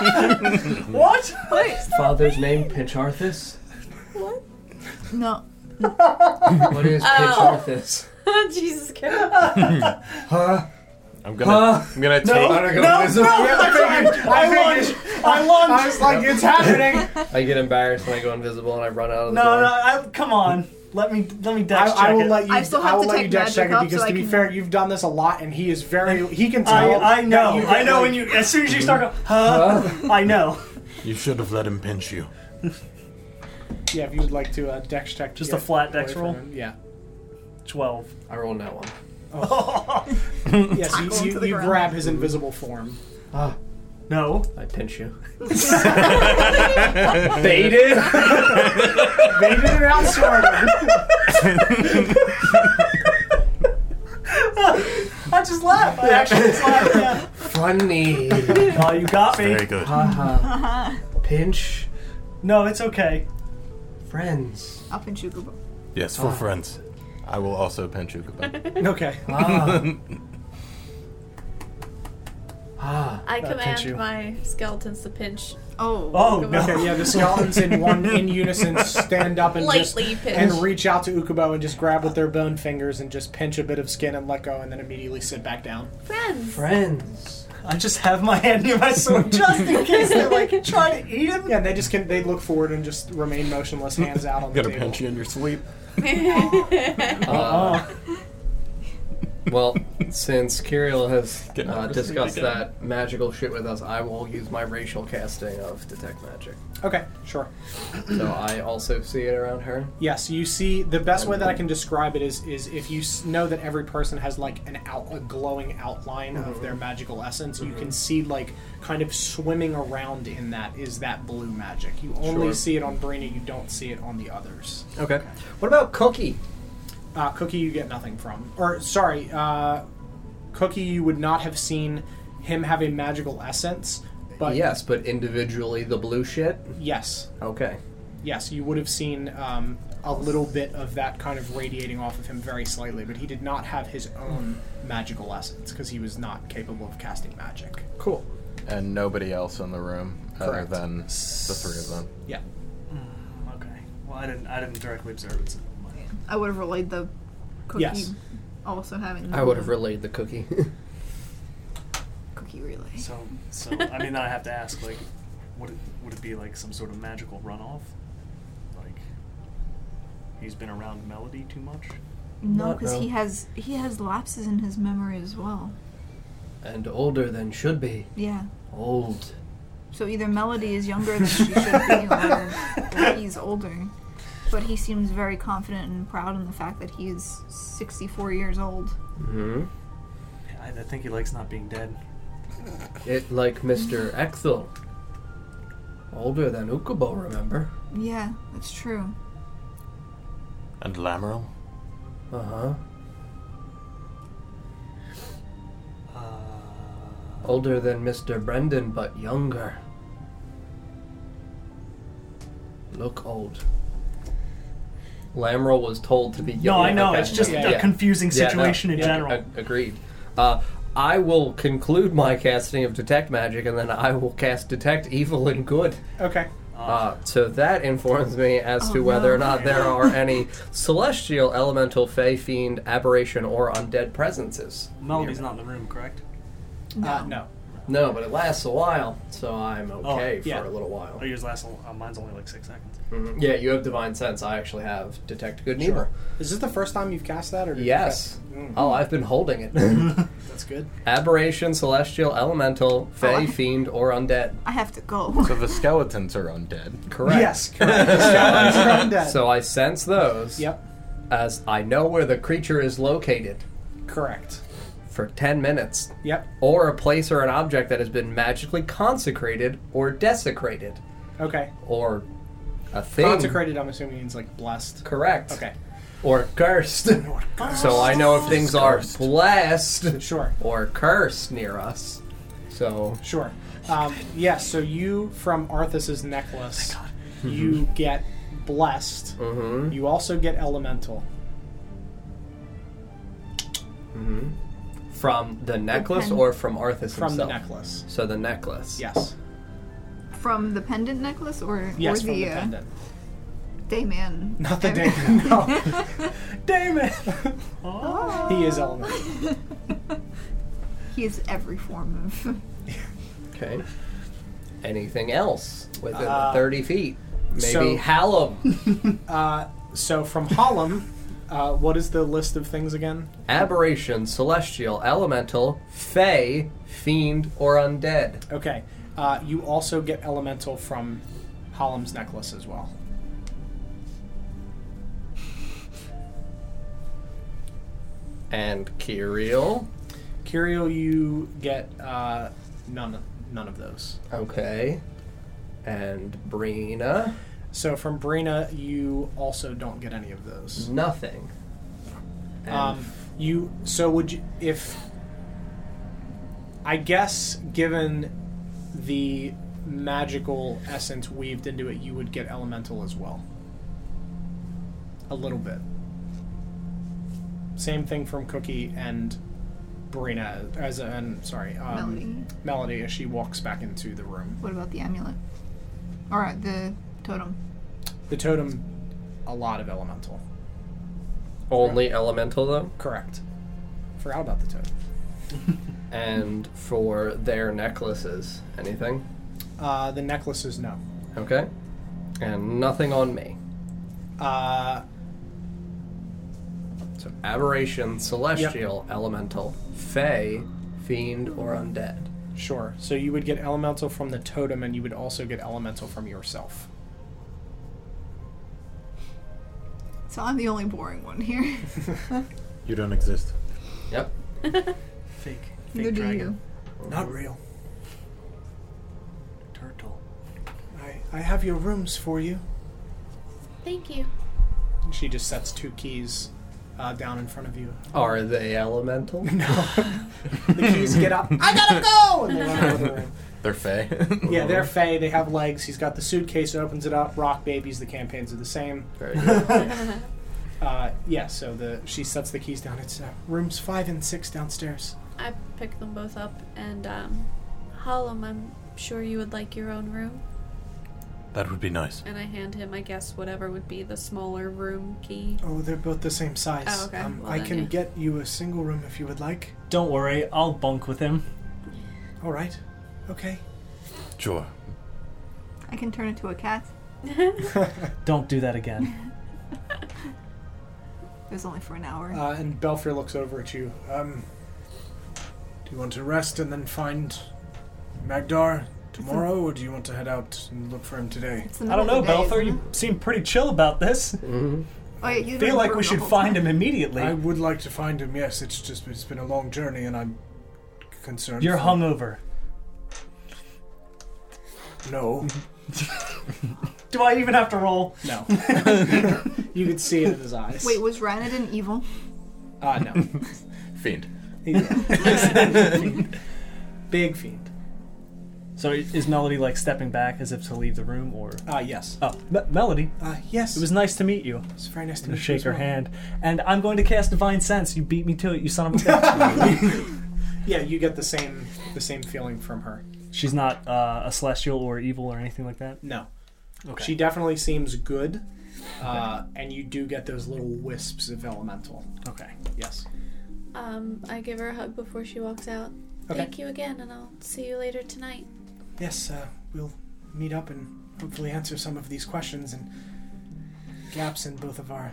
[SPEAKER 4] What?
[SPEAKER 2] Father's name, Pinch Arthas.
[SPEAKER 3] No.
[SPEAKER 2] What is Pinch
[SPEAKER 5] Oh.
[SPEAKER 2] Arthas?
[SPEAKER 5] Jesus Christ.
[SPEAKER 2] Huh?
[SPEAKER 6] I'm gonna I'm gonna take
[SPEAKER 4] No. I, lunge. I lunge.
[SPEAKER 1] like, it's happening!
[SPEAKER 2] I get embarrassed when I go invisible and I run out of the
[SPEAKER 4] no.
[SPEAKER 2] door.
[SPEAKER 4] No. I, come on. Let me let me
[SPEAKER 1] I,
[SPEAKER 4] dash check
[SPEAKER 1] I will
[SPEAKER 4] it.
[SPEAKER 1] let you.
[SPEAKER 3] I still
[SPEAKER 1] I
[SPEAKER 3] have
[SPEAKER 1] will
[SPEAKER 3] to
[SPEAKER 1] let
[SPEAKER 3] take
[SPEAKER 1] you dash check
[SPEAKER 3] magic
[SPEAKER 1] it
[SPEAKER 3] up
[SPEAKER 1] because,
[SPEAKER 3] so
[SPEAKER 1] to
[SPEAKER 3] I
[SPEAKER 1] be
[SPEAKER 3] can-
[SPEAKER 1] fair, you've done this a lot, and he is very. He can
[SPEAKER 4] I,
[SPEAKER 1] tell.
[SPEAKER 4] I know,
[SPEAKER 1] that you-
[SPEAKER 4] I know when you as soon as you start going, huh? I know.
[SPEAKER 9] You should have let him pinch you.
[SPEAKER 1] Yeah, if you would like to uh, dex check. to
[SPEAKER 4] Just
[SPEAKER 1] get
[SPEAKER 4] a flat dex
[SPEAKER 1] away from
[SPEAKER 4] roll?
[SPEAKER 1] him. Yeah.
[SPEAKER 4] Twelve.
[SPEAKER 2] I rolled that one.
[SPEAKER 1] Oh. Yes,
[SPEAKER 3] Tackle him to
[SPEAKER 1] you, you,
[SPEAKER 3] the
[SPEAKER 1] you
[SPEAKER 3] ground.
[SPEAKER 1] grab his invisible form.
[SPEAKER 4] Ah, No.
[SPEAKER 2] I pinch you.
[SPEAKER 1] They did. they did it out smarter.
[SPEAKER 4] I just laughed. I actually just laughed. Yeah.
[SPEAKER 2] Funny.
[SPEAKER 4] Oh, you got me.
[SPEAKER 9] Very good.
[SPEAKER 2] pinch
[SPEAKER 4] No, it's okay.
[SPEAKER 2] friends.
[SPEAKER 3] Up in Shukubo.
[SPEAKER 9] Yes, for friends.
[SPEAKER 6] I will also pinch Ukubo.
[SPEAKER 1] okay.
[SPEAKER 2] Ah. Ah.
[SPEAKER 5] I command
[SPEAKER 4] you.
[SPEAKER 5] my skeletons to pinch.
[SPEAKER 3] Oh.
[SPEAKER 4] Oh no.
[SPEAKER 1] Okay. Yeah, the skeletons in one in unison stand up and just
[SPEAKER 5] Lightly pinch.
[SPEAKER 1] and reach out to Ukubo and just grab with their bone fingers and just pinch a bit of skin and let go, and then immediately sit back down.
[SPEAKER 5] Friends.
[SPEAKER 2] Friends.
[SPEAKER 4] I just have my hand near my sword just in case they're like trying to eat him.
[SPEAKER 1] Yeah, and they just can. They look forward and just remain motionless, hands out on the
[SPEAKER 9] Gonna
[SPEAKER 1] table.
[SPEAKER 9] pinch you in your sleep.
[SPEAKER 2] Uh,
[SPEAKER 4] Uh-uh.
[SPEAKER 2] well, since Kirill has
[SPEAKER 9] Get
[SPEAKER 2] uh,
[SPEAKER 9] out of the
[SPEAKER 2] discussed
[SPEAKER 9] sleep again.
[SPEAKER 2] that magical shit with us, I will use my racial casting of detect magic.
[SPEAKER 1] Okay, sure.
[SPEAKER 2] So I also see it around her.
[SPEAKER 1] Yes, you see. The best way that I can describe it is is if you s- know that every person has like an out a glowing outline of
[SPEAKER 2] Mm-hmm.
[SPEAKER 1] their magical essence, you can see like kind of swimming around in that is that blue magic. You only
[SPEAKER 2] Sure.
[SPEAKER 1] see it on Brina. You don't see it on the others.
[SPEAKER 2] Okay. What about Cookie?
[SPEAKER 1] Uh, Cookie, you get nothing from. Or sorry, uh, Cookie, you would not have seen him have a magical essence. But
[SPEAKER 2] yes, but individually the blue shit.
[SPEAKER 1] yes,
[SPEAKER 2] Okay.
[SPEAKER 1] yes, you would have seen um, a little bit of that kind of radiating off of him very slightly, but he did not have his own magical essence because he was not capable of casting magic.
[SPEAKER 2] Cool.
[SPEAKER 6] and nobody else in the room other
[SPEAKER 1] Correct.
[SPEAKER 6] than the three of them.
[SPEAKER 1] Yeah.
[SPEAKER 4] Okay. Well, I didn't. I didn't directly observe it. So.
[SPEAKER 3] I would have relayed the cookie.
[SPEAKER 1] Yes.
[SPEAKER 3] Also having.
[SPEAKER 2] I would have relayed the cookie.
[SPEAKER 3] cookie relay.
[SPEAKER 4] So, so I mean, then I have to ask, like, would it would it be like some sort of magical runoff? Like, he's been around Melody too much.
[SPEAKER 3] No,
[SPEAKER 2] Not
[SPEAKER 3] because he
[SPEAKER 2] no.
[SPEAKER 3] has he has lapses in his memory as well.
[SPEAKER 2] and older than should be.
[SPEAKER 3] Yeah.
[SPEAKER 2] Old.
[SPEAKER 3] So either Melody is younger than she should be, or, or he's older. But he seems very confident and proud in the fact that he is 64 years old.
[SPEAKER 5] Mm-hmm.
[SPEAKER 2] hmm
[SPEAKER 4] I, I think he likes not being dead.
[SPEAKER 2] It like Mr. Ethel. Older than Ukubo, remember?
[SPEAKER 3] Yeah, that's true.
[SPEAKER 9] And Lamoral?
[SPEAKER 2] Uh huh.
[SPEAKER 4] Uh,
[SPEAKER 2] Older than Mr. Brendan, but younger. Look old. Lamrel was told to be
[SPEAKER 4] no,
[SPEAKER 2] young.
[SPEAKER 4] I know.
[SPEAKER 2] Okay,
[SPEAKER 4] It's just
[SPEAKER 2] yeah,
[SPEAKER 4] a
[SPEAKER 2] yeah.
[SPEAKER 4] confusing
[SPEAKER 2] Yeah, no,
[SPEAKER 4] situation in
[SPEAKER 2] yeah,
[SPEAKER 4] general.
[SPEAKER 2] ag- agreed. Uh, I will conclude my casting of Detect Magic, and then I will cast Detect Evil and Good.
[SPEAKER 1] Okay.
[SPEAKER 4] Ah.
[SPEAKER 2] Uh, so that informs me as to
[SPEAKER 3] Oh,
[SPEAKER 2] whether or
[SPEAKER 3] no.
[SPEAKER 2] not there are any celestial, elemental, fey, fiend, aberration, or undead presences.
[SPEAKER 4] Melody's not in the room, correct?
[SPEAKER 3] No.
[SPEAKER 1] Uh, no.
[SPEAKER 2] No, but it lasts a while, so I'm okay
[SPEAKER 1] yeah.
[SPEAKER 2] for a little while.
[SPEAKER 4] Oh, yours last. Uh, mine's only like six seconds.
[SPEAKER 2] Mhm. Yeah, you have divine sense. I actually have detect good and
[SPEAKER 1] Sure.
[SPEAKER 2] evil.
[SPEAKER 1] Is this the first time you've cast that, or did you
[SPEAKER 2] Yes.
[SPEAKER 1] cast- Mm,
[SPEAKER 2] Oh, I've been holding it.
[SPEAKER 1] that's good.
[SPEAKER 2] Aberration, celestial, elemental,
[SPEAKER 3] Oh,
[SPEAKER 2] fey,
[SPEAKER 3] I-
[SPEAKER 2] fiend, or undead.
[SPEAKER 3] I have to go.
[SPEAKER 6] So the skeletons are undead.
[SPEAKER 2] Correct.
[SPEAKER 1] Yes. Correct. Skeletons are undead.
[SPEAKER 2] So I sense those.
[SPEAKER 1] Yep.
[SPEAKER 2] As I know where the creature is located
[SPEAKER 1] Correct.
[SPEAKER 2] for ten minutes,
[SPEAKER 1] Yep.
[SPEAKER 2] or a place or an object that has been magically consecrated or desecrated,
[SPEAKER 1] Okay.
[SPEAKER 2] or a thing.
[SPEAKER 1] Consecrated, I'm assuming means like blessed.
[SPEAKER 2] Correct.
[SPEAKER 1] Okay.
[SPEAKER 2] Or cursed. So I know if things are
[SPEAKER 9] Cursed.
[SPEAKER 2] blessed.
[SPEAKER 1] Sure.
[SPEAKER 2] or curse near us. So
[SPEAKER 1] Sure. Um, yes. so you from Arthas's necklace,
[SPEAKER 2] Oh
[SPEAKER 1] you
[SPEAKER 2] Mm-hmm.
[SPEAKER 1] get blessed. You also get elemental.
[SPEAKER 2] mm-hmm. from the necklace
[SPEAKER 3] Okay.
[SPEAKER 2] or from Arthas
[SPEAKER 1] From the
[SPEAKER 2] himself.
[SPEAKER 1] necklace.
[SPEAKER 2] So the necklace.
[SPEAKER 1] Yes.
[SPEAKER 3] From the pendant necklace, or
[SPEAKER 1] Yes,
[SPEAKER 3] or
[SPEAKER 1] from the,
[SPEAKER 3] uh,
[SPEAKER 1] pendant.
[SPEAKER 3] Dayman.
[SPEAKER 1] Not the
[SPEAKER 3] I-
[SPEAKER 1] day. No. Damn it. He is elemental.
[SPEAKER 3] He is every form of.
[SPEAKER 2] Okay. Anything else within
[SPEAKER 1] Uh,
[SPEAKER 2] the thirty feet? Maybe
[SPEAKER 1] so-
[SPEAKER 2] Hallam.
[SPEAKER 1] So from Hollum, uh, what is the list of things again?
[SPEAKER 2] Aberration, celestial, elemental, fey, fiend, or undead.
[SPEAKER 1] Okay. Uh, you also get elemental from Hollum's necklace as well.
[SPEAKER 2] And Kiriel.
[SPEAKER 1] Curio, you get uh, none none of those.
[SPEAKER 2] Okay. And Brina.
[SPEAKER 1] So from Brina, you also don't get any of those.
[SPEAKER 2] Nothing. And
[SPEAKER 1] Um, you so would you if I guess given the magical essence weaved into it, you would get elemental as well. A little bit. Same thing from Cookie and Brina as a, and sorry, um,
[SPEAKER 3] Melody.
[SPEAKER 1] Melody as she walks back into the room.
[SPEAKER 3] What about the amulet? All right, the totem.
[SPEAKER 1] The totem, a lot of elemental.
[SPEAKER 2] only elemental though.
[SPEAKER 1] Correct. Forgot about the totem.
[SPEAKER 2] And for their necklaces, anything?
[SPEAKER 1] Uh, the necklaces, no.
[SPEAKER 2] Okay. And nothing on me.
[SPEAKER 1] Uh,
[SPEAKER 2] So aberration, celestial, elemental, fey, fiend, or undead.
[SPEAKER 1] Sure. So you would get elemental from the totem, and you would also get elemental from yourself.
[SPEAKER 3] So I'm the only boring one here.
[SPEAKER 9] You don't exist.
[SPEAKER 2] Yep.
[SPEAKER 4] Fake. Fake
[SPEAKER 3] Neither do you.
[SPEAKER 4] dragon.
[SPEAKER 7] Not real.
[SPEAKER 4] Turtle.
[SPEAKER 7] I, I have your rooms for you.
[SPEAKER 5] Thank you.
[SPEAKER 1] And She just sets two keys uh, down in front of you.
[SPEAKER 2] Are they elemental?
[SPEAKER 1] The keys get up. I gotta go. And they run out of the room.
[SPEAKER 6] They're fey.
[SPEAKER 1] yeah, they're Fey. They have legs. He's got the suitcase. Opens it up. Rock babies. The campaigns are the same.
[SPEAKER 2] Very good.
[SPEAKER 1] Uh, yeah. So the she sets the keys down. It's uh, rooms five and six downstairs.
[SPEAKER 5] I picked them both up, and um, Hollum, I'm sure you would like your own room.
[SPEAKER 9] That would be nice.
[SPEAKER 5] And I hand him, I guess, whatever would be the smaller room key.
[SPEAKER 7] Oh, they're both the same size.
[SPEAKER 5] Oh, okay.
[SPEAKER 7] Um,
[SPEAKER 5] Well,
[SPEAKER 7] I
[SPEAKER 5] then,
[SPEAKER 7] can
[SPEAKER 5] yeah.
[SPEAKER 7] get you a single room if you would like.
[SPEAKER 4] Don't worry, I'll bunk with him.
[SPEAKER 7] All right. Okay.
[SPEAKER 9] Sure.
[SPEAKER 3] I can turn into a cat.
[SPEAKER 4] Don't do that again.
[SPEAKER 3] It was only for an hour.
[SPEAKER 1] Uh, and Belfry looks over at you.
[SPEAKER 7] Um, do you want to rest and then find Magdar tomorrow, or do you want to head out and look for him today?
[SPEAKER 3] It's the
[SPEAKER 4] I don't
[SPEAKER 3] middle
[SPEAKER 4] know,
[SPEAKER 3] of the day,
[SPEAKER 4] Belther.
[SPEAKER 3] isn't
[SPEAKER 4] You seem pretty chill about this.
[SPEAKER 3] it? Oh, yeah, you
[SPEAKER 4] Feel like we should find him immediately.
[SPEAKER 7] I would like to find him. Yes, it's just it's been a long journey, and I'm concerned.
[SPEAKER 4] You're
[SPEAKER 7] for-
[SPEAKER 4] hungover.
[SPEAKER 7] No,
[SPEAKER 4] Mm-hmm. Do I even have to roll?
[SPEAKER 1] No. you could see it in his eyes.
[SPEAKER 3] Wait, was Ranadin evil?
[SPEAKER 1] Uh, no.
[SPEAKER 6] Fiend.
[SPEAKER 1] Big fiend.
[SPEAKER 4] So is Melody like stepping back as if to leave the room, or?
[SPEAKER 1] Uh, yes.
[SPEAKER 4] Oh, Me- Melody,
[SPEAKER 1] Uh, yes.
[SPEAKER 4] it was nice to meet you.
[SPEAKER 1] It's very nice to
[SPEAKER 4] To
[SPEAKER 1] meet you
[SPEAKER 4] shake
[SPEAKER 1] as
[SPEAKER 4] her
[SPEAKER 1] well.
[SPEAKER 4] hand, and I'm going to cast Divine Sense. You beat me to it, you son of a bitch.
[SPEAKER 1] Yeah, you get the same the same feeling from her.
[SPEAKER 4] She's not uh, a celestial or evil or anything like that.
[SPEAKER 1] No,
[SPEAKER 4] Okay.
[SPEAKER 1] she definitely seems good, uh, and you do get those little wisps of elemental.
[SPEAKER 4] okay.
[SPEAKER 1] Yes.
[SPEAKER 5] Um, I give her a hug before she walks out.
[SPEAKER 1] Okay.
[SPEAKER 5] Thank you again, and I'll see you later tonight.
[SPEAKER 7] yes, uh, we'll meet up and hopefully answer some of these questions and gaps in both of our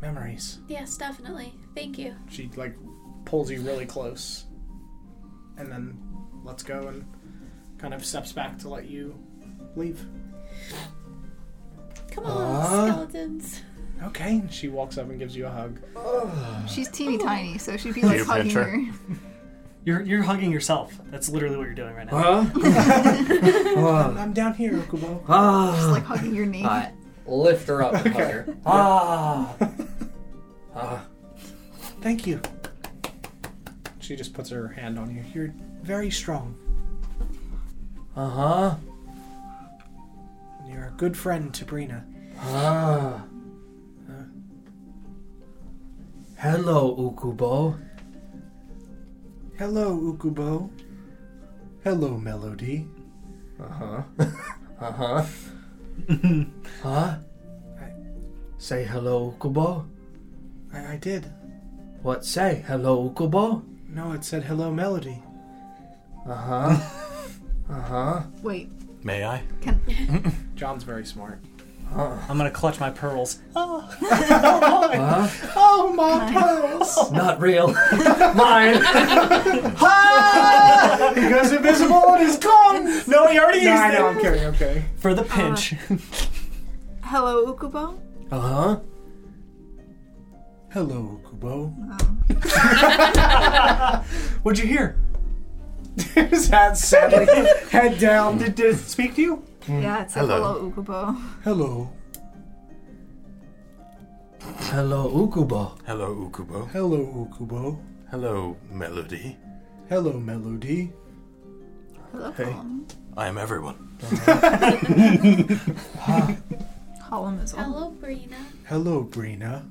[SPEAKER 7] memories.
[SPEAKER 5] Yes, definitely. Thank you.
[SPEAKER 1] She like pulls you really close, and then lets go and kind of steps back to let you leave.
[SPEAKER 5] Come on,
[SPEAKER 4] Uh,
[SPEAKER 5] skeletons.
[SPEAKER 1] Okay. And she walks up and gives you a hug.
[SPEAKER 4] uh,
[SPEAKER 3] She's teeny tiny, so she'd be like
[SPEAKER 9] you
[SPEAKER 3] hugging
[SPEAKER 9] pinch her?
[SPEAKER 3] her.
[SPEAKER 4] You're you're hugging yourself. That's literally what you're doing right now.
[SPEAKER 2] Huh?
[SPEAKER 1] I'm down here, Ukubo.
[SPEAKER 4] Ah.
[SPEAKER 3] Just like hugging your knee.
[SPEAKER 2] I lift her up and hug her. Ah. ah.
[SPEAKER 1] Thank you. She just puts her hand on you. You're very strong.
[SPEAKER 2] Uh
[SPEAKER 4] Uh-huh.
[SPEAKER 2] huh.
[SPEAKER 1] You're a good friend to Brina.
[SPEAKER 2] Ah. Hello, Ukubo.
[SPEAKER 7] Hello, Ukubo. Hello, Melody. Uh-huh.
[SPEAKER 2] Uh huh. huh? Say hello, Ukubo.
[SPEAKER 7] I, I did.
[SPEAKER 2] What say? Hello, Ukubo?
[SPEAKER 7] No, it said hello, Melody.
[SPEAKER 2] Uh huh. uh huh.
[SPEAKER 3] Wait,
[SPEAKER 9] May I?
[SPEAKER 3] can
[SPEAKER 1] John's very smart.
[SPEAKER 4] I'm gonna clutch my pearls.
[SPEAKER 1] Oh my pearls!
[SPEAKER 2] Not real. Mine.
[SPEAKER 3] Uh,
[SPEAKER 1] he goes invisible and is gone.
[SPEAKER 4] No, he already
[SPEAKER 1] No,
[SPEAKER 4] used
[SPEAKER 1] I
[SPEAKER 4] it
[SPEAKER 1] know. I'm kidding. I'm kidding. Uh-huh.
[SPEAKER 4] for the pinch.
[SPEAKER 3] Hello, Ukubo.
[SPEAKER 2] Uh
[SPEAKER 4] Uh-huh.
[SPEAKER 2] huh.
[SPEAKER 7] Hello, Kubo.
[SPEAKER 3] Oh.
[SPEAKER 4] What'd you hear?
[SPEAKER 1] His hat sadly head down. Did, did it speak to you?
[SPEAKER 3] Yeah, it's a
[SPEAKER 9] Hello.
[SPEAKER 3] hello, Ukubo.
[SPEAKER 7] Hello.
[SPEAKER 2] Hello, Ukubo.
[SPEAKER 9] Hello, Ukubo.
[SPEAKER 7] Hello, Ukubo.
[SPEAKER 9] Hello, Melody.
[SPEAKER 7] Hello, Melody.
[SPEAKER 3] Hello, Column.
[SPEAKER 9] I am everyone.
[SPEAKER 7] Uh-huh.
[SPEAKER 3] Column is all.
[SPEAKER 5] Hello, Brina.
[SPEAKER 7] Hello, Brina.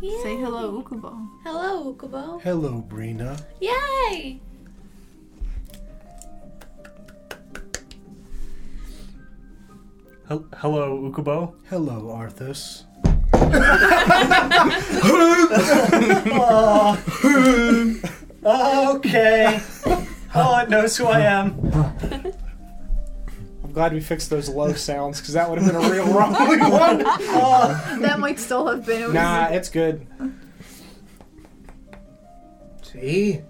[SPEAKER 5] Yay.
[SPEAKER 3] Say hello, Ukubo.
[SPEAKER 5] Hello, Ukubo.
[SPEAKER 7] Hello, Brina.
[SPEAKER 5] Yay!
[SPEAKER 4] Hel- Hello, Ukubo.
[SPEAKER 7] Hello, Arthas.
[SPEAKER 1] Uh,
[SPEAKER 4] Okay. oh, it knows who I am.
[SPEAKER 1] I'm glad we fixed those low sounds because that would have been a real rumbly one.
[SPEAKER 3] That might still have been. It was
[SPEAKER 1] Nah, it's good.
[SPEAKER 2] See?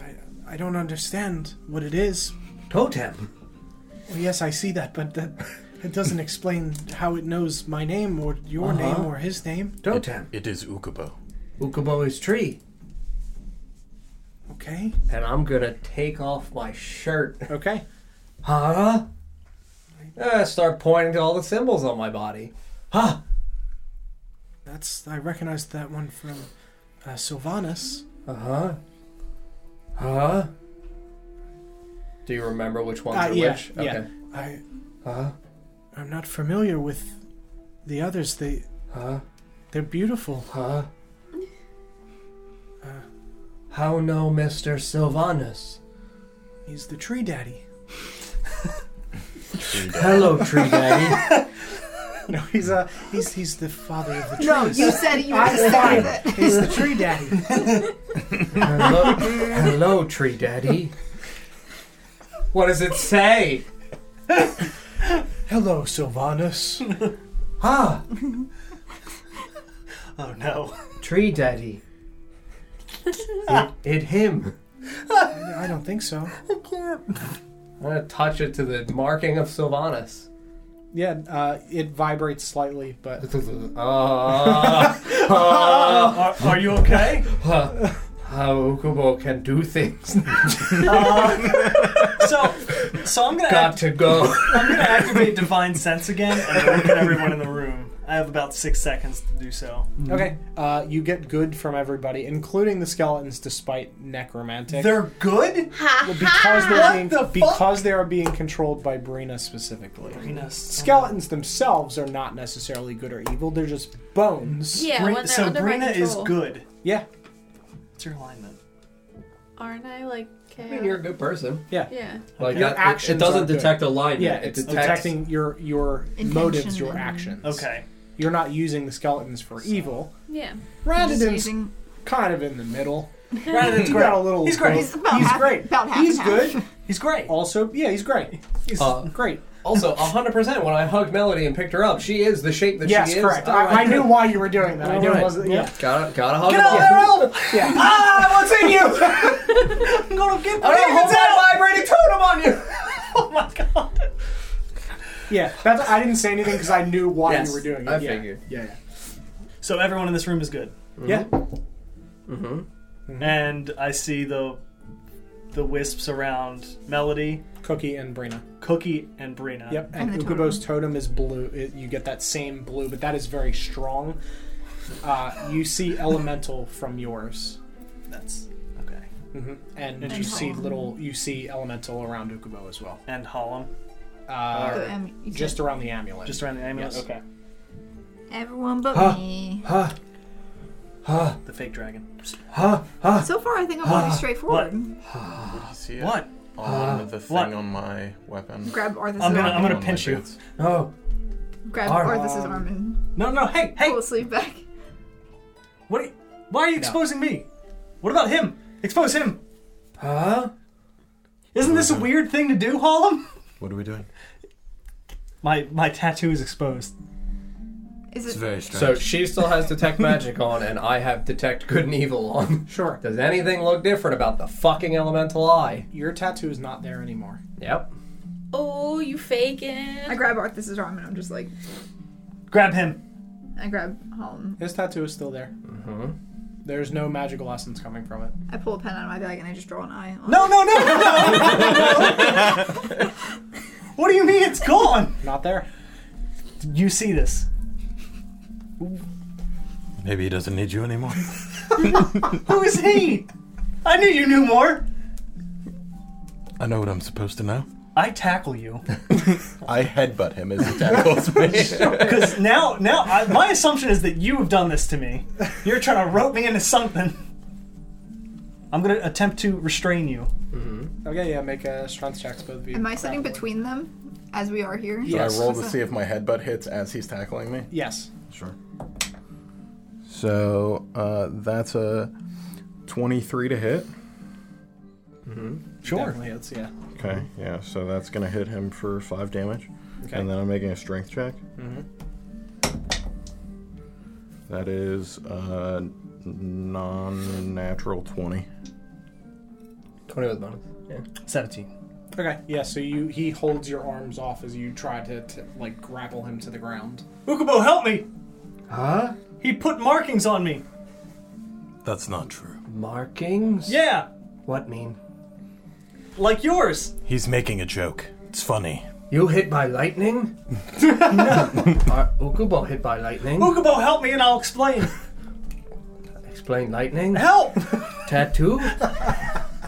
[SPEAKER 7] I, I don't understand what it is.
[SPEAKER 2] Totem.
[SPEAKER 7] Well, yes, I see that, but that, it doesn't explain how it knows my name or your
[SPEAKER 2] Uh-huh.
[SPEAKER 7] name or his name.
[SPEAKER 2] Totem.
[SPEAKER 9] It is Ukubo.
[SPEAKER 2] Ukubo is tree.
[SPEAKER 7] Okay.
[SPEAKER 2] And I'm gonna take off my shirt.
[SPEAKER 1] Okay.
[SPEAKER 2] Huh? Uh, start pointing to all the symbols on my body. Huh?
[SPEAKER 7] That's I recognized that one from uh, Sylvanas.
[SPEAKER 2] Uh huh. Huh? Do you remember which ones
[SPEAKER 1] Uh,
[SPEAKER 2] are
[SPEAKER 1] yeah,
[SPEAKER 2] which?
[SPEAKER 1] yeah.
[SPEAKER 2] Okay.
[SPEAKER 7] Ah, I
[SPEAKER 2] Huh?
[SPEAKER 7] I'm not familiar with the others. They
[SPEAKER 2] Huh?
[SPEAKER 7] they're beautiful.
[SPEAKER 2] Huh? How no, Mr. Sylvanus?
[SPEAKER 7] He's the tree daddy.
[SPEAKER 2] Hello, Tree Daddy.
[SPEAKER 1] No, he's a.
[SPEAKER 7] He's he's the father of the trees.
[SPEAKER 3] No, you said you were
[SPEAKER 1] fine.
[SPEAKER 3] said it.
[SPEAKER 7] He's the tree daddy.
[SPEAKER 2] hello, hello, Tree Daddy. What does it say?
[SPEAKER 7] Hello, Sylvanas.
[SPEAKER 2] Ah,
[SPEAKER 4] Oh no.
[SPEAKER 2] Tree Daddy. It, it him.
[SPEAKER 7] I don't think so.
[SPEAKER 2] I'm gonna touch it to the marking of Sylvanas.
[SPEAKER 1] Yeah, uh, it vibrates slightly, but
[SPEAKER 2] Uh, Ah,
[SPEAKER 4] Are, are you okay?
[SPEAKER 2] huh. uh, how Ukubo can do things.
[SPEAKER 4] Uh, So, so I'm gonna
[SPEAKER 2] Got to go.
[SPEAKER 4] I'm gonna activate divine sense again and look at everyone in the room. I have about six seconds to do so.
[SPEAKER 1] okay. Uh, you get good from everybody, including the skeletons, despite necromantic.
[SPEAKER 4] They're good.
[SPEAKER 1] because they're
[SPEAKER 4] What
[SPEAKER 1] being
[SPEAKER 4] the fuck?
[SPEAKER 1] because they are being controlled by Brina specifically. Skeletons themselves are not necessarily good or evil; they're just bones.
[SPEAKER 5] Yeah, when
[SPEAKER 4] Bri-
[SPEAKER 5] they're
[SPEAKER 4] so
[SPEAKER 5] under my
[SPEAKER 4] Brina is
[SPEAKER 5] control.
[SPEAKER 4] good.
[SPEAKER 1] Yeah,
[SPEAKER 4] What's your alignment?
[SPEAKER 5] Aren't I like
[SPEAKER 2] I
[SPEAKER 5] chaos?
[SPEAKER 2] mean, you're a good person.
[SPEAKER 1] yeah,
[SPEAKER 5] yeah.
[SPEAKER 2] Like
[SPEAKER 1] Your
[SPEAKER 2] that- it- it,
[SPEAKER 1] actions
[SPEAKER 2] doesn't
[SPEAKER 1] aren't good.
[SPEAKER 2] detect alignment.
[SPEAKER 1] yeah.
[SPEAKER 2] it
[SPEAKER 1] It's
[SPEAKER 2] detects
[SPEAKER 1] detecting your your motives, your
[SPEAKER 3] and-
[SPEAKER 1] actions.
[SPEAKER 4] Okay.
[SPEAKER 1] you're not using the skeletons for evil.
[SPEAKER 5] Yeah.
[SPEAKER 1] Rather
[SPEAKER 3] Just
[SPEAKER 1] than
[SPEAKER 3] using-
[SPEAKER 1] kind of in the middle. Rather than got a little.
[SPEAKER 4] He's great.
[SPEAKER 1] He's,
[SPEAKER 3] about half-
[SPEAKER 1] great.
[SPEAKER 3] about half
[SPEAKER 1] he's
[SPEAKER 3] and
[SPEAKER 1] good.
[SPEAKER 3] half.
[SPEAKER 4] He's great.
[SPEAKER 1] Also, yeah, he's great. He's
[SPEAKER 2] Uh,
[SPEAKER 1] great.
[SPEAKER 2] Also, 100% when I hugged Melody and picked her up, she is the shape that
[SPEAKER 1] Yes,
[SPEAKER 2] she is. Oh,
[SPEAKER 1] correct.
[SPEAKER 2] All
[SPEAKER 1] I, I
[SPEAKER 2] right.
[SPEAKER 1] knew why you were doing that. I
[SPEAKER 2] All
[SPEAKER 1] knew it
[SPEAKER 2] right.
[SPEAKER 1] wasn't. Yeah,
[SPEAKER 2] Gotta, gotta hug
[SPEAKER 4] Get
[SPEAKER 2] the
[SPEAKER 4] out of
[SPEAKER 2] ball.
[SPEAKER 4] there, Elvin!
[SPEAKER 1] yeah.
[SPEAKER 4] Ah, what's in you?
[SPEAKER 2] I'm gonna get
[SPEAKER 4] the demons
[SPEAKER 2] that vibrating totem on you!
[SPEAKER 4] oh my god.
[SPEAKER 1] Yeah, that's, I didn't say anything because I knew why
[SPEAKER 2] Yes,
[SPEAKER 1] you were doing it.
[SPEAKER 2] I
[SPEAKER 1] yeah.
[SPEAKER 2] figured.
[SPEAKER 1] Yeah, yeah. Mm-hmm.
[SPEAKER 4] So everyone in this room is good,
[SPEAKER 1] Yeah. Mm-hmm.
[SPEAKER 4] and I see the the wisps around Melody,
[SPEAKER 1] Cookie and Brina.
[SPEAKER 4] Cookie, and Brina.
[SPEAKER 1] Yep, and,
[SPEAKER 3] And the
[SPEAKER 1] Ukubo's totem is blue. It, you get that same blue, but that is very strong. Uh, you see elemental from yours,
[SPEAKER 4] That's okay.
[SPEAKER 1] Mm-hmm. and, you
[SPEAKER 3] And
[SPEAKER 1] see
[SPEAKER 3] Hollow.
[SPEAKER 1] little. You see elemental around Ukubo as well,
[SPEAKER 4] And Hollum,
[SPEAKER 1] uh,
[SPEAKER 3] The am- you
[SPEAKER 1] just
[SPEAKER 3] said
[SPEAKER 1] around the amulet.
[SPEAKER 4] just around the amulet.
[SPEAKER 1] Yes.
[SPEAKER 4] Okay.
[SPEAKER 3] everyone but
[SPEAKER 2] Huh.
[SPEAKER 3] me.
[SPEAKER 2] Huh? Huh?
[SPEAKER 4] The fake dragon.
[SPEAKER 2] Huh? Huh?
[SPEAKER 3] So far, I think I'm pretty straightforward.
[SPEAKER 9] See it
[SPEAKER 4] What? Uh,
[SPEAKER 9] On the thing
[SPEAKER 4] what?
[SPEAKER 9] on my weapon.
[SPEAKER 3] Grab Arthur's
[SPEAKER 4] I'm gonna
[SPEAKER 3] arm.
[SPEAKER 4] I'm gonna
[SPEAKER 9] On my
[SPEAKER 4] pinch you.
[SPEAKER 9] boots.
[SPEAKER 2] Oh.
[SPEAKER 3] Grab
[SPEAKER 2] Arm.
[SPEAKER 3] Arthur's arm and
[SPEAKER 4] No, no. Hey, hey.
[SPEAKER 3] pull his sleeve back.
[SPEAKER 4] What? Are you, why are you exposing me? What about him? Expose him.
[SPEAKER 2] Huh?
[SPEAKER 4] Isn't this a weird thing to do, Hollum?
[SPEAKER 9] What are we doing?
[SPEAKER 4] My my tattoo is exposed.
[SPEAKER 3] Is
[SPEAKER 8] It's
[SPEAKER 3] it?
[SPEAKER 8] very
[SPEAKER 2] So
[SPEAKER 8] strange.
[SPEAKER 2] she still has detect magic on, and I have detect good and evil on.
[SPEAKER 1] Sure.
[SPEAKER 2] Does anything look different about the fucking elemental eye?
[SPEAKER 1] Your tattoo is not there anymore.
[SPEAKER 2] Yep.
[SPEAKER 5] Oh, you faking.
[SPEAKER 3] I grab Arthas's arm and I'm just like,
[SPEAKER 4] Grab him.
[SPEAKER 3] I grab Holm.
[SPEAKER 1] His tattoo is still there. Mm-hmm. There's no magical essence coming from it.
[SPEAKER 3] I pull a pen out of my bag and I just draw an eye. on-
[SPEAKER 4] No, no, no, no. what do you mean it's gone?
[SPEAKER 1] Not there.
[SPEAKER 4] You see this?
[SPEAKER 8] Maybe he doesn't need you anymore.
[SPEAKER 4] Who is he? I knew you knew more.
[SPEAKER 8] I know what I'm supposed to know.
[SPEAKER 4] I tackle you
[SPEAKER 6] I headbutt him as he tackles me.
[SPEAKER 4] because now now I, my assumption is that you have done this to me. You're trying to rope me into something. I'm gonna attempt to restrain you.
[SPEAKER 1] Okay, Mm-hmm. yeah, make a strength checks both of you.
[SPEAKER 3] Am I sitting
[SPEAKER 1] Probably.
[SPEAKER 3] between them as we are here?
[SPEAKER 1] Yeah. Yes.
[SPEAKER 6] I roll to see if my headbutt hits as he's tackling me.
[SPEAKER 1] Yes.
[SPEAKER 8] Sure.
[SPEAKER 6] So uh, that's a 23 to hit. Mm-hmm.
[SPEAKER 1] Sure. Definitely it's yeah.
[SPEAKER 6] Okay, yeah, so that's going to hit him for 5 damage.
[SPEAKER 1] Okay.
[SPEAKER 6] And then I'm making a strength check. That is uh, non natural 20.
[SPEAKER 2] 20 with bonus. Yeah.
[SPEAKER 4] Seventeen.
[SPEAKER 1] Okay. Yeah. So you he holds your arms off as you try to, to like grapple him to the ground.
[SPEAKER 4] Ukubo, help me!
[SPEAKER 2] Huh?
[SPEAKER 4] He put markings on me.
[SPEAKER 8] That's not true.
[SPEAKER 2] Markings?
[SPEAKER 4] Yeah,
[SPEAKER 2] What mean?
[SPEAKER 4] like yours.
[SPEAKER 8] He's making a joke. It's funny.
[SPEAKER 2] You hit by lightning? Are Ukubo hit by lightning?
[SPEAKER 4] Ukubo, help me and I'll explain.
[SPEAKER 2] Explain lightning?
[SPEAKER 4] Help!
[SPEAKER 2] Tattoo?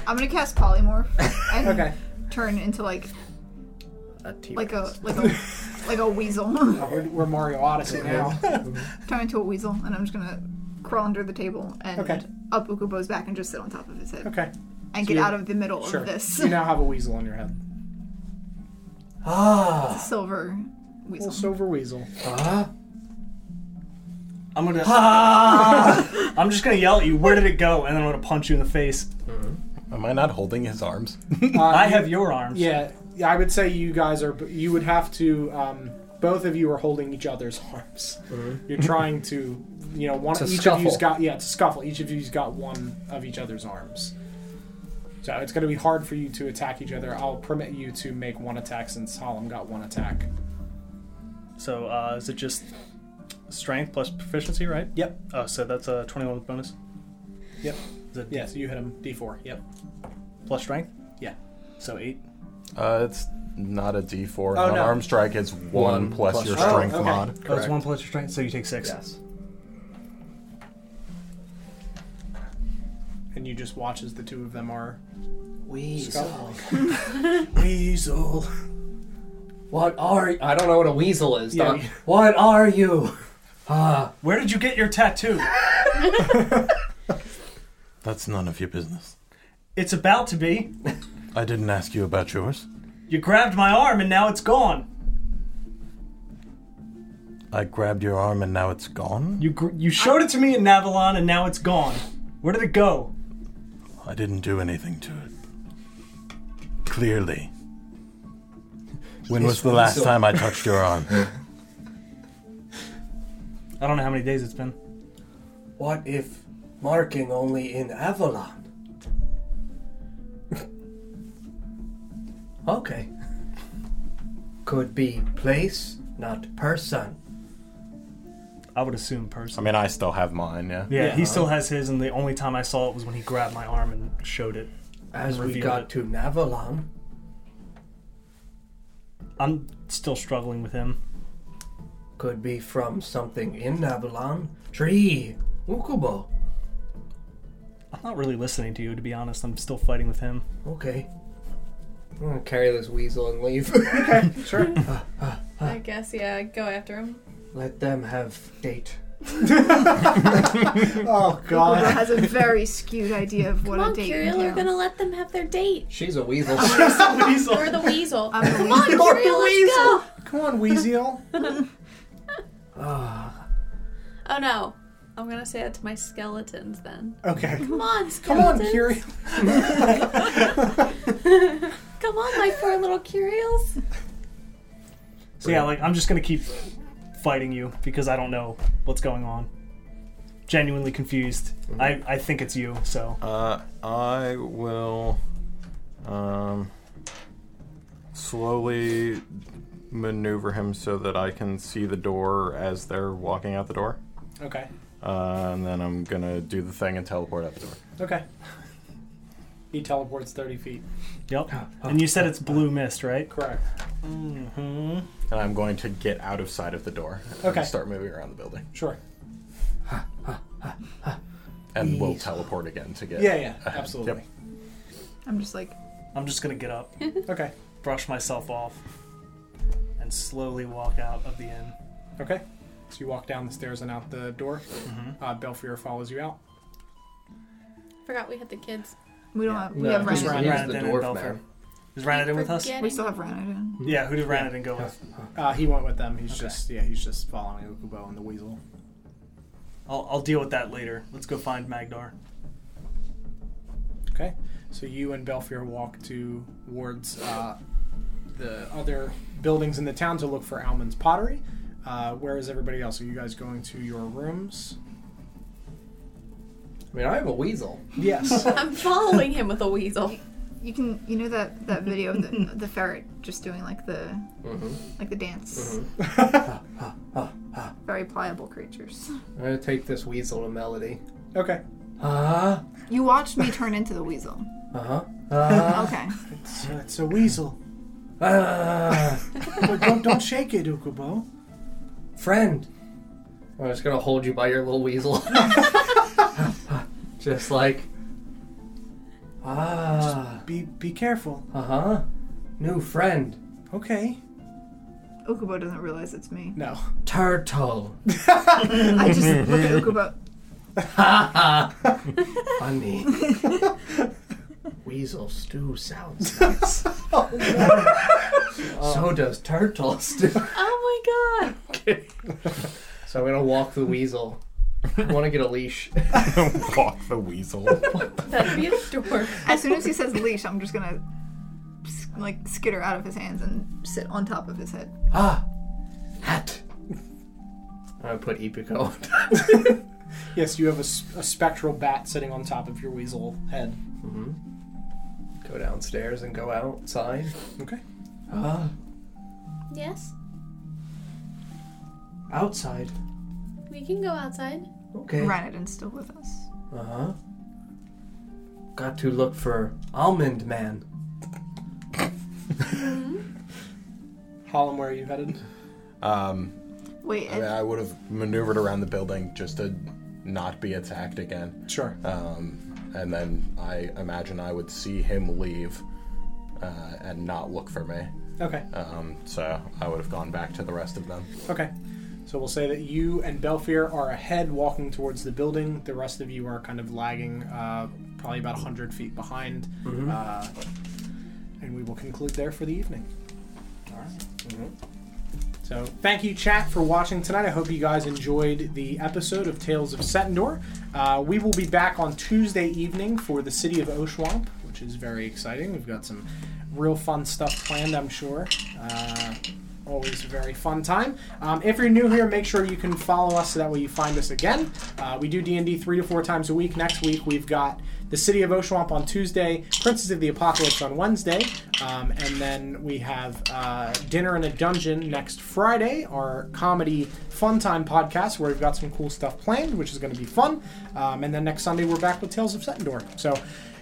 [SPEAKER 3] I'm gonna cast polymorph and
[SPEAKER 1] Okay.
[SPEAKER 3] turn into like
[SPEAKER 2] A T-Rex.
[SPEAKER 3] like a like a like a weasel.
[SPEAKER 1] We're, we're Mario Odyssey now.
[SPEAKER 3] turn into a weasel and I'm just gonna crawl under the table and
[SPEAKER 1] Okay.
[SPEAKER 3] up Ukubo's back and just sit on top of his head
[SPEAKER 1] Okay.
[SPEAKER 3] and
[SPEAKER 1] so
[SPEAKER 3] get
[SPEAKER 1] you-
[SPEAKER 3] out of the middle
[SPEAKER 1] Sure.
[SPEAKER 3] of this
[SPEAKER 1] You now have a weasel on your head.
[SPEAKER 2] Ah.
[SPEAKER 3] silver weasel.
[SPEAKER 1] Little silver weasel.
[SPEAKER 2] Ah.
[SPEAKER 4] I'm gonna. I'm just gonna yell at you. Where did it go? And then I'm gonna punch you in the face.
[SPEAKER 6] Am I not holding his arms?
[SPEAKER 4] I have your arms.
[SPEAKER 1] Yeah. yeah, I would say you guys are. You would have to. Um, both of you are holding each other's arms.
[SPEAKER 4] Mm-hmm.
[SPEAKER 1] You're trying to. You know, one
[SPEAKER 2] It's a
[SPEAKER 1] each of you's
[SPEAKER 2] scuffle.
[SPEAKER 1] got yeah, it's a scuffle. Each of you's got one of each other's arms. So it's going to be hard for you to attack each other. I'll permit you to make one attack since Hallam got one attack.
[SPEAKER 4] So uh, is it just strength plus proficiency, right?
[SPEAKER 1] Yep.
[SPEAKER 4] Oh, so that's a 21 with bonus.
[SPEAKER 1] Yep.
[SPEAKER 4] Is it
[SPEAKER 1] Yeah. So you hit him D4. Yep.
[SPEAKER 4] plus strength?
[SPEAKER 1] Yeah.
[SPEAKER 4] So eight.
[SPEAKER 6] Uh, it's not a d4.
[SPEAKER 1] Oh,
[SPEAKER 6] An
[SPEAKER 1] no.
[SPEAKER 6] arm strike is 1,
[SPEAKER 2] One
[SPEAKER 6] plus,
[SPEAKER 2] plus
[SPEAKER 6] your
[SPEAKER 2] your-
[SPEAKER 1] Oh,
[SPEAKER 6] strength
[SPEAKER 1] okay.
[SPEAKER 6] mod.
[SPEAKER 4] Oh, it's one plus your strength, so you take six.
[SPEAKER 2] Yes.
[SPEAKER 1] And you just watch as the two of them are scuffling.
[SPEAKER 7] Weasel.
[SPEAKER 2] What are you? I don't know what a weasel is.
[SPEAKER 1] Yeah,
[SPEAKER 2] Don.
[SPEAKER 1] you-
[SPEAKER 2] What are you?
[SPEAKER 1] Ah.
[SPEAKER 4] Where did you get your tattoo?
[SPEAKER 8] That's none of your business.
[SPEAKER 4] it's about to be.
[SPEAKER 8] I didn't ask you about yours.
[SPEAKER 4] You grabbed my arm and now it's gone.
[SPEAKER 8] I grabbed your arm and now it's gone.
[SPEAKER 4] You gr- you showed it to me in Navalon and now it's gone. Where did it go?
[SPEAKER 8] I didn't do anything to it. Clearly. When was the last time I touched your arm?
[SPEAKER 4] I don't know how many days it's been.
[SPEAKER 2] What if marking only in Avalon? okay. Could be place, not person.
[SPEAKER 4] I would assume person.
[SPEAKER 6] I mean, I still have mine, yeah.
[SPEAKER 4] Yeah,
[SPEAKER 2] Yeah.
[SPEAKER 4] he still has his, and the only time I saw it was when he grabbed my arm and showed it.
[SPEAKER 2] As we
[SPEAKER 4] Revealed
[SPEAKER 2] got
[SPEAKER 4] it.
[SPEAKER 2] to Navalon,
[SPEAKER 4] I'm still struggling with him.
[SPEAKER 2] could be from something in Navalon. Tree. Ukubo.
[SPEAKER 4] I'm not really listening to you, to be honest. I'm still fighting with him.
[SPEAKER 2] Okay. I'm gonna carry this weasel and leave. Ah,
[SPEAKER 1] Sure.
[SPEAKER 5] I guess, yeah, go after him.
[SPEAKER 2] Let them have date.
[SPEAKER 1] oh
[SPEAKER 3] Ukubo
[SPEAKER 1] God.
[SPEAKER 3] has a very skewed idea of what
[SPEAKER 5] Come on,
[SPEAKER 3] a date
[SPEAKER 5] Kirill, you're
[SPEAKER 3] entails.
[SPEAKER 5] gonna let them have their date.
[SPEAKER 2] She's a weasel.
[SPEAKER 5] Or the weasel.
[SPEAKER 3] I'm the
[SPEAKER 5] Come on,
[SPEAKER 3] weasel.
[SPEAKER 5] Kirill, let's go.
[SPEAKER 1] Come on, Weasel.
[SPEAKER 2] Ah.
[SPEAKER 5] Oh no. I'm gonna say that to my skeletons then.
[SPEAKER 1] Okay.
[SPEAKER 5] Come on,
[SPEAKER 1] Come on,
[SPEAKER 5] skeletons.
[SPEAKER 1] Kirill.
[SPEAKER 5] Come on, my poor little Kirills.
[SPEAKER 4] So yeah, like I'm just gonna keep fighting you because I don't know what's going on. Genuinely confused.
[SPEAKER 2] Mm-hmm.
[SPEAKER 4] I, I think it's you, so
[SPEAKER 8] Uh, I will um, slowly maneuver him so that I can see the door as they're walking out the door.
[SPEAKER 1] Okay.
[SPEAKER 8] Uh, and then I'm gonna do the thing and teleport out the door.
[SPEAKER 1] Okay. He teleports 30 feet.
[SPEAKER 4] Yep.
[SPEAKER 2] Ah,
[SPEAKER 4] And you said it's blue mist, right? Mm-hmm.
[SPEAKER 1] Correct.
[SPEAKER 8] And I'm going to get out of sight of the door and
[SPEAKER 1] Okay.
[SPEAKER 8] start moving around the building.
[SPEAKER 1] Sure.
[SPEAKER 8] And we'll teleport again to get.
[SPEAKER 1] Yeah, yeah, absolutely.
[SPEAKER 3] I'm just like,
[SPEAKER 4] I'm just gonna get up,
[SPEAKER 1] Okay.
[SPEAKER 4] brush myself off, and slowly walk out of the inn.
[SPEAKER 1] Okay. So you walk down the stairs and out the door.
[SPEAKER 4] Mm-hmm.
[SPEAKER 1] Uh, Belfier follows you out.
[SPEAKER 5] Forgot we had the kids.
[SPEAKER 3] we don't have, we have
[SPEAKER 2] he's,
[SPEAKER 3] Ranadin.
[SPEAKER 4] Ryan.
[SPEAKER 2] he's
[SPEAKER 4] Ryan
[SPEAKER 2] the
[SPEAKER 4] and
[SPEAKER 2] dwarf
[SPEAKER 4] Belfair.
[SPEAKER 2] man.
[SPEAKER 4] Is Ranadin with us?
[SPEAKER 5] Forgetting.
[SPEAKER 3] We still have Ranadin.
[SPEAKER 4] Yeah, who did Ranadin go with?
[SPEAKER 1] Uh, he went with them. He's just yeah, he's just following Ukubo and the weasel.
[SPEAKER 4] I'll, I'll deal with that later. Let's go find Magdar.
[SPEAKER 1] Okay. So you and Belfier walk towards uh, the other buildings in the town to look for Almond's pottery. Uh, where is everybody else? Are you guys going to your rooms?
[SPEAKER 2] I mean, I have a weasel.
[SPEAKER 1] Yes.
[SPEAKER 5] I'm following him with a weasel.
[SPEAKER 3] You can, you know that that video of the, the ferret just doing like the,
[SPEAKER 2] Mm-hmm.
[SPEAKER 3] like the dance.
[SPEAKER 2] Mm-hmm.
[SPEAKER 3] Very pliable creatures.
[SPEAKER 2] I'm gonna take this weasel to Melody.
[SPEAKER 1] okay.
[SPEAKER 7] Uh,
[SPEAKER 2] Ah,
[SPEAKER 3] You watched me turn into the weasel.
[SPEAKER 2] uh huh. Ah,
[SPEAKER 3] Okay.
[SPEAKER 1] So
[SPEAKER 7] uh,
[SPEAKER 1] it's a weasel.
[SPEAKER 3] Uh,
[SPEAKER 2] ah.
[SPEAKER 1] But don't don't shake it, Ukubo.
[SPEAKER 2] friend. I'm just gonna hold you by your little weasel. just like. Ah.
[SPEAKER 1] Be be careful.
[SPEAKER 2] Uh huh. New friend.
[SPEAKER 1] Okay.
[SPEAKER 3] Ukubo doesn't realize it's me.
[SPEAKER 1] No.
[SPEAKER 2] Turtle.
[SPEAKER 3] I just look at Ukubo.
[SPEAKER 2] Funny. Weasel stew sounds nice.
[SPEAKER 1] Uh,
[SPEAKER 2] so does turtle stew.
[SPEAKER 5] Oh my god.
[SPEAKER 2] So I'm gonna walk the weasel. I wanna get a leash.
[SPEAKER 8] Walk the weasel.
[SPEAKER 5] That'd be adorable.
[SPEAKER 3] As soon as he says leash, I'm just gonna s- like skitter out of his hands and sit on top of his head.
[SPEAKER 2] Ah! Hat! I'm gonna put Ipico on
[SPEAKER 1] Yes, you have a, s- a spectral bat sitting on top of your weasel head.
[SPEAKER 2] Mm-hmm. Go downstairs and go outside.
[SPEAKER 1] Okay.
[SPEAKER 2] Ah,
[SPEAKER 5] Yes,
[SPEAKER 2] outside.
[SPEAKER 5] we can go outside.
[SPEAKER 2] Okay.
[SPEAKER 3] Ranadin's still with us.
[SPEAKER 2] Uh
[SPEAKER 1] Uh-huh.
[SPEAKER 2] huh. Got to look for Almond Man.
[SPEAKER 1] Hollum, where are you headed?
[SPEAKER 6] Um,
[SPEAKER 3] Wait,
[SPEAKER 6] I mean,
[SPEAKER 3] Ed,
[SPEAKER 6] I would have maneuvered around the building just to not be attacked again.
[SPEAKER 1] Sure.
[SPEAKER 6] Um, and then I imagine I would see him leave uh, and not look for me.
[SPEAKER 1] Okay.
[SPEAKER 6] Um, so I would have gone back to the rest of them.
[SPEAKER 1] Okay. So we'll say that you and Belfier are ahead walking towards the building. The rest of you are kind of lagging, uh, probably about 100 feet behind.
[SPEAKER 2] Mm-hmm.
[SPEAKER 1] Uh, and we will conclude there for the evening. Mm-hmm. So thank you, chat, for watching tonight. I hope you guys enjoyed the episode of Tales of Setendor. Uh, we will be back on Tuesday evening for the city of Oshwamp, which is very exciting. We've got some real fun stuff planned, I'm sure. Uh, always a very fun time. Um, if you're new here, make sure you can follow us so that way you find us again. Uh, we do D&D three to four times a week. Next week, we've got the City of Oshwamp on Tuesday, Princes of the Apocalypse on Wednesday, um, and then we have uh, Dinner in a Dungeon next Friday, our comedy fun time podcast where we've got some cool stuff planned, which is going to be fun. Um, and then next Sunday, we're back with Tales of Setendor. So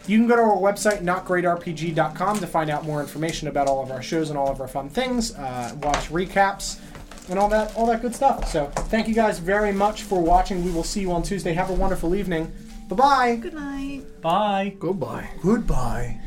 [SPEAKER 1] you can go to our website, notgreatrpg.com, to find out more information about all of our shows and all of our fun things, uh, watch recaps. And all that, all that good stuff. So, thank you guys very much for watching. We will see you on Tuesday. Have a wonderful evening. Bye bye.
[SPEAKER 3] good night.
[SPEAKER 4] Bye.
[SPEAKER 2] Goodbye.
[SPEAKER 7] Goodbye.